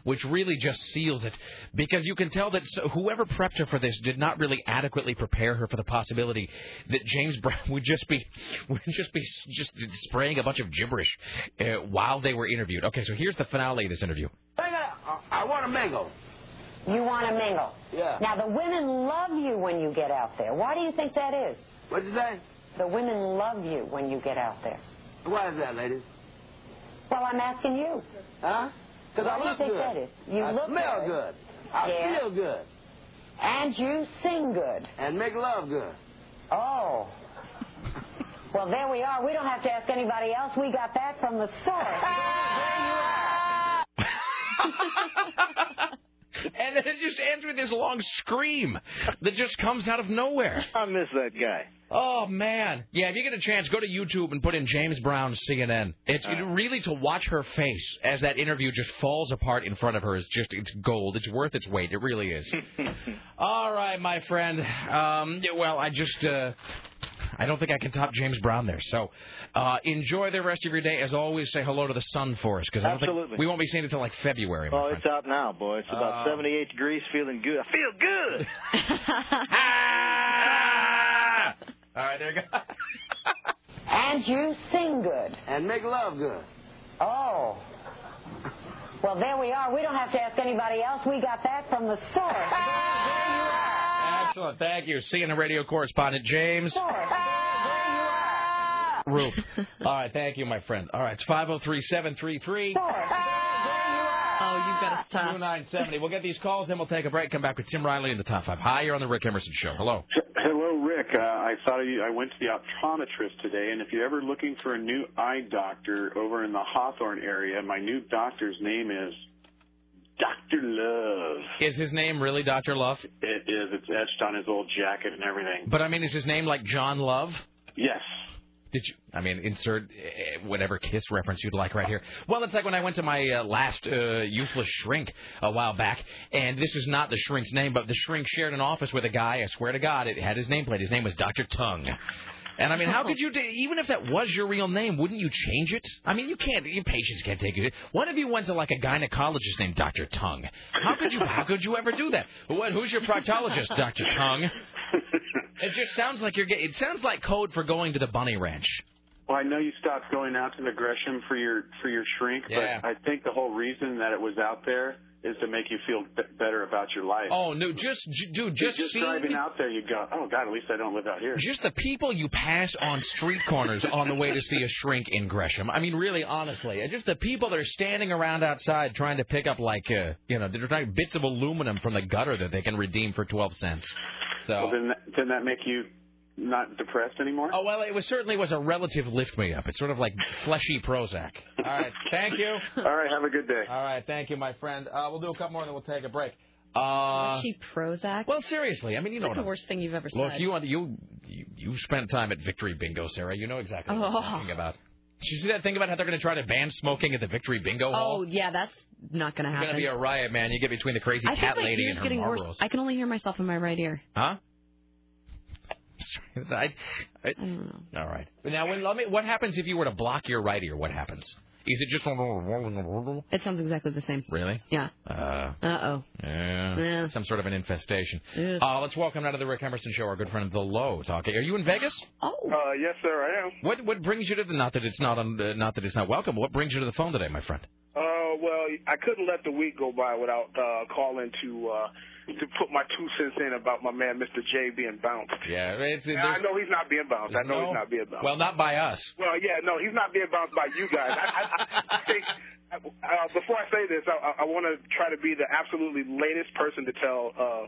[SPEAKER 2] which really just seals it, because you can tell that so, whoever prepped her for this did not really adequately prepare her for the possibility that James Brown (laughs) would just be would just be s- just spraying a bunch of gibberish uh, while they were interviewed. Okay, so here's the finale of this interview.
[SPEAKER 12] Hang on. Uh, I, I want a mango.
[SPEAKER 10] You want to mingle.
[SPEAKER 12] Yeah.
[SPEAKER 10] Now, the women love you when you get out there. Why do you think that is?
[SPEAKER 12] What'd you say?
[SPEAKER 10] The women love you when you get out there.
[SPEAKER 12] Why is that, ladies?
[SPEAKER 10] Well, I'm asking you.
[SPEAKER 12] Huh? Because I
[SPEAKER 10] Why do you
[SPEAKER 12] look
[SPEAKER 10] think
[SPEAKER 12] good.
[SPEAKER 10] that is? You
[SPEAKER 12] I
[SPEAKER 10] look
[SPEAKER 12] smell
[SPEAKER 10] good.
[SPEAKER 12] good. I
[SPEAKER 10] Yeah.
[SPEAKER 12] feel good.
[SPEAKER 10] And you sing good.
[SPEAKER 12] And make love good.
[SPEAKER 10] Oh. Well, there we are. We don't have to ask anybody else. We got that from the
[SPEAKER 12] (laughs)
[SPEAKER 10] source.
[SPEAKER 2] (laughs) And then it just ends with this long scream that just comes out of nowhere.
[SPEAKER 11] I miss that guy.
[SPEAKER 2] Oh man, yeah. If you get a chance, go to YouTube and put in James Brown CNN. It's it really to watch her face as that interview just falls apart in front of her is just it's gold. It's worth its weight. It really is. All right, my friend. Um, yeah, well, I just uh, I don't think I can top James Brown there. So uh, enjoy the rest of your day. As always, say hello to the sun for us because I don't
[SPEAKER 11] Absolutely.
[SPEAKER 2] think we won't be seeing it until like February. my
[SPEAKER 11] Oh,
[SPEAKER 2] friend.
[SPEAKER 11] it's out now, boy. It's about
[SPEAKER 2] Uh,
[SPEAKER 11] 78 degrees, feeling good. I feel
[SPEAKER 2] (laughs)
[SPEAKER 11] good.
[SPEAKER 2] All right, there you go.
[SPEAKER 10] and you sing good.
[SPEAKER 12] And make love good.
[SPEAKER 10] Oh. Well, there we are. We don't have to ask anybody else. We got that from the
[SPEAKER 12] (laughs)
[SPEAKER 10] source.
[SPEAKER 2] Excellent. Thank you. CNN radio correspondent James Roop. All right. Thank you, my friend. All right. It's 503 733
[SPEAKER 3] Oh, you've got to stop.
[SPEAKER 2] 2970. We'll get these calls, then we'll take a break. Come back with Tim Riley in the top five. Hi, you're on the Rick Emerson show. Hello.
[SPEAKER 18] Hello, Rick. Uh, I saw you. I went to the optometrist today, and if you're ever looking for a new eye doctor over in the Hawthorne area, my new doctor's name is Doctor Love.
[SPEAKER 2] Is his name really Dr. Love?
[SPEAKER 18] It is. It's etched on his old jacket and everything.
[SPEAKER 2] But I mean, is his name like John Love?
[SPEAKER 18] Yes.
[SPEAKER 2] Did you? I mean, insert eh, whatever kiss reference you'd like right here. Well, it's like when I went to my uh, last uh, useless shrink a while back, and this is not the shrink's name, but the shrink shared an office with a guy. I swear to God, it had his nameplate. His name was Doctor Tongue. And I mean, how could you? do- Even if that was your real name, wouldn't you change it? I mean, you can't. Your patients can't take it. What if you went to like a gynecologist named Doctor Tongue? How could you? How could you ever do that? What? Who's your proctologist, Doctor Tongue? It just sounds like you're getting. It sounds like code for going to the bunny ranch.
[SPEAKER 18] Well, I know you stopped going out to the Gresham for your for your shrink,
[SPEAKER 2] Yeah.
[SPEAKER 18] but I think the whole reason that it was out there is to make you feel b- better about your life.
[SPEAKER 2] Oh no, just j- dude, just
[SPEAKER 18] You're just
[SPEAKER 2] seeing
[SPEAKER 18] driving out there, you go, oh God, at least I don't live out here.
[SPEAKER 2] just the people you pass on street corners on the way to see a shrink in Gresham. I mean, really, honestly, just the people that are standing around outside trying to pick up like uh, you know, they're trying bits of aluminum from the gutter that they can redeem for twelve cents. So.
[SPEAKER 18] Well, then that, didn't that make you not depressed anymore?
[SPEAKER 2] Oh well, it was certainly was a relative lift me up. It's sort of like fleshy Prozac. All right, thank you. All
[SPEAKER 18] right, have a good day.
[SPEAKER 2] All right, thank you, my friend. Uh, we'll do a couple more, and then we'll take a break. Uh,
[SPEAKER 3] Fleshy Prozac.
[SPEAKER 2] Well, seriously, I mean, you
[SPEAKER 3] It's
[SPEAKER 2] know
[SPEAKER 3] like
[SPEAKER 2] what
[SPEAKER 3] the
[SPEAKER 2] I'm-
[SPEAKER 3] worst thing you've ever
[SPEAKER 2] Look,
[SPEAKER 3] said.
[SPEAKER 2] you want you you you've spent time at Victory Bingo, Sarah. You know exactly what
[SPEAKER 3] Oh.
[SPEAKER 2] I'm talking about. Did you see that thing about how they're going to try to ban smoking at the Victory Bingo
[SPEAKER 3] oh
[SPEAKER 2] Hall?
[SPEAKER 3] yeah, that's not gonna
[SPEAKER 2] It's
[SPEAKER 3] happen.
[SPEAKER 2] going to be a riot, man. You get between the crazy
[SPEAKER 3] I
[SPEAKER 2] cat
[SPEAKER 3] think my
[SPEAKER 2] lady
[SPEAKER 3] ear's
[SPEAKER 2] and her
[SPEAKER 3] getting
[SPEAKER 2] Marlboros.
[SPEAKER 3] worse. I can only hear myself in my right ear. (laughs)
[SPEAKER 2] Huh? Sorry, I, I,
[SPEAKER 3] don't
[SPEAKER 2] know. All right. But now, when, let me, what happens if you were to block your right ear? What happens? Is it just (laughs)
[SPEAKER 3] It sounds exactly the same.
[SPEAKER 2] really?
[SPEAKER 3] Yeah.
[SPEAKER 2] Uh,
[SPEAKER 3] Uh oh.
[SPEAKER 2] yeah,
[SPEAKER 3] Yeah.
[SPEAKER 2] some sort of an infestation.
[SPEAKER 3] Yeah.
[SPEAKER 2] Uh, let's welcome now to the Rick Emerson Show our good friend The Low talking. Are you in Vegas?
[SPEAKER 3] Oh.
[SPEAKER 18] Uh, yes, sir, I am.
[SPEAKER 2] What what brings you to the not that it's not on uh, not that it's not welcome? What brings you to the phone today, my friend?
[SPEAKER 29] Uh, well, I couldn't let the week go by without uh, calling to uh,
[SPEAKER 19] to put my two cents in about my man Mr. J being bounced.
[SPEAKER 2] Yeah, it's,
[SPEAKER 19] And I know he's not being bounced. I know
[SPEAKER 2] No.
[SPEAKER 19] he's not being bounced.
[SPEAKER 2] Well, not by us.
[SPEAKER 19] Well, yeah, no, he's not being bounced by you guys. I, I, I think uh, before I say this, I, I want to try to be the absolutely latest person to tell uh,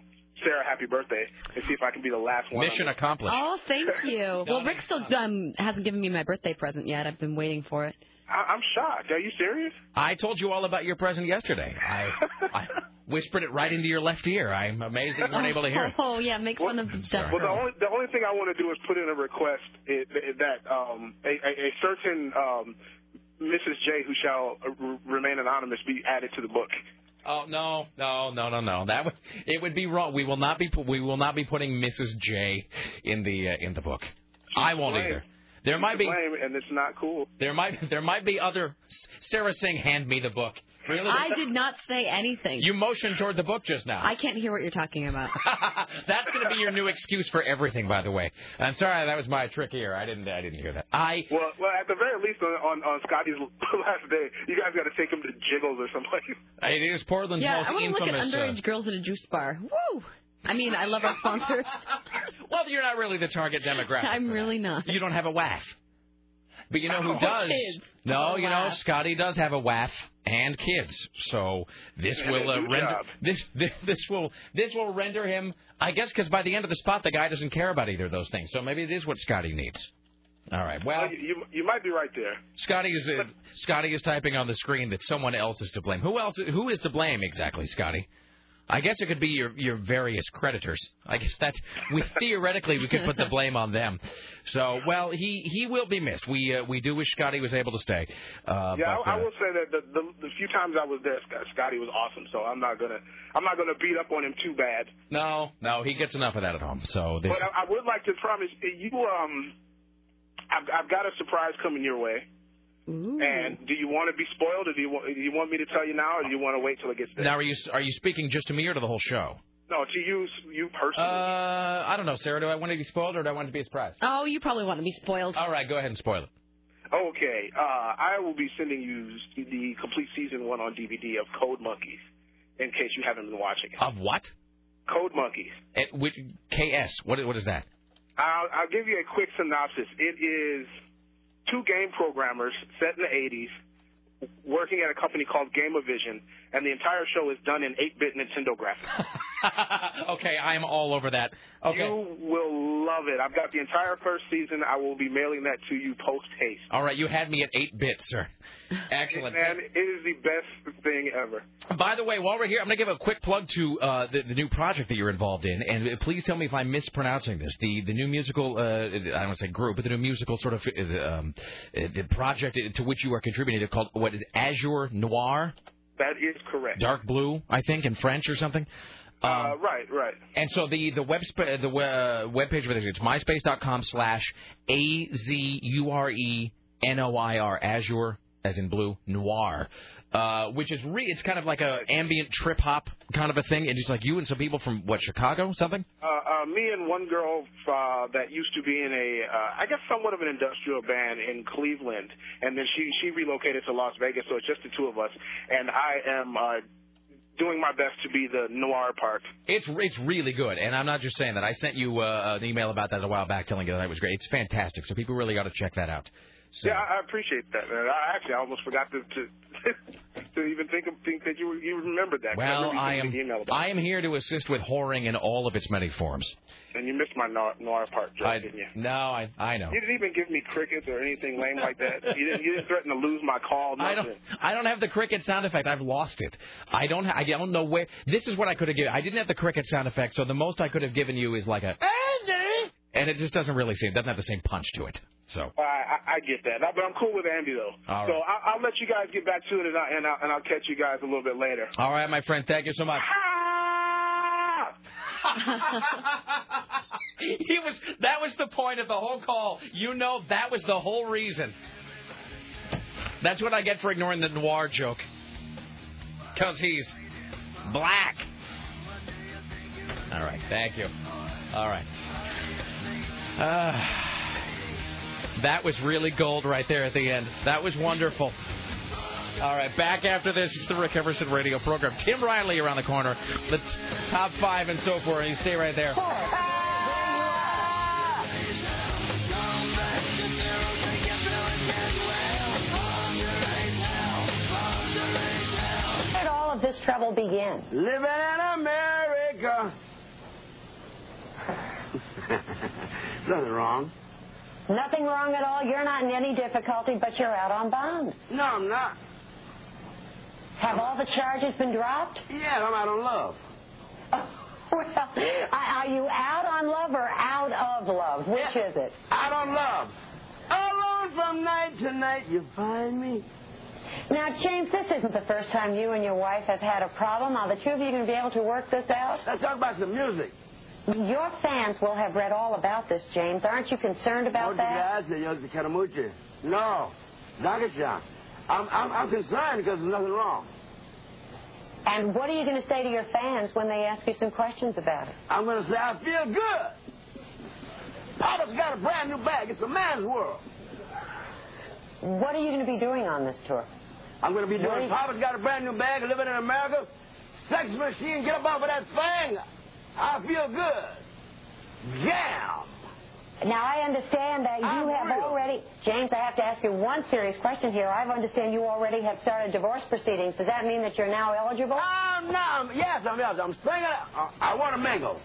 [SPEAKER 19] Sarah happy birthday and see if I can be the last one.
[SPEAKER 2] Mission accomplished.
[SPEAKER 3] Oh, thank you. well, Rick still um, hasn't given me my birthday present yet. I've been waiting for it.
[SPEAKER 19] I, I'm shocked. Are you serious?
[SPEAKER 2] I told you all about your present yesterday. I,
[SPEAKER 19] (laughs)
[SPEAKER 2] I whispered it right into your left ear. I'm amazed that you weren't able to
[SPEAKER 3] (laughs)
[SPEAKER 2] hear it.
[SPEAKER 3] Oh, yeah, make fun of deaf
[SPEAKER 19] Well, the
[SPEAKER 3] girl.
[SPEAKER 19] only the only thing I want to do is put in a request i i- that um, a, a a certain um, Mrs. J, who shall r- remain anonymous, be added to the book.
[SPEAKER 2] Oh no, no, no, no, no. That would it would be wrong. We will not be pu- we will not be putting Mrs. J in the uh, in the book. I won't
[SPEAKER 19] lame.
[SPEAKER 2] either. There
[SPEAKER 19] She's
[SPEAKER 2] might be
[SPEAKER 19] lame, and it's not cool.
[SPEAKER 2] there might there might be other Sarah Singh hand me the book. Really?
[SPEAKER 3] I did not say anything.
[SPEAKER 2] You motioned toward the book just now. (laughs)
[SPEAKER 3] I can't hear what you're talking about.
[SPEAKER 2] That's going to be your new excuse for everything, by the way. I'm sorry, that was my trick here. I didn't, I didn't hear that. I
[SPEAKER 19] well, well, at the very least, on on, on Scotty's (laughs) last day, you guys got to take him to Jiggles or someplace.
[SPEAKER 2] It is Portland's
[SPEAKER 3] yeah,
[SPEAKER 2] most
[SPEAKER 3] I want to look at
[SPEAKER 2] infamous. uh,
[SPEAKER 3] underage girls in a juice bar. Woo! I mean, I love our
[SPEAKER 2] (laughs)
[SPEAKER 3] sponsors.
[SPEAKER 2] well, you're not really the target demographic.
[SPEAKER 3] I'm really not.
[SPEAKER 2] You don't have a WAF. But you know who
[SPEAKER 3] (laughs) Or
[SPEAKER 2] does?
[SPEAKER 3] kids. Oh,
[SPEAKER 2] No,
[SPEAKER 3] Or
[SPEAKER 2] you know
[SPEAKER 3] laugh.
[SPEAKER 2] Scotty does have a WAF and kids. So this
[SPEAKER 19] And
[SPEAKER 2] will
[SPEAKER 19] a
[SPEAKER 2] uh,
[SPEAKER 19] new
[SPEAKER 2] render
[SPEAKER 19] job.
[SPEAKER 2] this, this this will this will render him. I guess because by the end of the spot, the guy doesn't care about either of those things. So maybe it is what Scotty needs. All right. Well,
[SPEAKER 19] you, you you might be right there.
[SPEAKER 2] Scotty is uh, Scotty is typing on the screen that someone else is to blame. Who else? Who is to blame exactly, Scotty? I guess it could be your your various creditors. I guess that
[SPEAKER 19] (laughs)
[SPEAKER 2] we theoretically we could put the blame on them. So well, he he will be missed. We uh, we do wish Scotty was able to stay. Uh,
[SPEAKER 19] Yeah,
[SPEAKER 2] but,
[SPEAKER 19] I, I
[SPEAKER 2] uh,
[SPEAKER 19] will say that the, the the few times I was there, Sc- Scotty was awesome. So I'm not gonna I'm not gonna beat up on him too bad.
[SPEAKER 2] No, no, he gets enough of that at home. So this.
[SPEAKER 19] But I, I would like to promise uh, you. Um, I've, I've got a surprise coming your way. And do you want to be spoiled, or do you want do you want me to tell you now, or do you want to wait till it gets there?
[SPEAKER 2] Now are you are you speaking just to me or to the whole show?
[SPEAKER 19] No, to you, s- you
[SPEAKER 2] Uh,
[SPEAKER 19] personally.
[SPEAKER 2] I don't know, Sarah. Do I want to be spoiled or do I want to be a surprise?
[SPEAKER 3] Oh, you probably want to be spoiled.
[SPEAKER 2] All right, go ahead and spoil it.
[SPEAKER 19] okay, uh, I will be sending you s- the complete season one on DVD of Code Monkeys, in case you haven't been watching it.
[SPEAKER 2] Of what?
[SPEAKER 19] Code Monkeys.
[SPEAKER 2] At which KS? What what is that?
[SPEAKER 19] I'll, I'll give you a quick synopsis. It is two game programmers set in the 80s working at a company called Vision, and the entire show is done in 8-bit Nintendo graphics.
[SPEAKER 2] (laughs) okay, I'm all over that. Okay.
[SPEAKER 19] You will love it. I've got the entire first season. I will be mailing that to you post-haste.
[SPEAKER 2] All right, you had me at eight bits, sir. Excellent.
[SPEAKER 19] Man, it is the best thing ever.
[SPEAKER 2] By the way, while we're here, I'm going to give a quick plug to uh, the, the new project that you're involved in, and uh, please tell me if I'm mispronouncing this. The the new musical, uh, I don't want to say group, but the new musical sort of uh, um, uh, the project to which you are contributing, called what is Azure Noir,
[SPEAKER 19] That is correct.
[SPEAKER 2] Dark Blue, I think, in French or something. Um,
[SPEAKER 19] Uh, right, right.
[SPEAKER 2] And so the the web sp- the uh, web page for this it's myspace.com slash a z u r e n o i r Azure as in blue noir, uh, which is re- it's kind of like a ambient trip hop kind of a thing. And it's like you and some people from what Chicago something.
[SPEAKER 19] Uh, uh, me and one girl uh, that used to be in a, uh, I guess, somewhat of an industrial band in Cleveland, and then she she relocated to Las Vegas, so it's just the two of us, and I am uh, doing my best to be the noir part.
[SPEAKER 2] It's it's really good, and I'm not just saying that. I sent you uh, an email about that a while back, telling you that it was great. It's fantastic, so people really ought to check that out. So-
[SPEAKER 19] Yeah, I I appreciate that. Man. I actually I almost forgot to (laughs) to, to even think of, think that you you remembered that. 'cause
[SPEAKER 2] Well,
[SPEAKER 19] remember you
[SPEAKER 2] I
[SPEAKER 19] sent
[SPEAKER 2] am
[SPEAKER 19] me the email about
[SPEAKER 2] I am here to assist with whoring in all of its many forms.
[SPEAKER 19] it. and you missed my noir, noir part, Joe,
[SPEAKER 2] I,
[SPEAKER 19] didn't you?
[SPEAKER 2] no, I I know.
[SPEAKER 19] You didn't even give me crickets or anything lame like that. You didn't, you didn't threaten to lose my call.
[SPEAKER 2] (laughs)
[SPEAKER 19] Nothing.
[SPEAKER 2] I don't. I don't have the cricket sound effect. I've lost it. I don't. ha- I don't know where. This is what I could have given. I didn't have the cricket sound effect, so the most I could have given you is like a. And it just doesn't really seem. Doesn't have the same punch to it. So.
[SPEAKER 19] I, I, I get that, but I'm cool with Andy though.
[SPEAKER 2] All
[SPEAKER 19] so
[SPEAKER 2] right.
[SPEAKER 19] I, I'll let you guys get back to it, and, I, and, I, and I'll catch you guys a little bit later.
[SPEAKER 2] All right, my friend. Thank you so much. (laughs) he was. That was the point of the whole call. You know, that was the whole reason. That's what I get for ignoring the noir joke. Cause he's black. All right. Thank you. All right.
[SPEAKER 12] (laughs)
[SPEAKER 2] (laughs) Ah, that was really gold right there at the end. That was wonderful. All right, back after this. It's the Rick Emerson radio program. Tim Riley around the corner. The t- top five and so forth. You stay right there.
[SPEAKER 10] Where did all of this trouble begin?
[SPEAKER 22] Living in America. Nothing wrong.
[SPEAKER 10] Nothing wrong at all. You're not in any difficulty, but you're out on bond.
[SPEAKER 22] No, I'm not.
[SPEAKER 10] Have all the charges been dropped?
[SPEAKER 22] Yeah, I'm out on love.
[SPEAKER 10] (laughs) Well, I- are you out on love or out of love? Which is it?
[SPEAKER 22] Out on love. Alone from night to night, you find me.
[SPEAKER 10] Now, James, this isn't the first time you and your wife have had a problem. Are the two of you going to be able to work this out?
[SPEAKER 22] Let's talk about some music.
[SPEAKER 10] Your fans will have read all about this, James. Aren't you concerned about that?
[SPEAKER 22] Gracias, yo te quiero mucho. No, Dankeschön. I'm, I'm, I'm concerned because there's nothing wrong.
[SPEAKER 10] And what are you going to say to your fans when they ask you some questions about it?
[SPEAKER 22] I'm going to say I feel good. Papa's got a brand new bag. It's a man's world.
[SPEAKER 10] What are you going to be doing on this tour?
[SPEAKER 22] I'm going to be
[SPEAKER 10] What
[SPEAKER 22] doing
[SPEAKER 10] is-
[SPEAKER 22] Papa's got a brand new bag, living in America. Sex machine, get up off of that thing. I feel good. Jam.
[SPEAKER 10] Now, I understand that you have already... James, I have to ask you one serious question here. I understand you already have started divorce proceedings. Does that mean that you're now eligible?
[SPEAKER 22] Um, I'm not. Yes, I'm yes, I'm singing. I, I want to mingle.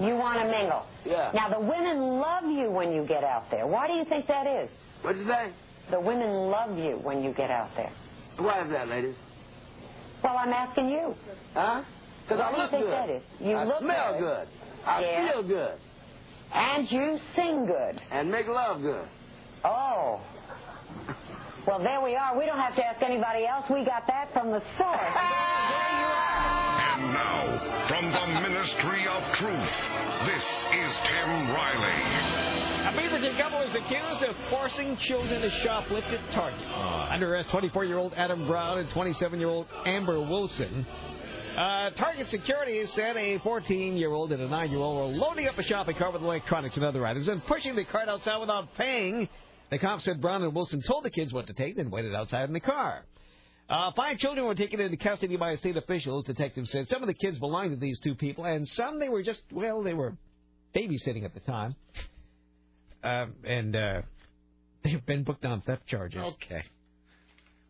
[SPEAKER 10] You want to mingle.
[SPEAKER 22] Yeah.
[SPEAKER 10] Now, the women love you when you get out there. Why do you think that is?
[SPEAKER 22] What'd you say?
[SPEAKER 10] The women love you when you get out there.
[SPEAKER 22] Why is that, ladies?
[SPEAKER 10] Well, I'm asking you.
[SPEAKER 22] Huh? Because
[SPEAKER 10] Why
[SPEAKER 22] I
[SPEAKER 10] do you
[SPEAKER 22] look
[SPEAKER 10] think
[SPEAKER 22] good.
[SPEAKER 10] that is? You
[SPEAKER 22] I
[SPEAKER 10] look
[SPEAKER 22] smell
[SPEAKER 10] good.
[SPEAKER 22] good. I
[SPEAKER 10] Yeah.
[SPEAKER 22] feel good.
[SPEAKER 10] And you sing good.
[SPEAKER 22] And make love good.
[SPEAKER 10] Oh. Well, there we are. We don't have to ask anybody else. We got that from the source.
[SPEAKER 22] (laughs)
[SPEAKER 5] And now, from the Ministry of Truth, this is Tim Riley.
[SPEAKER 1] A Beaverton couple is accused of forcing children to shoplift at Target. Under arrest, 24-year-old Adam Brown and 27-year-old Amber Wilson. Uh, Target security said a 14-year-old and a 9-year-old were loading up a shopping cart with electronics and other items and pushing the cart outside without paying. The cop said Brown and Wilson told the kids what to take, then waited outside in the car. Uh, five children were taken into custody by state officials. Detectives said some of the kids belonged to these two people, and some they were just well, they were babysitting at the time. Um, and uh, they've been booked on theft charges.
[SPEAKER 2] Okay.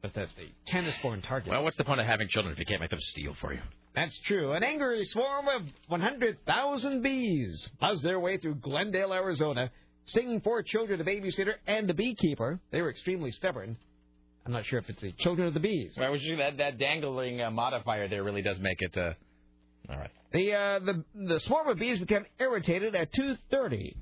[SPEAKER 1] But that's the tennis porn target.
[SPEAKER 2] Well, what's the point of having children if you can't make them steal for you?
[SPEAKER 1] That's true. An angry swarm of 100,000 bees buzzed their way through Glendale, Arizona, stinging four children, a babysitter, and a beekeeper. They were extremely stubborn. I'm not sure if it's the children of the bees.
[SPEAKER 2] I was just, that that dangling uh, modifier there really does make it. Uh, all right.
[SPEAKER 1] The, uh, the, the swarm of bees became irritated at 2.30.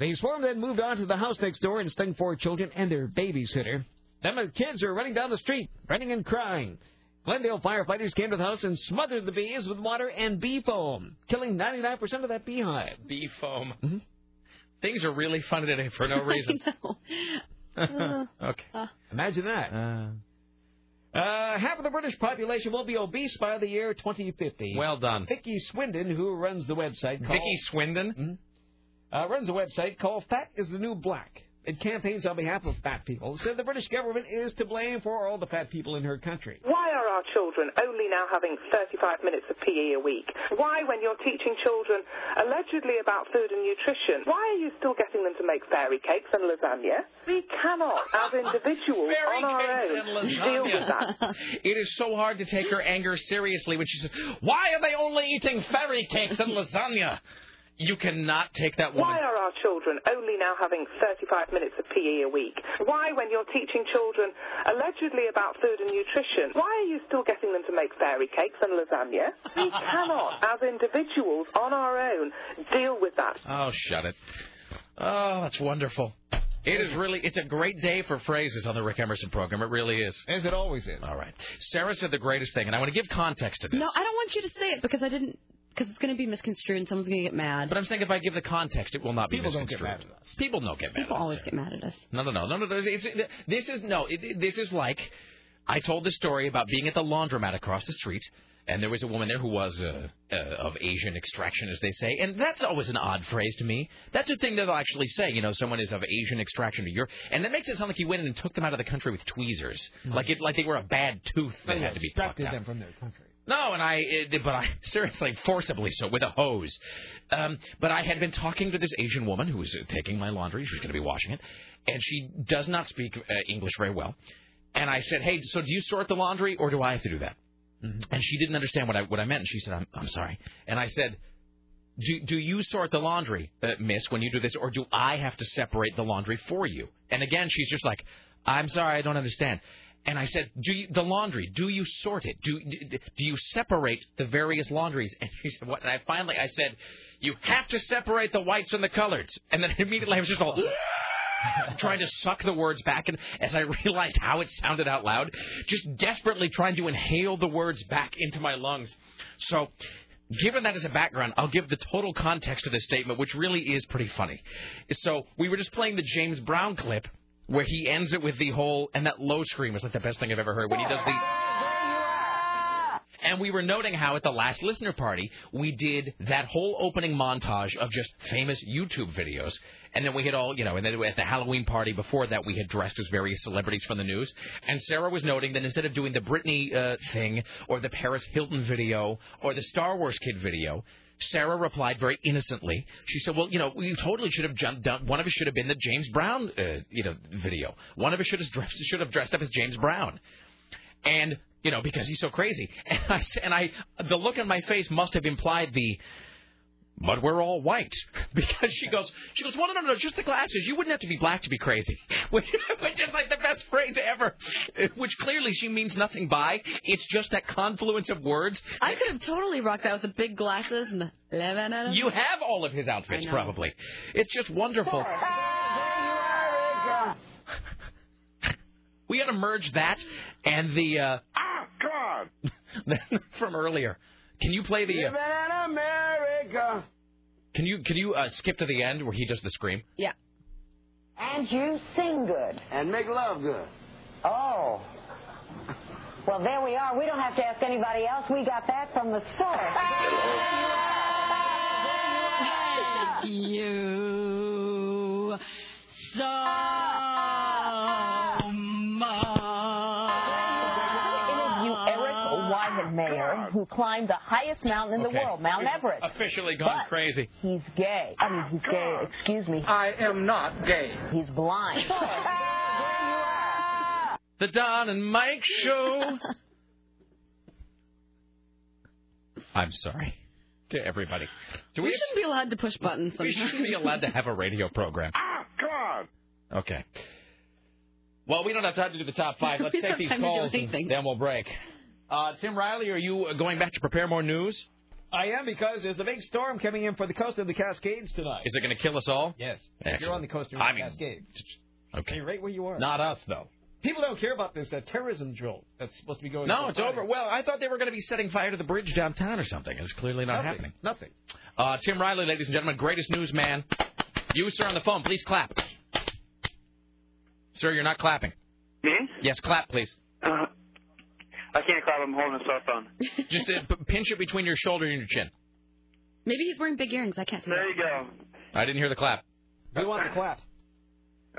[SPEAKER 1] The swarm then moved on to the house next door and stung four children and their babysitter. Then the kids were running down the street, running and crying. Glendale firefighters came to the house and smothered the bees with water and bee foam, killing 99% of that beehive.
[SPEAKER 2] Bee foam.
[SPEAKER 1] Mm-hmm.
[SPEAKER 2] Things are really funny today for (laughs) no reason.
[SPEAKER 1] (laughs)
[SPEAKER 2] okay.
[SPEAKER 1] Imagine that. Uh, half of the British population will be obese by the year 2050.
[SPEAKER 2] Well done.
[SPEAKER 1] Vicky Swindon, who runs the website, called,
[SPEAKER 2] Vicky Swindon.
[SPEAKER 1] uh, runs a website called "Fat Is the New Black." It campaigns on behalf of fat people. Said the British government is to blame for all the fat people in her country.
[SPEAKER 30] Why are our children only now having 35 minutes of PE a week? Why, when you're teaching children allegedly about food and nutrition, why are you still getting them to make fairy cakes and lasagna? We cannot, as individuals
[SPEAKER 2] Fairy
[SPEAKER 30] on our
[SPEAKER 2] cakes
[SPEAKER 30] own,
[SPEAKER 2] and
[SPEAKER 30] deal with that.
[SPEAKER 2] lasagna. it is so hard to take her anger seriously when she says, "Why are they only eating fairy cakes and lasagna?" You cannot take that woman.
[SPEAKER 30] Why are our children only now having 35 minutes of PE a week? Why, when you're teaching children allegedly about food and nutrition, why are you still getting them to make fairy cakes and lasagna?
[SPEAKER 14] (laughs)
[SPEAKER 30] We cannot, as individuals on our own, deal with that.
[SPEAKER 2] Oh, shut it. Oh, that's wonderful. It is really, it's a great day for phrases on the Rick Emerson program. It really is.
[SPEAKER 1] As it always is.
[SPEAKER 2] All right. Sarah said the greatest thing, and I want to give context to this.
[SPEAKER 3] No, I don't want you to say it because I didn't. Because it's going to be misconstrued and someone's going to get mad.
[SPEAKER 2] But I'm saying if I give the context, it will not be
[SPEAKER 3] People don't get
[SPEAKER 2] misconstrued. at us. People don't get mad
[SPEAKER 3] People
[SPEAKER 2] at us.
[SPEAKER 3] always get mad at us.
[SPEAKER 2] No, no, no, no, no. This is, this is no. It, this is like I told the story about being at the laundromat across the street, And there was a woman there who was uh, uh, of Asian extraction, as they say. And that's always an odd phrase to me. That's a thing that they'll actually say. You know, someone is of Asian extraction, or you're, and that makes it sound like you went in and took them out of the country with tweezers, like it, like they were a bad tooth that had to be plucked
[SPEAKER 1] Extracted
[SPEAKER 2] out.
[SPEAKER 1] them from their country.
[SPEAKER 2] No, and I, it, but I (laughs) seriously, forcibly so, with a hose. Um, but I had been talking to this Asian woman who was uh, taking my laundry. She was going to be washing it, and she does not speak uh, English very well. And I said, "Hey, so do you sort the laundry, or do I have to do that?" Mm-hmm. And she didn't understand what I what I meant, and she said, "I'm I'm sorry." And I said, "Do do you sort the laundry, uh, Miss, when you do this, or do I have to separate the laundry for you?" And again, she's just like, "I'm sorry, I don't understand." And I said, "Do you, the laundry? Do you sort it? Do do do you separate the various laundries?" And she said, "What?" And I finally I said, "You have to separate the whites and the coloreds." And then (laughs) immediately I was just all. (laughs) trying to suck the words back and as I realized how it sounded out loud, just desperately trying to inhale the words back into my lungs. So Given that as a background, I'll give the total context of this statement, which really is pretty funny. So, we were just playing the James Brown clip where he ends it with the whole, and that low scream was like the best thing I've ever heard when he does the. And we were noting how at the last listener party, we did that whole opening montage of just famous YouTube videos. And then we had all, you know, and then at the Halloween party before that, we had dressed as various celebrities from the news. And Sarah was noting that instead of doing the Britney uh, thing or the Paris Hilton video or the Star Wars Kid video, Sarah replied very innocently. She said, "Well, you know, we totally should have jumped. Done, one of us should have been the James Brown, uh, you know, video. One of us should have dressed should have dressed up as James Brown." and you know because he's so crazy (laughs) and i s- and i the look on my face must have implied the but we're all white (laughs) because she goes she goes well no no no just the glasses you wouldn't have to be black to be crazy (laughs) which, which is like the best phrase ever (laughs) which clearly she means nothing by it's just that confluence of words
[SPEAKER 3] I could have totally rocked that with the big glasses and the living in 'em.
[SPEAKER 2] you have all of his outfits
[SPEAKER 3] I know.
[SPEAKER 2] probably it's just wonderful we had to merge that and the uh
[SPEAKER 16] ah
[SPEAKER 2] god (laughs) from earlier can you play the uh,
[SPEAKER 12] Living in America.
[SPEAKER 2] Can you can you uh, skip to the end where he does the scream?
[SPEAKER 3] Yeah.
[SPEAKER 10] And you sing good.
[SPEAKER 12] And make love good.
[SPEAKER 10] Oh. Well, there we are. We don't have to ask anybody else. We got that from the source.
[SPEAKER 22] (laughs) you so much.
[SPEAKER 24] interview Eric Weihenmayer, who climbed the highest mountain in the
[SPEAKER 2] Okay.
[SPEAKER 24] world, Mount Everest.
[SPEAKER 2] Officially gone
[SPEAKER 24] But-
[SPEAKER 2] crazy.
[SPEAKER 24] He's gay. I mean, he's gay. Excuse me. I am not gay. He's blind.
[SPEAKER 2] Oh,
[SPEAKER 24] (laughs)
[SPEAKER 2] The Don and Mike Show. I'm sorry to everybody. Do
[SPEAKER 3] we
[SPEAKER 2] we?
[SPEAKER 3] shouldn't be allowed to push buttons.
[SPEAKER 2] We shouldn't be
[SPEAKER 3] sometimes.
[SPEAKER 2] allowed to have a radio program.
[SPEAKER 16] God.
[SPEAKER 3] Ah!
[SPEAKER 2] Okay. Well, we don't have time to do the top five. Let's
[SPEAKER 3] (laughs) We
[SPEAKER 2] take
[SPEAKER 3] don't
[SPEAKER 2] these
[SPEAKER 3] have time to do
[SPEAKER 2] calls and
[SPEAKER 3] anything.
[SPEAKER 2] then we'll break. Uh, Tim Riley, are you uh, going back to prepare more news?
[SPEAKER 1] I am because there's a big storm coming in for the coast of the Cascades tonight.
[SPEAKER 2] Is it going to kill us all?
[SPEAKER 1] Yes. You're
[SPEAKER 2] Excellent.
[SPEAKER 1] on the coast of the
[SPEAKER 2] I mean,
[SPEAKER 1] Cascades.
[SPEAKER 2] Okay.
[SPEAKER 1] Stay right where you are.
[SPEAKER 2] Not us though.
[SPEAKER 1] People don't care about this uh, terrorism drill that's supposed to be going.
[SPEAKER 2] No,
[SPEAKER 1] on
[SPEAKER 2] it's over. Well, I thought they were going to be setting fire to the bridge downtown or something. It's clearly not
[SPEAKER 1] Nothing.
[SPEAKER 2] happening.
[SPEAKER 1] Nothing.
[SPEAKER 2] Uh, Tim Riley, ladies and gentlemen, greatest newsman. You, sir, on the phone, please clap. Sir, you're not clapping.
[SPEAKER 26] Me?
[SPEAKER 2] Yes, clap, please.
[SPEAKER 26] Uh, I can't clap. I'm holding a cell phone.
[SPEAKER 2] Just uh, p- pinch it between your shoulder and your chin.
[SPEAKER 3] Maybe he's wearing big earrings. I can't see.
[SPEAKER 26] There you go.
[SPEAKER 2] I didn't hear the clap.
[SPEAKER 1] We want the clap.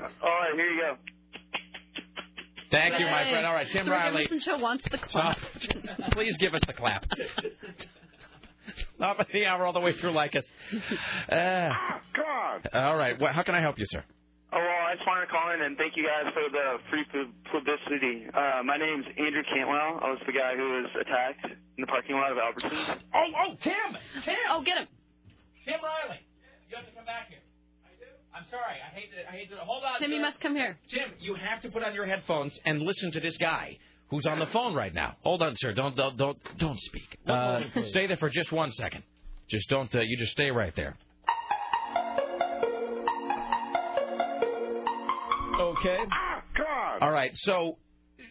[SPEAKER 26] All right, here you go.
[SPEAKER 2] Thank you, my friend. All right, Tim
[SPEAKER 3] the Rick
[SPEAKER 2] Riley. (laughs)
[SPEAKER 3] Emerson show wants the
[SPEAKER 2] Top,
[SPEAKER 3] clap.
[SPEAKER 2] please give us the clap. Top of the hour, all the way through, like us. Uh,
[SPEAKER 16] God.
[SPEAKER 2] all right, well, how can I help you, sir?
[SPEAKER 26] Oh, well, I just wanted to call in and thank you guys for the free pu- publicity. Uh, my name's Andrew Cantwell. I was the guy who was attacked in the parking lot of Albertsons.
[SPEAKER 2] Oh, oh, Tim! Tim!
[SPEAKER 3] Oh, get him.
[SPEAKER 2] Tim Riley, you have to come back here. I do. I'm sorry. I hate to. I hate to. Hold on.
[SPEAKER 3] Tim, you
[SPEAKER 2] sir.
[SPEAKER 3] must come here.
[SPEAKER 2] Tim, you have to put on your headphones and listen to this guy who's on the phone right now. Hold on, sir. Don't don't don't don't speak. Uh, stay there for just one second. Just don't. Uh, you just stay right there.
[SPEAKER 1] Okay.
[SPEAKER 26] Oh,
[SPEAKER 16] God.
[SPEAKER 2] All right. So,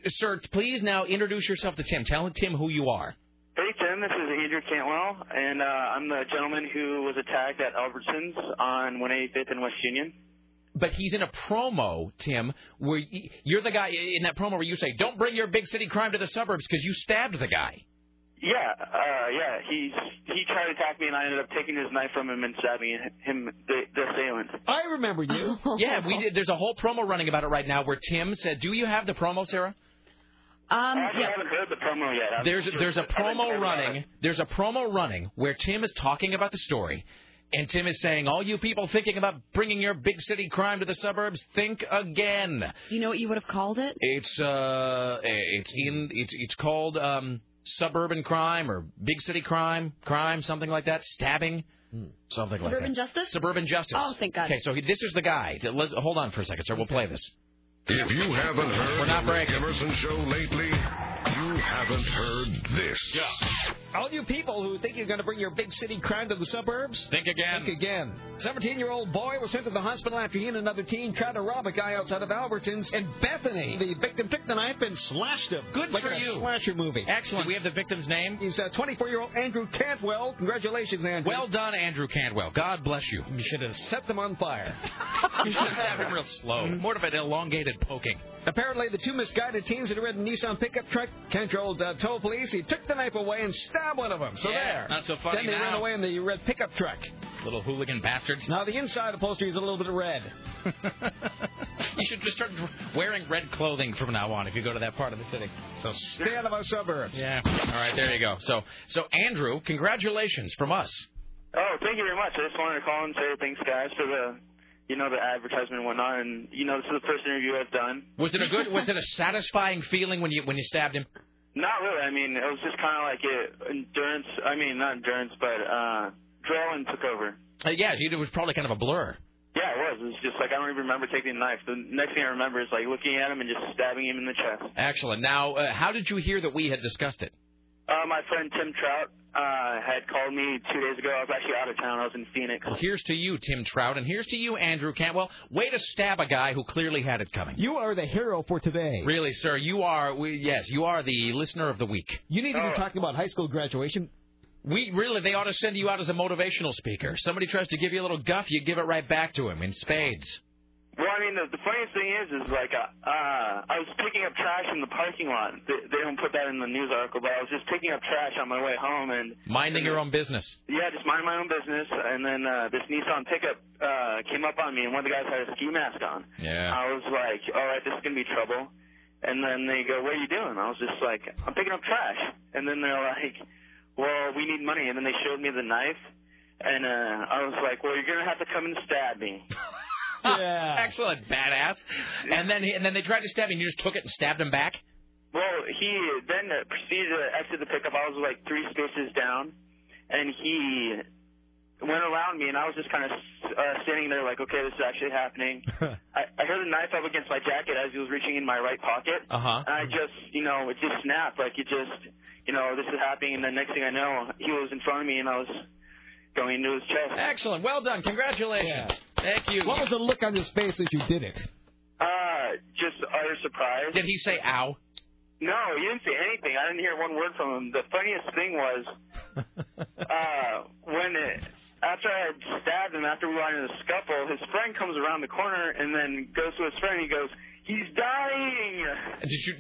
[SPEAKER 2] sir, please now introduce yourself to Tim. Tell Tim who you are.
[SPEAKER 26] Hey, Tim, this is Andrew Cantwell, and uh, I'm the gentleman who was attacked at Albertsons on 185th and West Union.
[SPEAKER 2] But he's in a promo, Tim, where y- you're the guy in that promo where you say, "Don't bring your big city crime to the suburbs" because you stabbed the guy.
[SPEAKER 26] Yeah, uh, yeah. He he tried to attack me, and I ended up taking his knife from him and stabbing him, the, the assailant.
[SPEAKER 2] I remember you. (laughs) yeah, we did. There's a whole promo running about it right now where Tim said, "Do you have the promo, Sarah?"
[SPEAKER 3] Um,
[SPEAKER 26] I actually haven't heard the promo yet. I'm
[SPEAKER 2] There's
[SPEAKER 26] just-
[SPEAKER 2] there's a
[SPEAKER 26] I've been
[SPEAKER 2] promo
[SPEAKER 26] thinking about it.
[SPEAKER 2] running. There's a promo running where Tim is talking about the story, and Tim is saying, "All you people thinking about bringing your big city crime to the suburbs, think again."
[SPEAKER 3] You know what you would have called it?
[SPEAKER 2] It's uh, it's in it's it's called um suburban crime or big city crime, crime something like that, stabbing. Something like
[SPEAKER 3] Suburban
[SPEAKER 2] that.
[SPEAKER 3] justice?
[SPEAKER 2] Suburban justice.
[SPEAKER 3] Oh, thank God.
[SPEAKER 2] Okay, so he, this is the guy. Let's, hold on for a second, sir. We'll play this.
[SPEAKER 7] If you haven't heard
[SPEAKER 2] We're not
[SPEAKER 7] the Rick
[SPEAKER 2] breaking.
[SPEAKER 7] Emerson Show lately, you haven't heard this.
[SPEAKER 1] All you people who think you're going to bring your big city crime to the suburbs,
[SPEAKER 2] think again.
[SPEAKER 1] Think again. 17 year old boy was sent to the hospital after he and another teen tried to rob a guy outside of Albertsons in Bethany. The victim took the knife and slashed him.
[SPEAKER 2] Good
[SPEAKER 1] like
[SPEAKER 2] for
[SPEAKER 1] in a
[SPEAKER 2] you.
[SPEAKER 1] slasher movie.
[SPEAKER 2] Excellent. Do we have the victim's name?
[SPEAKER 1] He's 24 year old Andrew Cantwell. Congratulations, Andrew.
[SPEAKER 2] Well done, Andrew Cantwell. God bless you.
[SPEAKER 1] You should have set them on
[SPEAKER 2] (laughs)
[SPEAKER 1] fire.
[SPEAKER 2] you should have him real slow. Mm-hmm. More of an elongated poking.
[SPEAKER 1] Apparently, the two misguided teens had ridden Nissan pickup truck. Cantwell uh, told police he took the knife away and stabbed one of them. So
[SPEAKER 2] Yeah,
[SPEAKER 1] there.
[SPEAKER 2] not so funny
[SPEAKER 1] Then they
[SPEAKER 2] now.
[SPEAKER 1] ran away in the red pickup truck.
[SPEAKER 2] Little hooligan bastards.
[SPEAKER 1] Now the inside upholstery is a little bit red.
[SPEAKER 2] (laughs) You should just start wearing red clothing from now on if you go to that part of the city. So
[SPEAKER 1] Stay out of our suburbs.
[SPEAKER 2] yeah. All right, there you go. So so Andrew, congratulations from us.
[SPEAKER 26] Oh, thank you very much. I just wanted to call and say thanks, guys, for the you know the advertisement and whatnot. And you know this is the first interview I've done.
[SPEAKER 2] Was it a good? Was it a satisfying feeling when you when you stabbed him?
[SPEAKER 26] (laughs) Not really. I mean, it was just kind of like it, endurance. I mean, not endurance, but uh, adrenaline took over.
[SPEAKER 2] Uh, yeah, it was probably kind of a blur.
[SPEAKER 26] Yeah, it was. It was just like I don't even remember taking the knife. The next thing I remember is like looking at him and just stabbing him in the chest.
[SPEAKER 2] Excellent. Now, uh, how did you hear that we had discussed it?
[SPEAKER 26] Uh, my friend Tim Trout uh, had called me two days ago. I was actually out of town. I was in Phoenix.
[SPEAKER 2] Well, here's to you, Tim Trout, and here's to you, Andrew Cantwell. Way to stab a guy who clearly had it coming.
[SPEAKER 1] You are the hero for today.
[SPEAKER 2] Really, sir, you are. We, yes, you are the listener of the week.
[SPEAKER 1] You need to be talking about high school graduation.
[SPEAKER 2] We really, they ought to send you out as a motivational speaker. Somebody tries to give you a little guff, you give it right back to him in spades.
[SPEAKER 26] Well, I mean, the, the funniest thing is, is like uh, uh, I was picking up trash in the parking lot. They, they don't put that in the news article, but I was just picking up trash on my way home, and
[SPEAKER 2] Minding your own business.
[SPEAKER 26] yeah, just mind my own business. And then uh, this Nissan pickup uh, came up on me, and one of the guys had a ski mask on.
[SPEAKER 2] Yeah.
[SPEAKER 26] I was like, all right, this is gonna be trouble. And then they go, what are you doing? I was just like, I'm picking up trash. And then they're like, well, we need money. And then they showed me the knife, and uh, I was like, well, you're gonna have to come and stab me.
[SPEAKER 2] (laughs) Yeah. Excellent, badass. And then he, and then they tried to stab him. You just took it and stabbed him back.
[SPEAKER 26] Well, he then proceeded to exit the pickup. I was like three spaces down, and he went around me, and I was just kind of uh, standing there like, okay, this is actually happening.
[SPEAKER 2] (laughs)
[SPEAKER 26] I, I heard a knife up against my jacket as he was reaching in my right pocket,
[SPEAKER 2] Uh huh.
[SPEAKER 26] and I just, you know, it just snapped. Like it just, you know, this is happening, and the next thing I know, he was in front of me, and I was going into his chest.
[SPEAKER 2] Excellent. Well done. Congratulations. Thank you.
[SPEAKER 1] What was the look on his face as you did it?
[SPEAKER 26] Uh, just utter surprise.
[SPEAKER 2] Did he say ow?
[SPEAKER 26] No, he didn't say anything. I didn't hear one word from him. The funniest thing
[SPEAKER 2] (laughs)
[SPEAKER 26] was uh, when it, after I had stabbed him, after we got into the scuffle, his friend comes around the corner and then goes to his friend. and He goes, "He's dying."
[SPEAKER 2] Did you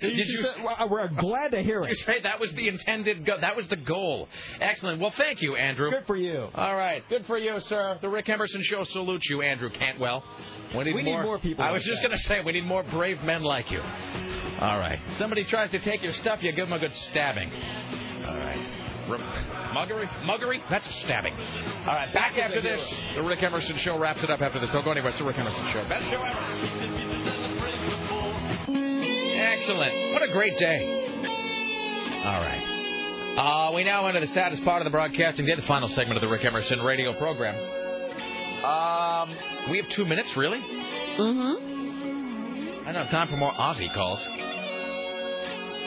[SPEAKER 2] did, did you
[SPEAKER 1] uh, We're glad to hear
[SPEAKER 2] you
[SPEAKER 1] it.
[SPEAKER 2] say that was the intended go- that was the goal? Excellent. Well, thank you, Andrew.
[SPEAKER 1] Good for you.
[SPEAKER 2] All right. Good for you, sir. The Rick Emerson Show salutes you, Andrew Cantwell. We need,
[SPEAKER 1] We need more people
[SPEAKER 2] I
[SPEAKER 1] like
[SPEAKER 2] was just
[SPEAKER 1] that.
[SPEAKER 2] going to say, we need more brave men like you. All right. Somebody tries to take your stuff, you give them a good stabbing. All right. Rem- muggery? Muggery? That's a stabbing. All right. Back after this. The Rick Emerson Show wraps it up after this. Don't go anywhere. It's the Rick Emerson Show. Best show ever. Excellent. What a great day. All right. Uh, we now enter the saddest part of the broadcasting day, the final segment of the Rick Emerson radio program. Um, we have two minutes, really?
[SPEAKER 3] Mm-hmm.
[SPEAKER 2] I don't have time for more Aussie calls.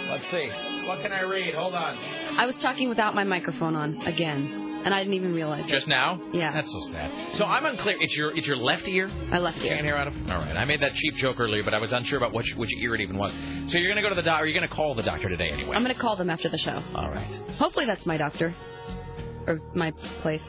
[SPEAKER 2] Let's see. What can I read? Hold on.
[SPEAKER 3] I was talking without my microphone on again, and I didn't even realize. it.
[SPEAKER 2] Just now?
[SPEAKER 3] Yeah.
[SPEAKER 2] That's so sad. So I'm unclear. It's your it's your left ear?
[SPEAKER 3] My left
[SPEAKER 2] Can't
[SPEAKER 3] ear.
[SPEAKER 2] hear out of. All right. I made that cheap joke earlier, but I was unsure about which which ear it even was. So you're gonna go to the doctor. You're gonna call the doctor today anyway.
[SPEAKER 3] I'm gonna call them after the show.
[SPEAKER 2] All right.
[SPEAKER 3] Hopefully that's my doctor or my place.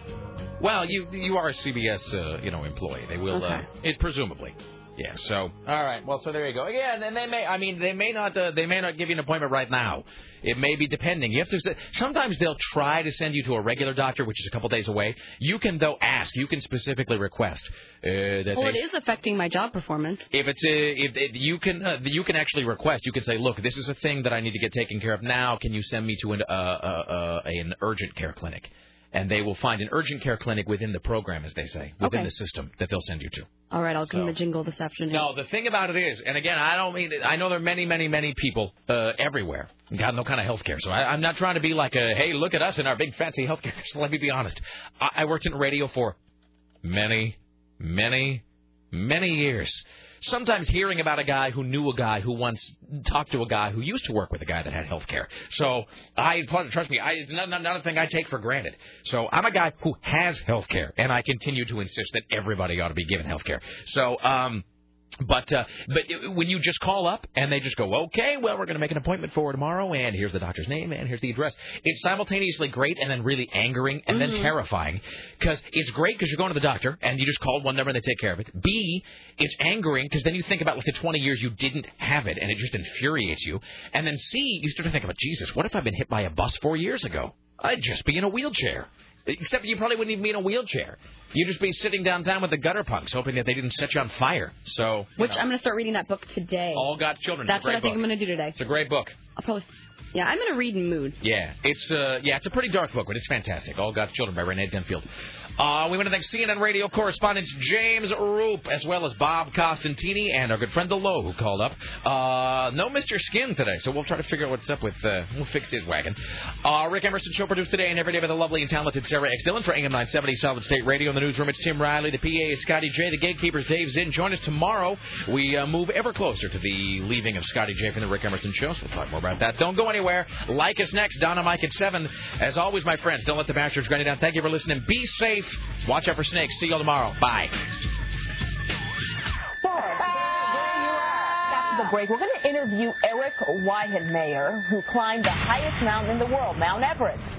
[SPEAKER 2] Well, you you are a CBS uh, you know employee. They will uh,
[SPEAKER 3] Okay.
[SPEAKER 2] it presumably. Yeah. So all right. Well, so there you go. Yeah, and then they may. I mean, they may not. Uh, they may not give you an appointment right now. It may be depending. You have to. Sometimes they'll try to send you to a regular doctor, which is a couple days away. You can though ask. You can specifically request uh, that
[SPEAKER 3] Well,
[SPEAKER 2] they
[SPEAKER 3] it is affecting my job performance.
[SPEAKER 2] if it's a, if, if you can uh, you can actually request you can say look this is a thing that I need to get taken care of now can you send me to an uh, uh, uh, an urgent care clinic and they will find an urgent care clinic within the program as they say within
[SPEAKER 3] Okay.
[SPEAKER 2] the system that they'll send you to
[SPEAKER 3] All right, I'll give him a jingle this afternoon.
[SPEAKER 2] no the thing about it is and again I don't mean I know there are many many many people uh, everywhere got no kind of health care so I, I'm not trying to be like a hey look at us and our big fancy health care (laughs) so let me be honest I, I worked in radio for many many many years. Sometimes hearing about a guy who knew a guy who once talked to a guy who used to work with a guy that had health care. So I trust me, I, it's not, not, not a thing I take for granted. So I'm a guy who has health care, and I continue to insist that everybody ought to be given health care. So, um, but uh, but it- when you just call up and they just go, okay, well we're going to make an appointment for tomorrow, and here's the doctor's name, and here's the address. It's simultaneously great and then really angering and then terrifying because it's great because you're going to the doctor and you just called one number and they take care of it. B, it's angering because then you think about like the 20 years you didn't have it and it just infuriates you. And then C, you start to think about Jesus, what if I've been hit by a bus four years ago? I'd just be in a wheelchair. Except you probably wouldn't even be in a wheelchair. You'd just be sitting downtown with the gutter punks, hoping that they didn't set you on fire. So, you
[SPEAKER 3] Which
[SPEAKER 2] know.
[SPEAKER 3] I'm going to start reading that book today.
[SPEAKER 2] All Got Children. It's
[SPEAKER 3] That's
[SPEAKER 2] a great
[SPEAKER 3] what I think
[SPEAKER 2] book.
[SPEAKER 3] I'm going to do today.
[SPEAKER 2] It's a great book.
[SPEAKER 3] I'll probably. Yeah, I'm in a reading mood.
[SPEAKER 2] Yeah, it's uh, yeah, it's a pretty dark book, but it's fantastic. All God's Children by Renee Denfield. Uh, we want to thank CNN radio correspondents James Roop as well as Bob Costantini and our good friend DeLo who called up. Uh, no Mr. Skin today, so we'll try to figure out what's up with. Uh, we'll fix his wagon. Uh, Rick Emerson show produced today and every day by the lovely and talented Sarah X Dillon for AM 970 Solid State Radio in the newsroom. It's Tim Riley, the PA is Scotty J, the gatekeeper is Dave Zinn. Join us tomorrow. We uh, move ever closer to the leaving of Scotty J from the Rick Emerson show. So we'll talk more about that. Don't go anywhere. Like us next. Donna Mike at 7. As always, my friends, don't let the bastards grind you down. Thank you for listening. Be safe. Watch out for snakes. See you all tomorrow. Bye.
[SPEAKER 14] After the break, we're going to interview Eric Weihenmayer, who climbed the highest mountain in the world, Mount Everest.